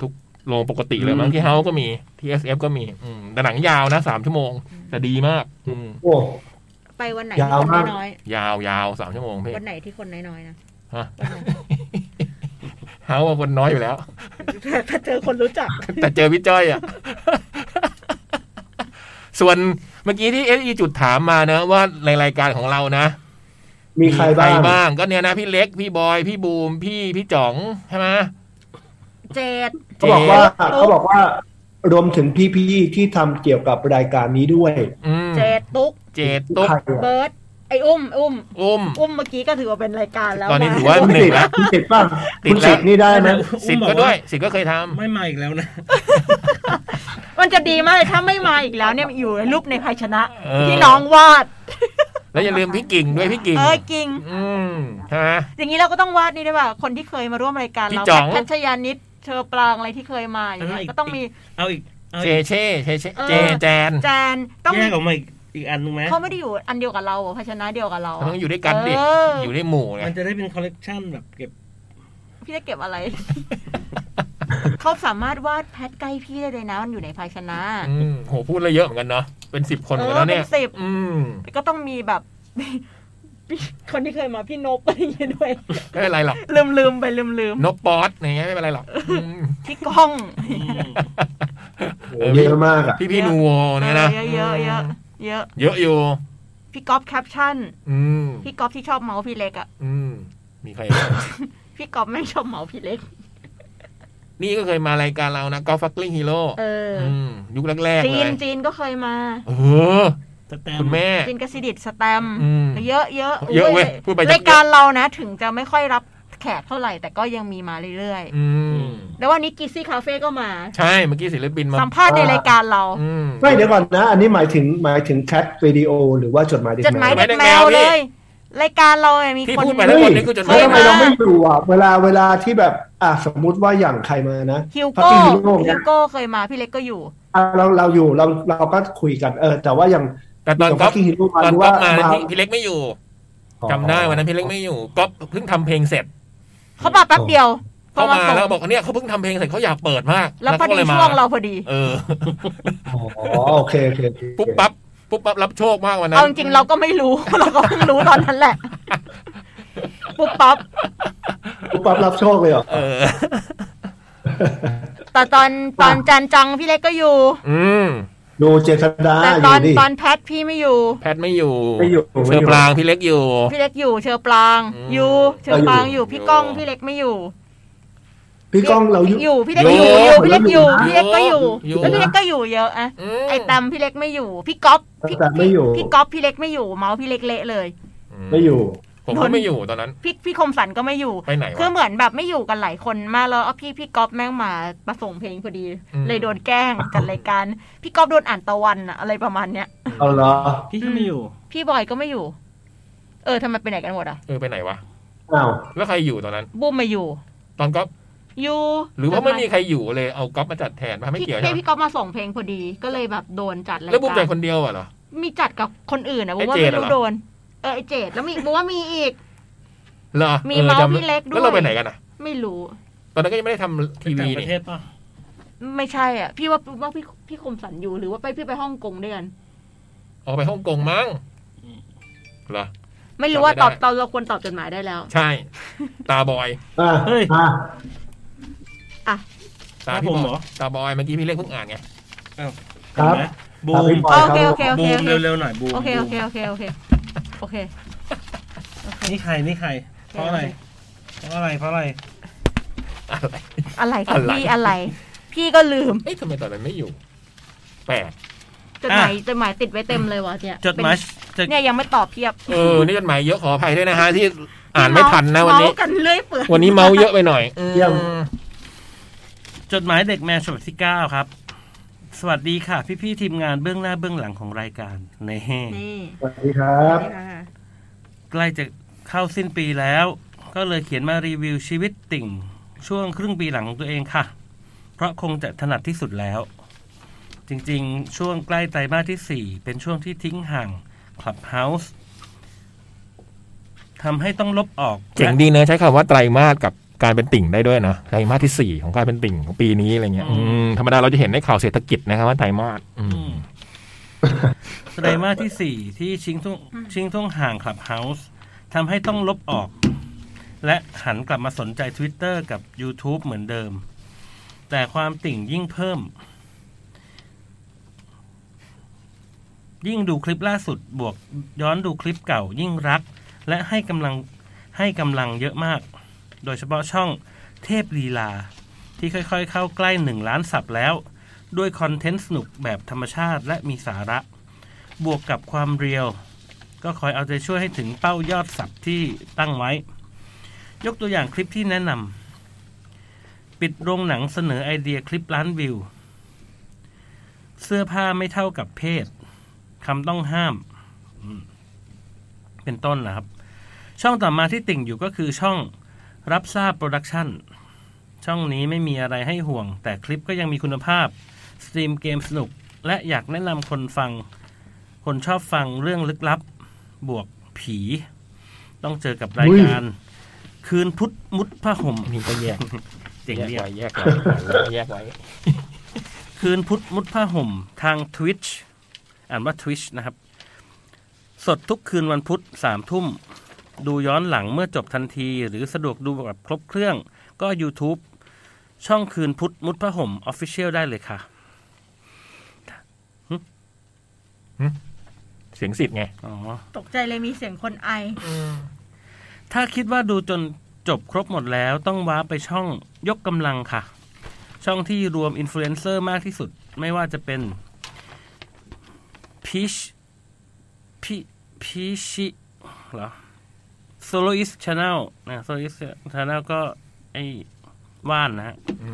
[SPEAKER 2] ทุกโรงปกติเลยมั้งที่เฮาก็มีที่ SF ก็มีอืมแต่หนังยาวนะสามชั่วโมง แต่ดีมาก อืม
[SPEAKER 5] โอ้
[SPEAKER 3] ไปวันไหน
[SPEAKER 5] ยาว
[SPEAKER 3] ที่คน
[SPEAKER 5] มาก
[SPEAKER 3] น้อย
[SPEAKER 2] ยาวยาวสามชั่วโมงพี่
[SPEAKER 3] ๆวันไหนที่คนน้อยๆนะ
[SPEAKER 2] ฮะเฮาว่าคนน้อยอยู่แล้ว
[SPEAKER 3] ถ้าเจอคน รู้จัก
[SPEAKER 2] แต่เจอพี่จ้อย อ่ะ ส่วนเมื่อกี้ที่เอสจุดถามมานะ ว่าในรายการของเรานะ
[SPEAKER 5] มีใครบ้าง
[SPEAKER 2] บ้างก็เนี่ยนะพี่เล็กพี่บอยพี่บูมพี่พี่จ๋องใช่ไหม
[SPEAKER 3] เจด
[SPEAKER 5] เขาบอกว่าเขาบอกว่ารวมถึงพี่ๆที่ทำเกี่ยวกับรายการนี้ด้วย
[SPEAKER 2] อืม
[SPEAKER 3] เจดตุ๊ก
[SPEAKER 2] เจดตุ๊ก
[SPEAKER 5] ใครอะ
[SPEAKER 3] เบิร์ด ไอ้อุ้มไอ้อุ้ม
[SPEAKER 2] อุ้ม
[SPEAKER 3] อุ้มเมื่อกี้ก็ถือว่าเป็นรายการแล้ว
[SPEAKER 2] ตอนนี้
[SPEAKER 3] ะ
[SPEAKER 2] ถือว่า
[SPEAKER 5] คุณ
[SPEAKER 2] หนึ่
[SPEAKER 5] ติ
[SPEAKER 2] ง
[SPEAKER 5] ด
[SPEAKER 2] ละ
[SPEAKER 5] คุณติดบ้าง
[SPEAKER 2] ติด
[SPEAKER 5] คุณ
[SPEAKER 2] แล้ว
[SPEAKER 5] ติดนี่ได้ไหม
[SPEAKER 2] สิทธิ์ก็ด้วย สิทธิ์ก็เคยทำ
[SPEAKER 4] ไม่มาอีกแล้วนะ
[SPEAKER 3] มันจะดีมากเลยถ้าไม่มาอีกแล้วเนี่ยอยู่ในรูปในภาชนะ
[SPEAKER 2] เ
[SPEAKER 3] ที่น้องวาด
[SPEAKER 2] แล้วอย่าลืมพี่กิ่งด้วยพี่กิ่ง
[SPEAKER 3] เออจริง
[SPEAKER 2] อืมใช่ไหม
[SPEAKER 3] อย่างนี้เราก็ต้องวาดนี่ด้วยป่ะคนที่เคยมาร่วมรายการ
[SPEAKER 2] พี่
[SPEAKER 3] เรา
[SPEAKER 2] จ๋อง
[SPEAKER 3] พัชยานิดเชอปรางอะไรที่เคยมาอย่างเงี้ย
[SPEAKER 4] เอออีก
[SPEAKER 3] ก็ต้องมี
[SPEAKER 4] เอาอีกเอา
[SPEAKER 2] เจ
[SPEAKER 4] อีก
[SPEAKER 2] เช่เจเช่เจ
[SPEAKER 3] เออ
[SPEAKER 2] แจน
[SPEAKER 3] แจนต้อง
[SPEAKER 4] แย
[SPEAKER 3] มี
[SPEAKER 4] กออกมาอีกอีกอันหนึงไหม
[SPEAKER 3] เขาไม่ได้อยู่อันเดียวกับเราอะภาชนะเดียวกับเรา
[SPEAKER 2] มันต้องอยู่ด้วยกันดิ
[SPEAKER 3] เออ
[SPEAKER 2] อยู่ในหมู่ไง
[SPEAKER 4] มันจะได้เป็นคอลเลกชันแบบเก็บ
[SPEAKER 3] พี่จะเก็บอะไร เขาสามารถวาดแพทใกล้พี่ได้เลยนะมันอยู่ในภาชนะ
[SPEAKER 2] อืมโหพูดอะไรเยอะเหมือนกันเนาะเป็นสิบคนเหมือนกันแล้วเนี่ย
[SPEAKER 3] เออเป็นสิบ
[SPEAKER 2] อืม
[SPEAKER 3] ก็ต้องมีแบบ คนที่เคยมาพี่นบอะไรอย่างเงี้ยด้วย
[SPEAKER 2] ไม่เป็นไรหรอก
[SPEAKER 3] ลืมลืมไปลืมลืม
[SPEAKER 2] นกปอสอย่างเงี้ยไม่เป็นไรหรอกอืม
[SPEAKER 3] พี่ก้อง
[SPEAKER 4] อืม
[SPEAKER 5] โอ้โหเยอะมากอะ
[SPEAKER 2] พี่พี่นูโวเนี่ยนะ
[SPEAKER 3] เยอะเยอะเยอะเยอะ
[SPEAKER 2] เยอะอยู่
[SPEAKER 3] พี่ก๊อฟแคปชั่น
[SPEAKER 2] อืม
[SPEAKER 3] พี่ก๊อฟที่ชอบเมาส์พี่เล็กอ่ะ
[SPEAKER 2] อืมมีใครอีก
[SPEAKER 3] พี่ก๊อฟไม่งชอบเมาส์พี่เล็ก
[SPEAKER 2] นี่ก็เคยมารายการเรานะกอล์ฟฟักลิงฮีโร่
[SPEAKER 3] เออ
[SPEAKER 2] ยุคแรกๆ
[SPEAKER 3] จี
[SPEAKER 2] เล
[SPEAKER 3] น
[SPEAKER 2] ย
[SPEAKER 3] จีนก็เคยมา
[SPEAKER 2] เออ
[SPEAKER 4] สแตม
[SPEAKER 2] คุณ
[SPEAKER 4] ป์
[SPEAKER 2] แม่
[SPEAKER 3] จีนกสิดิตสแตมป์
[SPEAKER 2] อืม
[SPEAKER 3] เยอะเยอะ
[SPEAKER 2] เยอะเว้ยพูดไปเยอะ
[SPEAKER 3] รายการเรานะ ถึงจะไม่ค่อยรับแขกเท่าไหร่ แต่ก็ยังมีมาเรื่อย
[SPEAKER 2] อืม
[SPEAKER 3] ๆ แล้ววันนี้กิซี่คาเฟ่ก็มา
[SPEAKER 2] ใช่ เมื่อกี้ศิลปินมา
[SPEAKER 3] สัมภาษณ์ในรายการเรา
[SPEAKER 2] อืม
[SPEAKER 5] ไม่เดี๋ยวก่อนนะ อันนี้หมายถึงหมายถึงแคทวิดีโอหรือว่าจดหมายเด็ก
[SPEAKER 3] จดหมายเด็กแมวเลย รายการเราเนี่ยมี
[SPEAKER 2] ที่
[SPEAKER 3] คน
[SPEAKER 2] พูดไป
[SPEAKER 5] เฮ้
[SPEAKER 2] ทั้
[SPEAKER 5] ย
[SPEAKER 2] งหมนี่คือจดหมาย
[SPEAKER 5] แล้วทำไม
[SPEAKER 3] เด็กแมว
[SPEAKER 5] เราไม่อยู่อ่ะเวลาเวลาที่แบบอ่ะสมมุติว่าอย่างใครมานะ
[SPEAKER 3] ฮิว
[SPEAKER 5] พั
[SPEAKER 3] โก้
[SPEAKER 5] ตี้ฮิโร่
[SPEAKER 3] ฮิ
[SPEAKER 5] เนี่ยว
[SPEAKER 3] โก้เคยมาพี่เล็กก็อยู่
[SPEAKER 5] อ่ะเราเราอยู่เราเราก็คุยกันเออ แต่ว่าอย่าง
[SPEAKER 2] แต่ตอนก๊
[SPEAKER 5] พั
[SPEAKER 2] อ
[SPEAKER 5] ต
[SPEAKER 2] ฟ
[SPEAKER 5] ตี้ฮิโร่มา
[SPEAKER 2] ตอน
[SPEAKER 5] หรือ
[SPEAKER 2] ก๊อ
[SPEAKER 5] ว่า
[SPEAKER 2] ฟมา
[SPEAKER 5] มา
[SPEAKER 2] พี่พี่เล็กไม่อยู่จำได้วันนั้นพี่เล็กไม่อยู่ก๊อฟเพิ่งทำเพลงเสร็จ
[SPEAKER 3] เขามาแป๊บเดียว
[SPEAKER 2] เขามา
[SPEAKER 3] ส่ง
[SPEAKER 2] แล้วบอกว่าเนี่ยเขาเพิ่งทำเพลงเสร็จเขาอยากเปิดมาก
[SPEAKER 3] แล้วพอ
[SPEAKER 2] เขา
[SPEAKER 3] ดี
[SPEAKER 2] เลยมา
[SPEAKER 3] ช่วงเราพอดี
[SPEAKER 2] เออ
[SPEAKER 5] อ๋อโอเคโอเคโอเค
[SPEAKER 2] ปุ๊บปั๊บปุ๊บปั๊บรับโชคมากวันนั้น
[SPEAKER 3] เอาจริงๆเราก็ไม่รู้ เราก็เพิ่งรู้ตอนนั้นแหละ ปุ๊บปั๊บ
[SPEAKER 5] ปุ๊บปั๊บรับโชคเลยเหรอ
[SPEAKER 2] เออ
[SPEAKER 3] แต่ตอนตอนจันจังพี่เล็กก็อยู่
[SPEAKER 2] อืม
[SPEAKER 5] ดูเจษดา
[SPEAKER 3] แต่
[SPEAKER 5] อ
[SPEAKER 3] ตอยู่ น
[SPEAKER 5] นี่
[SPEAKER 3] ตอนแพทพี่ไม่อยู่
[SPEAKER 2] แพทไม่อยู่
[SPEAKER 5] ไม่อยู่
[SPEAKER 2] เชอปรางพี่เล็กอยู่
[SPEAKER 3] พี่เล็กอยู่ เชอปราง
[SPEAKER 2] อืม
[SPEAKER 3] อยู่เชอปรางอยู่
[SPEAKER 2] อยู่
[SPEAKER 3] พี่ก้องพี่เล็กไม่อยู่
[SPEAKER 5] พี่ก้องเราอยู่
[SPEAKER 3] อยู่พี่เล็กอยู่อยู่พี่เล็กอยู่พี่เล็กก็อยู่
[SPEAKER 2] อยู่
[SPEAKER 3] แล้วพี่เล็กก็อยู่เยอะอะ
[SPEAKER 2] ม
[SPEAKER 3] ไอแตมพี่เล็กไม่อยู่ พี่ก๊อฟพี่
[SPEAKER 5] แต่ไม่อยู่
[SPEAKER 3] พี่ก๊อฟพี่เล็กไม่อยู่ เมาส์พี่เล็กเละเลย
[SPEAKER 5] ไม่อยู่
[SPEAKER 2] ผมก็ไม่อยู่ตอนนั้น
[SPEAKER 3] พี่พี่คมสันก็ไม่อยู่
[SPEAKER 2] ไปไหน
[SPEAKER 3] คือ
[SPEAKER 2] วะ
[SPEAKER 3] เหมือนแบบไม่อยู่กันหลายคนมากแล้วเอาพี่พี่ก๊อฟแม่งมามาส่งเพลงพอดี
[SPEAKER 2] อืม
[SPEAKER 3] เลยโดน แกล้งจัดรายการพี่ก๊อฟโดนอ่านตะวันอะอะไรประมาณเนี้ย
[SPEAKER 5] เอาเหรอ
[SPEAKER 4] พี่ก็ไม่อยู่
[SPEAKER 3] พี่บอยก็ไม่อยู่ เออทำไมไปไหนกันหมดอะ
[SPEAKER 2] เออไปไหนวะ
[SPEAKER 5] อ้าว
[SPEAKER 2] แล้วใครอยู่ตอนนั้น
[SPEAKER 3] บูมมาอยู่
[SPEAKER 2] ตอนก๊อฟ
[SPEAKER 3] อยู่
[SPEAKER 2] หรือว่าไม่มีใครอยู่เลยเอาก๊อฟมาจัดแทนมาไม่
[SPEAKER 3] พี่
[SPEAKER 2] เกี่ยว
[SPEAKER 3] พี่
[SPEAKER 2] ใช่ไหม
[SPEAKER 3] พี่ก๊อฟมาส่งเพลงพอดีก็เลยแบบโดนจัดราย
[SPEAKER 2] แล้วบุม
[SPEAKER 3] กา
[SPEAKER 2] จัด
[SPEAKER 3] ร
[SPEAKER 2] คนเดียวอะเหรอ
[SPEAKER 3] มีจัดกับคนอื่นนะบูมว่า
[SPEAKER 2] ไอ้เจด
[SPEAKER 3] ไม่
[SPEAKER 2] เหรอ
[SPEAKER 3] รู้โดนเออไอเจดแล้วมีบูมว่ามีอีก
[SPEAKER 2] เหรอ
[SPEAKER 3] มี
[SPEAKER 2] ออ
[SPEAKER 3] เมาส์
[SPEAKER 2] จำ
[SPEAKER 3] พี่เล็กด้วย
[SPEAKER 2] แล้วเราไปไหนกันอ่ะ
[SPEAKER 3] ไม่รู้
[SPEAKER 2] ตอนนั้นก็ยังไม่ได้ทำที
[SPEAKER 4] ต่า
[SPEAKER 2] วี
[SPEAKER 4] งป
[SPEAKER 2] นี่
[SPEAKER 4] ระเทศป่ะ
[SPEAKER 3] ไม่ใช่อ่ะ พี่ว่าว่าพี่พี่คมสันอยู่หรือว่าไปพี่ไปฮ่องกงด้วยกัน
[SPEAKER 2] ออกไปฮ่องกงมั้งเหรอ
[SPEAKER 3] ไม่รู้ว่า
[SPEAKER 2] จำไม่ได้
[SPEAKER 3] ตอบตอนเราควรตอบจดหมายได้แล้ว
[SPEAKER 2] ใช่ ตาบอย
[SPEAKER 5] อ่ะอ่ะ
[SPEAKER 2] ตา
[SPEAKER 4] ตา
[SPEAKER 2] พี่
[SPEAKER 4] ผม
[SPEAKER 2] บ
[SPEAKER 4] เหร
[SPEAKER 2] อ
[SPEAKER 4] อย
[SPEAKER 2] ตาบอยเมื่อกี้พี่เล็กเพิ่งอ่านไง
[SPEAKER 5] ค
[SPEAKER 4] เห็
[SPEAKER 5] รับ
[SPEAKER 4] นไหมบู
[SPEAKER 5] ตาม
[SPEAKER 4] ม
[SPEAKER 5] พี่
[SPEAKER 3] โอ
[SPEAKER 5] บอย
[SPEAKER 3] เค
[SPEAKER 5] ครับ
[SPEAKER 3] โอเคโอ
[SPEAKER 4] บู
[SPEAKER 3] เคโอ
[SPEAKER 4] ม
[SPEAKER 3] เค
[SPEAKER 4] เร็วๆหน่อยบูม
[SPEAKER 3] โอเค
[SPEAKER 4] บูม
[SPEAKER 3] โอเค โอเค โอเค โอเค
[SPEAKER 4] นี่ใครนี่ใครเพราะอะไรเพราะอะไรเพราะอะไร
[SPEAKER 2] อะไร
[SPEAKER 3] อะไรครั
[SPEAKER 2] อะ
[SPEAKER 3] บ
[SPEAKER 2] ไร
[SPEAKER 3] พี่อะไร พี่ก็ลืม
[SPEAKER 2] เอ้ยทำไมตอนนั้นไม่อยู่ แปลก
[SPEAKER 3] จดหมายจดหมายติดไว้เต็มเลยว่ะเนี่ย
[SPEAKER 4] จดหมายจ
[SPEAKER 3] เป็
[SPEAKER 4] ด
[SPEAKER 3] นเนี่ยยังไม่ตอบเพียบ
[SPEAKER 2] เออ นี่จดหมายเยอะขออภัยด้วยนะฮะที่อ่านไม่ทันนะวันนี้
[SPEAKER 3] เมาส์กันเรื่อยเปื่อย
[SPEAKER 2] วันนี้เมาเยอะไปหน่อย
[SPEAKER 5] เยี่ยม
[SPEAKER 4] จดหมายเด็กแมวฉบับที่เก้าครับ สวัสดีค่ะ พี่ๆทีมงานเบื้องหน้าเบื้องหลังของรายการในแห่
[SPEAKER 3] นี่
[SPEAKER 5] สวัสดีครับ
[SPEAKER 3] นี่ค่ะ
[SPEAKER 4] ใกล้จะเข้าสิ้นปีแล้ว ก็เลยเขียนมารีวิวชีวิตติ่ง ช่วงครึ่งปีหลังของตัวเองค่ะ เพราะคงจะถนัดที่สุดแล้ว จริงๆ ช่วงใกล้ไตรมาสที่ 4 เป็นช่วงที่ทิ้งห่างคลับเฮาส์ทำให้ต้องลบออก
[SPEAKER 2] เจ๋งดีนะใช้คำว่าไตรมาสกับการเป็นติ่งได้ด้วยนะไตรมาสที่สี่ของการเป็นติ่งของปีนี้อะไรเงี้ยอืมธรรมดาเราจะเห็นในข่าวเศรษฐกิจนะครับว่าไตรมาสอืม
[SPEAKER 4] อืมไตรมาสที่ 4 ที่ชิงท่วงชิงท่วงห่างคลับเฮาส์ทำให้ต้องลบออก และหันกลับมาสนใจ Twitter กับ YouTube เหมือนเดิม แต่ความติ่งยิ่งเพิ่ม ยิ่งดูคลิปล่าสุดบวกย้อนดูคลิปเก่ายิ่งรัก และให้กำลังให้กำลังเยอะมาก โดยเฉพาะช่องเทพลีลา ที่ค่อยๆ เข้าใกล้หนึ่งล้านสับแล้ว ด้วยคอนเทนต์สนุกแบบธรรมชาติและมีสาระ บวกกับความเรียว ก็คอยเอาใจช่วยให้ถึงเป้ายอดสับที่ตั้งไว้ ยกตัวอย่างคลิปที่แนะนำปิดโรงหนังเสนอไอเดียคลิปล้านวิว เสื้อผ้าไม่เท่ากับเพศคำต้องห้ามอืมเป็นต้นนะครับ ช่องต่อมาที่ติ่งอยู่ก็คือช่องรับทราบโปรดักชั่น ช่องนี้ไม่มีอะไรให้ห่วง แต่คลิปก็ยังมีคุณภาพ สตรีมเกมสนุก และอยากแนะนำคนฟัง คนชอบฟังเรื่องลึกลับ บวกผี ต้องเจอกับรายการ คืนพุทธมุดผ้าห่ม
[SPEAKER 2] มีก็แยก
[SPEAKER 4] เจ๋ง
[SPEAKER 2] แยก
[SPEAKER 4] เดียว
[SPEAKER 2] ไว้แยกไว้ก่อนแยกไว้
[SPEAKER 4] คืนพุธมุดผ้าห่มทาง Twitch อ่านว่า Twitch นะครับ สดทุกคืนวันพุธสามทุ่ม ดูย้อนหลังเมื่อจบทันที หรือสะดวกดูแบบครบเครื่อง ก็ YouTube ช่องคืนพุธมุดผ้าห่ม Official ได้เลยค่ะ
[SPEAKER 2] เสียงสิทธิ์ไง
[SPEAKER 4] อ๋อ
[SPEAKER 3] ตกใจเลยมีเสียงคนไอ
[SPEAKER 4] ถ้าคิดว่าดูจนจบครบหมดแล้วต้องว้าไปช่องยกกำลังค่ะ ช่องที่รวมอินฟลูเอนเซอร์มากที่สุด ไม่ว่าจะเป็นพีชพีพีชิเหรอโซโลอิสชาแนลนะโซโลอิสชาแนลก็ไอ้ว่านนะฮะ
[SPEAKER 2] อื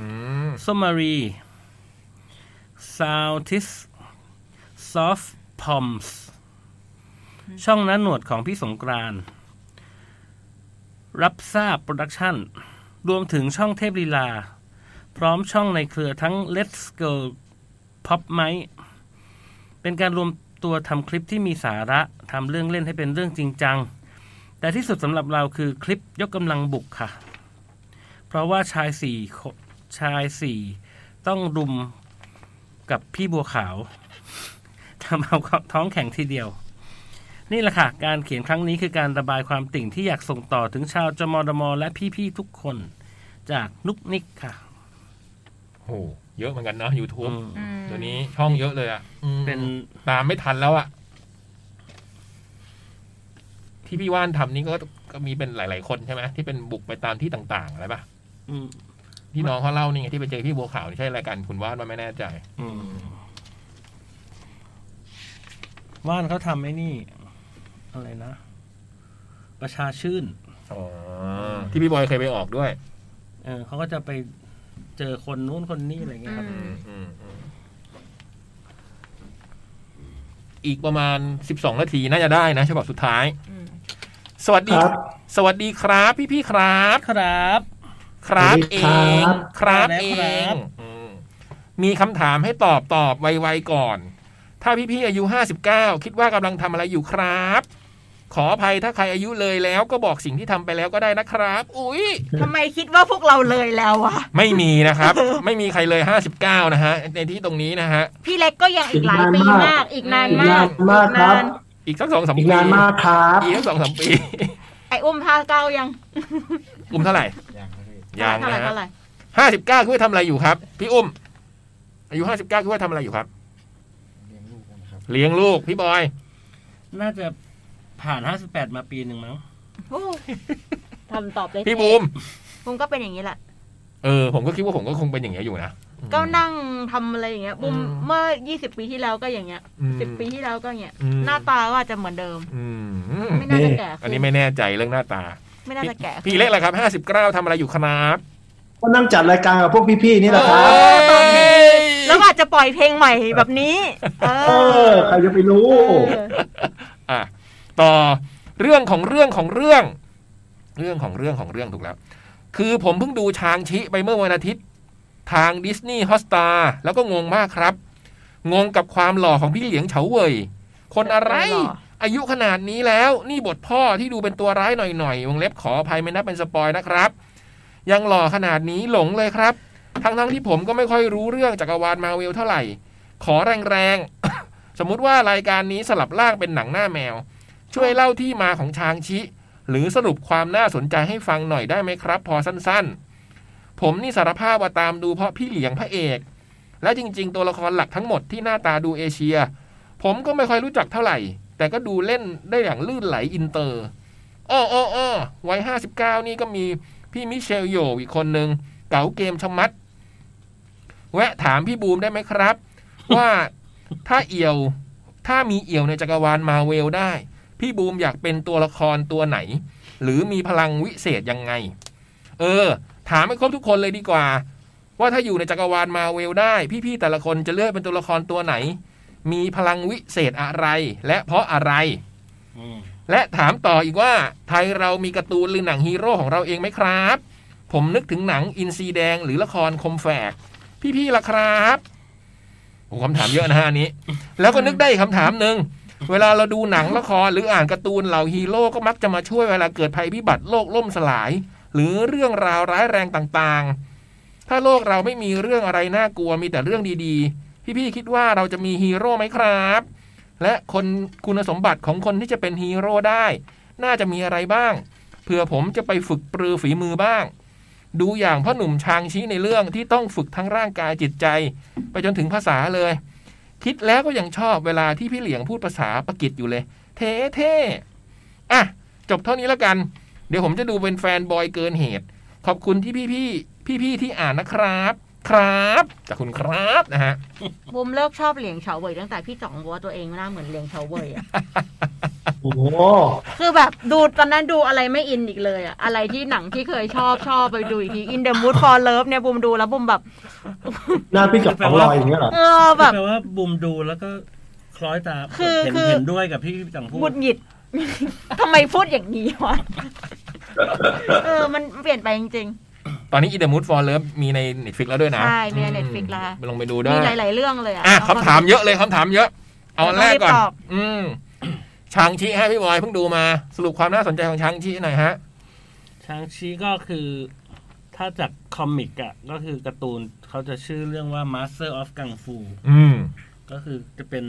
[SPEAKER 2] ม
[SPEAKER 4] สมารีซาวทิสซอฟพอมส์ช่องนั้นหนวดของพี่สงกรานต์ รับทราบโปรดักชั่น รวมถึงช่องเทพลีลา พร้อมช่องในเครือทั้ง Let's Go Pop ไหมเป็นการรวมตัวทำคลิปที่มีสาระทำเรื่องเล่นให้เป็นเรื่องจริงจัง แต่ที่สุดสำหรับเราคือคลิปยกกำลังบุกค่ะ เพราะว่าชายสี่คนชายสี่ต้องรุมกับพี่บัวขาว ทำเอาท้องแข็งทีเดียว นี่แหละค่ะ การเขียนครั้งนี้คือการระบายความติ่งที่อยากส่งต่อถึงชาวจมดมและพี่ ๆ ทุกคน จากนุกนิกค่ะ
[SPEAKER 2] โห เยอะเหมือนกันเนาะ YouTube
[SPEAKER 4] อืม
[SPEAKER 3] อืม
[SPEAKER 2] เดี๋ยวนี้ช่องเยอะเลยอ่ะอืม
[SPEAKER 4] เป็น
[SPEAKER 2] ตามไม่ทันแล้วอ่ะ ที่พี่ว่านทำนี่ก็ก็มีเป็นหลาย ๆ คนใช่ไหมที่เป็นบุกไปตามที่ต่างๆอะไรป่ะ
[SPEAKER 4] อืม
[SPEAKER 2] ที่น้องเขาเล่านี่ไงที่ไปเจอพี่บัวขาวนี่ใช่รายการคุณว่านว่าไม่แน่ใจ
[SPEAKER 4] อืมว่านเขาทำไอ้นี่ อะไรนะ ประชาชื่น
[SPEAKER 2] อ๋อ ที่พี่บอยเคยไปออกด้วย
[SPEAKER 4] เออเขาก็จะไปเจอคนนู้นคนนี้อะไรเงี้ยครับ
[SPEAKER 3] อืม
[SPEAKER 2] อีกประมาณสิบสองนาทีน่าจะได้นะฉบับสุดท้าย
[SPEAKER 3] อืม
[SPEAKER 2] สวัสดี
[SPEAKER 5] ครับ
[SPEAKER 2] สวัสดีครับพี่พี่ๆครับ
[SPEAKER 4] ครับ
[SPEAKER 2] ครับ
[SPEAKER 5] สวัส
[SPEAKER 2] เอ
[SPEAKER 5] ดีครั
[SPEAKER 2] ง
[SPEAKER 5] บ
[SPEAKER 2] ครับ
[SPEAKER 4] ครับ
[SPEAKER 2] เอ
[SPEAKER 4] ครั
[SPEAKER 2] ง
[SPEAKER 4] บ
[SPEAKER 2] อืมมีคำถามให้ตอบตอบไวๆก่อน ถ้าพี่ๆอายุ 59 คิดว่ากำลังทำอะไรอยู่ครับ ขออภัยถ้าใครอายุเลยแล้วก็บอกสิ่งที่ทำไปแล้วก็ได้นะครับ อุ๊ย
[SPEAKER 3] ทำไมคิดว่าพวกเราเลยแล้ววะ
[SPEAKER 2] ไม่มีนะครับ ไม่มีใครเลย 59 นะฮะ ในที่ตรงนี้นะฮะ
[SPEAKER 3] พี่เล็กก็ยังอีกหลายปีมาก อีกนาน
[SPEAKER 5] อี
[SPEAKER 3] มาน
[SPEAKER 5] กากนมากครับ
[SPEAKER 3] อีนน
[SPEAKER 2] อีกสักสองสาม
[SPEAKER 5] อี
[SPEAKER 2] ปี
[SPEAKER 5] กนานมากครับ
[SPEAKER 2] อีกสักสองสามปี
[SPEAKER 3] ไอ้อุ้มท่าเก้ายัง
[SPEAKER 2] กลุ่มเท่าไหร่
[SPEAKER 7] อย่างเลย
[SPEAKER 2] ยัง
[SPEAKER 3] เท่าไหร่
[SPEAKER 2] นะฮะ
[SPEAKER 3] เท่าไหร่
[SPEAKER 2] ห้าสิบเก้าคือว่าทำอะไรอยู่ครับ พี่อุ้ม อายุห้าสิบเก้าคือว่าทำอะไรอยู่ครับ
[SPEAKER 7] เลี้ยงลูกนะครับ
[SPEAKER 2] เลี้ยงลูกพี่บอย
[SPEAKER 4] น่าจะผ่าน 58 มาปีหนึ่งมั้ง
[SPEAKER 3] โอ้ทำตอบเลย
[SPEAKER 2] พี่บูม
[SPEAKER 3] บูมก็เป็นอย่างนี้แหละ
[SPEAKER 2] เออผมก็คิดว่าผมก็คงเป็นอย่างเงี้ยอยู่นะ
[SPEAKER 3] ก็นั่งทำอะไรอย่างเงี้ยบูม
[SPEAKER 2] อืม
[SPEAKER 3] เมื่อ 20 ปีที่แล้วก็อย่างเงี้ยสิบปีที่แล้วก็อย่างเงี้ย
[SPEAKER 2] อืม
[SPEAKER 3] หน้าตาก็อาจจะเหมือนเดิม
[SPEAKER 2] อืม
[SPEAKER 3] ไม่น่าจะแก่
[SPEAKER 2] อัน
[SPEAKER 3] ขึ้
[SPEAKER 2] นี้
[SPEAKER 3] น
[SPEAKER 2] ไม่แน่ใจเรื่องหน้าตา
[SPEAKER 3] ไม่น่าจะแก่ขึ้น
[SPEAKER 2] พี่เล็กแหละครับห้าสิบเก้าทำอะไรอยู่ครับ
[SPEAKER 5] ก็นั่งจัดรายการกับพวกพี่ๆนี่แหละครับ
[SPEAKER 2] เอ้ย
[SPEAKER 3] แล้วอาจจะปล่อยเพลงใหม่แบบนี้ เอ
[SPEAKER 5] เออ
[SPEAKER 3] อ
[SPEAKER 5] ใครจะไปรู้
[SPEAKER 3] เออ
[SPEAKER 2] อ่ะต่อเรื่องของเรื่องของเรื่อง เรื่องของเรื่องของเรื่องถูกแล้ว คือผมเพิ่งดูชางชิไปเมื่อวันอาทิตย์ ทางดิสนีย์ฮอสตาแล้วก็งงมากครับ งงกับความหล่อของพี่เหลียงเฉาเว่ยคนอะไร อายุขนาดนี้แล้วนี่บทพ่อที่ดูเป็นตัวร้ายหน่อยๆวงเล็บขออภัยไม่นับเป็นสปอยนะครับ ยังหล่อขนาดนี้หลงเลยครับ ทั้งๆที่ผมก็ไม่ค่อยรู้เรื่องจักรวาลมาเวลเท่าไหร่ ขอแรงๆ สมมุติว่ารายการนี้สลับร่างเป็นหนังหน้าแมว ช่วยเล่าที่มาของชางชิ หรือสรุปความน่าสนใจให้ฟังหน่อยได้ไหมครับ พอสั้นๆ ผมนี่สารภาพว่าตามดูเพราะพี่เหลียงพระเอก และจริง ๆ ตัวละครหลักทั้งหมดที่หน้าตาดูเอเชีย ผมก็ไม่ค่อยรู้จักเท่าไหร่ แต่ก็ดูเล่นได้อย่างลื่นไหลอินเตอร์อ้ออ้ออ้อวัยห้าสิบเก้านี่ก็มีพี่มิเชลโยอีกคนนึง เก๋าเกมชะมัด แวะถามพี่บูมได้ไหมครับ ว่าถ้าเอี่ยว ถ้ามีเอี่ยวในจักรวาลมาเวลได้ พี่บูมอยากเป็นตัวละครตัวไหน หรือมีพลังวิเศษยังไง เออ ถามให้ครบทุกคนเลยดีกว่า ว่าถ้าอยู่ในจักรวาลมาเวลได้ พี่ๆแต่ละคนจะเลือกเป็นตัวละครตัวไหน มีพลังวิเศษอะไร และเพราะอะไร
[SPEAKER 4] อืม
[SPEAKER 2] และถามต่ออีกว่าไทยเรามีการ์ตูนหรือหนังฮีโร่ของเราเองไหมครับ ผมนึกถึงหนังอินซีแดงหรือละครคมแฝก พี่ๆล่ะครับโอ้คำถามเยอะนะฮะอันนี้ แล้วก็นึกได้อีกคำถามหนึ่งเวลาเราดูหนังละครหรืออ่านการ์ตูนเหล่าฮีโร่ก็มักจะมาช่วยเวลาเกิดภัยพิบัติโลกล่มสลาย หรือเรื่องราวร้ายแรงต่างๆ ถ้าโลกเราไม่มีเรื่องอะไรน่ากลัวมีแต่เรื่องดีๆ พี่ๆคิดว่าเราจะมีฮีโร่ไหมครับ และคนคุณสมบัติของคนที่จะเป็นฮีโร่ได้ น่าจะมีอะไรบ้างเผื่อผมจะไปฝึกปรือฝีมือบ้าง ดูอย่างพ่อหนุ่มชางชี้ในเรื่องที่ต้องฝึกทั้งร่างกายจิตใจ ไปจนถึงภาษาเลย คิดแล้วก็ยังชอบเวลาที่พี่เหลียงพูดภาษาปากีสอยู่เลย เท่เท่ๆอ่ะ จบเท่านี้แล้วกัน เดี๋ยวผมจะดูเป็นแฟนบอยเกินเหตุ ขอบคุณที่พี่พี่พี่พี่ๆที่อ่านนะครับ ครับจากคุณครับนะฮะ
[SPEAKER 3] บุมเลิกชอบเหลียงเฉาเว่ยตั้งแต่พี่จ๋องบอกว่าตัวเองหน้าเหมือนเหลียงเฉาเว่ยอะ
[SPEAKER 5] โอ้โห
[SPEAKER 3] คือแบบดูตอนนั้นดูอะไรไม่อินอีกเลยอะอะไรที่หนังที่เคยชอบ ชอบไปดูอีกที In the Mood for Love เนี่ยบุมดูแล้วบุมแบบ
[SPEAKER 5] หน้าพี่จอกของลอยอย่างเงี้ยเหรอ
[SPEAKER 3] เออแบบ
[SPEAKER 4] แปลว่าบุมดูแล้วก็คล้อยตาม
[SPEAKER 3] คือ
[SPEAKER 4] เห็น
[SPEAKER 3] คือ
[SPEAKER 4] เห็นด้วยกับที่พี่จังพู
[SPEAKER 3] หงุ
[SPEAKER 4] ด
[SPEAKER 3] ดหงิด ทำไมพูดอย่างนี้วะ เออ มันเปลี่ยนไปจริง
[SPEAKER 2] ตอนนี้ In the Mood for Love มีใน Netflix แล้วด้วย
[SPEAKER 3] ๆ
[SPEAKER 2] นะ
[SPEAKER 3] ใช่มีเน็ตฟิกละ
[SPEAKER 2] อืมลงไปดูได้
[SPEAKER 3] มีหลาย ๆ เรื่องเลยอะ
[SPEAKER 2] อ่ะคำถามเยอะเลยคำถามเยอะ เอาอันแรกก่อน
[SPEAKER 3] ต้องรีบต อบ
[SPEAKER 2] อืมชางชีฮะพี่บอยเพิ่งดูมา สรุปความน่าสนใจของชางชีหน่อยฮะ
[SPEAKER 4] ช้างชีก็คือ ถ้าจากคอมิกอะก็คือการ์ตูนเขาจะชื่อเรื่องว่า Master of Kung Fu
[SPEAKER 2] อืม
[SPEAKER 4] ก็คือจะเป็น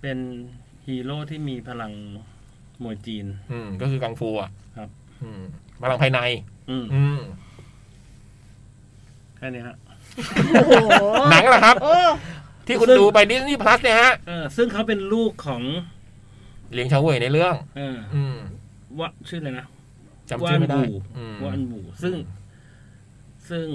[SPEAKER 4] เป็นฮีโร่ที่มีพลังมวยจีน
[SPEAKER 2] อืม ก็คือกังฟูอ่ะ
[SPEAKER 4] ครับ
[SPEAKER 2] อืมพลังภายใน
[SPEAKER 4] อืม
[SPEAKER 2] อืม
[SPEAKER 4] แค่นี้ฮะ
[SPEAKER 3] โอ้โห
[SPEAKER 2] หนังเหรอครับ
[SPEAKER 3] โอ้
[SPEAKER 2] ที่คุณดูไปดิสนีย์พลัสเนี่ยฮะ
[SPEAKER 4] เออซึ่งเขาเป็นลูกของ
[SPEAKER 2] เหลียงเฉาเว่ยในเรื่อง
[SPEAKER 4] เออ
[SPEAKER 2] อืม
[SPEAKER 4] วะชื่ออะไรนะ
[SPEAKER 2] จำชื่อไม่ได้
[SPEAKER 4] ว่านบู่
[SPEAKER 2] อืม
[SPEAKER 4] วะอันบูซึ่ง ซึ่ง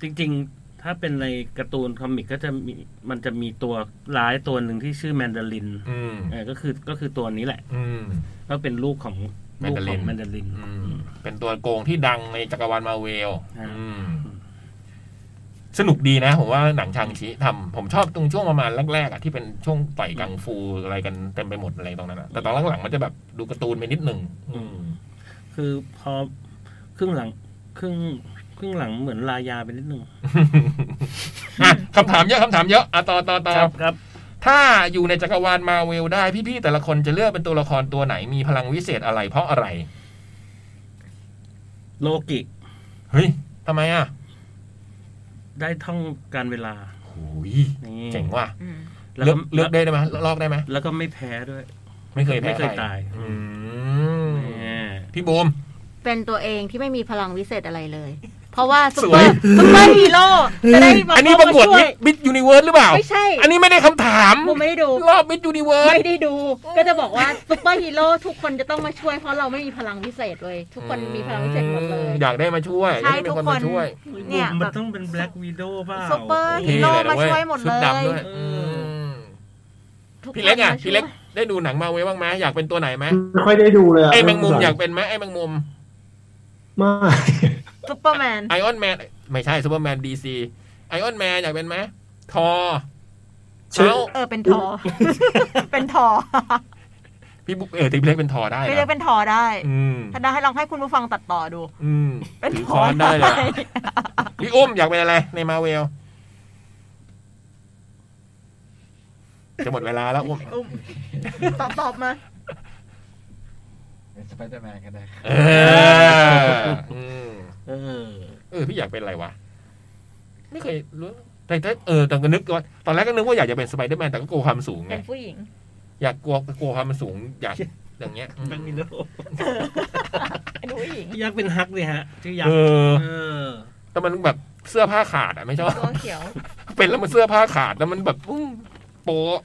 [SPEAKER 4] จริงๆ ถ้าเป็นในการ์ตูนคอมิกก็จะมีมันจะมีตัวร้ายตัวหนึ่งที่ชื่อแมนดาริน
[SPEAKER 2] อืม
[SPEAKER 4] เออก็คือก็คือตัวนี้แหละ
[SPEAKER 2] อืม
[SPEAKER 4] ก็เป็นลูกของ
[SPEAKER 2] แมน
[SPEAKER 4] ลูก
[SPEAKER 2] ดาริ
[SPEAKER 4] ขอน งแมนดาริน
[SPEAKER 2] อืม เป็นตัวโกงที่ดังในจักรวาลมาเวล
[SPEAKER 4] ฮะ
[SPEAKER 2] อืม สนุกดีนะ ผมว่าหนังชางชีทำผมชอบตรงช่วงประมาณแรกๆอ่ะที่เป็นช่วงต่อยกังฟูอะไรกันเต็มไปหมดอะไรตรงนั้นอะแต่ตอนหลังๆมันจะแบบดูการ์ตูนไปนิดหนึ่งอืม
[SPEAKER 4] คือพอครึ่งหลัง ครึ่งครึ่งหลังเหมือนลายาไปนิดนึง
[SPEAKER 2] อ่ะคำถามเยอะคำถามเยอะอ่ะต่อต่อต่อ
[SPEAKER 4] ครับ
[SPEAKER 2] ถ้าอยู่ในจักรวาลมาเวลได้พี่ๆแต่ละคนจะเลือกเป็นตัวละครตัวไหนมีพลังวิเศษอะไรเพราะอะไร
[SPEAKER 4] โลกิ
[SPEAKER 2] เฮ้ยทำไมอ่ะ
[SPEAKER 4] ได้ท่องการเวลา
[SPEAKER 2] หูย
[SPEAKER 4] นี่
[SPEAKER 2] เจ๋งว่ะ
[SPEAKER 3] อืม
[SPEAKER 4] แล้ว
[SPEAKER 2] เลื
[SPEAKER 4] ก็
[SPEAKER 2] อกเลือกได้ไหมลอกได้ไหม
[SPEAKER 4] แล้วก็ไม่แพ้ด้วย
[SPEAKER 2] ไม่เคยแพ้
[SPEAKER 4] ไม่เคย
[SPEAKER 2] ใร
[SPEAKER 4] ตาย
[SPEAKER 2] อืม
[SPEAKER 4] แหม่
[SPEAKER 2] พี่บูม
[SPEAKER 3] เป็นตัวเองที่ไม่มีพลังวิเศษอะไรเลย เพราะว่าซุปเป
[SPEAKER 2] สว
[SPEAKER 3] อย ร์ซุปเปอร์ฮีโร่จะได้มา
[SPEAKER 2] อันนี้ประกวด
[SPEAKER 3] เข้ามาช่ย
[SPEAKER 2] บิดยูนิเวิร์สหรือเปล่า
[SPEAKER 3] ไม่ใช่
[SPEAKER 2] อันนี้ไม่ได้คำถาม
[SPEAKER 3] ผมไม่ได้ดู
[SPEAKER 2] รอบมิดยูนิเวิร์ส
[SPEAKER 3] ไม่ได้ดู ก็จะบอกว่าซุปเปอร์ฮีโร่ทุกคนจะต้องมาช่วยเพราะเราไม่มีพลังพิเศษเลย ทุกคนมีพลังพิเศษหมดเลย
[SPEAKER 2] อยากได้มาช่วย
[SPEAKER 3] ใช่
[SPEAKER 2] อยาได้เป็
[SPEAKER 3] ทุก
[SPEAKER 2] คน
[SPEAKER 3] ค
[SPEAKER 2] มาน ช่วย
[SPEAKER 3] เนี่ย
[SPEAKER 4] มั
[SPEAKER 3] แบ
[SPEAKER 4] น
[SPEAKER 3] บ
[SPEAKER 4] ต้องเป็นแบล็กวีดอเปล่า
[SPEAKER 3] ซุปเปอร์ ฮีโร่มาช่วยหมดเลย
[SPEAKER 2] ชุดดำด้ว
[SPEAKER 4] เอ
[SPEAKER 2] อื
[SPEAKER 4] อ
[SPEAKER 2] ม
[SPEAKER 3] ทุคน
[SPEAKER 2] พี่เล็กอ่ะ
[SPEAKER 3] มาช่วย
[SPEAKER 2] พี่เล็กได้ดูหนังมาเวบ้างไหมอยากเป็นตัวไหนไหม
[SPEAKER 5] ไม่ค่อยได้ดูเลยะ
[SPEAKER 2] ไอ้แมงมุมอยากเป็นไหมไอ้แมงมุม
[SPEAKER 5] ไม่
[SPEAKER 3] ซุปเปอร์แมน
[SPEAKER 2] ไอออนแมนไม่ใช่ซูเปอร์แมนดีซีไอออนแมนอยากเป็นไหมทอ
[SPEAKER 5] ชื่อ
[SPEAKER 2] เขา
[SPEAKER 3] เออเป็นท อ เป็นทอ
[SPEAKER 2] พี่บุ๊กเออพี่เล็กเป็นทอได้
[SPEAKER 3] พี่
[SPEAKER 2] นะ
[SPEAKER 3] เล็กเป็นทอได้
[SPEAKER 2] อืม
[SPEAKER 3] ถ้าได้ให้ลองให้คุณผู้ฟังตัดต่อดู
[SPEAKER 2] อืม
[SPEAKER 3] เป็น
[SPEAKER 2] ถือ
[SPEAKER 3] ทอ
[SPEAKER 2] ค้อนได้เลยอะพี่อุ้มอยากเป็นอะไร ในมาเวลจะหมดเวลาแล้วอุ้ม
[SPEAKER 3] อุ้มตอบตอบมา
[SPEAKER 7] เป็นสไปเดอร์แมนก็ได้ครับ
[SPEAKER 2] เอออืม
[SPEAKER 4] เออ
[SPEAKER 2] เออพี่อยากเป็นอะไรวะ
[SPEAKER 3] ไม่
[SPEAKER 2] ไม่
[SPEAKER 3] เค
[SPEAKER 2] เค
[SPEAKER 3] ย
[SPEAKER 2] ยรู้แต่แต่เออแต่ก็นึกว่าตอนแรกก็นึกว่าอยากจะเป็นสไปเดอร์แมนแต่ก็กลัวความสูงไง
[SPEAKER 3] เป็นผู้หญิง
[SPEAKER 2] อยากกลัวกลัวความสูงอยากอย่างเงี้ยอืม
[SPEAKER 4] แบล็กวีดอ
[SPEAKER 3] เป็นผู้หญิง
[SPEAKER 4] ยักษ์เป็นฮักเลยฮะ ชื่อยัก
[SPEAKER 2] เอ
[SPEAKER 4] ษ์
[SPEAKER 2] อ
[SPEAKER 4] เออ
[SPEAKER 2] แต่มันแบบเสื้อผ้าขาดอ่ะไม่ชอบ
[SPEAKER 3] ตัวเขียว
[SPEAKER 2] เป็นแล้วมันเสื้อผ้าขาดแล้วมันแบบอื้อโปะ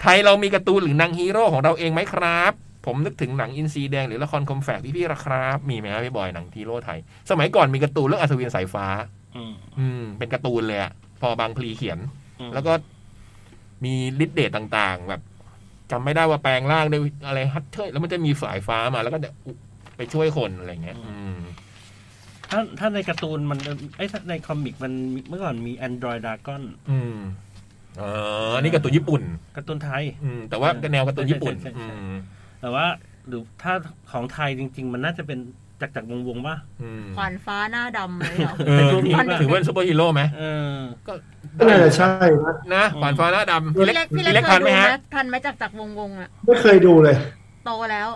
[SPEAKER 2] ไทยเรามีการ์ตูนหรือหนางฮีโร่ของเราเองไหมครับ ผมนึกถึงหนังอินซีแดงหรือละครคอมแฝกพี่ๆละครับ มีไหมครับพี่บอยหนังฮีโร่ไทย สมัยก่อนมีการ์ตูนเรื่องอัศวินสายฟ้า
[SPEAKER 4] อืม
[SPEAKER 2] อืม เป็นการ์ตูนเลยอะพอบางพลีเขียน
[SPEAKER 4] อืม
[SPEAKER 2] แล้วก็มีฤทธิ์เดชต่างๆ แบบ จำไม่ได้ว่าแปลงร่างด้วยอะไรฮัตเทอร์แล้วมันจะมีสายฟ้ามา แล้วก็เนี่ยอุ๊บไปช่วยคนอะไรเงี้ย อืม
[SPEAKER 4] ถ้าถ้าในการ์ตูนมันไอ้ยถ้าในคอมิกมันมีเมื่อก่อนมี Android Dragon
[SPEAKER 2] อืมเออนี่การ์ตูนญี่ปุ่น
[SPEAKER 4] การ์ตูนไทย
[SPEAKER 2] อืม แต่ว่าแนวการ์ตูนญี่ปุ่น
[SPEAKER 4] ใช่ใช่
[SPEAKER 2] อื
[SPEAKER 4] ใช่
[SPEAKER 2] ม
[SPEAKER 4] แต่ว่าหรือถ้าของไทยจริง ๆ มันน่าจะเป็นจากรจักรวงศ์วงศ์ป่ะ
[SPEAKER 2] อืม
[SPEAKER 3] ขวานฟ้าหน้าดำเลยเหรอ
[SPEAKER 2] เออ
[SPEAKER 4] เป็นพวกนี้ป่ะ
[SPEAKER 2] ถือว่าเป็นซูเปอร์ฮีโร่ไหม
[SPEAKER 4] เออ
[SPEAKER 5] ก็น่าจะใช่นะ
[SPEAKER 2] นะขวานฟ้าหน้าดำ
[SPEAKER 3] พี่เล็กพี่เล็กเค
[SPEAKER 2] ทั
[SPEAKER 3] ย
[SPEAKER 2] น
[SPEAKER 3] ดู
[SPEAKER 2] ไหม
[SPEAKER 3] ไหม
[SPEAKER 2] ฮะ
[SPEAKER 3] ทันไหมจากจากวงวงอะ
[SPEAKER 5] ไม่เคยดูเลย
[SPEAKER 3] โตแล้ว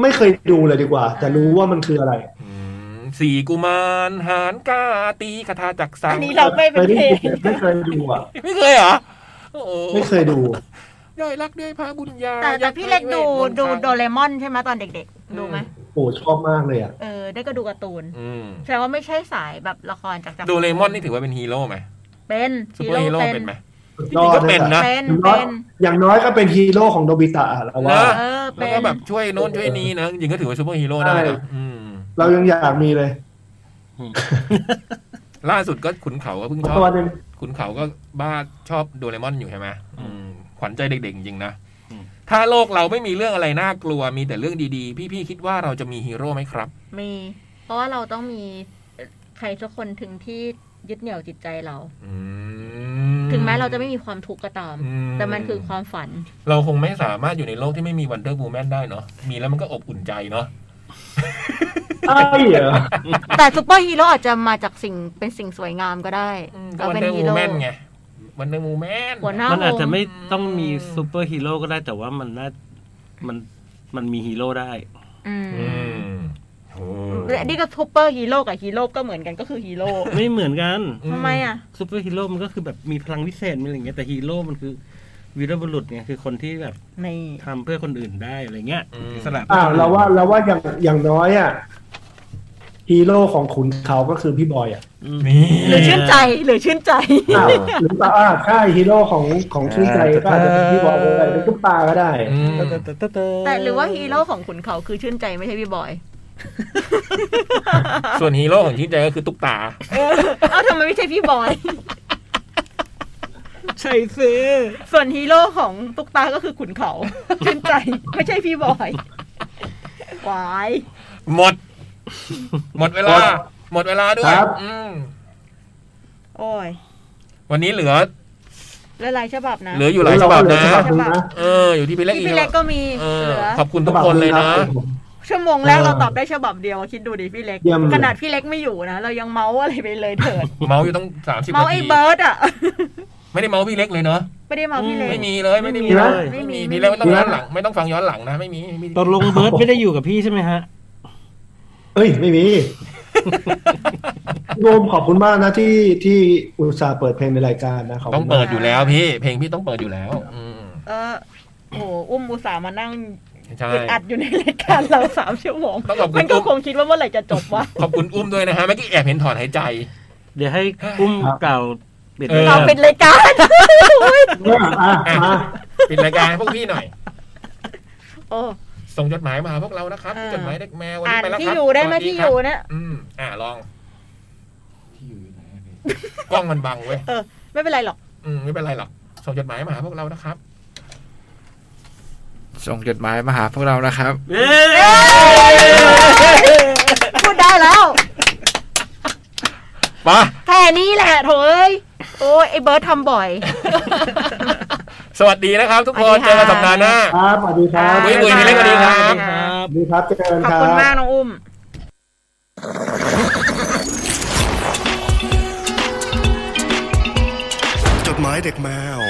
[SPEAKER 5] ไม่เคยดูเลยดีกว่า แต่รู้ว่ามันคืออะไร
[SPEAKER 2] อืมสี่กุมารหานกาตีคาถาจักสั
[SPEAKER 3] อั
[SPEAKER 2] ง
[SPEAKER 3] นนี้เราไม่เป็นเพลง
[SPEAKER 5] ไม่เคยดูอ่ะ
[SPEAKER 2] ไม่เคยเหรอโอ้โห
[SPEAKER 5] ไม่เคยดู
[SPEAKER 2] ได้รักด้วยพระบุญญา
[SPEAKER 3] แต่แต่พี่เล็กดู
[SPEAKER 2] ยัไว้
[SPEAKER 3] ดู
[SPEAKER 2] บน
[SPEAKER 3] โด
[SPEAKER 2] ทาง
[SPEAKER 3] เรมอนใช่ไหมตอนเด็กๆ ดูไหม
[SPEAKER 5] โอ้ชอบมากเลยอ่ะ
[SPEAKER 3] เออ ได้ก็ดูการ์ตูน
[SPEAKER 2] อืม
[SPEAKER 3] แสดงว่าไม่ใช่สายแบบละครจากจาก
[SPEAKER 2] โดเรมอนนี่ถือว่าเป็นฮีโร่ไหม
[SPEAKER 3] เป็น
[SPEAKER 2] ซูเปอร์ฮีโร่
[SPEAKER 3] ฮี
[SPEAKER 2] เป็นไหม
[SPEAKER 5] สุด
[SPEAKER 2] จริ
[SPEAKER 5] ย
[SPEAKER 2] ง
[SPEAKER 5] อ
[SPEAKER 2] ๆก็
[SPEAKER 5] ด
[SPEAKER 2] เป็นนะ
[SPEAKER 3] เป็น
[SPEAKER 5] อย่างน้
[SPEAKER 3] เป็
[SPEAKER 5] อย
[SPEAKER 3] น
[SPEAKER 5] อย่างน้อยก็เป็นฮีโร่ของโนบิตะอะเราว่า
[SPEAKER 2] นะ
[SPEAKER 3] เออ
[SPEAKER 2] แล้ว
[SPEAKER 3] เป็น
[SPEAKER 2] ก็แบบช่วยโน้นช่วยนี้นะจริงๆก็ถือว่าซูเปอร์ฮีโร่ได้
[SPEAKER 5] ใช่
[SPEAKER 2] นะอืม
[SPEAKER 5] เรายังอยากมีเลย
[SPEAKER 2] ล่าสุดก็ขุนเขาก็เพิ่งชอ
[SPEAKER 5] ตั
[SPEAKER 2] บ
[SPEAKER 5] วหนึ่ง
[SPEAKER 2] ขุนเขาก็บ้าชอบโดเรมอนอยู่ใช่ไหมอืมขวัญใจเด็กๆจริงๆนะ
[SPEAKER 4] อืม
[SPEAKER 2] ถ้าโลกเราไม่มีเรื่องอะไรน่ากลัวมีแต่เรื่องดีๆ พี่ๆคิดว่าเราจะมีฮีโร่ไหมครับ
[SPEAKER 3] มี เพราะว่าเราต้องมีใครสักคนถึงที่ยึดเหนี่ยวจิตใจเรา
[SPEAKER 2] อื
[SPEAKER 3] ถึงแม้เราจะไม่มีความทุกข์ก็ตาม
[SPEAKER 2] อื
[SPEAKER 3] แต่มันคือความฝัน
[SPEAKER 2] เราคงไม่สามารถอยู่ในโลกที่ไม่มีวันเดอร์บูแมนได้เนาะมีแล้วมันก็อบอุ่นใจเนาะ
[SPEAKER 5] ไอ้เหรอ
[SPEAKER 3] แต่ซูเปอร์ฮีโร่อาจจะมาจากสิ่งเป็นสิ่งสวยงามก็ได้เรา
[SPEAKER 2] วันเด
[SPEAKER 3] เป็น
[SPEAKER 2] อร์
[SPEAKER 3] ฮี
[SPEAKER 2] บู
[SPEAKER 3] โร่
[SPEAKER 2] แมนไงวันเดอร์บูแมน
[SPEAKER 3] หัวหน้า
[SPEAKER 4] มันอาจ
[SPEAKER 3] วง
[SPEAKER 4] จะไม่ต้องมีซูเปอร์ฮีโร่ก็ได้แต่ว่ามันน่ามันมันมีฮีโร่ได้
[SPEAKER 3] อืม
[SPEAKER 2] อืมโอ้
[SPEAKER 3] และนี่ก็ซูเปอร์ฮีโร่กับฮีโร่ก็เหมือนกันก็คือฮีโร่
[SPEAKER 4] ไม่เหมือนกัน
[SPEAKER 3] ทำไมอ่ะ
[SPEAKER 4] ซูเปอร์ฮีโร่มันก็คือแบบมีพลังวิเศษมีอะไรอย่างเงี้ยแต่ฮีโร่มันคือวีรบุรุษไงคือคนที่แบบ
[SPEAKER 3] ใน
[SPEAKER 4] ทำเพื่อคนอื่นได้อะไรเงี้ยอิสละ
[SPEAKER 5] อ่าเราว่าเราว่าอย่างอย่างน้อยอ่ะฮีโร่ของขุนเขาก็คือพี่บอยอ่ะ
[SPEAKER 4] อืม
[SPEAKER 2] นี่
[SPEAKER 3] หรือชื่นใจหรือชื่นใจ
[SPEAKER 5] อ้าวหรือเปล่าอ่าใช่ฮีโร่ของของชื่อใจก็อาจจะเป็นพี่บอยก็ได้เป็นตุ๊กตาก็ได้
[SPEAKER 2] อืม
[SPEAKER 3] แต่หรือว่าฮีโร่ของขุนเขาคือชื่นใจไม่ใช่พี่บอย
[SPEAKER 2] ส่วนฮีโร่ของชิ้นใจก็คือตุ๊กตา
[SPEAKER 3] เอ้าทำไมไม่ใช่พี่บอย
[SPEAKER 4] ใช่สิ
[SPEAKER 3] ส่วนฮีโร่ของตุ๊กตาก็คือขุนเขา ชื่นใจไม่ใช่พี่บอ ยวาย
[SPEAKER 2] หมด หมดเวลา หมดเวลาด้วย
[SPEAKER 5] ครับ
[SPEAKER 2] อืม
[SPEAKER 3] โอ้ย
[SPEAKER 2] วันนี้เหลือ
[SPEAKER 3] ละลายฉบับนะ
[SPEAKER 2] เหลืออยู่หลายฉบับนะ
[SPEAKER 5] ฉบับนึงนะ
[SPEAKER 2] เออ อยู่ที่พี่เล็กอี
[SPEAKER 3] พี่
[SPEAKER 2] ก
[SPEAKER 3] เล็กก็มี
[SPEAKER 2] เออ
[SPEAKER 3] เหลือ
[SPEAKER 2] ขอบคุณทุกคนเลยนะ
[SPEAKER 3] ชั่วโมงแรกเราตอบได้ฉบับเดียวคิดดูดิพี่เล็ก
[SPEAKER 5] เยี่ยมเลย
[SPEAKER 3] ขนาดพี่เล็กไม่อยู่นะ เรายังเมาส์อะไรไปเลยเถิด
[SPEAKER 2] เมาอยู่ต้องสามสิบ
[SPEAKER 3] เมา
[SPEAKER 2] นา
[SPEAKER 3] ส์ไอ้
[SPEAKER 2] ที
[SPEAKER 3] เบิร์ดอ่ะ
[SPEAKER 2] ไม่ได้เมาพี่เล็กเลยเนาะ
[SPEAKER 3] ไม่ได้เมาส์พี่เล็ก
[SPEAKER 2] ไม่มีเลยไม่ได้มี
[SPEAKER 5] ไม่มีนะ
[SPEAKER 2] ไม่มี
[SPEAKER 3] ไม่มี
[SPEAKER 2] พี่เล็กไม่ต้องย้อนหลัง ไม่ต้องฟังย้อนหลังนะไม่มีไม่มี
[SPEAKER 4] ตกลงเบิร์ดไม่ได้อยู่กับพี่ใช่ไหมฮะ
[SPEAKER 5] เอ้ยไม่ มีโรมขอบคุณมากนะที่ที่อุตส่าห์เปิดเพลงในรายการนะขอบ
[SPEAKER 2] ต้อ
[SPEAKER 5] คุ
[SPEAKER 2] ง
[SPEAKER 5] ณมา
[SPEAKER 2] เปิ
[SPEAKER 5] ก
[SPEAKER 2] ดอยู่แล้วพี่ เพลงพี่ต้องเปิดอยู่แล้ว อืม
[SPEAKER 3] เออโอ้โหอุ้มอุตส่าห์มานั่ง
[SPEAKER 2] ใช่
[SPEAKER 3] อึดอัดอยู่ในรายการเราสามชั่วโมง
[SPEAKER 2] ต้องขอบคุณ
[SPEAKER 3] มันก็คงคิดว่าเมื่อไหร่จะจบวะ
[SPEAKER 2] ขอบคุณอุ้มด้วยนะฮะเมื่อกี้แอบเห็นถอนหายใจ
[SPEAKER 4] เดี๋ยวให้อุ้มกล่าวเบ็ด
[SPEAKER 2] เออ
[SPEAKER 3] เราเป็นรายการ
[SPEAKER 5] เนี่ยอ่ะมา
[SPEAKER 2] ปิดรายการพวกพี่หน่อย
[SPEAKER 3] โอ้
[SPEAKER 2] ส่งจดหมายมาหาพวกเรานะครับ
[SPEAKER 3] เออ
[SPEAKER 2] จดหมายเด็กแมววัน
[SPEAKER 3] อ่า
[SPEAKER 2] นี้ไป
[SPEAKER 3] น
[SPEAKER 2] แล้ว
[SPEAKER 3] ที่
[SPEAKER 2] ครับ
[SPEAKER 3] อยู่ได้ไหม
[SPEAKER 2] สวัส
[SPEAKER 3] ที่อ
[SPEAKER 2] ครับ
[SPEAKER 3] ยู่เนี่ย
[SPEAKER 2] อืมอ่าลอง
[SPEAKER 7] ที่อยู่อยู่ไหนอะพี่
[SPEAKER 2] กล้องมันบังเว้ย
[SPEAKER 3] ไม่เป็นไรหรอก
[SPEAKER 2] อืมไม่เป็นไรหรอกส่งจดหมายมาหาพวกเรานะครับ
[SPEAKER 7] ส่งจดหมายมาหาพวกเรานะครับ
[SPEAKER 4] เอ้ย
[SPEAKER 3] พูดได้แล้ว
[SPEAKER 2] มา
[SPEAKER 3] แค่นี้แหละโถเอ้ยโอ้ยไอ้เบิร์ดทำบ่อย
[SPEAKER 2] สวัสดีนะครับ ทุกคน
[SPEAKER 3] ส
[SPEAKER 2] เจ
[SPEAKER 3] วัสดี
[SPEAKER 2] อกั
[SPEAKER 3] ค่ะ
[SPEAKER 2] นสัปดาห์หน้า
[SPEAKER 5] ครับสวัสดีครับ
[SPEAKER 2] อุ๊ยอุ๊ยมีเรื่องอะไรครับ
[SPEAKER 4] สวัสดีครับ
[SPEAKER 5] สวัสดีครับเจอกัน
[SPEAKER 3] ขอบ
[SPEAKER 5] ครับ
[SPEAKER 3] คุณมากน้องอุ้ม
[SPEAKER 8] จดหมายเด็กแมว